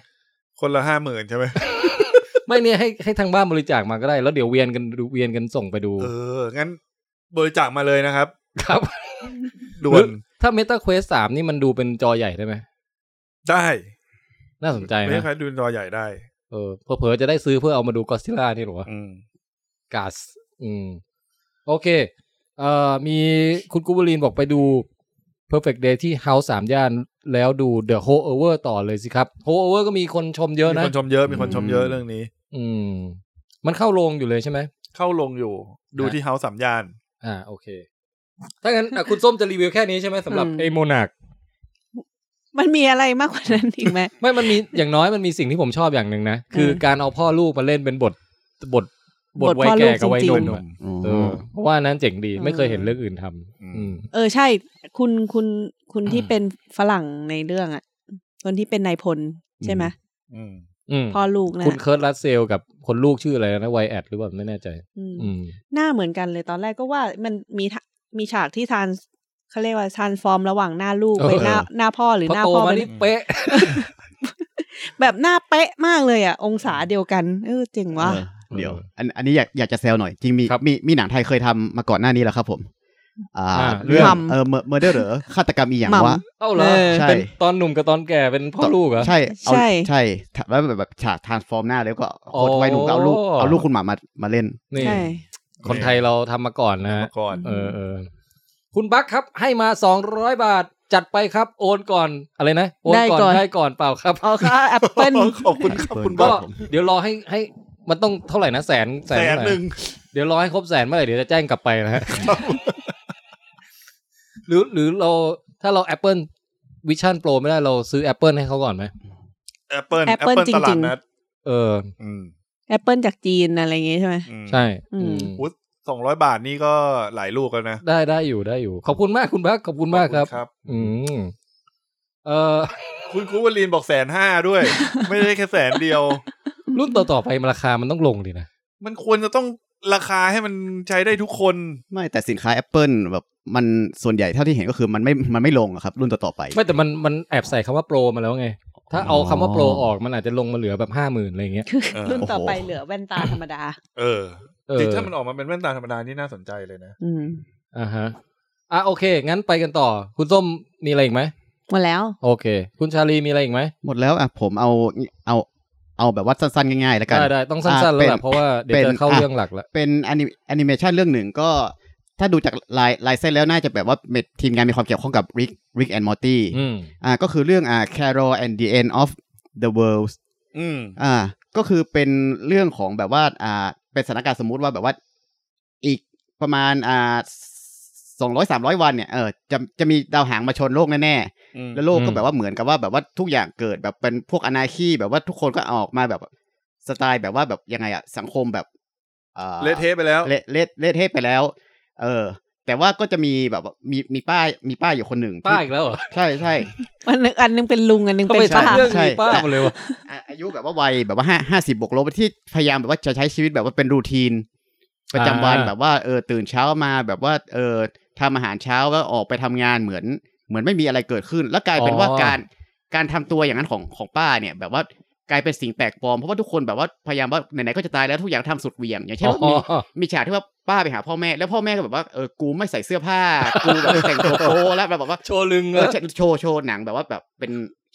Speaker 4: คนละห้าหมื่นใช่ไหม
Speaker 2: ไม่เนี่ยให้ให้ทางบ้านบริจาคมาก็ได้ แล้วเดี๋ยวเวียนกันดูเวียนกันส่งไปดู
Speaker 4: เออ งั้นบริจาคมาเลยนะครับ
Speaker 2: ครับ
Speaker 4: ด่วน
Speaker 2: ถ้า Meta Quest 3 นี่มันดูเป็นจอใหญ่ได้ไหม
Speaker 4: ได้
Speaker 2: น่าสนใจ
Speaker 4: ไม่
Speaker 2: นะ
Speaker 4: ใช่ดูจอใหญ่ได้
Speaker 2: เออเผลอๆจะได้ซื้อเพื่อเอามาดูกอซิล่านี่เหรอวะ
Speaker 4: อืม
Speaker 2: กาสอืม โอเค เอ่อ มีคุณกูบลีนบอกไปดู Perfect Day ที่ House สามย่าน แล้วดู The h o l e Over ต่อเลยสิครับ h o l e Over ก็มีคนชมเยอะ
Speaker 4: มี
Speaker 2: นะ
Speaker 4: คนชมเยอะมีคนชมเยอะ
Speaker 3: อืม
Speaker 4: เรื่องนี้
Speaker 2: อืม มันเข้าโรงอยู่เลยใช่ไหม
Speaker 4: เข้าลงอยู่ ดู
Speaker 2: ฮะ
Speaker 4: ที่เฮาสามย่าน
Speaker 2: อ่า โอเค ถ้างั้นอ่ะคุณส้มจะรีวิวแค่นี้ใช่ไหมสำหรับ
Speaker 5: อืม
Speaker 2: ไอโมนา c
Speaker 5: มันมีอะไรมากกว่านั้นอีกไหม
Speaker 2: ไม่ มันมีอย่างน้อยมันมีสิ่งที่ผมชอบอย่างหนึ่งนะ คือการเอาพ่อลูกมาเล่นเป็นบทบทบท
Speaker 5: บท
Speaker 2: วัย
Speaker 5: พ่อลูก
Speaker 2: แก่กับวัย
Speaker 5: จริ
Speaker 2: ห
Speaker 5: งๆ
Speaker 2: นุ่มอะ
Speaker 3: ๆอ๋อ
Speaker 2: เออเพราะว่าอันนั้นเจ๋งดี
Speaker 5: อืม
Speaker 2: ไม่เคยเห็นเรื่องอื่นทำอืม
Speaker 5: เออใช่ คุณคุณคุณที่เป็นฝรั่งในเรื่องอ่ะ คนที่เป็นนายพลใช่ไหม
Speaker 4: อืม
Speaker 2: อืม
Speaker 5: พ่อลูกนะ
Speaker 2: คุณเคิร์ตรัสเซลกับคนลูกชื่ออะไรนะไวแอดหรือเปล่าไม่แน่ใจ
Speaker 5: อืม
Speaker 2: อืม
Speaker 5: หน้าเหมือนกันเลยตอนแรกก็ว่ามันมีทะมีฉากที่ทานเขาเรียกว่าทานฟอร์มระหว่างหน้าลูก
Speaker 2: เออ
Speaker 5: ไปหน้าหน้าพ่อหรือ
Speaker 2: พอ
Speaker 5: หน้า
Speaker 2: โต
Speaker 5: พ่อ
Speaker 2: มา
Speaker 5: เป็น
Speaker 2: นี่เป๊ะ
Speaker 5: แบบหน้าเป๊ะมากเลยอ่ะ องศาเดียวกันเออเจ๋งว่ะ
Speaker 3: เออเดี๋ยว อันอันนี้อยากอยากจะแซวหน่อย จริงมี
Speaker 2: ครับ
Speaker 3: มีมีหนังไทยเคยทำมาก่อนหน้านี้แล้วครับผม อ่า
Speaker 2: อ่า
Speaker 3: เรื่อง
Speaker 5: หม่ำ
Speaker 3: เออเมอร์เดอร์หรือฆาตกรรมอีหยัง
Speaker 5: หม่ำ
Speaker 3: วะ
Speaker 2: เอ้าเหรอ
Speaker 5: เออ
Speaker 3: ใช่
Speaker 2: เป็นตอนหนุ่มกับตอนแก่เป็นพ่อลูกเหรอ
Speaker 3: ใช่เอา
Speaker 5: ใช่
Speaker 3: ใช่แล้วแบบแบบฉากทานฟอร์มหน้าแล้วก็
Speaker 2: อ๋
Speaker 3: ค
Speaker 2: อ
Speaker 3: นวัยหนุ่มก็เอาลูกเอาลูกคุณหมามามาเล่น
Speaker 2: นี่
Speaker 5: ใช่
Speaker 2: คนไทยเราทำมาก่อนนะ
Speaker 4: มาก่อน
Speaker 2: เออเออคุณบักครับ ให้มาสองร้อยบาทจัดไปครับ โอนก่อนอะไรนะ โอนก่อน
Speaker 5: ได้ก่อน
Speaker 2: ได้ก่อนเปล่าครับ
Speaker 5: เอาค่ะแอปเปิล
Speaker 4: ขอบคุณครับคุณ
Speaker 2: ก็
Speaker 4: บ้า
Speaker 3: ผม
Speaker 2: เดี๋ยวรอให้ให้มันต้องเท่าไหร่นะแสน
Speaker 4: แสน
Speaker 2: เท่า
Speaker 4: ห
Speaker 2: ไหร่
Speaker 4: นึ่ง
Speaker 2: เดี๋ยวรอให้ครบแสนเมื่อไหร่เดี๋ยวจะแจ้งกลับไปนะฮะหรือหรือเราถ้าเรา Apple Vision Pro ไม่ได้เราซื้อ Apple ให้เขาก่อนไหม
Speaker 4: Apple
Speaker 5: Apple
Speaker 4: Apple ตลา
Speaker 5: จริ
Speaker 4: ด
Speaker 5: งๆ
Speaker 4: นัด
Speaker 2: เออ
Speaker 4: อืม
Speaker 5: แอปเปิลจากจีนอะไรอย่างงี้ใช่ไหม
Speaker 4: อืม
Speaker 2: ใช่
Speaker 5: อืม
Speaker 2: อืม
Speaker 4: สองร้อยบาทนี่ก็หลายลูกแล้วนะ
Speaker 2: ได้ได้อยู่ได้อยู่ ขอบคุณมากคุณบักขอบคุณมากครับ
Speaker 4: ขอครับ
Speaker 2: อืมเออ
Speaker 4: คุณครูวลีนบอกแสนห้าด้วย ไม่ได้แค่แสนเดียว
Speaker 2: รุ่นต่อต่อๆไปมันราคามันต้องลงดีนะ
Speaker 4: มันควรจะต้องราคาให้มันใช้ได้ทุกคน
Speaker 3: ไม่แต่สินค้า Apple แบบมันส่วนใหญ่เท่าที่เห็นก็คือมันไม่มันไม่ลงอะครับ รุ่นต่อๆไป
Speaker 2: ไม่แต่มันมันแอบใส่คำว่าโปรมาแล้วไง ถ้าเอาคำว่าโปรออกมันอาจจะลงมาเหลือแบบห้าหมื่นอะไรอย่างเงี้ย
Speaker 5: คือ
Speaker 4: เออ
Speaker 5: รุ่นต่อไป
Speaker 3: โอ้โห
Speaker 5: เหลือแว่นตาธรรมดา
Speaker 4: เออ
Speaker 2: เออ
Speaker 4: จริงถ้ามันออกมาเป็นแว่นตาธรรมดานี่น่าสนใจเลยนะ
Speaker 5: อืม
Speaker 2: อ่าฮะอ่ะโอเค งั้นไปกันต่อ คุณส้มมีอะไรอีกไหม
Speaker 5: หมดแล้ว
Speaker 2: โอเค คุณชาลีมีอะไรอีกไหม
Speaker 3: หมดแล้วอ่ะผมเอาเอาเอาแบบว่าสั้นๆ ง่ายๆแล้วกัน
Speaker 2: ได้ได้ต้องสั้นๆ แล้วล่ะ
Speaker 3: อ่ะเป็น
Speaker 2: เพราะว่าเดี๋ยว
Speaker 3: เป็
Speaker 2: จะ
Speaker 3: น
Speaker 2: เข้า
Speaker 3: อ่ะ
Speaker 2: เรื่องหลักแล้ว
Speaker 3: เป็นแอนิเมชันเรื่องหนึ่งก็ ถ้าดูจากลายลายเส้นแล้วน่าจะแบบว่าเม็ดทีมงานมีความเกี่ยวข้องกับ Rick Rick and Morty
Speaker 2: อืม
Speaker 3: อ่าก็คือเรื่องอ่า Carol and the End of the World
Speaker 4: อืม
Speaker 3: อ่าก็คือเป็นเรื่องของแบบว่าอ่าเป็นสถานการณ์สมมุติว่าแบบว่าอีกประมาณอ่าสองร้อยสามร้อยวันเนี่ยเออจะจะมีดาวหางมาชนโลกแน่
Speaker 4: อืม
Speaker 3: ๆแล้วโลก
Speaker 2: อื
Speaker 3: ก็
Speaker 2: ม
Speaker 3: แบบว่าเหมือนกับว่าแบบว่าทุกอย่างเกิดแบบเป็นพวกอนาคีแบบว่าทุกคนก็ออกมาแบบสไตล์แบบว่าแบบยังไงอะสังคมแบบอ่า
Speaker 4: เละเทะไปแล้ว
Speaker 3: เละเละเละเทะไปแล้ว เออ แต่ว่าก็จะมีแบบว่ามีมีป้ามีป้าอยู่คนหนึ่งที่
Speaker 2: ป้าอีกแล้วเหรอ
Speaker 3: ใช่ใช่
Speaker 5: อันนึงอันนึงเป็นลุงอันนึง
Speaker 2: ทำ
Speaker 5: เป็น
Speaker 2: ไม
Speaker 5: ป้า
Speaker 2: ทำเรื่อง
Speaker 3: ใช่
Speaker 2: มีป้าหมดเลยวะ
Speaker 3: อ่ะอายุแบบว่าวัยแบบว่าห้าห้าสิบบวกลบที่พยายามแบบว่าจะใช้ชีวิตแบบว่าเป็นรูทีน ประจำวันแบบว่าเออตื่นเช้ามาแบบว่าเออทำอาหารเช้าแล้วออกไปทำงานเหมือน เหมือนไม่มีอะไรเกิดขึ้น แล้วกลายเป็นว่าการการทำตัวอย่างนั้นของของป้าเนี่ย แบบว่ากลายเป็นสิ่งแปลกปลอมเพราะว่าทุกคนแบบว่าพยายามว่าไหนๆก็จะตายแล้วทุกอย่างทำสุดเหวี่ยงอย่างเช่นว่า
Speaker 2: อ๋
Speaker 3: มี
Speaker 2: อ
Speaker 3: มีฉากที่ว่าป้าไปหาพ่อแม่ แล้วพ่อแม่ก็แบบว่าเออกูไม่ใส่เสื้อผ้า กูแบบเออแต่งตัวโป๊แล้วแบบว่า
Speaker 2: โชว์ลึง
Speaker 3: เอ
Speaker 2: อะ
Speaker 3: อโชว์โชว์หนังแบบว่าแบบเป็น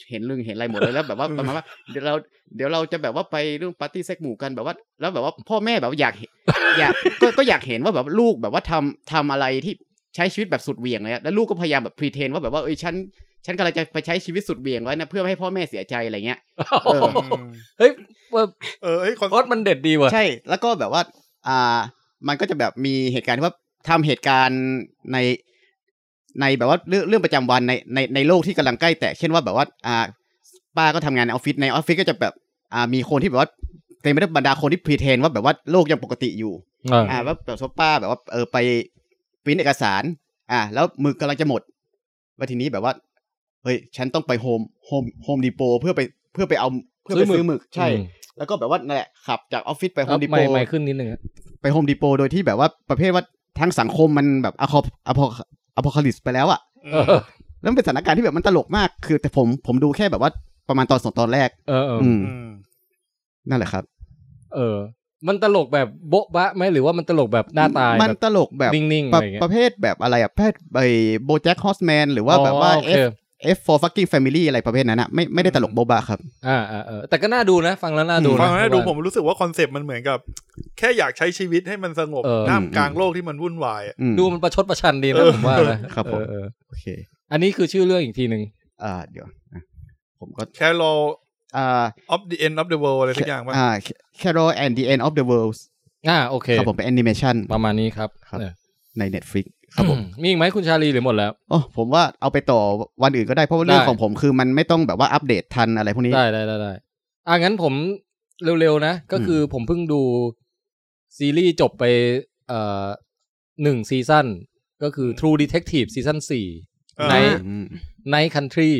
Speaker 3: เห็นลึงเห็นอะไรหมดเลยแล้วแบบว่าประมาณว่าเดี๋ยวเราเดี๋ยวเราจะแบบว่าไปเรื่องปาร์ตี้เซ็กหมู่กันแบบว่า แล้วแบบว่าพ่อแม่แบบว่าอยากเห็นอยากก็ก็อยากเห็นว่าแบบลูกแบบว่าทำทำอะไรที่ใช้ชีวิตแบบสุดเหวี่ยงเลยอะแล้วลูกก็พยายามแบบพรีเทนว่าแบบว่าเอ้ยฉันฉันกำลังจะไปใช้ชีวิตสุดเหวี่ยงไว้นะเพื่อไม่ให้พ่อแม่เสียใจอะไรเงี้ย เออ
Speaker 2: เฮ้ยว่า
Speaker 4: เออไอ้ยคอน
Speaker 2: พอดมันเด็ดดีว่ะ
Speaker 3: ใช่แล้วก็แบบว่า อ่า มันก็จะแบบมีเหตุการณ์ที่ว่าทำเหตุการณ์ในในแบบว่าเรื่องเรื่องประจำวันในในในโลกที่กำลังใกล้แตกเช่นว่าแบบว่า อ่า ป้าก็ทำงานในออฟฟิศในออฟฟิศก็จะแบบ อ่า มีคนที่แบบว่าเต็มไปด้วยบรรดาคนที่พรีเทนว่าแบบว่าโลกยังปกติอยู่
Speaker 2: เออ
Speaker 3: อ่าว่าแบบสมมุติป้าแบบว่าเออไปปริ้นเอกสาร อ่า แล้วมือกำลังจะหมดแล้วทีนี้แบบว่า เฮ้ย ฉันต้องไปโฮมโฮมโฮมดีโปเพื่อไปเพื่อไปเอาเพื่อไปซื้อหมึกใช่
Speaker 2: อืม
Speaker 3: แล้วก็แบบว่านั่นแหละขับจากออฟฟิศไปโฮ
Speaker 2: เอา
Speaker 3: มดีโป
Speaker 2: ไม่ไม่ขึ้นนิดนึงอะ
Speaker 3: ไปโฮมดีโปโดยที่แบบว่าประเภทว่าทั้งสังคมมันแบบอพออพออพอคาลิสไปแล้วอะ
Speaker 2: เออ
Speaker 3: แล้วมันเป็นสถานการณ์ที่แบบมันตลกมาก คือแต่ผมผมดูแค่แบบว่าประมาณตอนสองตอนแรก
Speaker 2: เออเออ
Speaker 3: อืม
Speaker 4: อืม
Speaker 3: นั่นแหละครับ
Speaker 2: เออ มันตลกแบบโบ๊ะบะไหมหรือว่ามันตลกแบบหน้าตาย
Speaker 3: มัน
Speaker 2: แบบ
Speaker 3: ตลกแบบ
Speaker 2: นิ่งๆ
Speaker 3: ป
Speaker 2: อะ
Speaker 3: ระ
Speaker 2: ไรเงี้ย
Speaker 3: ประเภทแบบอะไรอะแพทย์ไอโบแจ็คฮอสแมนหรือว่าแบบว่า
Speaker 2: อ๋อโอเค
Speaker 3: F for fucking family อะไรประเภทนั้นนะไม่ไม่ได้ตลกโบบะครับ
Speaker 2: อ่าอ่าเออแต่ก็น่าดูนะ ฟังแล้วน่าดูนะ
Speaker 4: ฟังแล้วดูผ
Speaker 2: เพราะ
Speaker 4: ม
Speaker 2: ว่า
Speaker 4: รู้สึกว่าคอนเซปต์มันเหมือนกับ แค่อยากใช้ชีวิตให้มันสงบ
Speaker 2: เออ
Speaker 4: ท่ามกลางโลกที่มันวุ่นวายอะ
Speaker 3: อืม
Speaker 2: ดูมันประชดประชันดี
Speaker 4: เอ
Speaker 2: นะ
Speaker 4: อ
Speaker 2: ผมว่านะครับ
Speaker 3: ผม
Speaker 2: เออเออ
Speaker 3: โอเค
Speaker 2: อันนี้คือชื่อเรื่องอีกทีหนึ่ง
Speaker 3: อ่าเดี๋ยวนะผมก็
Speaker 4: แค่รอ
Speaker 3: อ่า
Speaker 4: of the end of the world อะไรสักอย่างป่ะ
Speaker 3: อ่า Carol and the End of the World
Speaker 2: อ่าโอเค
Speaker 3: ครับผมเป็นแอนิเมชัน
Speaker 2: ประมาณนี้ครับ
Speaker 3: ครับ
Speaker 2: เออ
Speaker 3: ใน Netflix ครับผม
Speaker 2: มีอีกไหมคุณชาลีหรือหมดแล้ว
Speaker 3: โอ้ผมว่าเอาไปต่อวันอื่นก็ได้เพราะว่าเรื่อง
Speaker 2: ได้
Speaker 3: ของผมคือมันไม่ต้องแบบว่าอัปเดตทันอะไรพวกนี้
Speaker 2: ได้ได้ได้ได้อ่ะงั้นผมเร็วๆนะ ก็คือผมเพิ่งดูซีรีส์จบไปเอ่อหนึ่งซีซั่นก็คือ True Detective ซีซั่นสี่
Speaker 4: เออ
Speaker 2: ใน
Speaker 3: อืม
Speaker 2: ใน Country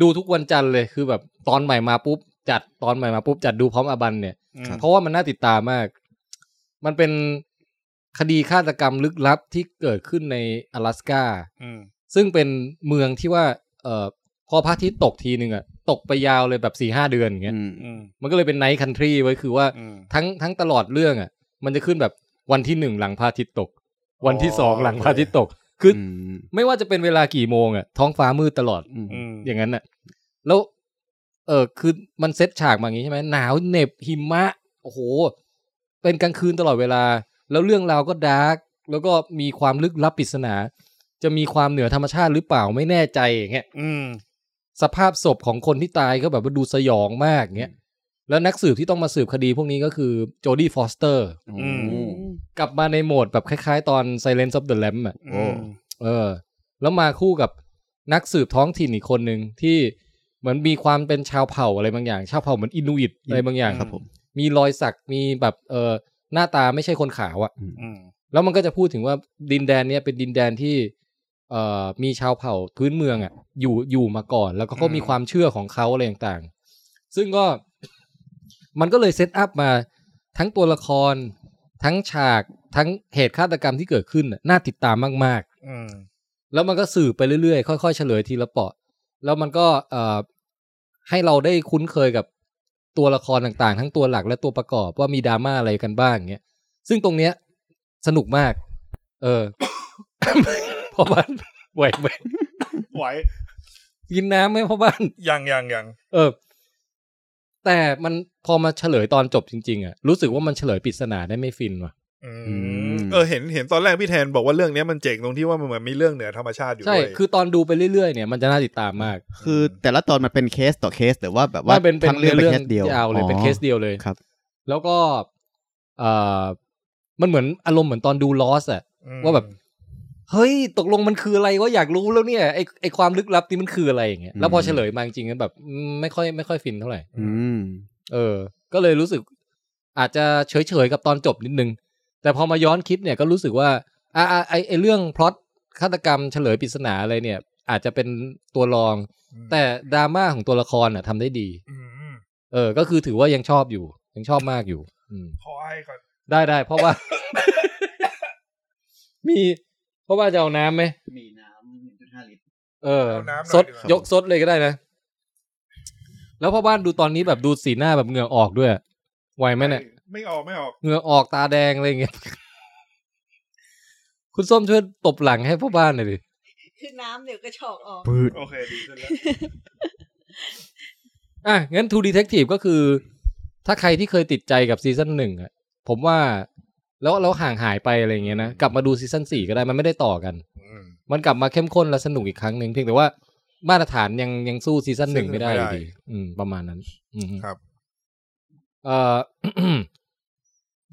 Speaker 2: ดูทุกวันจันทร์เลยคือแบบตอนใหม่มาปุ๊บ จัดตอนใหม่มาปุ๊บ จัดดูพร้อมอบันเนี่ย
Speaker 4: อืม
Speaker 2: เพราะว่ามันน่าติดตามมาก มันเป็นคดีฆาตกรรมลึกลับที่เกิดขึ้นใน阿拉斯กา
Speaker 4: อืม
Speaker 2: ซึ่งเป็นเมืองที่ว่า เอ่อพอพระอาทิตย์ตกทีหนึ่งอะตกไปยาวเลยแบบสี่ห้าเดือนอย่างเงี้ย
Speaker 3: อืม
Speaker 4: อืม
Speaker 2: มันก็เลยเป็นไนท์คันทรีไว้คือว่า
Speaker 4: อืม
Speaker 2: ทั้งทั้งตลอดเรื่องอ่ะ มันจะขึ้นแบบวันที่หนึ่งหลังพระอาทิตย์ตก วันที่สองหลังพระอาทิตย์ตก คืออไม่ว่าจะเป็นเวลากี่โมงอ่ะท้องฟ้ามืดตลอด
Speaker 3: อืม
Speaker 4: ม
Speaker 2: อย่างนั้นอ่ะ แล้ว เออคือมันเซตฉากมาอย่างนี้ใช่ไหมหนาวเหน็บหิมะ โอ้โห เป็นกลางคืนตลอดเวลา แล้วเรื่องราวก็ดาร์กแล้วก็มีความลึกลับปริศนา จะมีความเหนือธรรมชาติหรือเปล่าไม่แน่ใจอย่างเงี้ย
Speaker 4: อืม
Speaker 2: สภาพศพของคนที่ตายก็แบบว่าดูสยองมากเงี้ย แล้วนักสืบที่ต้องมาสืบคดีพวกนี้ก็คือโจดี้ฟอสเตอร์
Speaker 4: อืม
Speaker 3: อืม
Speaker 2: กลับมาในโหมดแบบคล้ายๆ ตอน Silence of the Lamb อ่ะ
Speaker 4: โอ้
Speaker 2: เออ แล้วมาคู่กับนักสืบท้องถิ่นอีกคนหนึ่งที่เหมือนมีความเป็นชาวเผ่าอะไรบางอย่าง ชาวเผ่าเหมือนอินูอิตอะไรบางอย่าง
Speaker 3: ครับผม
Speaker 2: มีรอยสักมีแบบเออหน้าตาไม่ใช่คนขาวอ่ะ
Speaker 4: อืม
Speaker 2: แล้วมันก็จะพูดถึงว่าดินแดนเนี้ยเป็นดินแดนที่ เอ่อมีชาวเผ่าพื้นเมืองอ่ะ อยู่อยู่มาก่อน แล้วก็เขามีความเชื่อของเขาอะไรต่างๆ ซึ่งก็ มันก็เลยเซตอัพมาทั้งตัวละคร ทั้งฉากทั้งเหตุฆาตกรรมที่เกิดขึ้นน่ะน่าติดตามมาก
Speaker 4: อืม
Speaker 2: ๆ แล้วมันก็สืบไปเรื่อยๆ ค่อยๆเฉลยทีละเปาะ แล้วมันก็เอ่อให้เราได้คุ้นเคยกับตัวละครต่างๆ ทั้งตัวหลักและตัวประกอบว่ามีดราม่าอะไรกันบ้างเงี้ย ซึ่งตรงเนี้ย สนุกมาก เออ พ่อบ้าน ไหวไหม
Speaker 4: ไหว
Speaker 2: กินน้ำไหมพ่อบ้าน
Speaker 4: ยังยังยัง
Speaker 2: เออ แต่มันพอมาเฉลยตอนจบจริง ๆ อ่ะ รู้สึกว่ามันเฉลยปริศนาได้ไม่ฟินว่ะ
Speaker 4: อื
Speaker 3: ม
Speaker 4: มเออเห็นเห็นตอนแรกพี่แทนบอกว่าเรื่องเนี้ยมันเจ๋งตรงที่ว่ามันเหมือนมีเรื่องเหนือธรรมชาติอยู่
Speaker 2: ใช่
Speaker 4: ด้วย
Speaker 2: คือตอนดูไปเรื่อยๆ เนี่ยมันจะน่าติดตามมาก
Speaker 3: คือแต่ละตอนมันเป็นเคสต่อเคสหรือว่าแบบว่า
Speaker 2: เป็นเป็น
Speaker 3: ทั้งเรื่องเป็นเคสเดียว
Speaker 2: ยาวเลยเป็นเคสเดียวเลย
Speaker 3: ครับ
Speaker 2: แล้วก็ เอ่อ มันเหมือนอารมณ์เหมือนตอนดูลอสอ่ะ
Speaker 4: ม
Speaker 2: ว่าแบบ เฮ้ย ตกลงมันคืออะไรวะอยากรู้แล้วเนี่ยไอไอความลึกลับนี่มันคืออะไรอย่างเงี้ยแล้วพอเฉลยมาจริงๆก็แบบอืมไม่ค่อยไม่ค่อยฟินเท่าไหร่
Speaker 3: อืม
Speaker 2: เออ ก็เลยรู้สึก อาจจะเฉยๆกับตอนจบนิดนึง แต่พอมาย้อนคิดเนี่ยก็รู้สึกว่าอ่าอ่าไอไอเรื่องพล็อตฆาตกรรมเฉลยปริศนาอะไรเนี่ย อาจจะเป็นตัวรอง แต่ดราม่าของตัวละครน่ะทำได้ดี
Speaker 4: อืม
Speaker 2: เออ ก็คือถือว่ายังชอบอยู่ ยังชอบมากอยู่ อืม
Speaker 4: ขอให้ก่อน
Speaker 2: ได้ได้เพราะ ว่า มี เพราะว่าจะเอาน้ำไหม
Speaker 3: มีน้ำหนึ่งจุดห้าลิตร
Speaker 2: เออ
Speaker 4: เอาน้ำหน่อย
Speaker 2: ซด
Speaker 4: กว่าย
Speaker 2: กซดเลยก็ได้นะ แล้วพ่อบ้านดูตอนนี้แบบดูสีหน้าแบบเหงื่อออกด้วยไหวไหมเนี่ย
Speaker 4: ไม่ออกไม่ออก
Speaker 2: เหงื่อออกตาแดงอะไรอย่างเงี้ย คุณส้มช่วยตบหลังให้พ่อบ้านหน่อยดิ
Speaker 5: คือน้ำเดี๋ยวกระชอกออก
Speaker 3: พืช
Speaker 4: โอเคดีขึ้นแล้ว
Speaker 2: อ่ะ งั้น True Detective ก็คือ ถ้าใครที่เคยติดใจกับซีซั่นหนึ่งอะผมว่า แล้วเราห่างหายไปอะไรอย่างเงี้ยนะ กลับมาดูซีซั่นสี่ก็ได้ มันไม่ได้ต่อกัน
Speaker 4: อืม
Speaker 2: มันกลับมาเข้มข้นและสนุกอีกครั้งหนึ่งเพียงแต่ว่ามาตรฐานยังยังสู้ซีซั่นหนึ่งไม่ได้อยู่ดี อืม ประมาณนั้น อืม
Speaker 4: ครับ
Speaker 2: เอ่อ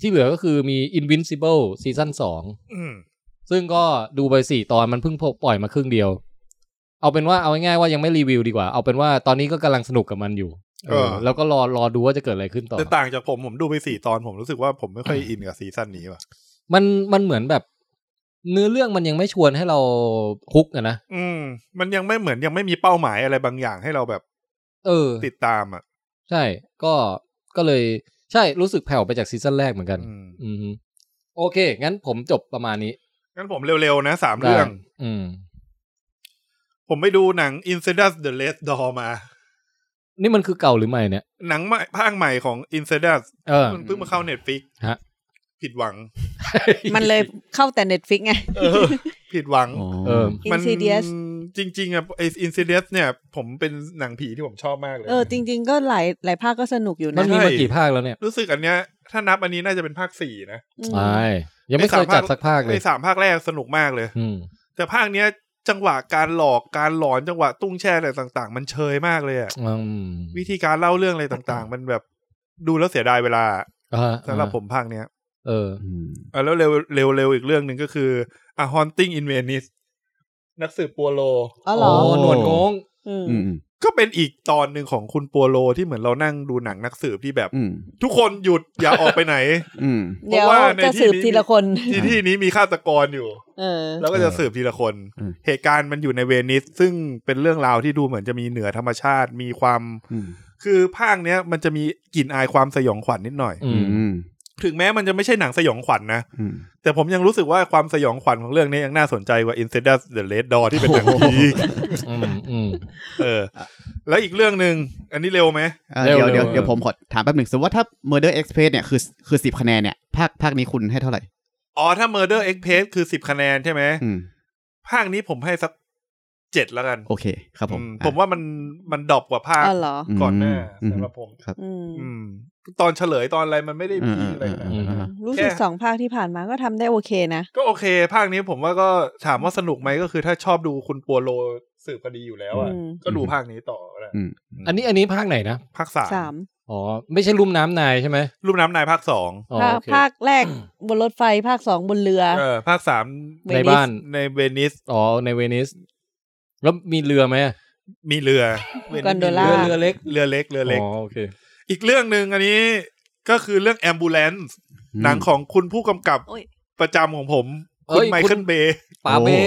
Speaker 2: ที่เหลือก็คือมี Invincible ซีซั่นสอง
Speaker 4: อืม
Speaker 2: ซึ่งก็ดูไปสี่ตอนมันเพิ่งปล่อยมาครึ่งเดียว เอาเป็นว่าเอาง่ายๆว่ายังไม่รีวิวดีกว่า เอาเป็นว่าตอนนี้ก็กำลังสนุกกับมันอยู่
Speaker 4: เออ
Speaker 2: เออแล้วก็รอรอดูว่าจะเกิดอะไรขึ้นต่อ
Speaker 4: แต่ต่างจากผมผมดูไปสี่ตอนผมรู้สึกว่าผมไม่ค่อยอินกับซีซั่นนี้ว่ะ
Speaker 2: มันมันเหมือนแบบ เนื้อเรื่องมันยังไม่ชวนให้เราฮุกอะนะ
Speaker 4: อืม มันยังไม่เหมือนยังไม่มีเป้าหมายอะไรบางอย่างให้เราแบบ
Speaker 2: เออ
Speaker 4: ติดตามอ่ะ
Speaker 2: ใช่ ก็ ก็เลย ใช่ รู้สึกแผ่วไปจากซีซั่นแรกเหมือนกัน
Speaker 4: อืม
Speaker 2: อืมโอเค งั้นผมจบประมาณนี้
Speaker 4: งั้นผมเร็วๆนะสามเรื่อง
Speaker 2: ได้อืม
Speaker 4: ผมไปดูหนัง Insidious the Last Door มา
Speaker 2: นี่มันคือเก่าหรือใหม่เนี่ย
Speaker 4: หนังใหม่ภาคใหม่ของ Insidious
Speaker 2: เออ
Speaker 4: มันเพิ่งมาเข้า Netflix
Speaker 2: ฮะ
Speaker 4: ผิดหวัง
Speaker 5: มันเลยเข้าแต่เน็ตฟิกไง
Speaker 4: เออ ผิดหวัง
Speaker 2: เออ
Speaker 4: มัน
Speaker 5: Insidious
Speaker 4: จริงๆอ่ะไอ Insidious เนี่ย ผมเป็นหนังผีที่ผมชอบมากเลย
Speaker 5: เออ จริง ๆ ก็หลายหลายภาคก็สนุกอยู่
Speaker 2: มั
Speaker 5: นะ
Speaker 2: นมีมากี่ภาคแล้วเนี่ย
Speaker 4: รู้สึกอันเนี้ย ถ้านับอันนี้น่าจะเป็นภาคสี่นะ
Speaker 2: ใช่ยังไม่เคยจัดสักภาคเลย
Speaker 4: ไอสามภาคแรกสนุกมากเลย
Speaker 2: อืม
Speaker 4: แต่ภาคเนี้ย จังหวะการหลอกการหลอนจังหวะตุ้งแช่อะไรต่าง ๆ มันเชยมากเลยอะ
Speaker 2: อืม
Speaker 4: วิธีการเล่าเรื่องอะไรต่างๆ มันแบบดูแล้วเสียดายเวลา
Speaker 2: อ่า
Speaker 4: สำหรับผมภาคเนี้ย
Speaker 2: เออ
Speaker 4: อ่ะแล้วเร็วเร็วเร็วอีกเรื่องหนึ่งก็คือ A Haunting in Venice นักสืบปัวโล
Speaker 5: อ๋
Speaker 2: อ๋
Speaker 5: อเหร
Speaker 2: อ
Speaker 5: อ
Speaker 2: หนวดงง
Speaker 5: อืม
Speaker 3: อืมอืม
Speaker 4: ก็เป็นอีกตอนหนึ่งของคุณปัวโลที่เหมือนเรานั่งดูหนังนักสืบที่แบบ
Speaker 3: อืม
Speaker 4: ทุกคนหยุดอย่าออกไปไหน
Speaker 3: อืม
Speaker 5: เดี๋ยว
Speaker 4: เพราะว่าใน
Speaker 5: จะ
Speaker 4: ที่
Speaker 5: สืบ
Speaker 4: นี้
Speaker 5: ทีละคน
Speaker 4: ที่ที่นี้มีฆาตกรอยู่
Speaker 5: เออ
Speaker 4: แล้วก็จะสืบทีละคน
Speaker 3: อืม
Speaker 4: เหตุการณ์มันอยู่ในเวนิส ซึ่งเป็นเรื่องราวที่ดูเหมือนจะมีเหนือธรรมชาติ มีความ
Speaker 3: อืม
Speaker 4: คือภาคเนี้ยมันจะมีกลิ่นอายความสยองขวัญนิดหน่อย
Speaker 2: อื
Speaker 3: อื
Speaker 2: ม
Speaker 3: ม
Speaker 4: ถึงแม้มันจะไม่ใช่หนังสยองขวัญนะ
Speaker 3: อืม
Speaker 4: แต่ผมยังรู้สึกว่าความสยองขวัญของเรื่องนี้ยังน่าสนใจกว่า Insidious the Red Door ที่เป็นหนังผี
Speaker 2: อืมอืม
Speaker 4: เออ แล้วอีกเรื่องหนึ่งอันนี้เร็วไหม
Speaker 3: เอ่อ
Speaker 2: เร็ว
Speaker 3: เดี๋ยว
Speaker 2: เร็
Speaker 3: เดี๋ยว วเดี๋ยวผมขอถามแป๊บหนึ่งสมมติว่าถ้า Murder Express เนี่ยคือคือสิบคะแนนเนี่ยภาคภาคนี้คุณให้เท่าไหร่
Speaker 4: อ๋อ ถ้า Murder X Page คือสิบคะแนนใช่ไหม
Speaker 3: อืม
Speaker 4: ภาคนี้ผมให้สักเจ็ดแล้วกัน
Speaker 3: โอเคครับผม
Speaker 4: อืม
Speaker 3: อ่ะ
Speaker 4: ผมว่ามันมันดรอปกว่าภาค
Speaker 5: อ๋อเหรอ
Speaker 4: ก่อนหน้า
Speaker 3: อืม
Speaker 4: สำหรับผม
Speaker 5: อืม
Speaker 4: อืม ตอนเฉลยตอนอะไรมันไม่ได้พีคอะไรขนาด
Speaker 3: อื
Speaker 4: นั้น
Speaker 3: มอืม
Speaker 5: รู้สึก
Speaker 4: แค่
Speaker 5: สองภาคที่ผ่านมาก็ทำได้โอเคนะ
Speaker 4: ก็โอเค ภาคนี้ผมว่าก็ถามว่าสนุกไหมก็คือถ้าชอบดูคุณปัวโลสืบคดีอยู่แล้วอ่ะ
Speaker 5: อืม
Speaker 4: ก็ดูภาคนี้ต่อก็ได้
Speaker 3: อืม
Speaker 2: อันนี้อันนี้ภาคไหนนะ
Speaker 4: ภาคสาม
Speaker 5: สาม
Speaker 2: อ๋อ ไม่ใช่ลุ่มน้ำนายใช่ไหม
Speaker 4: รูปน้ำนายภาคสอง
Speaker 2: อ๋อ
Speaker 5: ภาค
Speaker 2: โอเค
Speaker 5: ภาคแรกบนรถไฟภาคสองบนเรือ
Speaker 4: เออภาคสาม
Speaker 5: เวนิส
Speaker 2: ในบ้าน
Speaker 4: ในเวนิส
Speaker 2: อ๋อ ในเวนิส แล้วมีเรือไหม
Speaker 4: มีเรือเวส
Speaker 5: กอนโดล่า
Speaker 4: มี
Speaker 2: เรือ
Speaker 4: เรื
Speaker 2: เรืออเล็ก
Speaker 4: เรือเล็กเรือเล็ก
Speaker 2: อ๋อ โอเค
Speaker 4: อีกเรื่องหนึ่งอันนี้ก็คือเรื่อง Ambulance
Speaker 3: อืม
Speaker 4: หนังของคุณผู้กำกับ
Speaker 5: โอ้ย
Speaker 4: ประจำของผม คุ
Speaker 2: เอ้
Speaker 4: ณ
Speaker 2: ย
Speaker 4: ไม
Speaker 2: คุ
Speaker 4: เคิล
Speaker 2: ณ
Speaker 4: เบย์
Speaker 2: ปาเบ้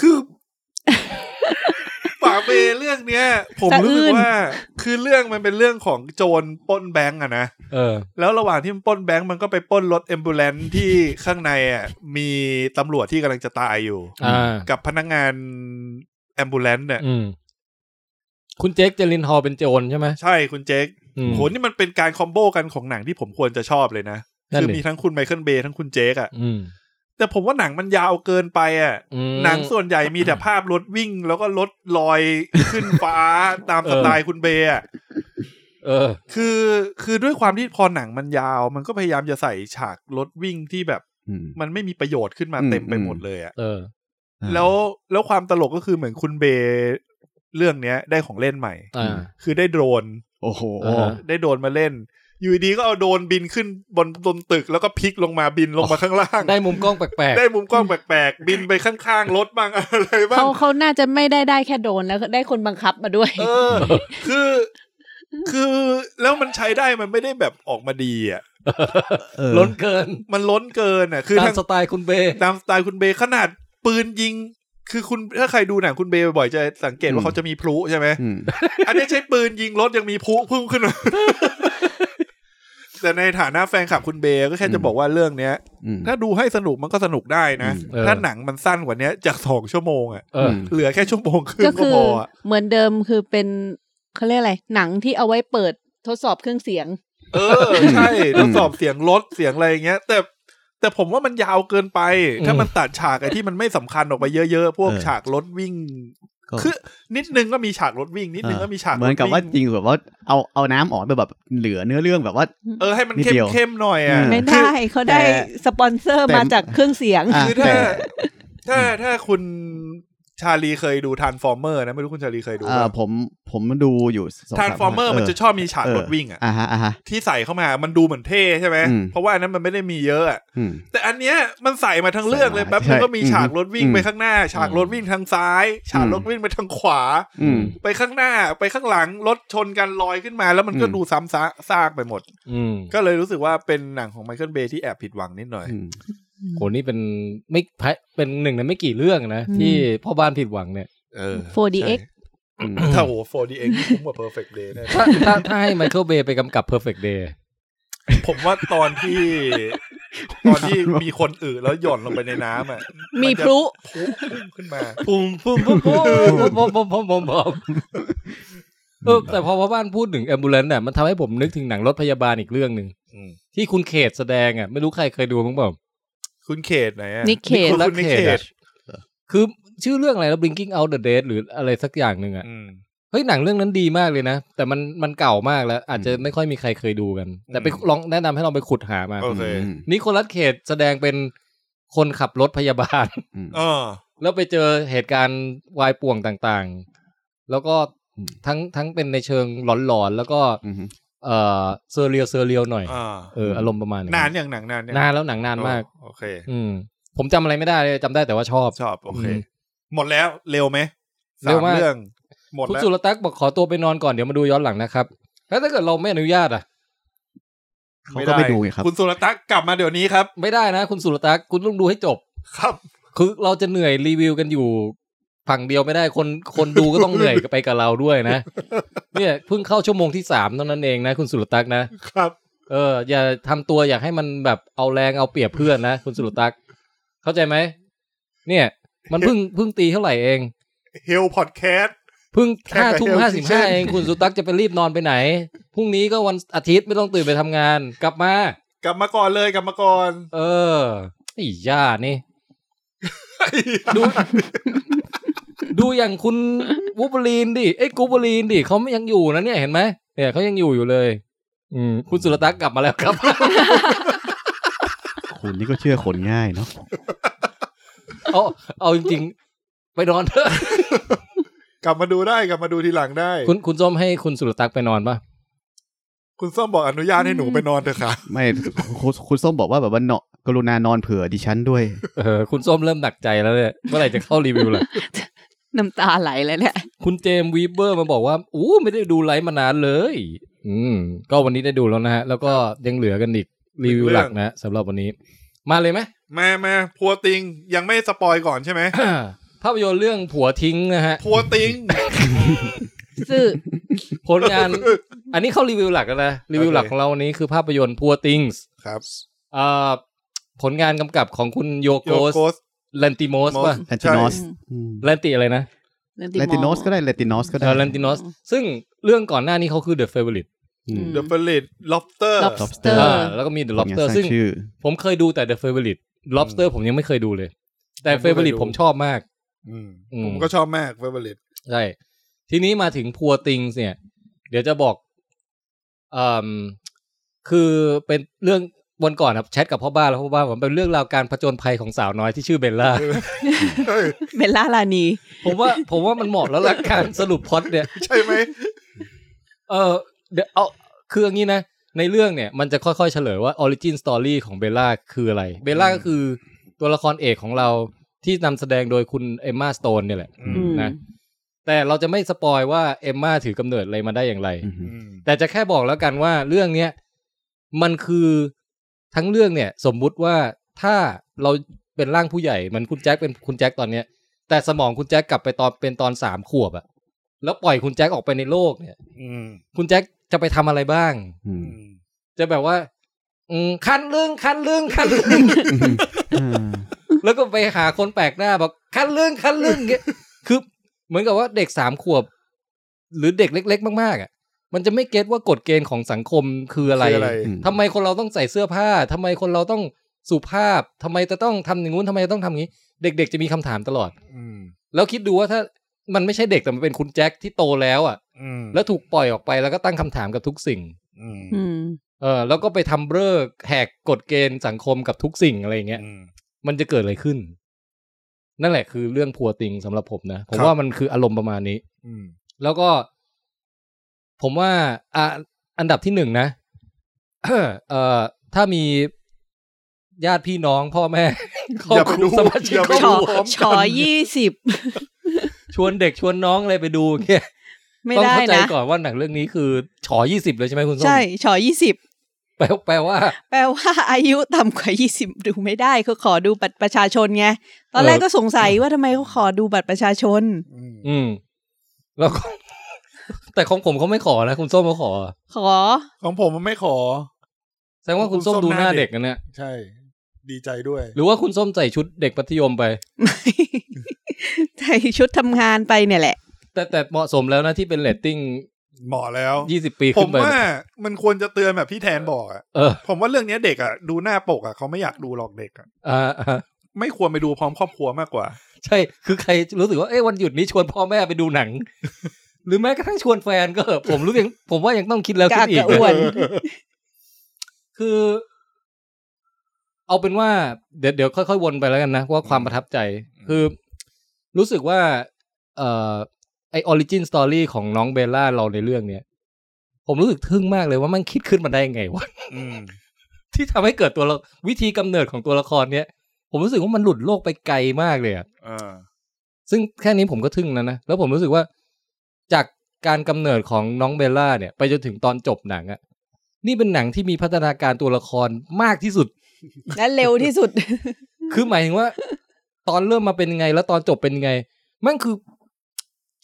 Speaker 4: คือ ป่าเบย์เรื่องเนี้ย ผม
Speaker 5: สะ
Speaker 4: รู้
Speaker 5: อื้น
Speaker 4: สึกว่า คือเรื่องมันเป็นเรื่องของโจรปล้นแบงก์อะนะ
Speaker 2: เออ
Speaker 4: แล้วระหว่างที่มันปล้นแบงก์มันก็ไปปล้นรถ Ambulance ที่ข้างในอะมีตำรวจที่กำลังจะตายอยู่
Speaker 2: อ่า
Speaker 4: กับพนักงาน Ambulance เนี่ย
Speaker 2: อืม คุณเจคเจลินฮอลเป็นโจรใช่ไหม
Speaker 4: ใช่คุณเจค
Speaker 2: อืม
Speaker 4: โหนี่มันเป็นการคอมโบกันของหนังที่ผมควรจะชอบเลยนะ
Speaker 2: นั่น
Speaker 4: คือ
Speaker 2: ดิ
Speaker 4: มีทั้งคุณไมเคิลเบย์ทั้งคุณเจคอะ
Speaker 2: อืม
Speaker 4: แต่ผมว่าหนังมันยาวเกินไปอะ
Speaker 2: อืม
Speaker 4: หนังส่วนใหญ่มีแต่ภาพรถวิ่ง แล้วก็รถลอยขึ้นฟ้า ตามสไตล์คุณเบย์อะ
Speaker 2: เออ
Speaker 4: คือคือด้วยความที่พอหนังมันยาว มันก็พยายามจะใส่ฉากรถวิ่งที่แบบ
Speaker 3: อืม
Speaker 4: มันไม่มีประโยชน์ขึ้นมา
Speaker 3: อืม
Speaker 4: เต็มไปหมดเลยอะ
Speaker 2: เออ
Speaker 4: แล้วแล้วความตลกก็คือเหมือนคุณเบย์เรื่องเนี้ย ได้ของเล่นใหม่
Speaker 2: อ่า
Speaker 4: คือได้โดรน
Speaker 3: โอ้โห
Speaker 2: อ่าฮะ
Speaker 4: ได้โดรนมาเล่น อยู่ดีๆก็เอาโดรนบินขึ้นบนบนตึกแล้วก็พลิกลงมาบินลงมาข้างล่าง
Speaker 2: ได้มุมกล้องแปลก
Speaker 4: ได้มุมกล้องแปลกๆ บินไปข้างๆรถบ้าง อะไรบ้า
Speaker 6: เขา
Speaker 4: ง
Speaker 6: เขาน่าจะไม่ได้ได้แค่โดนแล้วได้คนบังคับมาด้วย
Speaker 4: เออ คือ คือแล้วมันใช้ได้มันไม่ได้แบบออกมาดีอ่ะ
Speaker 2: ๆ ล้นเกิน
Speaker 4: มันล้นเกินอ่ะ คือ
Speaker 2: ตาม
Speaker 4: ทั้ง
Speaker 2: สไตล์คุณเบ้
Speaker 4: ตามสไตล์คุณเบย์ขนาดปืนยิง คือคุณถ้าใครดูหนังคุณเบย์บ่อยๆจะสังเกตว่า
Speaker 3: อืม
Speaker 4: เขาจะมีพลุใช่ไหม
Speaker 3: อืม
Speaker 4: อันนี้ใช้ปืนยิงรถยังมีพลุพุ่งขึ้นมา แต่ในฐานะแฟนคลับคุณเบย์ก็แค่จะ
Speaker 3: อืม
Speaker 4: บอกว่าเรื่องเนี้ย
Speaker 3: อืม
Speaker 4: ถ้าดูให้สนุกมันก็สนุกได้นะ
Speaker 3: อืม
Speaker 2: เออ
Speaker 4: ถ้าหนังมันสั้นกว่าเนี้ยจากสองชั่วโมงอะ
Speaker 2: เอออ
Speaker 3: ม
Speaker 4: เหลือแค่ชั่วโมงครึ่
Speaker 6: ก็
Speaker 4: งก็
Speaker 6: คื
Speaker 4: พออะ
Speaker 6: เหมือนเดิมคือเป็นเขาเรียกอะไร หนังที่เอาไว้เปิดทดสอบเครื่องเสียง
Speaker 4: เออ ใช่ทดสอบเสียงรถเสียงอะไรอย่างเงี้ย แต่แต่ผมว่ามันยาวเกินไป ถ้ามันตัดฉากไอ้ที่มันไม่สำคัญออกไปเยอะๆ พวก
Speaker 3: เออ
Speaker 4: ฉากรถวิ่ง
Speaker 3: ก็
Speaker 4: คือ นิดนึงก็มีฉากรถวิ่ง นิดนึงก็มีฉากรถ
Speaker 3: เหมือนกับว่าจ
Speaker 4: วิ่ง
Speaker 3: ริงแบบว่าเอาเอาน้ำออกไปแบบเหลือเนื้อเรื่องแบบว่า
Speaker 4: เออให้มัน
Speaker 3: นิด
Speaker 4: เข้ม
Speaker 3: เดียว
Speaker 4: เข้มๆหน่อยอ่ะ
Speaker 3: อื
Speaker 4: คือ
Speaker 5: ไม่ได้เขาได้
Speaker 3: แต่
Speaker 5: สปอนเซอร์
Speaker 3: แต่
Speaker 5: มาจากเครื่องเสียง
Speaker 3: อ่ะ
Speaker 4: คือถ้า
Speaker 3: แต่
Speaker 4: ถ้าถ้าคุณ ชาลีเคยดูทานฟอร์เมอร์นะไม่รู้คุณชาลีเคยดู
Speaker 3: เออผมผมมันดูอยู่สง
Speaker 4: ทานฟอร์เมอร์มันจะชอบมีฉากรถวิ่งอ่ะ
Speaker 3: อ่าฮะอ่าฮะ
Speaker 4: ที่ใส่เข้ามามันดูเหมือนเท่ใช่ไหม
Speaker 3: อืม
Speaker 4: เพราะว่าอันนั้นมันไม่ได้มีเยอะอะ
Speaker 3: อืม
Speaker 4: แต่อันเนี้ยมันใส่มาทั้งเรื่องเลย
Speaker 3: ใส่มา
Speaker 4: แป๊บนึงก็มี
Speaker 3: ใช่
Speaker 4: ฉากรถวิ่ง
Speaker 3: อืม
Speaker 4: ไปข้างหน้า ฉากรถวิ่งทางซ้าย ฉากรถวิ่งไปทางขวา
Speaker 3: อืม
Speaker 4: ไปข้างหน้าไปข้างหลังรถชนกันลอยขึ้นมา แล้วมันก็
Speaker 3: อืม
Speaker 4: ดูซ้ำซากซากไปหมด
Speaker 2: อืม
Speaker 4: ก็เลยรู้สึกว่าเป็นหนังของไมเคิลเบย์ที่แอบผิดหวังนิดหน่อย
Speaker 3: อืม
Speaker 2: โหนี่เป็นไม่แพ้เป็นหนึ่งในไม่กี่เรื่องนะ
Speaker 6: อืม
Speaker 2: ที่พ่อบ้านผิดหวังเนี่ย
Speaker 4: เออ
Speaker 6: 4DX
Speaker 3: อืม
Speaker 4: ใช่ถ้าโห 4DX คุ้มกว่า Perfect Day แน่
Speaker 2: ถ้าถ้าถ้าให้ไมเคิลเบย์ไปกำกับ Perfect Day
Speaker 4: ๆผมว่าตอนที่ ตอนที่มีคนอื่นแล้วหย่อนลงไปในน้ำอ่ะ
Speaker 6: มี
Speaker 4: นจะ
Speaker 6: พลุ
Speaker 4: พุ่งขึ้นมา
Speaker 2: ปุ่มปุ่มปุ่มปุ่มปุ่มปุ่มปุ่มปุ่มปุ่มเออแต่พอพ่อบ้านพูดถึง Ambulance น่ะมันทำให้ผมนึกถึงหนังรถพยาบาลอีกเรื่องหนึ่ง
Speaker 4: อืม
Speaker 2: ที่คุณเขตแสดงอ่ะไม่รู้ใครเคยดูมั้งเปล่า
Speaker 4: คุณเขตไหนอ่ะ
Speaker 6: นิกเขต
Speaker 4: คุณ
Speaker 2: และ
Speaker 4: คุณนิก
Speaker 2: เข
Speaker 4: เข
Speaker 2: ตอะ
Speaker 4: ต
Speaker 2: คือชื่อเรื่องอะไรแล้ว Blinking Out the Dead หรืออะไรสักอย่างหนึ่งอ่ะ
Speaker 4: อืม
Speaker 2: เฮ้ยหนังเรื่องนั้นดีมากเลยนะ แต่มันมันเก่ามากแล้ว อาจจะไม่ค่อยมีใครเคยดูกัน แต่ไป
Speaker 4: อืม
Speaker 2: ลองแนะนำให้ลองไปขุดหามา
Speaker 4: โอเค
Speaker 3: อืม
Speaker 2: นิโคลัสเขตแสดงเป็นคนขับรถพยาบาล
Speaker 3: อืม
Speaker 4: เออ
Speaker 2: แล้วไปเจอเหตุการณ์วายป่วงต่างๆ แล้วก็ทั้งทั้งเป็นในเชิงหลอนๆ แล้วก็
Speaker 3: อืม
Speaker 2: เออเซอร์เรียลเซอร์เรียลหน่อย
Speaker 4: อ่า
Speaker 2: เอออารมณ์ประมาณ
Speaker 4: นานอย่างหนังนานยัง
Speaker 2: นานแล้วหนังนานมาก
Speaker 4: โอเค
Speaker 2: อืม ผมจำอะไรไม่ได้เลยจำได้แต่ว่าชอบ
Speaker 4: ชอบโอเค
Speaker 2: อืม
Speaker 4: หมดแล้วเร็วไหม
Speaker 2: เร็วมาก
Speaker 4: สเรื่อง หมด
Speaker 2: คุณ
Speaker 4: แล้ว
Speaker 2: สุรตักบอกขอตัวไปนอนก่อนเดี๋ยวมาดูย้อนหลังนะครับ แล้วถ้าเกิดเราไม่อนุญาตอ่ะ
Speaker 3: เขาก็ไปดูไงครับ
Speaker 4: คุณสุรตักกลับมาเดี๋ยวนี้ครับ
Speaker 2: ไม่ได้นะคุณสุรตักคุณต้องดูให้จบ
Speaker 4: ครับ
Speaker 2: คือเราจะเหนื่อยรีวิวกันอยู่ฝั่งเดียวไม่ได้คนคนดูก็ต้องเห นื่อยไปกับเราด้วยนะ เนี่ยเพิ่งเข้าชั่วโมงที่สามเท่านั้นเองนะ คุณสุรตักนะ
Speaker 4: ครับ
Speaker 2: เอออย่าทำตัวอยากให้มันแบบเอาแรงเอาเปรียบเพื่อนนะคุณสุรตัก เข้าใจไหมเนี่ย มันเพิ่งเพิ่งตีเท่าไหร่เอง
Speaker 4: เฮลพอดแคสต์
Speaker 2: เพิ่ง
Speaker 4: แค่
Speaker 2: ห้าทุ่ม
Speaker 4: ไป
Speaker 2: ห้า
Speaker 4: Hell's
Speaker 2: สิบห้า
Speaker 4: Kitchen
Speaker 2: เอง คุณสุรตักจะไปรีบนอนไปไหนพรุ่งนี้ก็วันอาทิตย์ไม่ต้องตื่นไปทำงาน กลับมา
Speaker 4: กลับมาก่อนเลยกลับมา ก่อน
Speaker 2: เออไอ้ย่านี่ ดู ดูอย่างคุณวูบลีนดิเอ้ยกูบลีนดิเขายังอยู่นะเนี่ยเห็นไหมเนี่ยเขายังอยู่อยู่เลย อืมคุณสุรตักกลับมาแล้วครับ
Speaker 3: คุณนี่ก็เชื่อคนง่ายเนาะ
Speaker 2: เอาเอาจริงๆ ไปนอนเถอะ
Speaker 4: กลับมาดูได้กลับมาดูทีหลังได้
Speaker 2: คุณคุณส้มให้คุณสุรตักไปนอนปะ
Speaker 4: คุณส้มบอกอนุญาตให้หนูไปนอนเถอะค่ะ
Speaker 3: ไม่คุณคุณส้มบอกว่าแบบว่าเนาะกรุณานอนเผื่อดิฉันด้วย
Speaker 2: เออคุณส้มเริ่มหนักใจแล้วเนี่ยเมื่อไหร่จะเข้ารีวิวล่ะ
Speaker 6: น้ำตาไหลเลยเนี่ย
Speaker 2: คุณเจมส์วีเบอร์มาบอกว่าอู้ไม่ได้ดูไลฟ์มานานเลย อืม ก็วันนี้ได้ดูแล้วนะฮะ แล้วก็ยังเหลือกันอีกรีวิวหลักนะสำหรับวันนี้ มาเลยไหม
Speaker 4: มามาพัวติงยังไม่สปอยก่อนใช่ไหม
Speaker 2: ภาพยนตร์เรื่องผัวทิ้งนะฮะ
Speaker 4: พัวติง
Speaker 6: สื่อ
Speaker 2: ผลงาน อันนี้เข้ารีวิวหลักแล้วนะ รีวิวหลัก
Speaker 4: โอเค
Speaker 2: ของเราวันนี้คือภาพยนตร์พัวติงส์
Speaker 4: ครับ
Speaker 2: อ่าผลงานกำกับของคุณโย
Speaker 4: โย
Speaker 2: โกส
Speaker 4: โกส
Speaker 2: เลนติโมส
Speaker 4: Mos
Speaker 2: ป่ะ
Speaker 3: แลนตินอส
Speaker 6: ใช่
Speaker 2: เลนติอะไรนะ
Speaker 3: แลนตินอสก็ได้แลนตินอสก็ได้
Speaker 2: เออเลนติโนส ซึ่งเรื่องก่อนหน้านี้เขาคือเดอะเฟเวอร์ลิต
Speaker 3: อืม
Speaker 4: เดอะเฟลิตล็อบสเตอร์
Speaker 3: Lobster
Speaker 2: แล้วก็มีเดอะ
Speaker 3: ผ
Speaker 2: ล็อ
Speaker 3: ม
Speaker 2: บ
Speaker 3: ยั
Speaker 2: เตอร์
Speaker 3: สาง
Speaker 2: ซึ่ง
Speaker 3: ชื่อ
Speaker 2: ผมเคยดูแต่เดอะเฟเวอร์ลิตล็อบสเตอร์ผมยังไม่เคยดูเลย แต่
Speaker 4: ผม
Speaker 2: เฟ
Speaker 4: ก็เคยดู
Speaker 2: เวอร์ลิตผมชอบมาก อืม
Speaker 4: ผมก็ชอบมากเฟเวอร์ลิต
Speaker 2: ใช่ ทีนี้มาถึงพัวติงส์เนี่ย เดี๋ยวจะบอกเอ่มคือเป็นเรื่องวันก่อนครับแชทกับพ่อบ้านแล้วพ่อบ้านผมเป็นเรื่องราวการผจญภัยของสาวน้อยที่ชื่อเบลล่า
Speaker 5: เบลล่าลานี
Speaker 2: ผมว่าผมว่ามันเห มาะแล้วละการสรุปพล็อดเนี่ย
Speaker 4: ใช่ไหม
Speaker 2: เออเดี๋ยวเอาคืออย่างนี้นะ ในเรื่องเนี่ยมันจะค่อยๆเฉลยว่าออริจินสตอรี่ของเบลล่าคืออะไร เบลล่าก็คือตัวละครเอกของเราที่นำแสดงโดยคุณเอมมาสโตนเนี่ยแหละ
Speaker 4: อื
Speaker 5: ม
Speaker 2: นะแต่เราจะไม่สปอยว่าเอมมาถือกำเนิดอะไรมาได้อย่างไร
Speaker 4: อืม
Speaker 2: แต่จะแค่บอกแล้วกันว่าเรื่องเนี้ยมันคือทั้งเรื่องเนี่ย สมมุติว่าถ้าเราเป็นร่างผู้ใหญ่เหมันคุณแจ็คเป็นคุณแจ็คตอนเนี้ย แต่สมองคุณแจ็คกลับไปตอนเป็นตอนสามขวบอะแล้วปล่อยคุณแจ็คออกไปในโลกเนี่ย
Speaker 4: อืม
Speaker 2: คุณแจ็คจะไปทำอะไรบ้าง
Speaker 3: อื
Speaker 4: อื
Speaker 3: ม
Speaker 4: ม
Speaker 2: จะแบบว่า อืมคันเรื่องคันเรื่องคันเรื่อง
Speaker 3: อ่า
Speaker 2: แล้วก็ไปหาคนแปลกหน้าบอกคันเรื่องคันเรื่องเงี้ยคือเหมือนกับว่าเด็กสามขวบ หรือเด็กเล็ก ๆ มากๆอ่ะ มันจะไม่เก็ตว่ากฎเกณฑ์ของสังคมคืออะไร
Speaker 4: คืออะไร
Speaker 2: ทำไมคนเราต้องใส่เสื้อผ้าทำไมคนเราต้องสุภาพทำไมจะต้องทำอย่างงู้นทำไมจะต้องทำอย่างนี้ เด็ก ๆ จะมีคำถามตลอด
Speaker 4: อืม
Speaker 2: แล้วคิดดูว่าถ้ามันไม่ใช่เด็กแต่มันเป็นคุณแจ็คที่โตแล้วอ่ะ
Speaker 4: อืม
Speaker 2: แล้วถูกปล่อยออกไปแล้วก็ตั้งคำถามกับทุกสิ่ง
Speaker 4: อืม
Speaker 5: อืม
Speaker 2: เออแล้วก็ไปทำเลิกแหกกฎเกณฑ์สังคมกับทุกสิ่งอะไรอย่างเงี้ย
Speaker 4: อืม
Speaker 2: มันจะเกิดอะไรขึ้น ใน นั่นแหละคือเรื่องพัวติงสำหรับผมนะ ผม
Speaker 4: ครับ
Speaker 2: ว่ามันคืออารมณ์ประมาณนี้
Speaker 4: อืม
Speaker 2: แล้วก็ผมว่าอ่ะอันดับที่หนึ่งนะ เอ่อถ้ามีญาติพี่น้องพ่อแม่ ครอบครัวสมาชิก
Speaker 4: อย่า
Speaker 2: ค
Speaker 4: ไป
Speaker 2: รอบ
Speaker 4: ดู
Speaker 2: ครั
Speaker 4: พ
Speaker 2: ว
Speaker 4: ร้อมกัน
Speaker 5: ชอยี่สิบ
Speaker 2: ชวนเด็กชวนน้องอะไรไปดูอย่างเงี้ย
Speaker 5: ไม่
Speaker 2: ต้อง
Speaker 5: ได้
Speaker 2: เข้าใจ
Speaker 5: นะ
Speaker 2: ก่อนว่าหนังเรื่องนี้คือฉอยี่สิบเลยใช่ไหมคุณส้ม
Speaker 5: ใช่ชอยี่สิบ
Speaker 2: แปลแปลว่า
Speaker 5: แปลว่าอายุต่ำกว่ายี่สิบดูไม่ได้เขาขอดูบัตรประชาชนไง ตอนแรก
Speaker 2: เออ
Speaker 5: ก็สงสัยว่าทำไมเขาขอดูบัตรประชาชน
Speaker 2: อืม แล้วก็ แต่ของผมเขาไม่ขอนะคุณส้มเขาขอ
Speaker 5: ขอ
Speaker 4: ของผมมันไม่ขอ
Speaker 2: แสดงว่าคุณส้ม
Speaker 4: คุณส้ม
Speaker 2: ดูห
Speaker 4: ห
Speaker 2: น้า
Speaker 4: น้าเด็
Speaker 2: เด็ก
Speaker 4: ก
Speaker 2: นะเนี่ย
Speaker 4: ใช่ ดีใจด้วย
Speaker 2: หรือว่าคุณส้มใส่ชุดเด็กมัธยมไป
Speaker 5: ใส่ชุดทำงานไปเนี่ยแหละ
Speaker 2: แต่แต่เหมาะสมแล้วนะที่เป็นเรตติ้ง
Speaker 4: เหมาะแล้ว
Speaker 2: ยี่สิบปี
Speaker 4: ผ
Speaker 2: ขึ้
Speaker 4: ม
Speaker 2: นไป
Speaker 4: ว่ามันควรจะเตือนแบบพี่แทนบอกอะ
Speaker 2: เออ
Speaker 4: ผมว่าเรื่องเนี้ยเด็กอะดูหน้าปกอะเขาไม่อยากดูหรอกเด็กอะ
Speaker 2: อ่าอ่า
Speaker 4: ไม่ควรไปดูพร้อมครอบครัวมากกว่า
Speaker 2: ใช่ คือใครรู้สึกว่าเอ้ยวันหยุดนี้ชวนพ่อแม่ไปดูหนัง หรือแม้กระทั่งชวนแฟนก็ ผมรู้ยังผมว่ายังต้องคิดแล้วคิดอีก
Speaker 5: กะกะอ้วน
Speaker 2: คือ เอาเป็นว่า เดี๋ยวเดี๋ยวค่อยๆวนไปแล้วกันนะว่าความประทับใจ คือ รู้สึกว่า เอ่อไอออริจินสตอรี่ของน้องเบลล่าเราในเรื่องเนี้ยผมรู้สึกทึ่งมากเลยว่ามันคิดขึ้นมาได้ยังไงวะ
Speaker 4: อืม
Speaker 2: ที่ทำให้เกิดตัวละวิธีกำเนิดของตัวละครเนี้ย ผมรู้สึกว่ามันหลุดโลกไปไกลมากเลยอะ
Speaker 4: เออ
Speaker 2: ซึ่งแค่นี้ผมก็ทึ่งแล้วนะ แล้วผมรู้สึกว่าจากการกำเนิดของน้องเบลล่าเนี่ย ไปจนถึงตอนจบหนังอะนี่เป็นหนังที่มีพัฒนาการตัวละครมากที่สุด
Speaker 5: และเร็วที่สุด
Speaker 2: คือหมายถึงว่า ตอนเริ่มมาเป็นยังไง แล้วตอนจบเป็นยังไงแมันคือ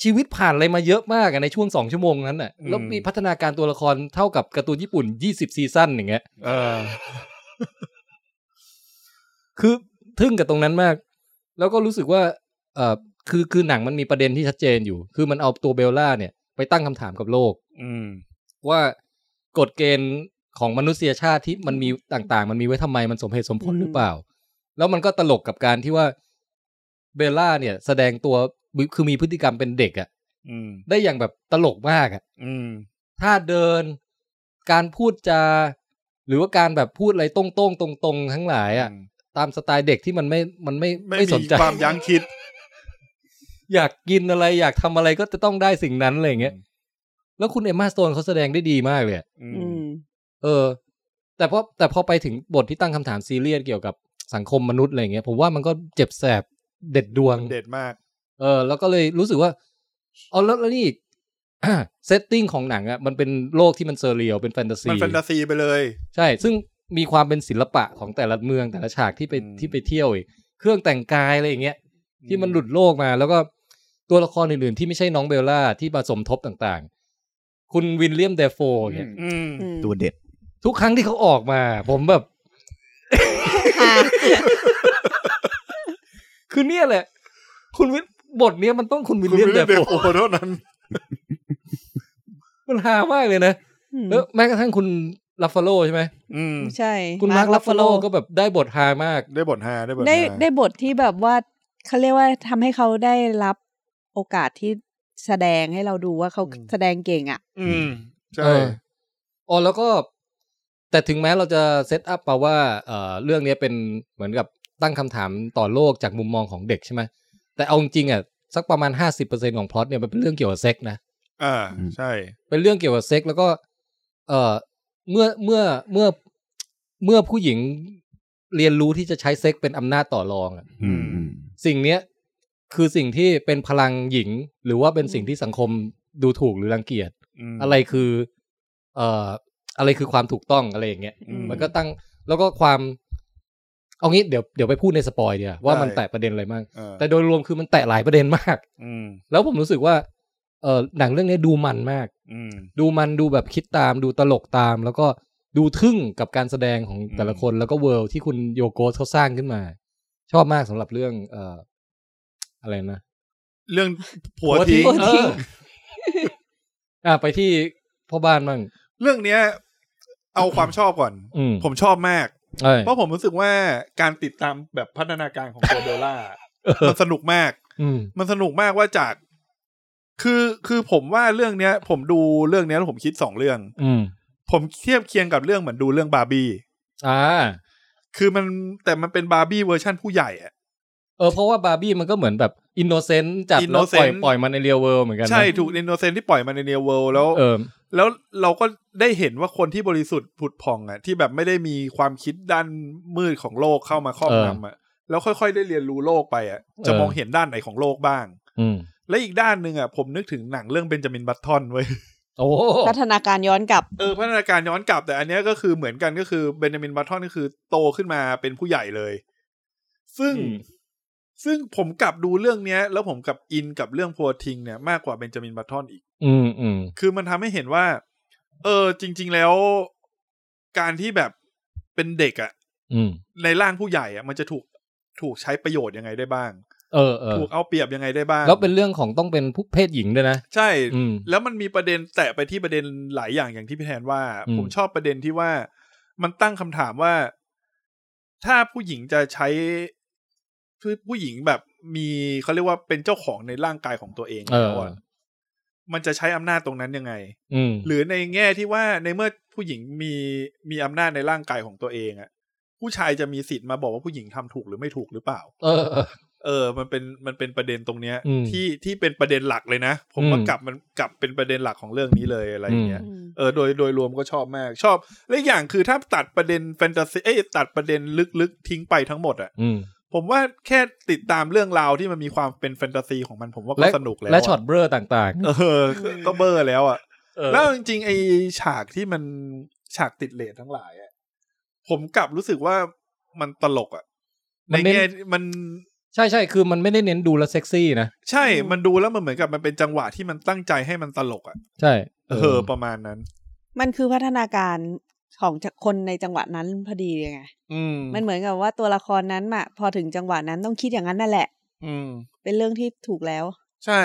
Speaker 2: ชีวิตผ่านอะไรมาเยอะมากอะในช่วงสองชั่วโมงนั้นน่ะ
Speaker 4: อืม
Speaker 2: แล้วมีพัฒนาการตัวละครเท่ากับการ์ตูนญี่ปุ่นยี่สิบซีซั่นอย่างเงี้ย
Speaker 4: เออ
Speaker 2: คือทึ่งกับตรงนั้นมาก แล้วก็รู้สึกว่าเออคือคือหนังมันมีประเด็นที่ชัดเจนอยู่ คือมันเอาตัวเบลล่าเนี่ย ไปตั้งคำถามกับโลก
Speaker 4: อืม
Speaker 2: ว่ากฎเกณฑ์ของมนุษยชาติที่มันมีต่างๆ มันมีไว้ทำไมมันสมเหตุสมผลหรือเปล่า แล้วมันก็ตลกกับการที่ว่าเบลล่าเนี่ย แสดงตัวคือมีพฤติกรรมเป็นเด็กอะ
Speaker 4: อืม
Speaker 2: ได้อย่างแบบตลกมากอะ
Speaker 4: อืม
Speaker 2: ท่าเดิน การพูดจา หรือว่าการแบบพูดอะไรตรงๆตรงๆ ทั้งหลายอ่ะ
Speaker 4: อืม
Speaker 2: ตามสไตล์เด็กที่มันไม่มันไม่
Speaker 4: ไม่
Speaker 2: ไม่สน
Speaker 4: มี
Speaker 2: ใจ
Speaker 4: ความยั้งคิด
Speaker 2: อยากกินอะไรอยากทำอะไรก็จะต้องได้สิ่งนั้นอะไรอย่างเงี้ย
Speaker 4: อืม
Speaker 2: แล้วคุณเอมมาสโตนเขาแสดงได้ดีมากเลยอะ
Speaker 4: อื
Speaker 5: อื
Speaker 4: ม
Speaker 5: ม
Speaker 2: เออ แต่พอแต่พอไปถึงบทที่ตั้งคำถามซีเรียสเกี่ยวกับสังคมมนุษย์อะไรอย่างเงี้ยผมว่ามันก็เจ็บแสบเด็ดดวง
Speaker 4: เด็ดมาก
Speaker 2: เออแล้วก็เลยรู้สึกว่าเอาแล้วแล้วนี่ อีก เซตติ้งของหนังอ่ะมันเป็นโลกที่มันเซอร์เรียลเป็นแฟนตาซี
Speaker 4: มันแฟนตาซีไปเลย
Speaker 2: ใช่ ซึ่งมีความเป็นศิลปะของแต่ละเมืองแต่ละฉากที่ไป
Speaker 4: อืม
Speaker 2: ที่ไปเที่ยวอีก เครื่องแต่งกายอะไรอย่างเงี้ยที่มันหลุดโลกมา แล้วก็ตัวละครอื่นๆที่ไม่ใช่น้องเบลล่าที่มาสมทบต่างๆ คุณวินเลียมเดฟโฟเนี่ย
Speaker 4: อืม
Speaker 3: ตัวเด็ด
Speaker 2: ทุกครั้งที่เขาออกมา ผมแบบ คือเนี่ยแหละ คุณวินบทเนี้ยมันต้องคุณวิน
Speaker 4: คุณ
Speaker 2: เลียม
Speaker 4: ไม่
Speaker 2: เด
Speaker 4: ได้
Speaker 2: ฟ
Speaker 4: เด็ด
Speaker 2: โฟ
Speaker 4: โอ้เท่านั้น
Speaker 2: มันฮามากเลยนะ
Speaker 5: อืม
Speaker 2: แล้วแม้กระทั่งคุณลัฟฟาโลใช่ไหม
Speaker 4: อืม
Speaker 5: ใช่
Speaker 2: คุณมาร์คลัฟฟาโลก็แบบได้บทฮามาก
Speaker 4: ได้บทฮาได้บทฮา
Speaker 5: ได้ได้บทที่แบบว่าเขาเรียกว่าทำให้เขาได้รับโอกาสที่แสดงให้เราดูว่าเขาแสดงเก่งอ่ะ
Speaker 4: อืม ใช่
Speaker 2: เอออ๋อแล้วก็ แต่ถึงแม้เราจะเซตอัพมาว่าเอ่อเรื่องเนี้ยเป็นเหมือนกับตั้งคำถามต่อโลกจากมุมมองของเด็กใช่ไหมแต่เอาจริงๆอ่ะสักประมาณ 50%ของพล็อตเนี่ยมันเป็นเรื่องเกี่ยวกับเซ็กนะ
Speaker 4: อ่า ใช่
Speaker 2: เป็นเรื่องเกี่ยวกับเซ็กแล้วก็ เอ่อเมื่อเมื่อเมื่อเมื่อผู้หญิงเรียนรู้ที่จะใช้เซ็กเป็นอำนาจต่อรองอะ
Speaker 3: อืมอืม
Speaker 2: สิ่งเนี้ยคือสิ่งที่เป็นพลังหญิง หรือว่าเป็นสิ่งที่สังคมดูถูกหรือรังเกียจ
Speaker 4: ม
Speaker 2: อะไรคือ เอ่อ อะไรคือความถูกต้องอะไรอย่างเงี้ย
Speaker 4: อืม
Speaker 2: มันก็ตั้ง แล้วก็ความ เอางี้เดี๋ยวเดี๋ยวไปพูดในสปอยเดียวาว่ามัน
Speaker 4: ได้
Speaker 2: แตะประเด็นอะไรบ้าง
Speaker 4: เออ
Speaker 2: แต่โดยรวมคือมันแตะหลายประเด็นมาก
Speaker 4: อืม
Speaker 2: แล้วผมรู้สึกว่า เออหนังเรื่องนี้ดูมันมาก
Speaker 4: อืม
Speaker 2: ดูมันดูแบบคิดตาม ดูตลกตาม แล้วก็ดูทึ่งกับการแสดงของแต่ละคน แล้วก็เวิลด์ที่คุณโยโกสเขาสร้างขึ้นมา ชอบมากสำหรับเรื่อง เอ่อ อะไรนะ
Speaker 4: เรื่องผัวทิ้ง
Speaker 2: ผัวทิ้ง เอออ่ะไปที่พ่อบ้านบ้าง
Speaker 4: เรื่องเนี้ย เอาความชอบก่อน
Speaker 2: อืม
Speaker 4: ผมชอบมาก
Speaker 2: เอ้ย
Speaker 4: เพราะผมรู้สึกว่าการติดตามแบบพัฒนาการของตัวเบ ลล่า มันสนุกมาก
Speaker 2: อืม
Speaker 4: มันสนุกมากว่าจาก คือคือผมว่าเรื่องเนี้ย ผมดูเรื่องเนี้ยแล้วผมคิดสองเรื่อง
Speaker 2: อืม
Speaker 4: ผมเทียบเคียงกับเรื่องเหมือนดูเรื่องบาร์บี้
Speaker 2: อ่า
Speaker 4: คือมันแต่มันเป็นบาร์บี้เวอร์ชั่นผู้ใหญ่อะ
Speaker 2: เออเพราะว่าบาร์บี้มันก็เหมือนแบบอินโนเซนต์จัดแล้วปล่อย
Speaker 4: Innocent
Speaker 2: ปล่อยมันในเรียลเวิลด์เหมือนกันนะ
Speaker 4: ใช่ถูกอินโนเซนที่ปล่อยมาในเนียเวิลแล้ว
Speaker 2: เออ
Speaker 4: แล้วเราก็ได้เห็นว่าคนที่บริสุทธิ์ผุดผ่องอ่ะที่แบบไม่ได้มีความคิดด้านมืดของโลกเข้ามาครอบ
Speaker 2: เออง
Speaker 4: ำอ่ะแล้วค่อยๆได้เรียนรู้โลกไปอ่ะ จะ
Speaker 2: เออ
Speaker 4: มองเห็นด้านไหนของโลกบ้าง
Speaker 2: อืม
Speaker 4: และอีกด้านหนึ่งอ่ะผมนึกถึงหนังเรื่องเบนจามินบัตทอนเว้ย
Speaker 2: โอ้โห
Speaker 5: พัฒนาการย้อนกลับ
Speaker 4: เออพัฒนาการย้อนกลับแต่อันเนี้ยก็คือเหมือนกันก็คือเบนจามินบัตทอนก็คือโตขึ้นมาเป็นผู้ใหญ่เลย ซึ่งซึ่งผมกลับดูเรื่องเนี้ย แล้วผมกลับอินกับเรื่องพัวทิงเนี่ยมากกว่าเบนจามินบัตทอนอีก
Speaker 2: อืมอืม
Speaker 4: คือมันทำให้เห็นว่า เออ จริง ๆ แล้ว การที่แบบเป็นเด็กอะ
Speaker 2: อืม
Speaker 4: ในร่างผู้ใหญ่อะมันจะถูกถูกใช้ประโยชน์ยังไงได้บ้าง
Speaker 2: เออเออ
Speaker 4: ถูกเอาเปรียบยังไงได้บ้าง
Speaker 2: แล้วเป็นเรื่องของต้องเป็นผู้เพศหญิงด้วยนะ
Speaker 4: ใช่
Speaker 2: อืม
Speaker 4: แล้วมันมีประเด็นแตะไปที่ประเด็นหลายอย่างอย่างที่พี่แทนว่า
Speaker 2: อืม
Speaker 4: ผมชอบประเด็นที่ว่ามันตั้งคำถามว่า ถ้าผู้หญิงจะใช้ผู้ผู้หญิงแบบมีเขาเรียกว่าเป็นเจ้าของในร่างกายของตัวเอง
Speaker 2: เออ
Speaker 4: แล้วอะมันจะใช้อำนาจตรงนั้นยังไง
Speaker 2: อืม
Speaker 4: หรือในแง่ที่ว่าในเมื่อผู้หญิงมีมีอำนาจในร่างกายของตัวเองอะผู้ชายจะมีสิทธิ์มาบอกว่าผู้หญิงทำถูกหรือไม่ถูกหรือเปล่า
Speaker 2: เออเออ
Speaker 4: เออ มันเป็นมันเป็นประเด็นตรงเนี้ย
Speaker 2: อืม
Speaker 4: ที่ที่เป็นประเด็นหลักเลยนะ ผมว่า
Speaker 2: อืม
Speaker 4: กลับมันกลับเป็นประเด็นหลักของเรื่องนี้เลยอะไรอย่างเงี้ย
Speaker 6: อืม
Speaker 4: เออโดยโดยรวมก็ชอบมากชอบและอีกอย่างคือถ้าตัดประเด็นแฟนตาซีเอ้ยตัดประเด็นลึกๆทิ้งไปทั้งหมดอะ
Speaker 2: อืม
Speaker 4: ผมว่าแค่ติดตามเรื่องราวที่มันมีความเป็นแฟนตาซีของมันผมว่าก็
Speaker 2: และ
Speaker 4: สนุกแล้ว
Speaker 2: และ
Speaker 4: อะ
Speaker 2: ช็อตเบลอต่าง
Speaker 4: เออก็ก็เบอร์แล้วอะ
Speaker 2: ๆเออ
Speaker 4: แล้วจริงๆไอฉากที่มันฉากติดเลททั้งหลายอะผมกลับรู้สึกว่ามันตลกอะใน
Speaker 2: มันเน้น
Speaker 4: แง่มัน
Speaker 2: ใช่ใช่คือมันไม่ได้เน้นดูแลวเซ็กซี่นะ
Speaker 4: ใช่ มันดูแล้วมันเหมือนกับมันเป็นจังหวะที่มันตั้งใจให้มันตลกอะ
Speaker 2: ใช่
Speaker 4: เออ ประมาณนั้น
Speaker 5: มันคือพัฒนาการของคนในจังหวะนั้นพอดีเลยไง
Speaker 4: อืม
Speaker 5: มันเหมือนกับว่าตัวละครนั้นอะพอถึงจังหวะนั้นต้องคิดอย่างนั้นนั่นแหละ
Speaker 4: อืม
Speaker 5: เป็นเรื่องที่ถูกแล้ว
Speaker 4: ใช่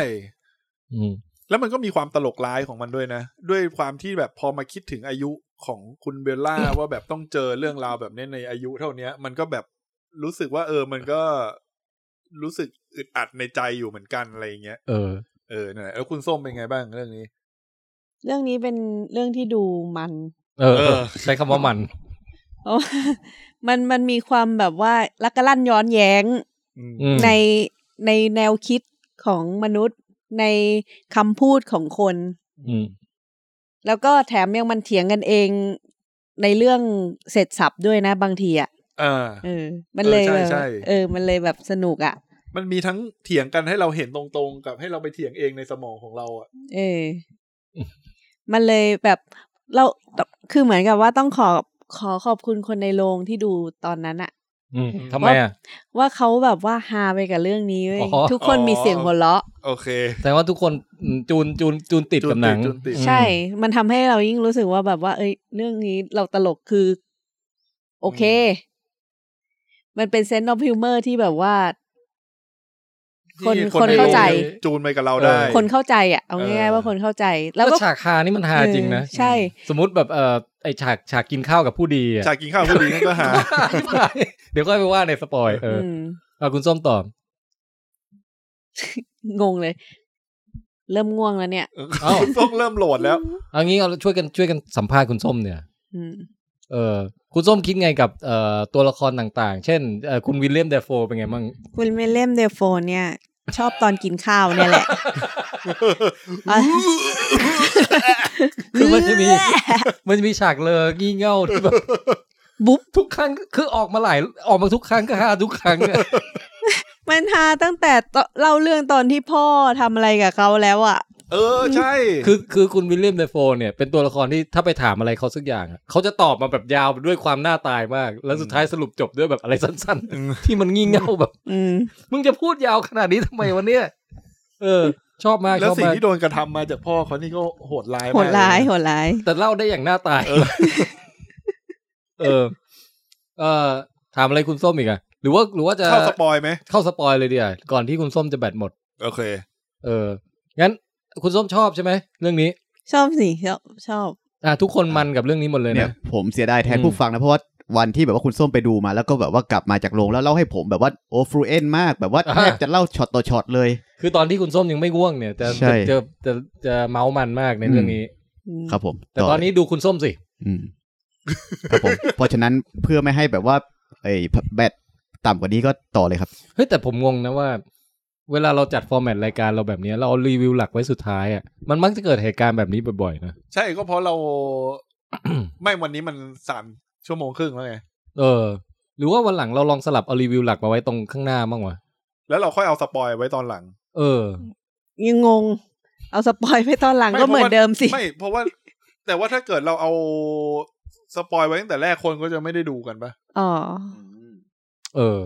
Speaker 2: อืม
Speaker 4: แล้วมันก็มีความตลกร้ายของมันด้วยนะ ด้วยความที่แบบพอมาคิดถึงอายุของคุณเบลล่า ว่าแบบต้องเจอเรื่องราวแบบเนี้ยในอายุเท่าเนี้ย มันก็แบบรู้สึกว่าเออ มันก็รู้สึกอึดอัดในใจอยู่เหมือนกันอะไรอย่างเงี้ย
Speaker 2: เออ
Speaker 4: เออนั่นแหละแล้วคุณส้มเป็นไงบ้างเรื่องนี้
Speaker 5: เรื่องนี้เป็นเรื่องที่ดูมัน
Speaker 2: เออ
Speaker 4: เออ
Speaker 2: ใช้คำว่ามัน
Speaker 5: เพราะว่า มันมันมีความแบบว่าลักกะลั่นย้อนแย้ง
Speaker 4: อืม
Speaker 2: อืม
Speaker 5: ในในแนวคิดของมนุษย์ในคำพูดของคน
Speaker 2: อืม
Speaker 5: แล้วก็แถมยังมันเถียงกันเองในเรื่องเสร็จสับด้วยนะบางทีอ่ะ
Speaker 4: อ่า
Speaker 5: เออ มันเลย
Speaker 4: เออใช่
Speaker 5: แบบ
Speaker 4: ใช่
Speaker 5: เออ มันเลยแบบสนุกอ่ะ
Speaker 4: มันมีทั้งเถียงกันให้เราเห็นตรงๆ กับให้เราไปเถียงเองในสมองของเราอ่ะ
Speaker 5: เออ มันเลยแบบเราคือเหมือนกับว่าต้องขอขอขอบคุณคนในโรงที่ดูตอนนั้นอะ
Speaker 2: อืมทำไมอ่ะ
Speaker 5: ว่าเขาแบบว่าฮาไปกับเรื่องนี้เว้ย
Speaker 2: อ๋อ
Speaker 5: ทุกคนมีเสียงหัวเราะ
Speaker 4: โอเค
Speaker 2: แต่ว่าทุกคนอืมจูนจูนจูนติดกับหนัง
Speaker 4: จูนติดจูนติด
Speaker 2: อืม
Speaker 5: ใช่ มันทำให้เรายิ่งรู้สึกว่าแบบว่า เอ้ย เรื่องนี้เราตลกคือ โอเค มันเป็นเซนต์ of ฮิวเมอร์ที่แบบว่า คน
Speaker 4: ที่
Speaker 5: คน
Speaker 4: ใโรง
Speaker 5: เข้าใจ
Speaker 4: จูนไปกับเราได้
Speaker 5: คนเข้าใจอ่ะ เอาง่า
Speaker 4: เอ
Speaker 5: ย
Speaker 4: อ
Speaker 5: ๆว่าคนเข้าใจ แล้
Speaker 2: แล้วว
Speaker 5: ก็
Speaker 2: ฉากฮานี่มันฮาจริงนะ
Speaker 5: เออใช่
Speaker 2: สมมติแบบเออไอฉากฉากกินข้าวกับผู้ดีอ่ะ
Speaker 4: ฉากกินข้าวผู้ดีนั่นก็หา
Speaker 2: เดี๋ยวก็ไปว่าในสปอยเออ
Speaker 5: ม
Speaker 2: เอาคุณส้มตอบ
Speaker 5: งงเลย เริ่มง่วงแล้วเนี่ย
Speaker 2: เอ้า
Speaker 4: คุณส้มเริ่มโหลดแล้ว
Speaker 2: เอางี้เอาช่วยกันช่วยกันสัมภาษณ์คุณส้มเนี่ย
Speaker 5: อืม
Speaker 2: เออคุณส้มคิดไงกับเอ่อตัวละครต่างๆ เช่นเอ่อคุณวิลเลียมเดฟโฟเป็นไงบ้าง
Speaker 5: คุณเมเล่มเดโฟเนี่ย ชอบตอนกินข้าวเนี่ยแหละ อ่ะ
Speaker 2: คือมันจะมี มันจะมีฉากเลองี่เง่าที่แบบ
Speaker 5: บุ๊บ
Speaker 2: ทุกครั้งคือออกมาหลายออกมาทุกครั้งก็ฮาทุกครั้งอะ
Speaker 5: มันฮาตั้งแต่ตอนเล่าเรื่องตอนที่พ่อทำอะไรกับเขาแล้วอ่ะ
Speaker 4: เออ ใช่
Speaker 2: คือคือคุณวิลเลียมเดฟโฟเนี่ยเป็นตัวละครที่ถ้าไปถามอะไรเขาสักอย่างอะเขาจะตอบมาแบบยาวด้วยความหน้าตายมาก แล้วสุดท้ายสรุปจบด้วยแบบอะไรสั้นๆ ที่มันงี่เง่าแบบ
Speaker 5: อืม
Speaker 2: มึงจะพูดยาวขนาดนี้ทำไมวันเนี้ยเออ ชอบมาก
Speaker 4: แล้ว
Speaker 2: ชอบ
Speaker 4: สิ่ง
Speaker 2: มาก
Speaker 4: ที่โดนกระทำมาจากพ่อเขานี่ก็โหดร้ายมก
Speaker 5: โหดร้าย
Speaker 4: เล
Speaker 5: โห
Speaker 4: นะ
Speaker 5: ดร้าย
Speaker 2: แต่เล่าได้อย่างหน้าตาย
Speaker 4: เออ
Speaker 2: เออ เออถามอะไรคุณส้มอีกอะหรือว่าหรือว่าจะ
Speaker 4: เข้าสปอยไหม
Speaker 2: เข้าสปอยเลยดีกว่าก่อนที่คุณส้มจะแบตหมด
Speaker 4: โอเค
Speaker 2: เออ งั้นคุณส้มชอบใช่ไหมเรื่องนี้
Speaker 5: ชอบสิชอบชอบ
Speaker 2: อ่ะทุกคนมันกับเรื่องนี้หมดเลย
Speaker 3: เนี่ย
Speaker 2: นะ
Speaker 3: ผมเสียดายแทน
Speaker 2: อืม
Speaker 3: ผู้ฟังนะ เพราะว่าวันที่แบบว่าคุณส้มไปดูมา แล้วก็แบบว่ากลับมาจากโรงแล้วเล่าให้ผมแบบว่าโอ้ฟลูเอนมากแบบว่าแทบจะเล่าช็อตต่อช็อตเลย
Speaker 2: คือตอนที่คุณส้มยังไม่ง่วงเนี่ยจะ
Speaker 3: ใช่
Speaker 2: จะจะจะจะเมาส์มันมากในเรื่อง
Speaker 3: อืม
Speaker 2: นี้
Speaker 3: ครับผม
Speaker 2: แต่ตอนนี้ดูคุณส้มสิ
Speaker 3: อืมครับผม เพราะฉะนั้นเพื่อไม่ให้แบบว่าไอ้แบต ต่ำกว่านี้ก็ต่อเลยครับ
Speaker 2: เฮ้ยแต่ผมงงนะว่า เวลาเราจัดฟอร์แมตรายการเราแบบเนี้ยเราเอารีวิวหลักไว้สุดท้ายอ่ะมันมักจะเกิดเหตุการณ์แบบนี้บ่อยๆนะ
Speaker 4: ใช่ก็เพราะเรา ไม่วันนี้มันสามชั่วโมงครึ่งแล้วไง
Speaker 2: เออ หรือว่าวันหลังเราลองสลับเอารีวิวหลักมาไว้ตรงข้างหน้าบ้างวะ
Speaker 4: แล้วเราค่อยเอาสปอยไว้ตอนหลัง
Speaker 2: เออ
Speaker 5: ยังงง เอาสปอยไปตอนหลังก็เหมือนเดิมสิ
Speaker 4: ไม่ เพราะว่า แต่ว่าถ้าเกิดเราเอาสปอยไว้ตั้งแต่แรกคนก็จะไม่ได้ดูกันปะ
Speaker 5: อ๋อ
Speaker 2: เออ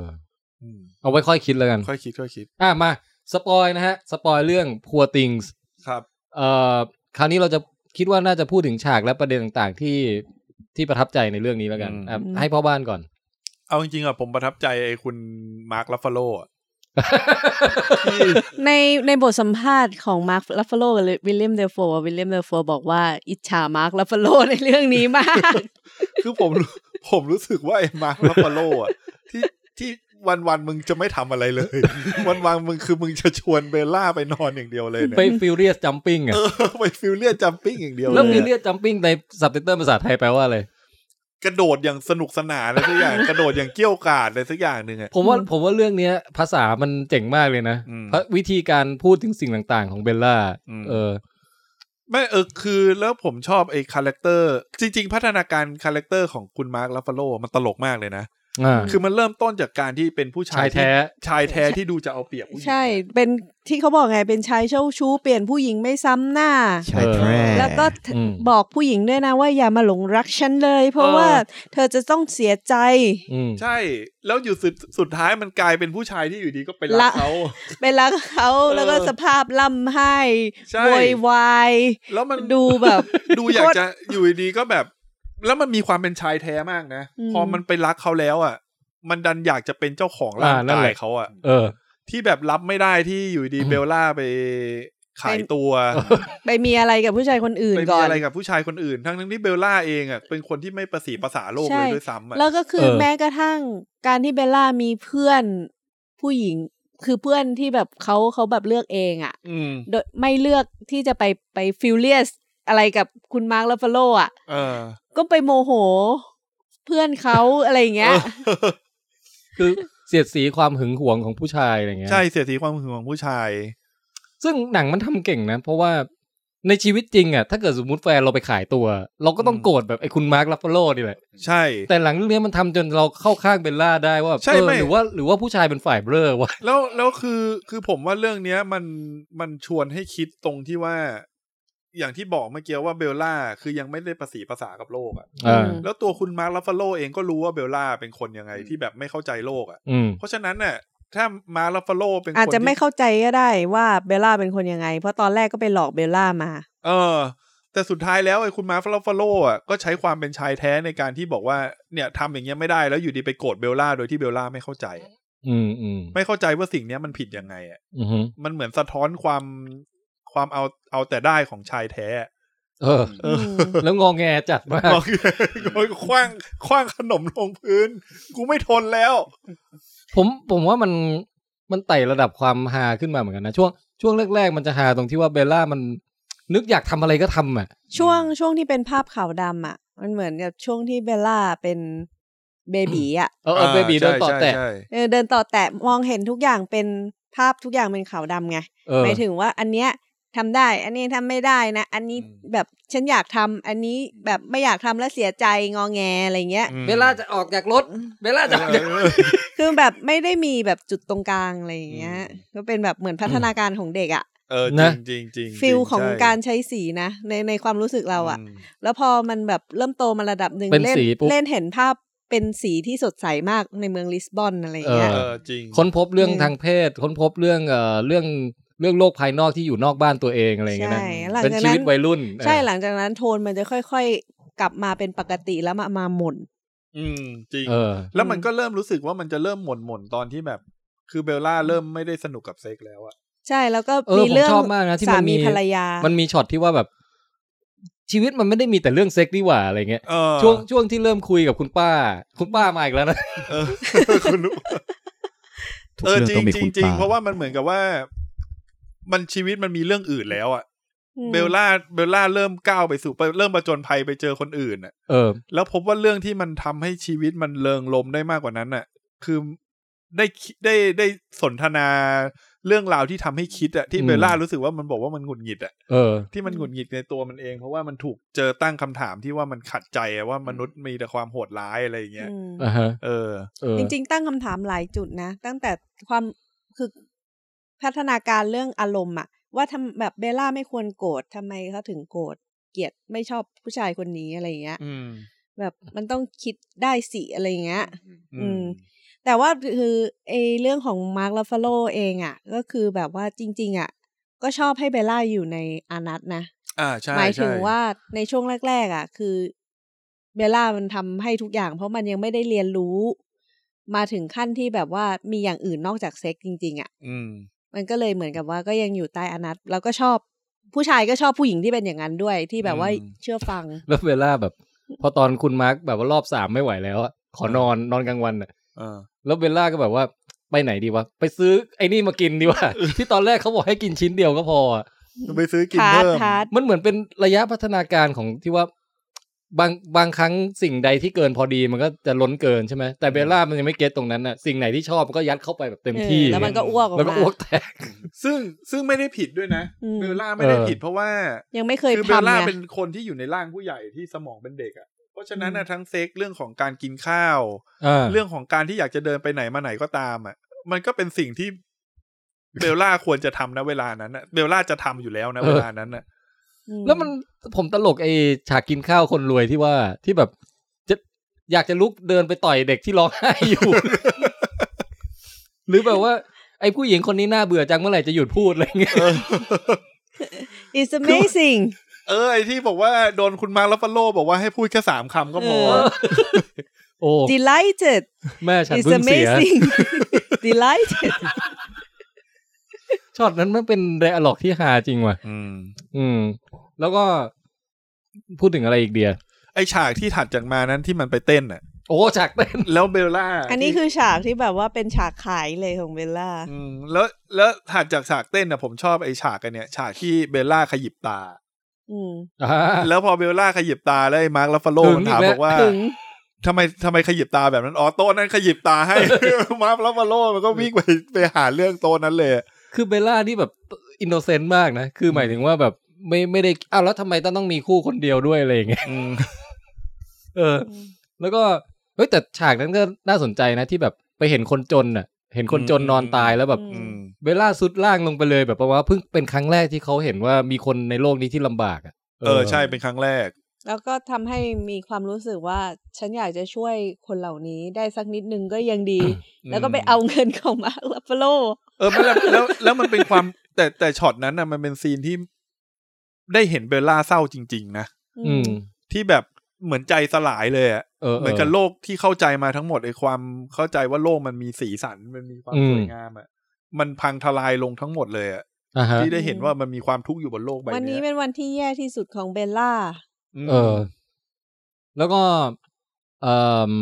Speaker 4: อืม
Speaker 2: เอาไว้ค่อยคิดแล้วกัน
Speaker 4: ค่อยคิดค่อยคิด
Speaker 2: อ่ะมาสปอยนะฮะสปอยเรื่อง Poor Things
Speaker 4: ครับ
Speaker 2: เอ่อคราวนี้เราจะคิดว่าน่าจะพูดถึงฉากและประเด็นต่างๆที่ที่ประทับใจในเรื่องนี้แล้วกัน
Speaker 4: อืม
Speaker 2: อ่ะ
Speaker 5: อืม
Speaker 2: ให้พ่อบ้านก่อน
Speaker 4: เอาจริงๆอ่ะผมประทับใจไอ้คุณมาร์คลัฟฟาโลอ่ะ
Speaker 6: ในในบทสัมภาษณ์ของมาร์คลัฟฟโลวิลเลียมเดลโฟวิลเลียมเดลโฟบอกว่าอิจฉามาร์คลัฟฟโลในเรื่องนี้มาก
Speaker 4: คือผมรู้ ผมรู้สึกว่าไอ้มาร์คลัฟฟาโลอ่ะที่ที่วันวันๆมึงจะไม่ทำอะไรเลย วันวันๆมึงคือมึงจะชวนเบลล่าไปนอนอย่างเดียวเลยเนี่ย
Speaker 2: ไปฟิวเรียสจัมปิ้งอ่ะ
Speaker 4: เออไปฟิลเลียนจัมปิ้งอย่างเดียวเล
Speaker 2: แล้วมี
Speaker 4: ย
Speaker 2: เรียกจัมปิ้งในสับไตเติลภาษาไทยแปลว่าอะไร
Speaker 4: กระโดดอย่างสนุกสนานอะไรสักอย่างกระโดดอย่างเกี้ยวกาดอะไรสักอย่างหนึ่งอ่ะ
Speaker 2: ผมว่าผมว่าเรื่องเนี้ย ภาษามันเจ๋งมากเลยนะ
Speaker 4: อืม
Speaker 2: เพราะวิธีการพูดถึงสิ่งต่างๆ ของเบลล่า
Speaker 4: อืม
Speaker 2: เออ
Speaker 4: ไม่เออคือแล้วผมชอบไอ้คาแรคเตอร์ จริง ๆ พัฒนาการคาแรคเตอร์ของคุณมาร์คลัฟฟาโลมันตลกมากเลยนะ
Speaker 2: อ่า
Speaker 4: คือมันเริ่มต้นจากการที่เป็นผู้ชาย
Speaker 2: ชายแท้
Speaker 4: ที่ชายแท้ที่ดูจะเอาเปรียบผู้หญิง
Speaker 5: ใช่ เป็นที่เขาบอกไง เป็นชายเจ้าชู้เปลี่ยนผู้หญิงไม่ซ้ำหน้า
Speaker 3: ใช่
Speaker 2: เออ
Speaker 3: แทร่
Speaker 5: แล้วก็
Speaker 2: อืม
Speaker 5: บอกผู้หญิงด้วยนะว่าอย่ามาหลงรักฉันเลย เพราะว่าเธอจะต้องเสียใจ
Speaker 2: อืม
Speaker 4: ใช่ แล้วอยู่สุดสุดท้ายมันกลายเป็นผู้ชายที่อยู่ดีก็ไปรัก
Speaker 5: ละ
Speaker 4: เขา
Speaker 5: ไปรักเขาแล้วก็สภาพล่ำไห้
Speaker 4: ใช่
Speaker 5: โวยวาย
Speaker 4: แล้วมัน
Speaker 5: ดูแบบ
Speaker 4: ดูอยากจะอยู่ดีๆก็แบบ แล้วมันมีความเป็นชายแท้มากนะ
Speaker 5: อืม
Speaker 4: พอมันไปรักเขาแล้วอ่ะ มันดันอยากจะเป็นเจ้าของร่าง
Speaker 2: อ่านั่น
Speaker 4: กา
Speaker 2: แห
Speaker 4: ย
Speaker 2: ละ
Speaker 4: เขาอ่ะ
Speaker 2: เออ
Speaker 4: ที่แบบรับไม่ได้ที่อยู่ดีเบลล่าไปขายตัว
Speaker 5: ไปมีอะไรกับผู้ชายคนอื่น
Speaker 4: ไป
Speaker 5: ก่
Speaker 4: มี
Speaker 5: อน
Speaker 4: อะไรกับผู้ชายคนอื่น ทั้งทั้งที่เบลล่าเองอ่ะเป็นคนที่ไม่ประสีภาษาโลก
Speaker 5: ใช่
Speaker 4: เลยด้วยซ้ำอ่ะ
Speaker 5: แล้วก็คือ
Speaker 2: เออ
Speaker 5: แม้กระทั่งการที่เบลล่ามีเพื่อนผู้หญิง คือเพื่อนที่แบบเขาเขาแบบเลือกเองอะ่ะ
Speaker 4: อืม
Speaker 5: โดยไม่เลือกที่จะไปไปฟิลเลียสอะไรกับคุณมาร์คลาฟาโลอ่ะ
Speaker 4: เออ
Speaker 5: ก็ไปโมโห เพื่อนเขาอะไรอย่างเงี้ย
Speaker 2: คือเสียดสีความหึงหวงของผู้ชายอะไรเงี้ย
Speaker 4: ใช่เสียสีความหึงหวงผู้ชาย
Speaker 2: ซึ่งหนังมันทำเก่งนะ เพราะว่าในชีวิตจริงอ่ะ ถ้าเกิดสมมติแฟนเราไปขายตัว เราก็ต้อง
Speaker 4: อืม
Speaker 2: โกรธแบบไอ้คุณมาร์คลัฟเฟโลนี่แหละ
Speaker 4: ใช่
Speaker 2: แต่หลังเรื่องนี้มันทำจนเราเข้าข้างเบลล่าได้ว่า
Speaker 4: ใช่
Speaker 2: เออ
Speaker 4: ไม่
Speaker 2: หรือว่าหรือว่าผู้ชายเป็นฝ่ายเบลอวะ
Speaker 4: แล้วแล้วคือคือผมว่าเรื่องเนี้ยมันมันชวนให้คิดตรงที่ว่า อย่างที่บอกเมื่อกี้ว่าเบลล่าคือยังไม่ได้ประสีภาษากับโลกอ่ะ
Speaker 2: อ่า
Speaker 4: แล้วตัวคุณมาร์คลัฟฟาโลเองก็รู้ว่าเบลล่าเป็นคนยังไงที่แบบไม่เข้าใจโลกอ่ะ
Speaker 2: อืม
Speaker 4: เพราะฉะนั้นน่ะถ้ามาร์คลัฟฟาโลเป็นคน
Speaker 5: อาจจะ
Speaker 4: ที่
Speaker 5: ไม่เข้าใจก็ได้ว่าเบลล่าเป็นคนยังไง เพราะตอนแรกก็ไปหลอกเบลล่ามา
Speaker 4: เออ แต่สุดท้ายแล้วไอ้คุณมาร์คลาฟาโลอ่ะก็ใช้ความเป็นชายแท้ในการที่บอกว่าเนี่ยทำอย่างเงี้ยไม่ได้แล้วอยู่ดีไปโกรธเบลล่าโดยที่เบลล่าไม่เข้าใจ
Speaker 2: อืมอืม
Speaker 4: ไม่เข้าใจว่าสิ่งเนี้ยมันผิดยังไงอ่ะ
Speaker 2: อือหือ
Speaker 4: มันเหมือนสะท้อนความความเอาเอาแต่ได้ของชายแท้อะ
Speaker 2: เออ แล้วงอแงจัดมาก
Speaker 4: บอก บอกคว้างคว้างขนมลงพื้น กูไม่ทนแล้ว
Speaker 2: ผมผมว่ามันมันไต่ระดับความฮาขึ้นมาเหมือนกันนะ ช่วงช่วงแรกๆมันจะฮาตรงที่ว่าเบลล่ามันนึกอยากทำอะไรก็ทำอ่ะ
Speaker 5: ช่วงช่วงที่เป็นภาพขาวดำอ่ะ มันเหมือนกับช่วงที่เบลล่าเป็นเบบีอ่ะ
Speaker 2: เออเออเบบีโดนต่อแตะ
Speaker 4: ใช่ใช่
Speaker 5: เออเดินต่อแตะมองเห็นทุกอย่างเป็นภาพทุกอย่างเป็นขาวดำไง
Speaker 2: เออ
Speaker 5: หมายถึงว่าอันเนี้ยทำได้ อันนี้ทำไม่ได้นะ อันนี้แบบฉันอยากทำอันนี้แบบไม่อยากทำแล้วเสียใจงอแงอะไรเงี้ย
Speaker 4: อืม
Speaker 2: เบลล่าจะออกจากรถ เบลล่าจะออกจากรถ
Speaker 5: คือแบบไม่ได้มีแบบจุดตรงกลางอะไรอย่างเงี้ย ก็เป็นแบบเหมือนพัฒนาการของเด็กอะ
Speaker 4: เออ
Speaker 2: นะ
Speaker 4: จริงจริงจริง
Speaker 5: ฟิลของ
Speaker 4: ใช่
Speaker 5: การใช้สีนะ ในในความรู้สึกเราอะ
Speaker 4: ม
Speaker 5: แล้วพอมันแบบเริ่มโตมาระดับหนึ่ง
Speaker 2: เป็น
Speaker 5: เล่น
Speaker 2: สีปุ๊บ
Speaker 5: เล่นเห็นภาพเป็นสีที่สดใสมากในเมืองลิสบอนอะไรอย่างเงี้ย
Speaker 4: เออจริง
Speaker 2: ค้นพบเรื่องทางเพศ ค้นพบเรื่องเอ่อเรื่องเรื่องโลกภายนอกที่อยู่นอกบ้านตัวเองอะไรอย่างเงี้ยนะ
Speaker 5: ใช่หลัง
Speaker 2: เป็น
Speaker 5: จากนั้
Speaker 2: ชี
Speaker 5: น
Speaker 2: วิตวัยรุ่น
Speaker 5: ใช่
Speaker 2: เออ
Speaker 5: หลังจากนั้นโทนมันจะค่อยๆ กลับมาเป็นปกติแล้วมามาหม่น
Speaker 4: อืมจริง
Speaker 2: เออ
Speaker 4: แล้วมันก็เริ่มรู้สึกว่ามันจะเริ่มหม่นหม่นๆตอนที่แบบ คือเบลล่าเริ่มไม่ได้สนุกกับเซ็กแล้วอะ
Speaker 5: ใช่แล้วก็
Speaker 2: เออ
Speaker 5: มีเรื่อง
Speaker 2: ผมชอบมากนะที่
Speaker 5: สา
Speaker 2: มันมี
Speaker 5: มีภรรยา
Speaker 2: มันมีช็อตที่ว่าแบบ ชีวิตมันไม่ได้มีแต่เรื่องเซ็กนี่หว่าอะไรเงี้ย
Speaker 4: เออ
Speaker 2: ช่วงช่วงที่เริ่มคุยกับคุณป้า คุณป้ามาอีกแล้วนะ
Speaker 4: เออ คุณรู้
Speaker 3: ทุก
Speaker 4: เออ
Speaker 3: เรื่อง
Speaker 4: จริ
Speaker 3: ต้อง งมี
Speaker 4: จริ
Speaker 3: คุ
Speaker 4: ง
Speaker 3: ณ
Speaker 4: จริง
Speaker 3: ป้า
Speaker 4: เพราะว่ามันเหมือนกับว่า มันชีวิตมันมีเรื่องอื่นแล้วอะ
Speaker 5: อืม
Speaker 4: เบลล่าเบลล่าเริ่มก้าวไปสู่ไปเริ่มประจนภัยไปเจอคนอื่นอะ
Speaker 2: เออ
Speaker 4: แล้วพบว่าเรื่องที่มันทำให้ชีวิตมันเริงรมย์ได้มากกว่านั้นอะคือ ได้คิดได้ได้สนทนาเรื่องราวที่ทำให้คิดอะที่
Speaker 2: อืม
Speaker 4: เบลล่ารู้สึกว่ามันบอกว่ามันหงุดหงิดอะ
Speaker 2: เออ
Speaker 4: ที่มันหงุดหงิดในตัวมันเอง เพราะว่ามันถูกเจอตั้งคำถามที่ว่ามันขัดใจอะว่ามนุษย์มีแต่ความโหดร้ายอะไรอย่างเงี้ย
Speaker 5: อืม
Speaker 2: อ่าฮะ
Speaker 4: เออ
Speaker 2: เออ
Speaker 5: จริง ๆ ตั้งคำถามหลายจุดนะ ตั้งแต่ความคือพัฒนาการเรื่องอารมณ์อะว่าทำแบบเบลล่าไม่ควรโกรธทำไมเขาถึงโกรธเกลียดไม่ชอบผู้ชายคนนี้อะไรอย่างเงี้ย
Speaker 4: อืม
Speaker 5: แบบมันต้องคิดได้สิอะไรอย่างเงี้ย
Speaker 4: อื
Speaker 5: อื
Speaker 4: ม
Speaker 5: ม แต่ว่าคือไอเรื่องของมาร์คลาฟาโลเองอะ่ะ ก็คือแบบว่าจริง ๆอะ่ะ ก็ชอบให้เบลล่าอยู่ในอานัตนะ
Speaker 4: อ่าใช่
Speaker 5: หมายถึง
Speaker 4: ใช่
Speaker 5: ว่าในช่วงแรก ๆอะ่ะ คือเบลล่ามันทำให้ทุกอย่าง เพราะมันยังไม่ได้เรียนรู้ มาถึงขั้นที่แบบว่ามีอย่างอื่นนอกจากเซ็กจริง ๆอะ่ะ
Speaker 4: อืม
Speaker 5: มันก็เลยเหมือนกับว่าก็ยังอยู่ใต้อานัตแล้วก็ชอบผู้ชายก็ชอบผู้หญิงที่เป็นอย่างนั้นด้วยที่แบบว่า
Speaker 4: อืม
Speaker 5: เชื่อฟัง
Speaker 2: แล้วเวลาแบบ พอตอนคุณมาร์คแบบว่ารอบสามไม่ไหวแล้วอะขอนอนนอนกลางวันอะ
Speaker 4: เออ
Speaker 2: แล้วเบลล่าก็แบบว่าไปไหนดีวะ ไปซื้อไอ้นี่มา กินดีวะ ที่ตอนแรกเขาบอกให้กินชิ้นเดียวก็พออะ
Speaker 4: ไปซื้อกิน
Speaker 5: ทาร์ต
Speaker 4: เพิ่ม
Speaker 5: ทาร์ต
Speaker 2: มันเหมือนเป็นระยะพัฒนาการของที่ว่า บางบางครั้งสิ่งใดที่เกินพอดีมันก็จะล้นเกินใช่ไหมแต่เบลล่ามันยังไม่เก็ตตรงนั้นอ่ะสิ่งไหนที่ชอบมันก็ยัดเข้าไปแบบเต็ม
Speaker 5: เออ
Speaker 2: ที่
Speaker 5: แล้วมันก็อ้วกออก
Speaker 2: แล้วก็
Speaker 5: มา
Speaker 2: อ้วกแตก
Speaker 4: ซึ่งซึ่งไม่ได้ผิดด้วยนะ
Speaker 5: อืม
Speaker 4: เบลล่าไม่ได้
Speaker 2: เออ
Speaker 4: ผิดเพราะว่า
Speaker 5: ยังไม่เคย
Speaker 4: คือเบล
Speaker 5: ทำ
Speaker 4: ล่า
Speaker 5: ไง
Speaker 4: เป็นคนที่อยู่ในร่างผู้ใหญ่ที่สมองเป็นเด็กอ่ะ เพราะฉะนั้นน่ะ
Speaker 5: อืม
Speaker 4: ทั้งเซ็กเรื่องของการกินข้าว
Speaker 2: อ่า
Speaker 4: เรื่องของการที่อยากจะเดินไปไหนมาไหนก็ตามอ่ะ มันก็เป็นสิ่งที่เบลล่าควรจะทำนะเวลานั้นน่ะเบลล่าจะทำอยู่แล้วนะเวลานั้นน่ะ
Speaker 5: อื
Speaker 2: แล้วมันผมตลกไอ้ฉากกินข้าวคนรวยที่ว่าที่แบบจะอยากจะลุกเดินไปต่อยเด็กที่ร้องไห้อยู่ หรือแบบว่า ไอ้ผู้หญิงคนนี้น่าเบื่อจังเมื่อไหร่จะหยุดพูดอะไรเงี้ย
Speaker 5: it's amazing
Speaker 4: เออไอที่บอกว่าโดนคุณมาร์คลาฟาโลบอกว่าให้พูดแค่สามคำก็พอ
Speaker 5: เออ
Speaker 2: โอ้
Speaker 5: delighted
Speaker 2: แม่ฉัน
Speaker 5: it's
Speaker 2: เพิ่งเสีย
Speaker 5: amazing delighted
Speaker 2: ช็อตนั้นมันเป็นไดอะล็อกที่ฮาจริงว่ะ
Speaker 4: อืม
Speaker 2: อืม แล้วก็พูดถึงอะไรอีกเดีย
Speaker 4: ไอฉากที่ถัดจากมานั้นที่มันไปเต้นน่ะ
Speaker 2: โอ้ฉากเต้น
Speaker 4: แล้วเบลล่า
Speaker 5: อันนี้คือฉากที่แบบว่าเป็นฉากขายเลยของเบลล่า
Speaker 4: มแล้วแล้วถัดจากฉากเต้นน่ะผมชอบไอฉากกันเนี่ยฉากที่เบลล่าขยิบตา
Speaker 5: อืม
Speaker 4: แล้วพอเบลล่าขยิบตาแล้วไอ้มาร์คลาฟาโล
Speaker 2: ถึง
Speaker 4: มันถาม
Speaker 2: อีกแล้ว
Speaker 4: บอกว่า
Speaker 5: ถึง
Speaker 4: ทำไมทำไมขยิบตาแบบนั้นอ๋อโต๊ะนั้นขยิบตาให้ มาร์คลาฟาโลมันก็วิ่งไปไปหาเรื่องโต๊ะนั้นเลย
Speaker 2: คือเบลล่านี่แบบอินโนเซนต์มากนะ คือหมายถึงว่าแบบไม่ไม่ได้อ้าวแล้วทำไมต้องต้องมีคู่คนเดียวด้วยอะไรอย่างเงี้ย เออ แล้วก็เฮ้ยแต่ฉากนั้นก็น่าสนใจนะที่แบบไปเห็นคนจนน่ะ เห็นคนจนนอนตายแล้วแบบ
Speaker 5: อื ม
Speaker 2: เบลล่าสุดล่างลงไปเลยแบบว่าเพิ่งเป็นครั้งแรกที่เขาเห็นว่ามีคนในโลกนี้ที่ลำบากอ่ะ
Speaker 4: เออใช่เป็นครั้งแรก
Speaker 5: แล้วก็ทำให้มีความรู้สึกว่า ฉันอยากจะช่วยคนเหล่านี้ได้สักนิดนึงก็ยังดี
Speaker 4: อืม
Speaker 5: แล้วก็ไปเอาเงินของมาร์คลาฟโล
Speaker 4: เออไม่แล้วแล้วแล้วมันเป็นความแต่แต่ช็อตนั้นน่ะมันเป็นซีนที่ได้เห็นเบลล่าเศร้าจริง ๆ นะ
Speaker 2: อืม
Speaker 4: ที่แบบเหมือนใจสลายเลยอะ
Speaker 2: เออ
Speaker 4: เหมือนกับโลกที่เข้าใจมาทั้งหมดไอ้ความเข้าใจว่าโลกมันมีสีสันมันมีความสวยงามอะมันพังทลายลงทั้งหมดเลยอะ
Speaker 2: อ่าฮะ
Speaker 4: ที่ได้เห็นว่ามันมีความทุกข์อยู่บนโลกใบ
Speaker 5: วันนี้
Speaker 4: เนี้ย
Speaker 5: เป็นวันที่แย่ที่สุดของเบลล่า
Speaker 2: เออ แล้วก็เอ่ม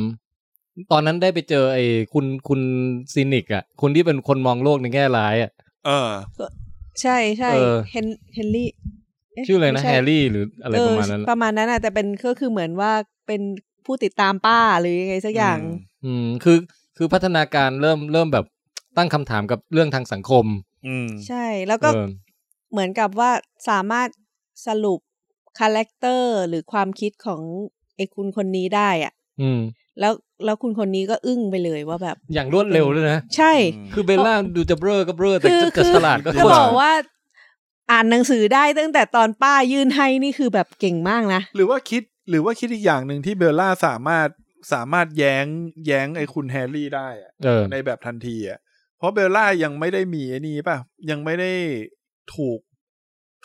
Speaker 2: ตอนนั้นได้ไปเจอไอ้คุณคุณซีนิกอ่ะคุณที่เป็นคนมองโลกในแง่ร้ายอ่ะ
Speaker 4: เออ
Speaker 5: ใช่ใช่
Speaker 2: เออ
Speaker 5: เฮนเฮนรี่เ
Speaker 2: ชื่ออะไรนะ
Speaker 5: ม่
Speaker 2: แฮ
Speaker 5: ใช่
Speaker 2: ร์รี่หรืออะไร
Speaker 5: เอ
Speaker 2: ป
Speaker 5: อ
Speaker 2: ระมาณนั้น
Speaker 5: ป
Speaker 2: อะ
Speaker 5: ระมาณนั้นน่ะแต่เป็นก็คือเหมือนว่าเป็นผู้ติดตามป้าหรือยังไงสักอย่าง
Speaker 4: อืม
Speaker 2: อืมคือคือพัฒนาการเริ่มเริ่มแบบตั้งคำถามกับเรื่องทางสังคม
Speaker 4: อืม
Speaker 5: ใช่ แล้วก็
Speaker 2: เออ
Speaker 5: เหมือนกับว่าสามารถสรุปคาแรคเตอร์หรือความคิดของไอ้คุณคนนี้ได้อะ
Speaker 2: อืม
Speaker 5: แล้วแล้วคุณคนนี้ก็อึ้งไปเลยว่าแบบ
Speaker 2: อย่างรวดเร็วด้วยนะ
Speaker 5: ใช่
Speaker 2: คือเบลล่าดูจะเบ้อก็เบ้อแต่
Speaker 5: คือ
Speaker 2: จะ
Speaker 5: คื
Speaker 2: จะ
Speaker 5: อ
Speaker 2: ฉลาดก็
Speaker 4: คื
Speaker 2: ฉ
Speaker 5: จะบ
Speaker 2: ลา
Speaker 5: อ
Speaker 2: ด
Speaker 5: กว่าอ่านหนังสือได้ตั้งแต่ตอนป้ายื่นให้นี่คือแบบเก่งมากนะ
Speaker 4: หรือว่าคิดหรือว่าคิดอีกอย่างหนึ่งที่เบลล่าสามารถสามารถแย้งแย้งไอ้คุณแฮร์รี่ได้อะ
Speaker 2: เออ
Speaker 4: ในแบบทันทีอ่ะเพราะเบลล่ายังไม่ได้มีไอ้นี่ป่ะ ยังไม่ได้ถูก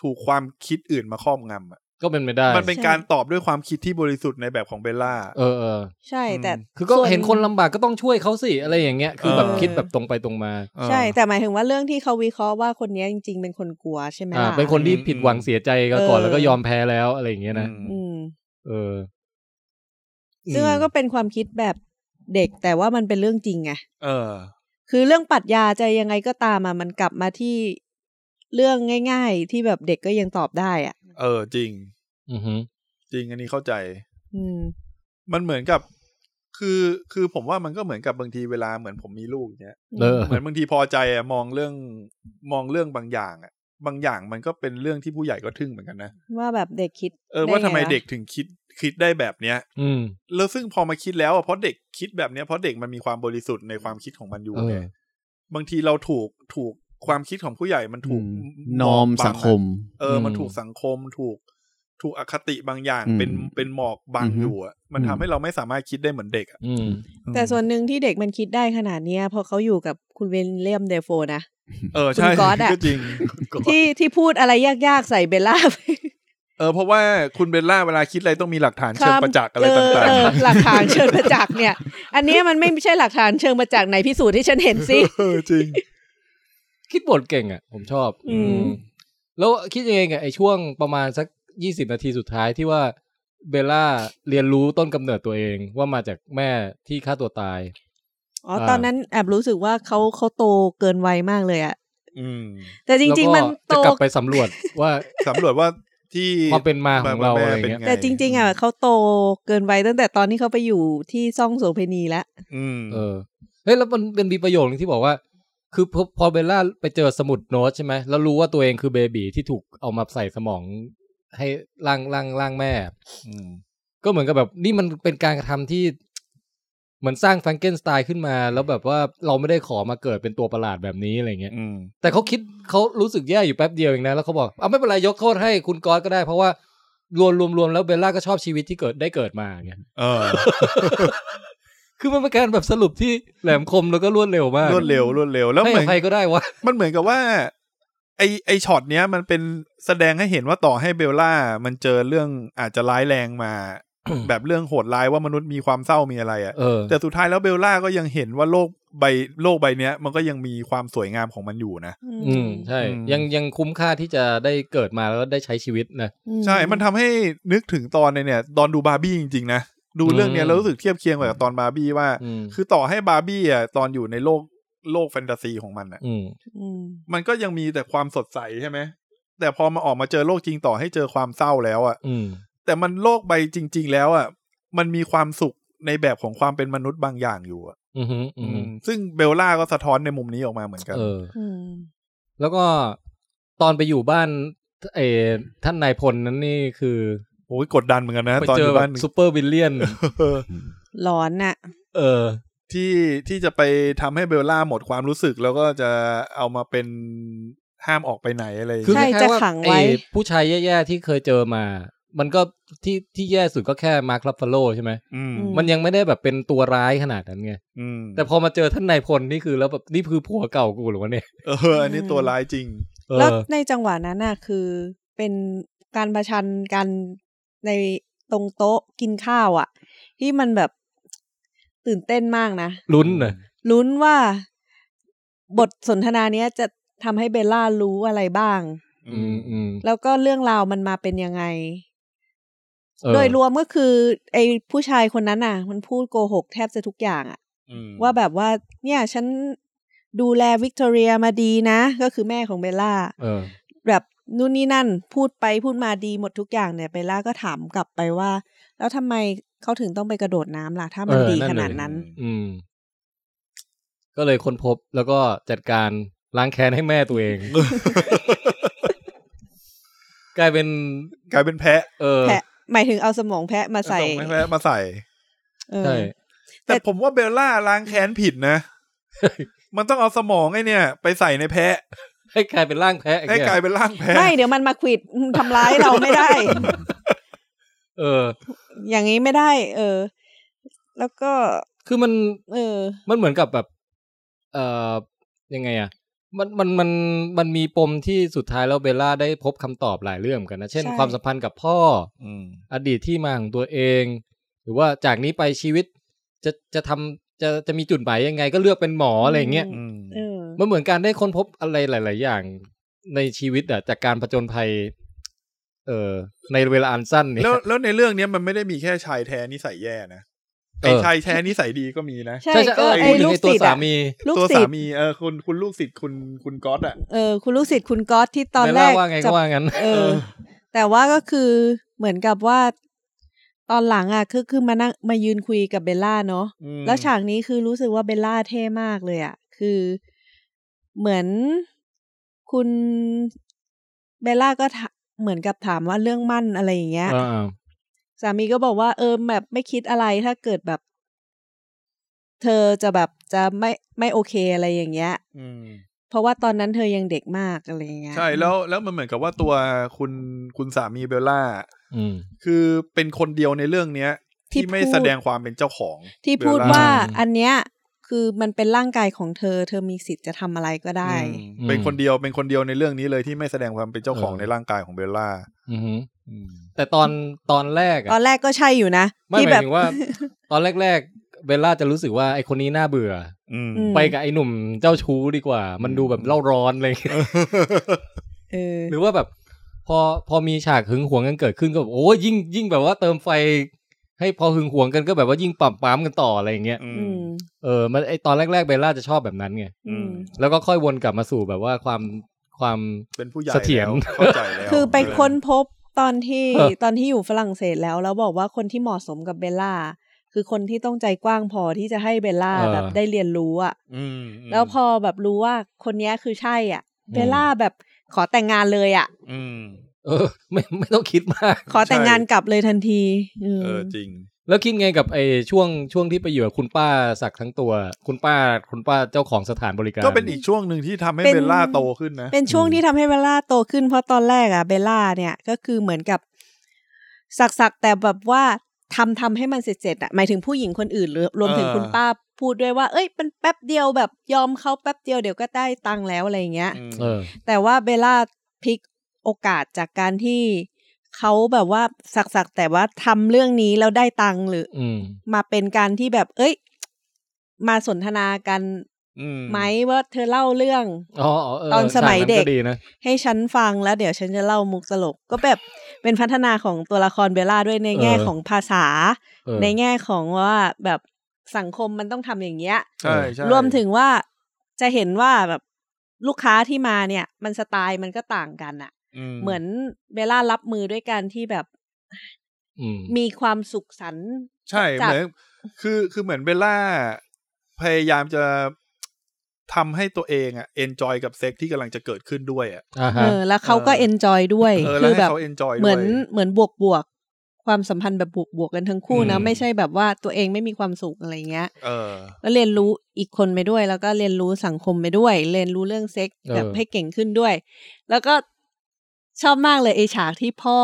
Speaker 4: ถูกความคิดอื่นมาครอบงำอะ
Speaker 2: ก็เป็นไม่ได้
Speaker 4: มันเป็นการตอบด้วยความคิดที่บริสุทธิ์ในแบบของเบลล่า
Speaker 2: เออเออ
Speaker 5: ใช่แต่
Speaker 2: คือก็
Speaker 5: ส่วน
Speaker 2: เห็นคนลำบากก็ต้องช่วยเขาสิอะไรอย่างเงี้ย คือแบบ
Speaker 4: เออ
Speaker 2: คิดแบบตรงไปตรงมา
Speaker 4: เออ
Speaker 5: ใช่ แต่หมายถึงว่าเรื่องที่เขาวิเคราะห์ว่าคนเนี้ยจริง ๆ เป็นคนกลัวใช่ไหม
Speaker 2: อ่า
Speaker 5: ล่ะ
Speaker 2: เป็นคนที่
Speaker 4: อืม
Speaker 2: ผิดหวัง
Speaker 4: อืม
Speaker 2: เสียใจก็ก่อน
Speaker 5: เออ
Speaker 2: แล้วก็ยอมแพ้แล้วอะไรอย่างเงี้ยนะ
Speaker 5: อืม
Speaker 2: เออ
Speaker 5: ซึ่งมันก็เป็นความคิดแบบเด็กแต่ว่ามันเป็นเรื่องจริงไง
Speaker 4: เออ
Speaker 5: คือเรื่องปรัชญาจะยังไงก็ตามอะมันกลับมาที่เรื่องง่าย ๆ ที่แบบเด็กก็ยังตอบได้อ่ะ
Speaker 4: เออจริง
Speaker 2: อือหือ
Speaker 4: จริงอันนี้เข้าใจ
Speaker 5: อืม
Speaker 4: มันเหมือนกับ คือคือผมว่ามันก็เหมือนกับบางทีเวลาเหมือนผมมีลูกเนี้ย
Speaker 2: เออ
Speaker 4: เหมือนบางทีพอใจอะมองเรื่องมองเรื่องบางอย่างอะบางอย่างมันก็เป็นเรื่องที่ผู้ใหญ่ก็ทึ่งเหมือนกันนะ
Speaker 5: ว่าแบบเด็กคิด
Speaker 4: เออว่าทำไม
Speaker 5: ด้งวะ
Speaker 4: เด็กถึงคิดคิดได้แบบเนี้ย
Speaker 2: อืม
Speaker 4: แล้วซึ่งพอมาคิดแล้วอะเพราะเด็กคิดแบบเนี้ยเพราะเด็กมันมีความบริสุทธิ์ในความคิดของมันอยู่
Speaker 2: เออ
Speaker 4: ไงบางทีเราถูกถูกความคิดของผู้ใหญ่มันถูก
Speaker 3: นอม
Speaker 4: บั
Speaker 3: สังคม
Speaker 4: เอออ
Speaker 2: ม
Speaker 4: มันถูกสังคมถูกถูกอคติบางอย่าง
Speaker 3: อืม
Speaker 4: เป็นเป็นหมอกบัง
Speaker 3: อือฮึ
Speaker 4: อยู่อะมันทำให้เราไม่สามารถคิดได้เหมือนเด็กอะ
Speaker 2: อืม
Speaker 5: แต่ส่วนหนึ่งที่เด็กมันคิดได้ขนาดเนี้ยเพราะเขาอยู่กับคุณเวนเลียมเดโฟนะ
Speaker 4: เออใช่
Speaker 5: คุณก๊อตอะ
Speaker 4: ก็จริง
Speaker 5: ที่ที่พูดอะไรยากๆใส่เบลล่าไป
Speaker 4: เออเพราะว่าคุณเบลล่าเวลาคิดอะไรต้องมีหลักฐานเชิงประจักษ์อะไร
Speaker 5: เ
Speaker 4: ต่าง
Speaker 5: เออ
Speaker 4: ๆ
Speaker 5: หลักฐานเชิงประจักษ์เนี่ย อันเนี้ยมันไม่ใช่หลักฐานเชิงประจักษ์ไหนพิสูจน์ที่ฉันเห็นสิ
Speaker 4: เออจริง
Speaker 2: คิดบทเก่งอ่ะ ผมชอบ
Speaker 5: อื
Speaker 2: อื
Speaker 5: ม
Speaker 2: ม แล้วคิดเองอ่ะไอช่วงประมาณสักยี่สิบนาทีสุดท้ายที่ว่าเบลล่าเรียนรู้ต้นกำเนิดตัวเองว่ามาจากแม่ที่ฆ่าตัวตาย
Speaker 5: อ๋อ
Speaker 2: อ่า
Speaker 5: ตอนนั้นแอบรู้สึกว่าเขาเขาโตเกินวัยมากเลยอะ
Speaker 4: อืม
Speaker 5: แต่จริง ๆ มัน
Speaker 2: แล้วก็จะ
Speaker 5: โต
Speaker 2: กลับไปสำรวจ ว่า
Speaker 4: สำรวจว่าที่
Speaker 2: ความเป็นมาของเราอะไรเงี้ย
Speaker 4: ไ
Speaker 5: แต่จริง ๆอะเขาโตเกินวัยตั้งแต่ตอนที่เขาไปอยู่ที่ซ่องโสเภณีแล้ว
Speaker 4: อืม
Speaker 2: เออเฮ้ยแล้วมันเป็นมีประโยคนึงที่บอกว่า คือพอพอเบลล่าไปเจอสมุดโน้ตใช่ไหมแล้วรู้ว่าตัวเองคือเบบีที่ถูกเอามาใส่สมองให้ร่างร่างร่างแม่
Speaker 4: อืม
Speaker 2: ก็เหมือนกับแบบนี่มันเป็นการกระทำที่ เหมือนสร้างแฟรงเกนสไตน์ขึ้นมา แล้วแบบว่าเราไม่ได้ขอมาเกิดเป็นตัวประหลาดแบบนี้อะไรเงี้ย
Speaker 4: อืม
Speaker 2: แต่เขาคิดเขารู้สึกแย่อยู่แป๊บเดียวเองนะ แล้วเขาบอกเอาไม่เป็นไรยกโทษให้คุณก๊อตก็ได้ เพราะว่ารวมรวมรวมแล้วเบลล่าก็ชอบชีวิตที่เกิดได้เกิดมาไง
Speaker 4: เออ
Speaker 2: คือมันเป็นการแบบสรุป ที่แหลมคมแล้วก็รวดเร็วมาก
Speaker 4: รวดเร็วรวดเร็ว แล้ว
Speaker 2: ให้
Speaker 4: เหมื
Speaker 2: อ
Speaker 4: อน
Speaker 2: ภัยก็ได้วะ
Speaker 4: มันเหมือนกับว่า ไอไอช็อตเนี้ยมันเป็นแสดงให้เห็นว่าต่อให้เบลล่า มันเจอเรื่องอาจจะร้ายแรงมา แบบเรื่องโหดร้ายว่ามนุษย์มีความเศร้ามีอะไรอะ
Speaker 2: เออ
Speaker 4: แต่สุดท้ายแล้วเบลล่าก็ยังเห็นว่าโลกใบโลกใบเนี้ย มันก็ยังมีความสวยงามของมันอยู่นะ
Speaker 2: อืม ใช่
Speaker 4: อืม
Speaker 2: ยังยังคุ้มค่าที่จะได้เกิดมาแล้วได้ใช้ชีวิตนะ
Speaker 4: ใช่ มันทำให้นึกถึงตอนในเนี่ยตอนดูบาร์บี้จริงๆนะ ดูเรื่องเนี้ย
Speaker 2: อืม
Speaker 4: แล้วรู้สึกเทียบเคียงกับตอนบาร์บี้ว่า
Speaker 2: อืม
Speaker 4: คือต่อให้บาร์บี้อ่ะตอนอยู่ในโลกโลกแฟนตาซีของมันอ่ะ
Speaker 2: อืม
Speaker 5: อืม
Speaker 4: มันก็ยังมีแต่ความสดใสใช่ไหม แต่พอมาออกมาเจอโลกจริงต่อให้เจอความเศร้าแล้วอ่ะ
Speaker 2: อืม
Speaker 4: แต่มันโลกใบจริง ๆ แล้วอ่ะ มันมีความสุขในแบบของความเป็นมนุษย์บางอย่างอยู่อ่ะ
Speaker 2: อืมฮึอืมฮึ
Speaker 4: อืมซึ่งเบลล่าก็สะท้อนในมุมนี้ออกมาเหมือนกัน
Speaker 2: เออ
Speaker 5: อืม
Speaker 2: แล้วก็ตอนไปอยู่บ้านเออท่านนายพลนั้นนี่คือ
Speaker 4: โอ้ยกดดันเหมือนกันนะ
Speaker 2: ไป
Speaker 4: ตอน
Speaker 2: เจ
Speaker 4: อ
Speaker 2: อยู่ แบบ
Speaker 4: บ้าน
Speaker 2: ซูเปอร์วิลเลียน
Speaker 4: เออ
Speaker 5: หลอนน่ะ
Speaker 2: เออ
Speaker 4: ที่ที่จะไปทำให้เบลล่าหมดความรู้สึกแล้วก็จะเอามาเป็นห้ามออกไปไหนอะไรอย่าง
Speaker 2: คือ
Speaker 5: ใช่
Speaker 4: เงี้ย
Speaker 2: คล้ายๆว่า
Speaker 5: จะขังไว้
Speaker 2: อ้ผู้ชายแย่ๆที่เคยเจอมา มันก็ที่ที่แย่สุดก็แค่มาร์คลัฟฟาโลใช่ไหม
Speaker 4: อืม
Speaker 2: มันยังไม่ได้แบบเป็นตัวร้ายขนาดนั้นไง
Speaker 4: อืม
Speaker 2: แต่พอมาเจอท่านนายพลนี่คือแล้วแบบนี่คือผัวเก่ากูหรือวะเนี่ย
Speaker 4: เอออันนี้ตัวร้ายจริง
Speaker 2: เออ
Speaker 5: แล้วในจังหวะนั้นน่ะ คือเป็นการประชันกันในตรงโต๊ะกินข้าวอ่ะ ที่มันแบบตื่นเต้นมากนะ
Speaker 2: ลุ้นนะ
Speaker 5: ลุ้นว่าบทสนทนาเนี้ยจะทำให้เบลล่ารู้อะไรบ้าง
Speaker 4: อืม
Speaker 2: อืม
Speaker 5: แล้วก็เรื่องราวมันมาเป็นยังไง
Speaker 2: เออ
Speaker 5: โดยรวมก็คือไอ้ผู้ชายคนนั้นน่ะ มันพูดโกหกแทบจะทุกอย่างอ่ะ
Speaker 4: อืม
Speaker 5: ว่าแบบว่า เนี่ย ฉันดูแลวิกตอเรียมาดีนะ ก็คือแม่ของเบลล่า
Speaker 2: เออ
Speaker 5: แบบนู่นนี่นั่นพูดไปพูดมาดีหมดทุกอย่างเนี่ยเบลล่าก็ถามกลับไปว่า แล้วทำไมเขาถึงต้องไปกระโดดน้ำล่ะ ถ้ามัน
Speaker 2: เออ
Speaker 5: ดี
Speaker 2: นั่น
Speaker 5: ข
Speaker 2: เลย
Speaker 5: นาดนั้น
Speaker 2: อืม ก็เลยค้นพบแล้วก็จัดการล้างแค้นให้แม่ตัวเอง กลายเป็น
Speaker 4: กลายเป็นแพะ
Speaker 2: เออ
Speaker 5: แพะหมายถึงเอาสมองแพะมาใส่
Speaker 4: งให้แพะมาใส่
Speaker 5: เออ
Speaker 2: ใช่
Speaker 4: แต่
Speaker 5: แต่
Speaker 4: ผมว่าเบลล่าล้างแค้นผิด นะ มันต้องเอาสมองไอ้เนี่ย ไปใส่ในแพะ
Speaker 2: ให้กลายเป็นร่างแพะไอ้
Speaker 4: ให้
Speaker 2: เหี้ย
Speaker 4: กลายเป็นร่างแพะ
Speaker 5: ไม่เดี๋ยวมันมาขวิด ทำร้ายเราไม่ได้
Speaker 2: เออ
Speaker 5: อย่างนี้ไม่ได้ เออ แล้วก็
Speaker 2: คือมัน
Speaker 5: เออ
Speaker 2: มันเหมือนกับแบบ เอ่อ ยังไงอะมัน มัน มัน มันมีปมที่สุดท้ายแล้วเบลล่าได้พบคำตอบหลายเรื่องเหมือนกันนะ เช่น
Speaker 5: ใช่
Speaker 2: ความสัมพันธ์กับพ่อ
Speaker 4: อืม
Speaker 2: อดีตที่มาของตัวเอง หรือว่าจากนี้ไปชีวิตจะจะทำจะจะมีจุดหมายยังไงก็เลือกเป็นหมออะไรอย่างเงี้ย
Speaker 4: อืม
Speaker 5: เออ
Speaker 2: มันเหมือนการได้ค้นพบอะไรหลาย ๆ อย่างในชีวิตอะจากการผจญภัย เอ่อในเวลาอันสั้นเนี่ย
Speaker 4: แล้วแล้วในเรื่องเนี้ยมันไม่ได้มีแค่ชายแท้นิสัยแย่นะ
Speaker 2: เอ
Speaker 4: ไอ้
Speaker 2: อ
Speaker 4: ชายแท้นิสัยดีก็มีนะ
Speaker 5: ใช่
Speaker 2: ใช่ใช่เอ
Speaker 5: ก็
Speaker 2: อ
Speaker 5: ไอ้
Speaker 2: พูดถึ
Speaker 5: ลู
Speaker 2: ง
Speaker 5: ก
Speaker 2: ไอ้ตัว
Speaker 5: ศิษย์
Speaker 2: สา
Speaker 5: อะ
Speaker 2: มี
Speaker 5: ลูก
Speaker 4: ตัว
Speaker 5: ศิ
Speaker 4: สา
Speaker 5: ษย์
Speaker 4: มีเออคุณคุณลูกศิษย์คุณคุณก๊อตอ่ะ
Speaker 5: เออคุณลูกศิษย์คุณก๊อตที่ตอน
Speaker 2: เบล
Speaker 5: แร
Speaker 2: ล่าก ว่าไง
Speaker 5: จะ
Speaker 2: ก็ว่างั้น
Speaker 5: เออ แต่ว่าก็คือเหมือนกับว่า ตอนหลังอ่ะคือคือมานั่งมายืนคุยกับเบลล่าเนาะ
Speaker 1: อืม
Speaker 5: แล้วฉากนี้คือรู้สึกว่าเบลล่าเท่มากเลยอะ่ะ คือเหมือนคุณเบลล่าก็ถาเหมือนกับถามว่าเรื่องมั่นอะไรอย่างเงี้ย
Speaker 2: อ่า
Speaker 5: สามีก็บอกว่าเออแบบไม่คิดอะไรถ้าเกิดแบบ เธอจะแบบจะไม่ไม่โอเคอะไรอย่างเงี้ย
Speaker 1: อืม
Speaker 5: เพราะว่าตอนนั้นเธอยังเด็กมากอะไรอย่างเงี้ย
Speaker 4: ใช่แล้วแล้วมันเหมือนกับว่าตัวคุณคุณสามีเบลล่า
Speaker 2: ๆอืม
Speaker 4: คือเป็นคนเดียวในเรื่องเนี้ย ที่ไม่
Speaker 5: พู
Speaker 4: แสดงความเป็นเจ้าของ
Speaker 5: ที่พูด
Speaker 4: เบลล่
Speaker 5: ว่า
Speaker 2: อืม
Speaker 5: อันเนี้ย คือมันเป็นร่างกายของเธอ เธอมีสิทธิ์จะทำอะไรก็ได้
Speaker 4: อืมเป็นคนเดียวเป็นคนเดียวในเรื่องนี้เลยที่ไม่แสดงความเป็นเจ้าของในร่างกายของเบลล่า
Speaker 2: อือหือ
Speaker 4: อืม
Speaker 2: แต่ตอนตอนแรกอะ
Speaker 5: ตอนแรกก็ใช่อยู่นะ
Speaker 2: ไม่
Speaker 5: ที่
Speaker 2: ห
Speaker 5: แบ
Speaker 2: มาย
Speaker 5: บ
Speaker 2: ถึงว่า ตอนแรกๆเบลล่าจะรู้สึกว่าไอคนนี้น่าเบื่อ
Speaker 4: อืม
Speaker 5: อื
Speaker 2: อ
Speaker 5: ม
Speaker 2: ไปกับไอหนุ่มเจ้าชู้ดีกว่า มันดูแบบเล่าร้อนอะไรอย่างเลย
Speaker 5: เออ
Speaker 2: หรือว่าแบบ พอพอมีฉากหึงหวงกันเกิดขึ้นก็แบบโอ้ยยิ่งยิ่งแบบว่าเติมไฟ ให้พอหึงหวงกันก็แบบว่ายิ่งปั๊มปั๊มกันต่ออะไรอย่างเงี้ย
Speaker 5: อืม
Speaker 2: เออมันไอตอนแรกๆเบลล่าจะชอบแบบนั้นไง
Speaker 5: อืม
Speaker 2: แล้วก็ค่อยวนกลับมาสู่แบบว่าความความ
Speaker 1: เป็นผู้ใหญ่
Speaker 2: เสถียร
Speaker 1: แล้วเข้าใจแล้ว
Speaker 5: คือไปค้นพบตอนที่
Speaker 2: เออ
Speaker 5: ตอนที่อยู่ฝรั่งเศสแล้ว แล้วบอกว่าคนที่เหมาะสมกับเบลล่า คือคนที่ต้องใจกว้างพอที่จะให้เบลล่าแบบได้เรียนรู้อะ
Speaker 1: อืม
Speaker 5: แล้วพอแบบรู้ว่าคนเนี้ยคือใช่อ่ะ เบลล่าแบบขอแต่งงานเลยอ่ะ
Speaker 1: อืม
Speaker 2: เออ ไม่ไม่ต้องคิดมาก
Speaker 5: ขอแต่งงานกลับเลยทันทีอืม
Speaker 4: เออจริง
Speaker 2: แล้วคิดไงกับไอช่วงช่วงที่ไปอยู่กับคุณป้าสักทั้งตัว คุณป้าคุณป้าเจ้าของสถานบริการ
Speaker 4: ก็เป็นอีกช่วงหนึ่งที่ทำให้เบลล่าโตขึ้นนะ
Speaker 5: เป็นช่วงที่ทำให้เบลล่าโตขึ้นเพราะตอนแรกอ่ะเบลล่าเนี่ยก็คือเหมือนกับสักสักๆแต่แบบว่าทำทำให้มันเสร็จๆอ่ะหมายถึงผู้หญิงคนอื่นหรือรวมถึง
Speaker 4: เออ
Speaker 5: คุณป้าพูดด้วยว่า เอ้ยมันแป๊บเดียวแบบยอมเขาแป๊บเดียวเดี๋ยวก็ได้ตังค์แล้วอะไรอย่างเงี้ย
Speaker 1: อืม
Speaker 2: เออ
Speaker 5: แต่ว่าเบลล่าพลิกโอกาสจากการที่เขาแบบว่าสักสักๆแต่ว่าทำเรื่องนี้แล้วได้ตังค์หรือ
Speaker 2: อืม
Speaker 5: มาเป็นการที่แบบ เอ้ย มาสนทนากัน
Speaker 1: อืม
Speaker 5: ไหมว่าเธอเล่าเรื่อง
Speaker 2: อ๋อเ
Speaker 5: ตอนสมัยเด็ก
Speaker 2: ฉานั้นดีนะ
Speaker 5: ให้ฉันฟังแล้วเดี๋ยวฉันจะเล่ามุกตลก ก็แบบเป็นพัฒนาของตัวละครเบลล่าด้วยในแง่
Speaker 2: เออ
Speaker 5: ของภาษา
Speaker 2: เออ
Speaker 5: ในแง่ของว่าแบบสังคมมันต้องทำอย่างเงี้ย
Speaker 4: ใช่ใช่
Speaker 5: รวมถึงว่าจะเห็นว่าแบบลูกค้าที่มาเนี่ย มันสไตล์มันก็ต่างกันอะเหมือนเบลล่ารับมือด้วยการที่แบบ
Speaker 2: อืม
Speaker 5: มีความสุขสันต์
Speaker 4: ใช่เหมือนคือคือเหมือนเบลล่า พยายามจะทำให้ตัวเองอะเอนจอยกับเซ็กที่กำลังจะเกิดขึ้นด้วยอะ
Speaker 2: อ่าฮะ
Speaker 5: เออแล้วเขาก็เอนจอยด้วย
Speaker 4: เออแล้
Speaker 5: คื
Speaker 4: ว
Speaker 5: อ
Speaker 4: ให้
Speaker 5: แบบ
Speaker 4: เขาเอนจอยด้วย
Speaker 5: เหมือนเหมือนบวกบวกๆความสัมพันธ์แบบบวกบวกๆกันทั้งคู่นะ
Speaker 2: อืม
Speaker 5: ไม่ใช่แบบว่าตัวเองไม่มีความสุขอะไรเงี้ย
Speaker 4: เออ
Speaker 5: แล้วเรียนรู้อีกคนไปด้วย แล้วก็เรียนรู้สังคมไปด้วย เรียนรู้เรื่องเซ็กซ์
Speaker 2: เออ
Speaker 5: แบบให้เก่งขึ้นด้วย แล้วก็ชอบมากเลยไอฉากที่พ่อ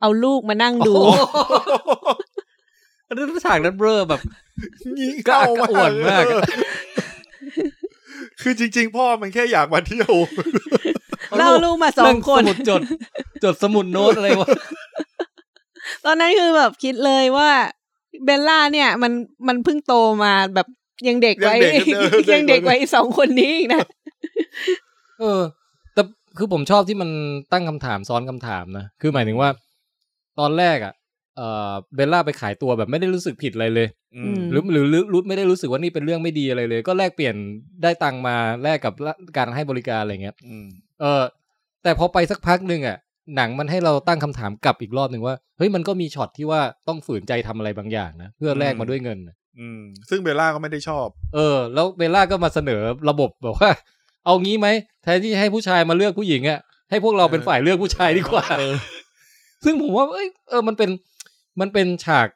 Speaker 5: เอาลูกมานั่งดู
Speaker 2: โอ้โหอันนั้นฉากนั้นเบลอแบบกระอักกระอ่วนมาก
Speaker 4: เออคือจริง ๆ พ่อมันแค่อยากมาเที่ยว
Speaker 5: แล้วเอาลูกมาสองคน
Speaker 2: เรื่สมุดจด จดสมุดโน้ตอะไรวะ
Speaker 5: ตอนนั้นคือแบบคิดเลยว่าเบลล่าเนี่ย มันมันเพิ่งโตมาแบบยังเด็กไว้
Speaker 4: ยังเด็กอยู่เลย
Speaker 5: ยังเด็กไว้สองคนนี้อีกนะ
Speaker 2: เออ แต่คือผมชอบที่มันตั้งคำถามซ้อนคำถามนะ คือหมายถึงว่า ตอนแรกอ่ะ เออเบลล่าไปขายตัวแบบไม่ได้รู้สึกผิดอะไรเลย
Speaker 5: อืม
Speaker 2: หรือหรือรู้รู้ไม่ได้รู้สึกว่านี่เป็นเรื่องไม่ดีอะไรเลย ก็แลกเปลี่ยนได้ตังค์มาแลกกับการให้บริการอะไรเงี้ยเออ แต่พอไปสักพักหนึ่งอ่ะ หนังมันให้เราตั้งคำถามกลับอีกรอบหนึ่งว่าเฮ้ยมันก็มีช็อตที่ว่าต้องฝืนใจทำอะไรบางอย่างนะเพื่อแลกมาด้วยเงินนะ
Speaker 4: อืม ซึ่งเบลล่าก็ไม่ได้ชอบ
Speaker 2: เออ แล้วเบลล่าก็มาเสนอระบบแบบว่า เอางี้ไหมแทนที่ให้ผู้ชายมาเลือกผู้หญิงอ่ะให้พวกเราเป็นฝ่ายเลือกผู้ชายดีกว่า
Speaker 4: เออ
Speaker 2: ซึ่งผมว่าเอ้ยเออมันเป็นมันเป็นฉาก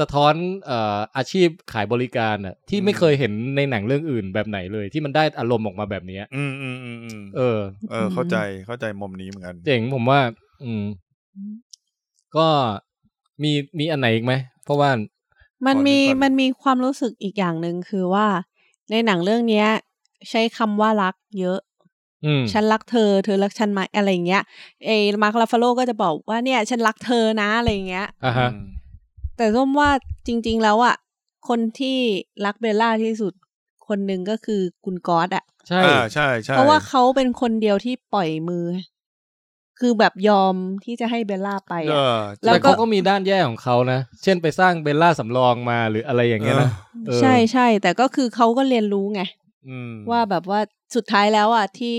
Speaker 2: สะท้อนเอ่ออาชีพขายบริการอะที่ไม่เคยเห็นในหนังเรื่องอื่นแบบไหนเลย ที่มันได้อารมณ์ออกมาแบบเนี้ย
Speaker 4: อืมอืมอืมอืม
Speaker 2: เออ
Speaker 4: เออ เข้าใจเข้าใจมุมนี้เหมือนกัน
Speaker 2: เจ๋งผมว่า อืม ก็มีมีอันไหนอีกไหมเพราะว่า
Speaker 5: มันมี
Speaker 4: ขอนึกก่อน
Speaker 5: มันมีความรู้สึกอีกอย่างหนึ่งคือว่า ในหนังเรื่องเนี้ย ใช้คำว่ารักเยอะ
Speaker 2: อืม
Speaker 5: ฉันรักเธอ เธอรักฉันไหมอะไรอย่างเงี้ยเอมาร์คลาฟาโลก็จะบอกว่าเนี่ย ฉันรักเธอนะอะไรอย่างเงี้ย
Speaker 2: อ่าฮะ
Speaker 4: อืม
Speaker 5: แต่ร่มว่าจริง ๆ แล้วอ่ะคนที่รักเบลล่าที่สุดคนหนึ่งก็คือคุณก๊อตอ่ะ
Speaker 2: ใช่
Speaker 4: อ่าใช่ใช่
Speaker 5: เพราะว่าเขาเป็นคนเดียวที่ปล่อยมือ คือแบบยอมที่จะให้เบลล่าไป
Speaker 4: เอ
Speaker 5: อะ
Speaker 4: อ
Speaker 5: แล้
Speaker 2: แล้ว ว
Speaker 5: ก็
Speaker 2: เขาก็มีด้านแย่ของเขานะ เช่นไปสร้างเบลล่าสำรองมาหรืออะไรอย่างเงี้ยนะเออ
Speaker 5: ใช่ใช่แต่ก็คือเขาก็เรียนรู้ไง
Speaker 4: อืม
Speaker 5: ว่าแบบว่าสุดท้ายแล้วอ่ะที่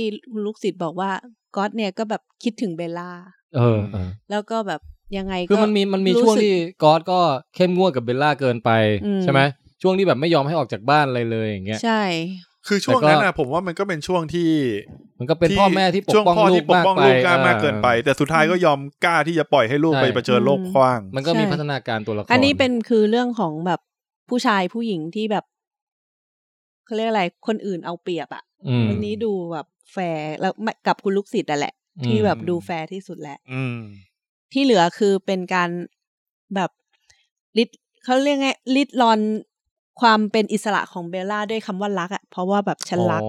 Speaker 5: ลูกศิษย์บอกว่าก๊อตเนี่ยก็แบบคิดถึงเบลล่า
Speaker 2: เออเออ
Speaker 5: แล้วก็แบบ ยังไงก็
Speaker 2: คือมันมีมันมีช่วง
Speaker 5: รู้สึก
Speaker 2: ที่กอดก็เข้มงวดกับเบลล่าเกินไป
Speaker 5: อืม
Speaker 2: ใช่ไหมช่วงที่แบบไม่ยอมให้ออกจากบ้านอะไรเลยอย่างเงี้ย
Speaker 5: ใช่
Speaker 4: คือช่วงนั้น
Speaker 2: แต่
Speaker 4: อะ
Speaker 2: ก็
Speaker 4: ผมว่ามันก็เป็นช่วงที่
Speaker 2: มันก็เป็น
Speaker 4: ที่
Speaker 2: พ่อแม่ที่ปก
Speaker 4: ช่วง
Speaker 2: ป้อง
Speaker 4: พ่อ
Speaker 2: ลู
Speaker 4: ที่
Speaker 2: ก
Speaker 4: ปก
Speaker 2: มาก
Speaker 4: ป้อง
Speaker 2: ไป
Speaker 4: ลูกกล้า
Speaker 2: ออ
Speaker 4: มากเกินไป แต่สุดท้ายก็ยอมกล้าที่จะปล่อยให้ลูก
Speaker 2: ใช่
Speaker 4: ไปเผชิญโลก
Speaker 5: อืม
Speaker 4: กว้าง
Speaker 2: มันก็มี
Speaker 5: ใช่
Speaker 2: พัฒนาการตัวละคร
Speaker 5: อั
Speaker 2: อั
Speaker 5: นนี้เป็นคือเรื่องของแบบผู้ชายผู้หญิงที่แบบเขาเรียกอะไร คนอื่นเอาเปรียบอะวันนี้ดูแบบแฟร์แล้วไม่กับคุณลูกศิษย์นั่นแหละ
Speaker 2: อืม
Speaker 5: ที่แบบดูแฟร์ที่สุดแหละ
Speaker 4: อืม
Speaker 5: ที่เหลือคือเป็นการแบบลิดเขาเรียกไงลิดรอนความเป็นอิสระของเบลล่าด้วยคำว่ารักอะเพราะว่าแบบฉันรัก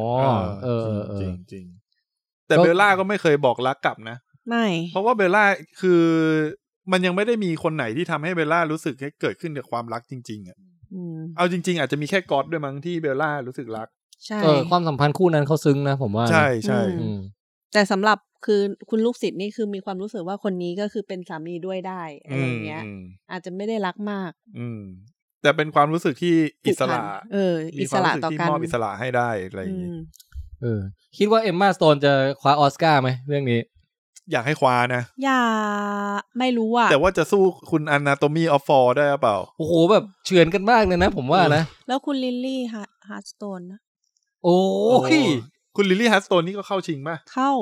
Speaker 2: เออเอ
Speaker 9: จริ
Speaker 2: อ
Speaker 9: งๆจริง
Speaker 4: ๆ แต่
Speaker 2: ก็
Speaker 4: เบลล่าก็ไม่เคยบอกรักกลับนะ
Speaker 5: ไม่
Speaker 4: เพราะว่าเบลล่าคือมันยังไม่ได้มีคนไหนที่ทำให้เบลล่ารู้สึกให้เกิดขึ้นกับความรักจริง ๆอะ
Speaker 5: อืม
Speaker 4: เอาจริง ๆ อาจจะมีแค่กอดด้วยมั้งที่เบลล่ารู้สึกรัก
Speaker 5: ใช่
Speaker 2: เออความสัมพันธ์คู่นั้นเขาซึ้งนะผมว่านะ
Speaker 4: ใช่ใช่
Speaker 5: อื
Speaker 2: อืม
Speaker 5: แต่สำหรับคือคุณลูกศิษย์นี่คือมีความรู้สึกว่าคนนี้ก็คือเป็นสามีด้วยได้อะไรอย่างเงี้ย
Speaker 4: อืม
Speaker 5: อาจจะไม่ได้รักมาก
Speaker 4: อืม แต่เป็นความรู้สึกที่อิสระ
Speaker 5: ผูกพันเออ
Speaker 4: มี
Speaker 5: อิ
Speaker 4: ค
Speaker 5: ส
Speaker 4: วาม
Speaker 5: ระ
Speaker 4: รู้สึก
Speaker 5: ต่อ
Speaker 4: ที่
Speaker 5: กัน
Speaker 4: มอบอิสระให้ได้อะไรอย่างงี้
Speaker 5: ม
Speaker 2: เออคิดว่าเอมมาสโตนจะคว้าออสการ์ไหมเรื่องนี้
Speaker 4: อยากให้คว้านะ
Speaker 5: อย่าไม่รู้อ่ะ
Speaker 4: แต่ว่าจะสู้คุณอนาโตมีออฟฟอร์ได้หรือเปล่า
Speaker 2: โอ้โหแบบเฉือนกันมากเลยนะ ผมว่านะ
Speaker 5: แล้วคุณลิลลี่ฮาฮาร์สโตนนะ
Speaker 2: โอ้ย
Speaker 4: คุณลิลลี่ฮัสโตนนี่ก็เข้าชิงป่ะ
Speaker 5: เข้า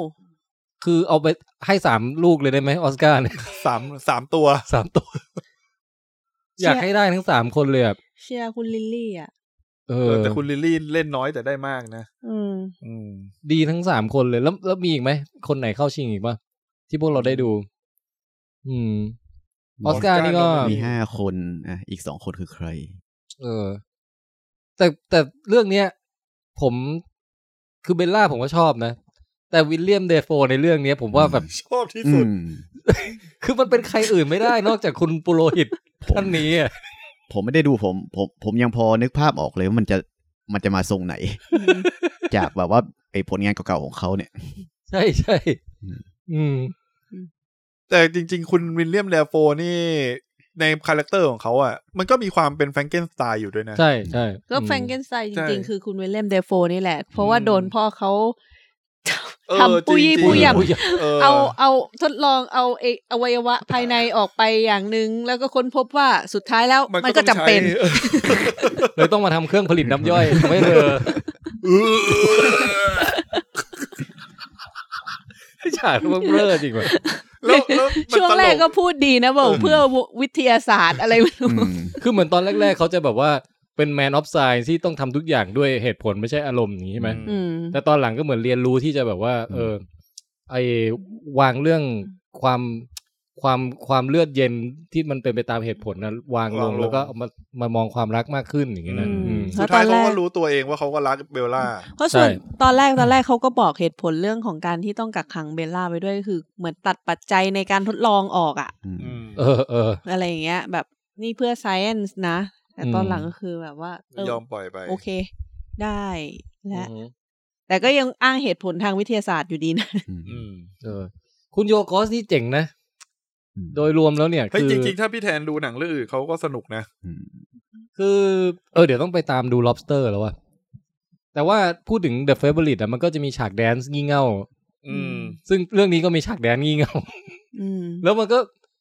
Speaker 2: คือเอาไปให้สามลูกเลยได้ไหมออสการ์เนี่ย
Speaker 4: สามสามตัว
Speaker 2: สามตัวอ
Speaker 5: เชี่ย
Speaker 2: ยากให้ได้ทั้งสามคนเลยอะ
Speaker 5: เชียร์คุณลิลลี่อ่ะ
Speaker 2: เอ
Speaker 4: เอ
Speaker 2: อ
Speaker 4: อแต่คุณลิลลี่เล่นน้อยแต่ได้มากนะ
Speaker 5: อื ม
Speaker 4: อืม
Speaker 2: ดีทั้งสามคนเลย แล้วแล้วมีอีกไหม คนไหนเข้าชิงอีกปะที่พวกเราได้ดู อืม ออสการ์นี่ก็
Speaker 3: มีห้าคนอ่ะอีกสองคนคือใคร
Speaker 2: เออ แต่แต่เรื่องเนี้ย ผมคือเบลล่าผมก็ชอบนะ แต่วิลเลียมเดฟโฟในเรื่องเนี้ย ผมว่าแบบ
Speaker 4: ชอบที่
Speaker 3: อื
Speaker 4: สุด
Speaker 3: ม
Speaker 2: คือมันเป็นใครอื่นไม่ได้ นอกจากคุณปุโรหิตท่านนี้อะ
Speaker 3: ผมไม่ได้ดูผมผมผมยังพอนึกภาพออกเลยว่ามันจะมันจะมาทรงไหน จากแบบว่าไอ้ผลงานเก่าๆของเขาเนี่ย
Speaker 2: ใช่ใช่อืม
Speaker 4: แต่จริง ๆ คุณวินเลียมแดโฟนี่ ในคาแรคเตอร์ของเขาอ่ะ มันก็มีความเป็นแฟรงเกนสไตล์อยู่ด้วยนะ
Speaker 2: ใช่ใช่
Speaker 5: ก็
Speaker 2: อืม
Speaker 5: แฟรงเกนสไตน์จ
Speaker 4: ใช่
Speaker 5: ริง ๆ คือคุณวิลเลียมเดฟโฟนี่แหละ เพราะว่า
Speaker 4: อืม
Speaker 5: โดนพ่อเขา
Speaker 4: เออ
Speaker 5: ทำปุย
Speaker 4: จริงๆ
Speaker 5: ปุยย
Speaker 2: ปุยย
Speaker 4: เออ
Speaker 5: ำเอาเอาทดลองเอาเออวัยวะภายในออกไปอย่างหนึ่งแล้วก็ค้นพบว่าสุดท้ายแล้วมันก็
Speaker 4: ต้
Speaker 5: จำ
Speaker 4: องใช้
Speaker 5: เป็น
Speaker 4: ออ
Speaker 2: เลยต้องมาทำเครื่องผลิตน้ำย่อยทำให้เธอฉากมันเบ้อจริงว่ะ
Speaker 4: แล้วแล้วมัน
Speaker 5: ช่วงแรก
Speaker 4: ต
Speaker 5: ก็
Speaker 4: ล
Speaker 5: พูดดีนะบอก
Speaker 3: อืม
Speaker 5: เพื่อวิทยาศาสตร์อะไรไม่รู้
Speaker 3: อืม
Speaker 2: คือเหมือนตอนแรก ๆ เขาจะแบบว่าเป็นแมนออฟไซน์ที่ต้องทำทุกอย่างด้วยเหตุผลไม่ใช่อารมณ์อย่างนี้ใช่ไหม
Speaker 4: อื
Speaker 5: อืม
Speaker 2: แต่ตอนหลังก็เหมือนเรียนรู้ที่จะแบบว่า เออ ไอวางเรื่องความความความเลือดเย็นที่มันเป็นไปตามเหตุผลนะวางล
Speaker 4: วางล
Speaker 2: ง
Speaker 4: ง
Speaker 2: แล้วก็เอามามามองความรักมากขึ้นอย่างเงี้ยนะ
Speaker 5: อืม
Speaker 2: อืม
Speaker 4: สุดท้าย
Speaker 5: แล้วตอนแร
Speaker 4: เขา
Speaker 5: ก
Speaker 4: ก็รู้ตัวเองว่าเขาก็รักเบลล่า
Speaker 5: เพราะส่วน
Speaker 2: ใช่
Speaker 5: ตอนแรกตอนแรกเขาก็บอกเหตุผลเรื่องของการที่ต้องกักขังเบลล่าไปด้วยก็คือ เหมือนตัดปัจจัยในการทดลองออกอะ
Speaker 3: อืม
Speaker 4: อืม
Speaker 2: เออเออ
Speaker 5: อะไรอย่างเงี้ย แบบนี่เพื่อ science นะ แต่ตอน
Speaker 2: อืม
Speaker 5: หลังก็คือแบบว่าเออ
Speaker 4: ยอมปล่อยไป
Speaker 5: โอเค ได้และ
Speaker 2: อืม
Speaker 5: แต่ก็ยังอ้างเหตุผลทางวิทยาศาสตร์อยู่ดีนะ
Speaker 4: อืม
Speaker 2: เออ คุณโยโกอสนี่เจ๋งนะ
Speaker 3: อืม
Speaker 2: โดยรวมแล้วเนี่ย
Speaker 4: เฮ้ย
Speaker 2: คือ
Speaker 4: จริง ๆ ถ้าพี่แทนดูหนังเรื่องอื่นเขาก็สนุกนะ
Speaker 3: อืม
Speaker 2: คือ เออ เดี๋ยวต้องไปตามดู lobster แล้วว่ะแต่ว่าพูดถึง The Favorite อะมันก็จะมีฉากแดนซ์งี่เง่า
Speaker 5: อื
Speaker 4: อื
Speaker 5: ม
Speaker 4: ม
Speaker 2: ซึ่งเรื่องนี้ก็มีฉากแดนซ์งี่เง่า
Speaker 5: อืม
Speaker 2: แล้วมันก็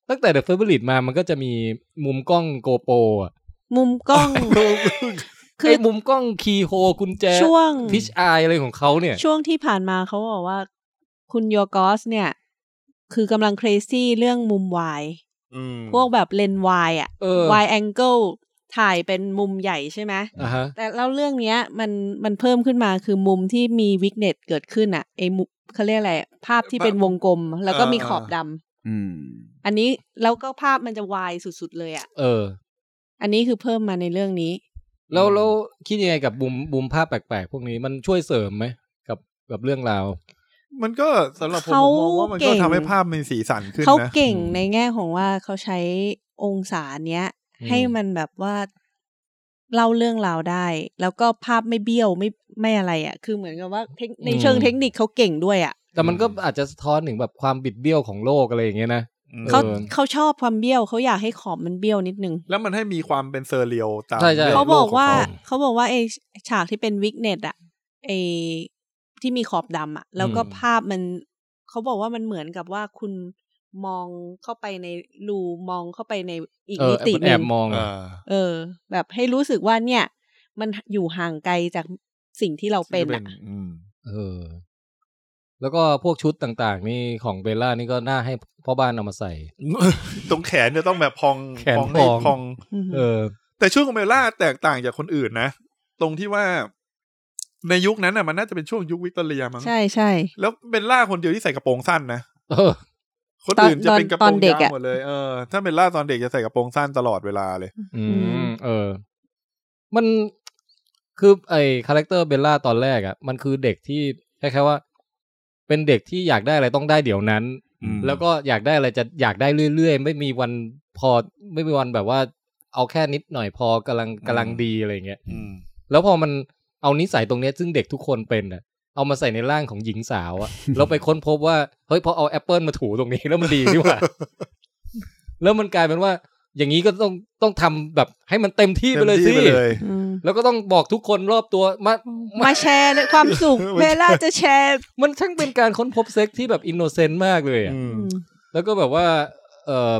Speaker 2: ตั้งแต่เดอะเฟเวอร์ลิมามันก็จะมีมุมกล้องโกโปรอ่ะ
Speaker 5: มุมกล้อง คือ
Speaker 2: ไอ้มุมกล้องคีย์โฮกุญแจ
Speaker 5: ช่วง
Speaker 2: ฟิชอายอะไรของเขาเนี่ย
Speaker 5: ช่วงที่ผ่านมาเขาบอกว่า คุณโยกอสเนี่ย คือกำลัง crazy เรื่องมุมวาย
Speaker 4: อืม
Speaker 5: พวกแบบเลนวายอะ
Speaker 2: เออ
Speaker 5: วายแองเกิลถ่ายเป็นมุมใหญ่ใช่ไหม
Speaker 2: อ่ะฮะ
Speaker 5: แต่แล้วเรื่องเนี้ย มันมันเพิ่มขึ้นมาคือมุมที่มีวิกเนตเกิดขึ้นอะไอมุมเขาเรียกอะไรอะภาพที่เป็นวงกลม แล้วก็มีขอบดำ
Speaker 3: อืม
Speaker 5: อันนี้แล้วก็ภาพมันจะวายสุดๆเลยอะ
Speaker 2: เออ
Speaker 5: อันนี้คือเพิ่มมาในเรื่องนี้
Speaker 2: แล้วแล้วคิดยังไงกับมุมมุมภาพแปลกๆ พวกนี้มันช่วยเสริมไหมกับกับเรื่องราว
Speaker 4: มันก็สำหรับผม
Speaker 5: เขา
Speaker 4: ผมมองว่ามันก็
Speaker 5: เก่ง
Speaker 4: ทำให้ภาพมีสีสันขึ้น
Speaker 5: เขา
Speaker 4: นะ
Speaker 5: เก่ง
Speaker 2: อืม
Speaker 5: ในแง่ของว่าเขาใช้องศาเนี้ย
Speaker 2: อืม
Speaker 5: ให้มันแบบว่าเล่าเรื่องราวได้ แล้วก็ภาพไม่เบี้ยวไม่ไม่อะไรอ่ะ คือเหมือนกับว่าเทคในเชิงเทคนิคเขาเก่งด้วยอ่ะ
Speaker 2: แต่มันก็อาจจะสะท้อนถึงแบบความบิดเบี้ยวของโลกอะไรอย่างเงี้ยนะ
Speaker 4: อืม
Speaker 5: เขา
Speaker 2: เออ
Speaker 5: เขาชอบความเบี้ยวเขาอยากให้ขอบมันเบี้ยวนิดนึง
Speaker 4: แล้วมันให้มีความเป็นเซอร์เรียลตาม
Speaker 2: ใช่ใช่
Speaker 4: รื่อง
Speaker 5: เขาบ
Speaker 4: โล
Speaker 5: อก
Speaker 4: ขงเข
Speaker 5: ว่าเขาบอกว่าไอฉากที่เป็นวิกเนตอ่ะไอที่มีขอบดำอ่ะ แล้วก็
Speaker 2: อืม
Speaker 5: ภาพมันเขาบอกว่ามันเหมือนกับว่าคุณ มองเข้าไปในรูมองเข้าไปในอีก
Speaker 2: เออ
Speaker 5: มิติ
Speaker 2: มัน
Speaker 5: ห
Speaker 2: แอ
Speaker 5: นึ่
Speaker 2: บ
Speaker 5: ง
Speaker 2: มองอะ
Speaker 4: อ่า
Speaker 5: เออ แบบให้รู้สึกว่าเนี่ย มันอยู่ห่างไกลจากสิ่งที่เราเป็นอะ
Speaker 1: อืม
Speaker 2: เออ แล้วก็พวกชุดต่างๆ นี่ของเบลล่านี่ก็น่าให้พ่อบ้านเอามาใส่
Speaker 4: ตรงแขนจะต้องแบบพอง
Speaker 2: แขน
Speaker 4: พองให้
Speaker 2: พอง
Speaker 4: พอง
Speaker 5: อืม
Speaker 2: เออ
Speaker 4: แต่ช่วงของเบลล่าแตกต่างจากคนอื่นนะ ตรงที่ว่าในยุคนั้นน่ะมันน่าจะเป็นช่วงยุควิกตอเรียมั้ง
Speaker 5: ใช่ใช่
Speaker 4: แล้วเบลล่าคนเดียวที่ใส่กระโปรงสั้นนะ
Speaker 2: เออ
Speaker 4: คนอื่นจะเป็นกระโปรงยาวหมดเลยเออถ้าเบลล่าตอนเด็กจะใส่กระโปรงสั้นตลอดเวลาเลย
Speaker 2: อืม เออ มันคือไอคาแรคเตอร์เบลล่าตอนแรกอะ่ะ มันคือเด็กที่คล้ายๆว่า เป็นเด็กที่อยากได้อะไรต้องได้เดี๋ยวนั้น
Speaker 1: อืม
Speaker 2: แล้วก็อยากได้อะไรจะอยากได้เรื่อยๆ ไม่มีวันพอไม่มีวันแบบว่า เอาแค่นิดหน่อยพอกำลังกำลังดีอะไรอย่างเงี้ย
Speaker 1: อืม
Speaker 2: แล้วพอมันเอานิสัยตรงเนี้ยซึ่งเด็กทุกคนเป็นอ่ะ เอามาใส่ในร่างของหญิงสาว อะแล้วไปค้นพบว่าเฮ้ยพอเอาแอปเปิลมาถูตรงนี้แล้วมันดีนี่หว่า แล้วมันกลายเป็นว่า อย่างนี้ก็ต้องต้องทำแบบให้มันเต็มที่ไปเลย
Speaker 4: ต็ม
Speaker 2: สิ
Speaker 4: ที่ไปเลย
Speaker 5: อืม
Speaker 2: แล้วก็ต้องบอกทุกคนรอบตัวมา
Speaker 5: มาแชร์เลยความสุขเวลาจะแชร์
Speaker 2: มันช่างเป็นการค้นพบเซ็กที่แบบอินโนเซนต์มากเลยอะ
Speaker 4: อืม
Speaker 2: แล้วก็แบบว่า เออ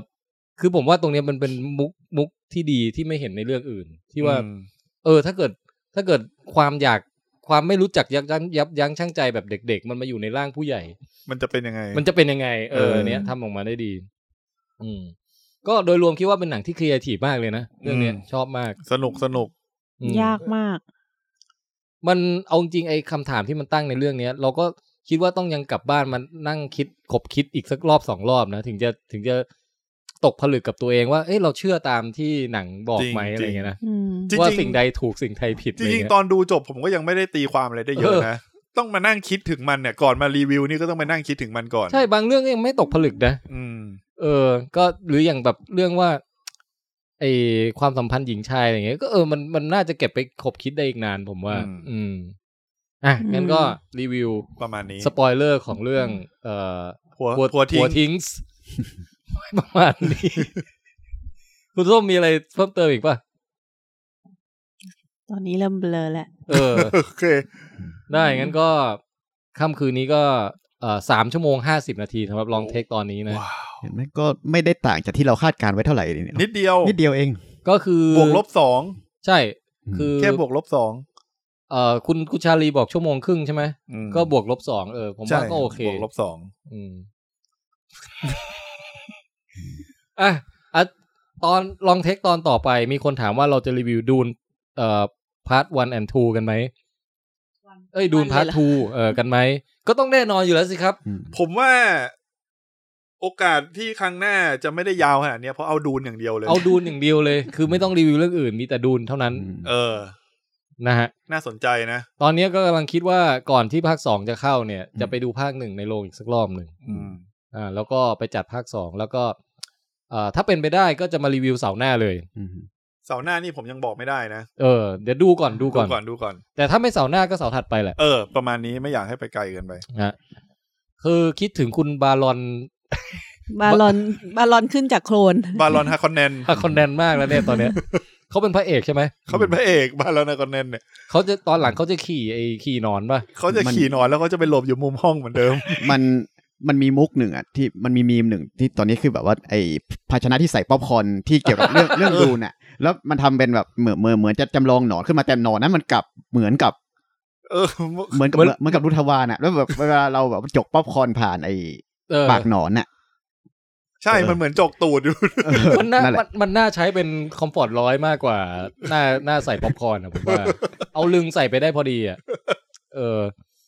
Speaker 2: คือผมว่าตรงเนี้ยมันเป็นมุกมุกที่ดีที่ไม่เห็นในเรื่องอื่น ที่ว่า
Speaker 4: อืม
Speaker 2: เออ ถ้าเกิด ถ้าเกิดความอยากความไม่รู้จักยับยั้งยับยั้งชั่งใจแบบเด็ก ๆ มันมาอยู่ในร่างผู้ใหญ่
Speaker 4: มันจะเป็นยังไง
Speaker 2: มันจะเป็นยังไง เออ
Speaker 4: เออ
Speaker 2: เนี้ยทำออกมาได้ดี อืม ก็โดยรวมคิดว่าเป็นหนังที่ครีเอทีฟมากเลยนะเรื่องเนี้ยชอบมาก
Speaker 4: สนุกสนุก
Speaker 2: อืม
Speaker 5: ยากมาก
Speaker 2: มันเอาจริงๆไอ้คำถามที่มันตั้งในเรื่องเนี้ย เราก็คิดว่าต้องยังกลับบ้านมานั่งคิดขบคิดอีกสักรอบสองรอบนะ ถึงจะถึงจะตกผลึกกับตัวเองว่าเอ้ยเราเชื่อตามที่หนังบอกไหมอะไรเงี้ยนะ
Speaker 5: อืม
Speaker 4: จริง
Speaker 2: ว่า
Speaker 4: ๆ
Speaker 2: สิ่งใดถูกสิ่งใดผิด
Speaker 4: จ
Speaker 2: อะไร
Speaker 4: ริง
Speaker 2: เงี้
Speaker 4: ๆต
Speaker 2: ย
Speaker 4: อนดูจบผมก็ยังไม่ได้ตีความอะไรได้เยอะ
Speaker 2: เออ
Speaker 4: นะต้องมานั่งคิดถึงมันเนี่ยก่อนมารีวิวนี่ก็ต้องมานั่งคิดถึงมันก่อน
Speaker 2: ใช่บางเรื่องก็ยังไม่ตกผลึกนะ
Speaker 4: อืม
Speaker 2: เออ ก็หรืออย่างแบบเรื่องว่าไอความสัมพันธ์หญิงชายอะไรเงี้ยก็เออมันมันน่าจะเก็บไปขบคิดได้อีกนานผมว่า
Speaker 4: อืม
Speaker 2: อืมอ่ะงั้นก็รีวิว
Speaker 4: ประมาณนี้
Speaker 2: สปอยเลอร์ของเรื่อง เอ่อ
Speaker 4: หัว
Speaker 2: หัว
Speaker 4: หัวทิ้ง
Speaker 2: ทิ้งส์ประมาณนี้ คุณส้มมีอะไรเพิ่มเติมอีกป่ะ
Speaker 5: ตอนนี้เริ่มเบลอแล้ว
Speaker 2: เออ
Speaker 4: โอเค
Speaker 2: ได้งั้นก็ค่ำคืนนี้ก็เอ่อสามชั่วโมงห้าสิบนาทีสำหรับลองเทคตอนนี้นะ
Speaker 4: ว้าว
Speaker 3: เห็นไหมก็ไม่ได้ต่างจากที่เราคาดการไว้เท่าไหร่เลยเนย
Speaker 4: นิดเดียว
Speaker 3: นิดเดียวเอง
Speaker 2: ก็คือบ
Speaker 4: วกลบสอง
Speaker 2: ใช่ คือ
Speaker 4: แค่บวกลบสอง
Speaker 2: เอ่อคุณคุณชาลีบอกชั่วโมงครึ่งใช่ไหม
Speaker 4: อืม
Speaker 2: ก็บวกลบสองเออ ผมว่า
Speaker 4: ใช่
Speaker 2: ก็โอเค
Speaker 4: บวกลบสอง
Speaker 2: อืมอ่ะอ่ะตอนลองเทคตอนต่อไป มีคนถามว่าเราจะรีวิวดูนเอ่อพาร์ท 1 and 2 กันไหม เอ้ย ดูน
Speaker 5: One
Speaker 2: พาร์ท
Speaker 5: เลยเหรอ
Speaker 2: 2 เอ่อ กันไหม ก็ต้องแน่นอนอยู่แล้วสิ ครับ
Speaker 4: ผมว่าโอกาสที่ครั้งหน้าจะไม่ได้ยาวขนาดเนี้ยเพราะเอาดูนอย่างเดียวเลย
Speaker 2: เอาดูนอย่างเดียวเลย คือไม่ต้องรีวิวเรื่องอื่น มีแต่ดูนเท่านั้น
Speaker 4: เออ
Speaker 2: นะฮะ
Speaker 4: น่าสนใจนะ
Speaker 2: ตอนนี้ก็กำลังคิดว่าก่อนที่ภาค 2 จะเข้าเนี่ย จะไปดูภาคหนึ่งในโรงอีกสักรอบหนึ่ง
Speaker 1: อืม
Speaker 2: อ่า แล้วก็ไปจัดภาค 2 แล้วก็เอ่อถ้าเป็นไปได้ก็จะมารีวิวเสาร์หน้าเลย
Speaker 4: เสาร์หน้านี่ผมยังบอกไม่ได้นะ
Speaker 2: เออ เดี๋ยวดูก่อนดู
Speaker 4: ดู
Speaker 2: ก่อน
Speaker 4: ก่อนดูก่อน
Speaker 2: แต่ถ้าไม่เสาร์หน้าก็เสาร์ถัดไปแหละ
Speaker 4: เออ ประมาณนี้ไม่อยากให้ไปไกลเกินไป
Speaker 2: ฮะคือคิดถึงคุณบารอน
Speaker 5: บาลอนบาลอนขึ้นจากโคลน
Speaker 4: บาลอนฮาคอนแนน
Speaker 2: คอนแนนมากแล้วเนี่ยตอนเนี้ย เขาเป็นพระเอกใช่ไหม
Speaker 4: เขาเป็นพระเอก บาลอนฮาคอนแนนเนี่ย
Speaker 2: เขาจะตอนหลังเขาจะขี่ไอ้ขี่หนอนป่ะ
Speaker 4: เขาจะขี่นอนแล้วเขาจะไปหลบอยู่มุมห้องเหมือนเดิม
Speaker 3: มันมันมีมุกหนึ่งอ่ะที่มันมีมีมหนึ่งที่ตอนนี้คือแบบว่าไอภาชนะที่ใส่ป๊อปคอร์นที่เกี่ยวกับเรื่องเรื่อง ดูน่ะ แล้วมันทำเป็นแบบเหมือนเหมือนเหมือนจะจำลองหนอนขึ้นมาแต่หนอนนั้นมันกลับเหมือนกับ
Speaker 4: เออ
Speaker 3: เหมือนกับ
Speaker 2: เหมือน
Speaker 3: เหมือนกับรุทวานอ่ะแล้วแบบเวลาเราแบบจกป๊อปคอร์นผ่านไอ
Speaker 2: เออ
Speaker 3: ปากหนอน น่ะ
Speaker 4: ใช่มันเหมือนจกตูดอยู่
Speaker 3: เออ
Speaker 2: มันน่า
Speaker 3: นั่นแห
Speaker 2: มั
Speaker 3: ละ
Speaker 2: นมันน่าใช้เป็นคอมฟอร์ตร้อยมากกว่าหน้าหน้าใส่ป๊อปคอร์นอะผมว่า เอาลึงใส่ไปได้พอดีอ่ะเออ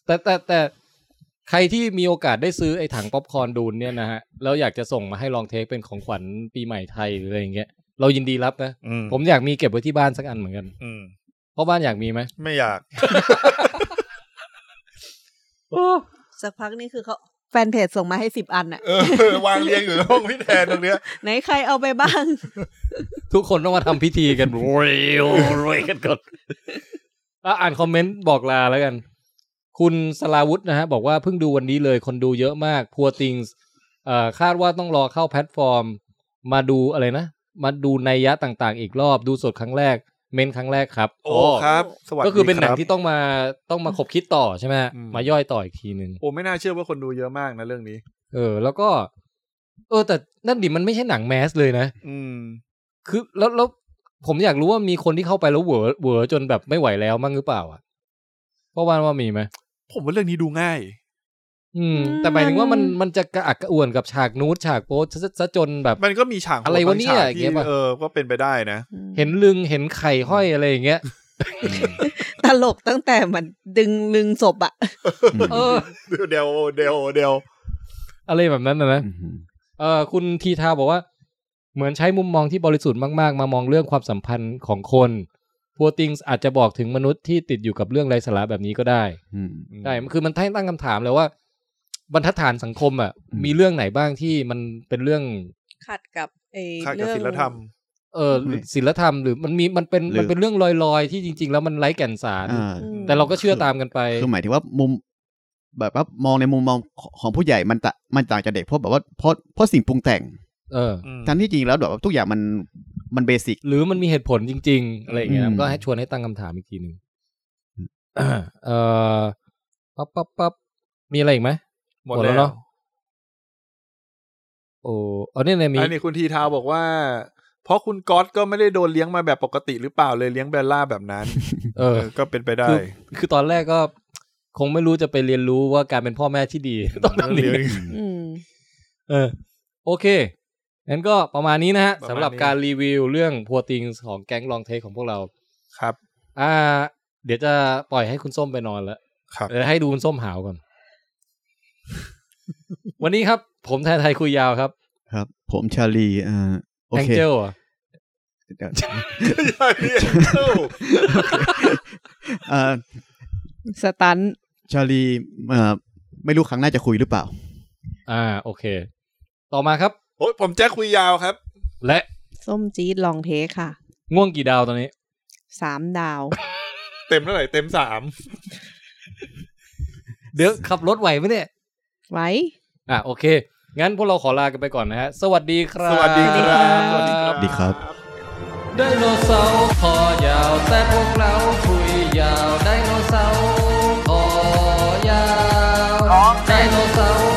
Speaker 2: แต่แต่แต่ใครที่มีโอกาสได้ซื้อไอ้ถังป๊อปคอร์นดูนเนี่ยนะฮะแล้วอยากจะส่งมาให้ลองเทคเป็นของขวัญปีใหม่ไทยหรืออะไรอย่างเงี้ยเรายินดีรับนะ
Speaker 4: อืม
Speaker 2: ผมอยากมีเก็บไว้ที่บ้านสักอันเหมือนกัน
Speaker 4: อืม
Speaker 2: เพราะบ้านอยากมีไหม
Speaker 4: ไม่อยาก
Speaker 5: สักพักนี่คือเขาแฟนเพจส่งมาให้สิบอันอะ
Speaker 4: เออ วางเรียงอยู่ในห้องพี่แทนตรงเนี้ย
Speaker 5: ไหนใครเอาไปบ้าง
Speaker 2: ทุกคนต้องมาทำพิธีกัน โรยโอ้โรยกันก่อนอ่ะอ่านคอมเมนต์บอกลาแล้วกัน คุณสลาวุธนะฮะ บอกว่าเพิ่งดูวันนี้เลยคนดูเยอะมากพัวติงส์คาดว่าต้องรอเข้าแพลตฟอร์ม มาดูอะไรนะ มาดูในยยะต่างๆ อีกรอบดูสดครั้งแรก เมนครั้งแรกครับ
Speaker 4: โอ้ครับ สวัสดี
Speaker 2: ก็คือเป็นหนัง
Speaker 4: รับ
Speaker 2: ที่ต้องมาต้องมาขบคิดต่อใช่ไหมฮะ
Speaker 4: อืม
Speaker 2: มาย่อยต่ออีกทีหนึ่ง
Speaker 4: โอ้ไม่น่าเชื่อว่าคนดูเยอะมากนะเรื่องนี้
Speaker 2: เออแล้วก็ เออแต่นั่นดิมันไม่ใช่หนังแมสเลยนะ
Speaker 4: อืม
Speaker 2: คือแล้วแล้วผมอยากรู้ว่ามีคนที่เข้าไปแล้วเหวอเหวอจนแบบไม่ไหวแล้วมั้งหรือเปล่าอ่ะเพราะว่าว่ามีไหม
Speaker 4: ผมว่าเรื่องนี้ดูง่าย
Speaker 2: อืม แต่หมายถึงว่ามัน
Speaker 6: มัน
Speaker 2: มันจะกระอักกระอ่วนกับฉากนูดฉากโป๊ซะซะซะจนแบบ
Speaker 4: มันก็มีฉาก
Speaker 2: อะไรวะเนี่ย
Speaker 4: บางฉาก
Speaker 2: อย่างเงี้
Speaker 4: ที่
Speaker 2: ยป่ะ
Speaker 4: เออก็เป็นไปได้นะ
Speaker 2: เห็นลึงเห็นไข่ห้อยอะไรอย่างเงี้ย
Speaker 5: ตลกตั้งแต่มันดึงลึงศพอะ
Speaker 2: เออ
Speaker 1: เดยวเดยวเดยว
Speaker 2: อะไรแบบนั้นนะนะ
Speaker 3: อืม
Speaker 2: เออคุณทีทาบอกว่า เหมือนใช้มุมมองที่บริสุทธิ์มากๆ มามองเรื่องความสัมพันธ์ของคนพัวติงอาจจะบอกถึงมนุษย์ที่ติดอยู่กับเรื่องไร้สาระแบบนี้ก็ได้
Speaker 3: อืม
Speaker 2: ใช่คือมันตั้งคำถามเลยว่า บรรทัดฐานสังคมอ่ะ
Speaker 3: อืม
Speaker 2: มีเรื่องไหนบ้างที่มันเป็นเรื่อง
Speaker 5: ขัดกับไอ้
Speaker 4: ขัดกับ
Speaker 5: เรื่อง
Speaker 4: ศีลธรรม
Speaker 2: เออ
Speaker 3: ไม่
Speaker 2: ศิลธรรมหรือมันมีมันเป็น
Speaker 3: หรือ
Speaker 2: มันเป็นเรื่องลอยๆ ที่จริง ๆ แล้วมันไร้แก่นสาร
Speaker 3: อ่า
Speaker 5: อืม
Speaker 2: แต่เราก็เชื่อตามกันไป
Speaker 3: คือหมายถึงว่ามุมแบบว่ามองในมุมมองของผู้ใหญ่มันตะมันต่างจากเด็กเพราะแบบว่าเพราะเพราะสิ่งปรุงแต่ง
Speaker 2: เออ
Speaker 4: อืม
Speaker 3: ทั้งที่จริงแล้วแบบว่าทุกอย่างมันมันเบสิก
Speaker 2: หรือมันมีเหตุผลจริง ๆ อะไรอย่างเงี้ย
Speaker 3: อืม
Speaker 2: ก็ให้ชวนให้ตั้งคำถามอีกทีหนึ่งเออปั๊บปั๊บปั๊บมีอะไรอีกไหม
Speaker 4: หมด
Speaker 2: แล้ว
Speaker 4: แล้ว
Speaker 2: เนาะโอ้เอาเนี่ยเนี่ยมี
Speaker 4: อันนี้คุณทีทาบอกว่า เพราะคุณก๊อตก็ไม่ได้โดนเลี้ยงมาแบบปกติหรือเปล่าเลยเลี้ยงเบลล่าแบบนั้น
Speaker 2: เออ
Speaker 4: เออก็เป็นไปได้
Speaker 2: คือ คือตอนแรกก็ คงไม่รู้จะไปเรียนรู้ว่าการเป็นพ่อแม่ที่ ดี ต้องทำยังไง
Speaker 5: อืม
Speaker 2: เออ โอเคงั้นก็ประมาณนี้นะฮะสำหรับการรีวิวเรื่องพัวติงของแก๊งลองเทคของพวกเรา
Speaker 4: ครับ
Speaker 2: อ่า เดี๋ยวจะปล่อยให้คุณส้มไปนอนแล้ว
Speaker 4: ครับ
Speaker 2: เดี๋ยวให้ดูคุณส้มหาวก่อน วันนี้ครับ ผมแทนไทยคุยยาวครับ
Speaker 3: ครับ ผมชาลีอ่าโอ
Speaker 2: แอง
Speaker 3: เค
Speaker 2: เจลอ่ะ
Speaker 3: เดี๋ยว
Speaker 1: เดยว
Speaker 3: เอ่อ
Speaker 5: สตันท์
Speaker 3: ชาลีเอ่อไม่รู้ครั้งหน้าจะคุยหรือเปล่า
Speaker 2: อ่า โอเค ต่อมาครับ
Speaker 4: โอ้ยผมแจ็คคุยยาวครับ
Speaker 2: และ
Speaker 5: ส้มจี๊ดลองเทคค่ะ
Speaker 2: ง่วงกี่ดาวตอนนี้
Speaker 5: สามดาว
Speaker 4: เต็มเท่าไหร่เต็มสาม
Speaker 2: เดี๋ยว ขับรถไหวไหมเนี่ย
Speaker 5: ไว้
Speaker 2: อ่าโอเค งั้นพวกเราขอลากันไปก่อนนะฮะ สวัสดีครับ
Speaker 4: สวัสดีครับสวัสดีค
Speaker 3: สวัสดีครั
Speaker 4: รับ
Speaker 3: บ
Speaker 10: ไดโนเสาร์คอยาวแต่พวกเราคุยยาวไดโนเสาร์คอยาวไดโนเสาร์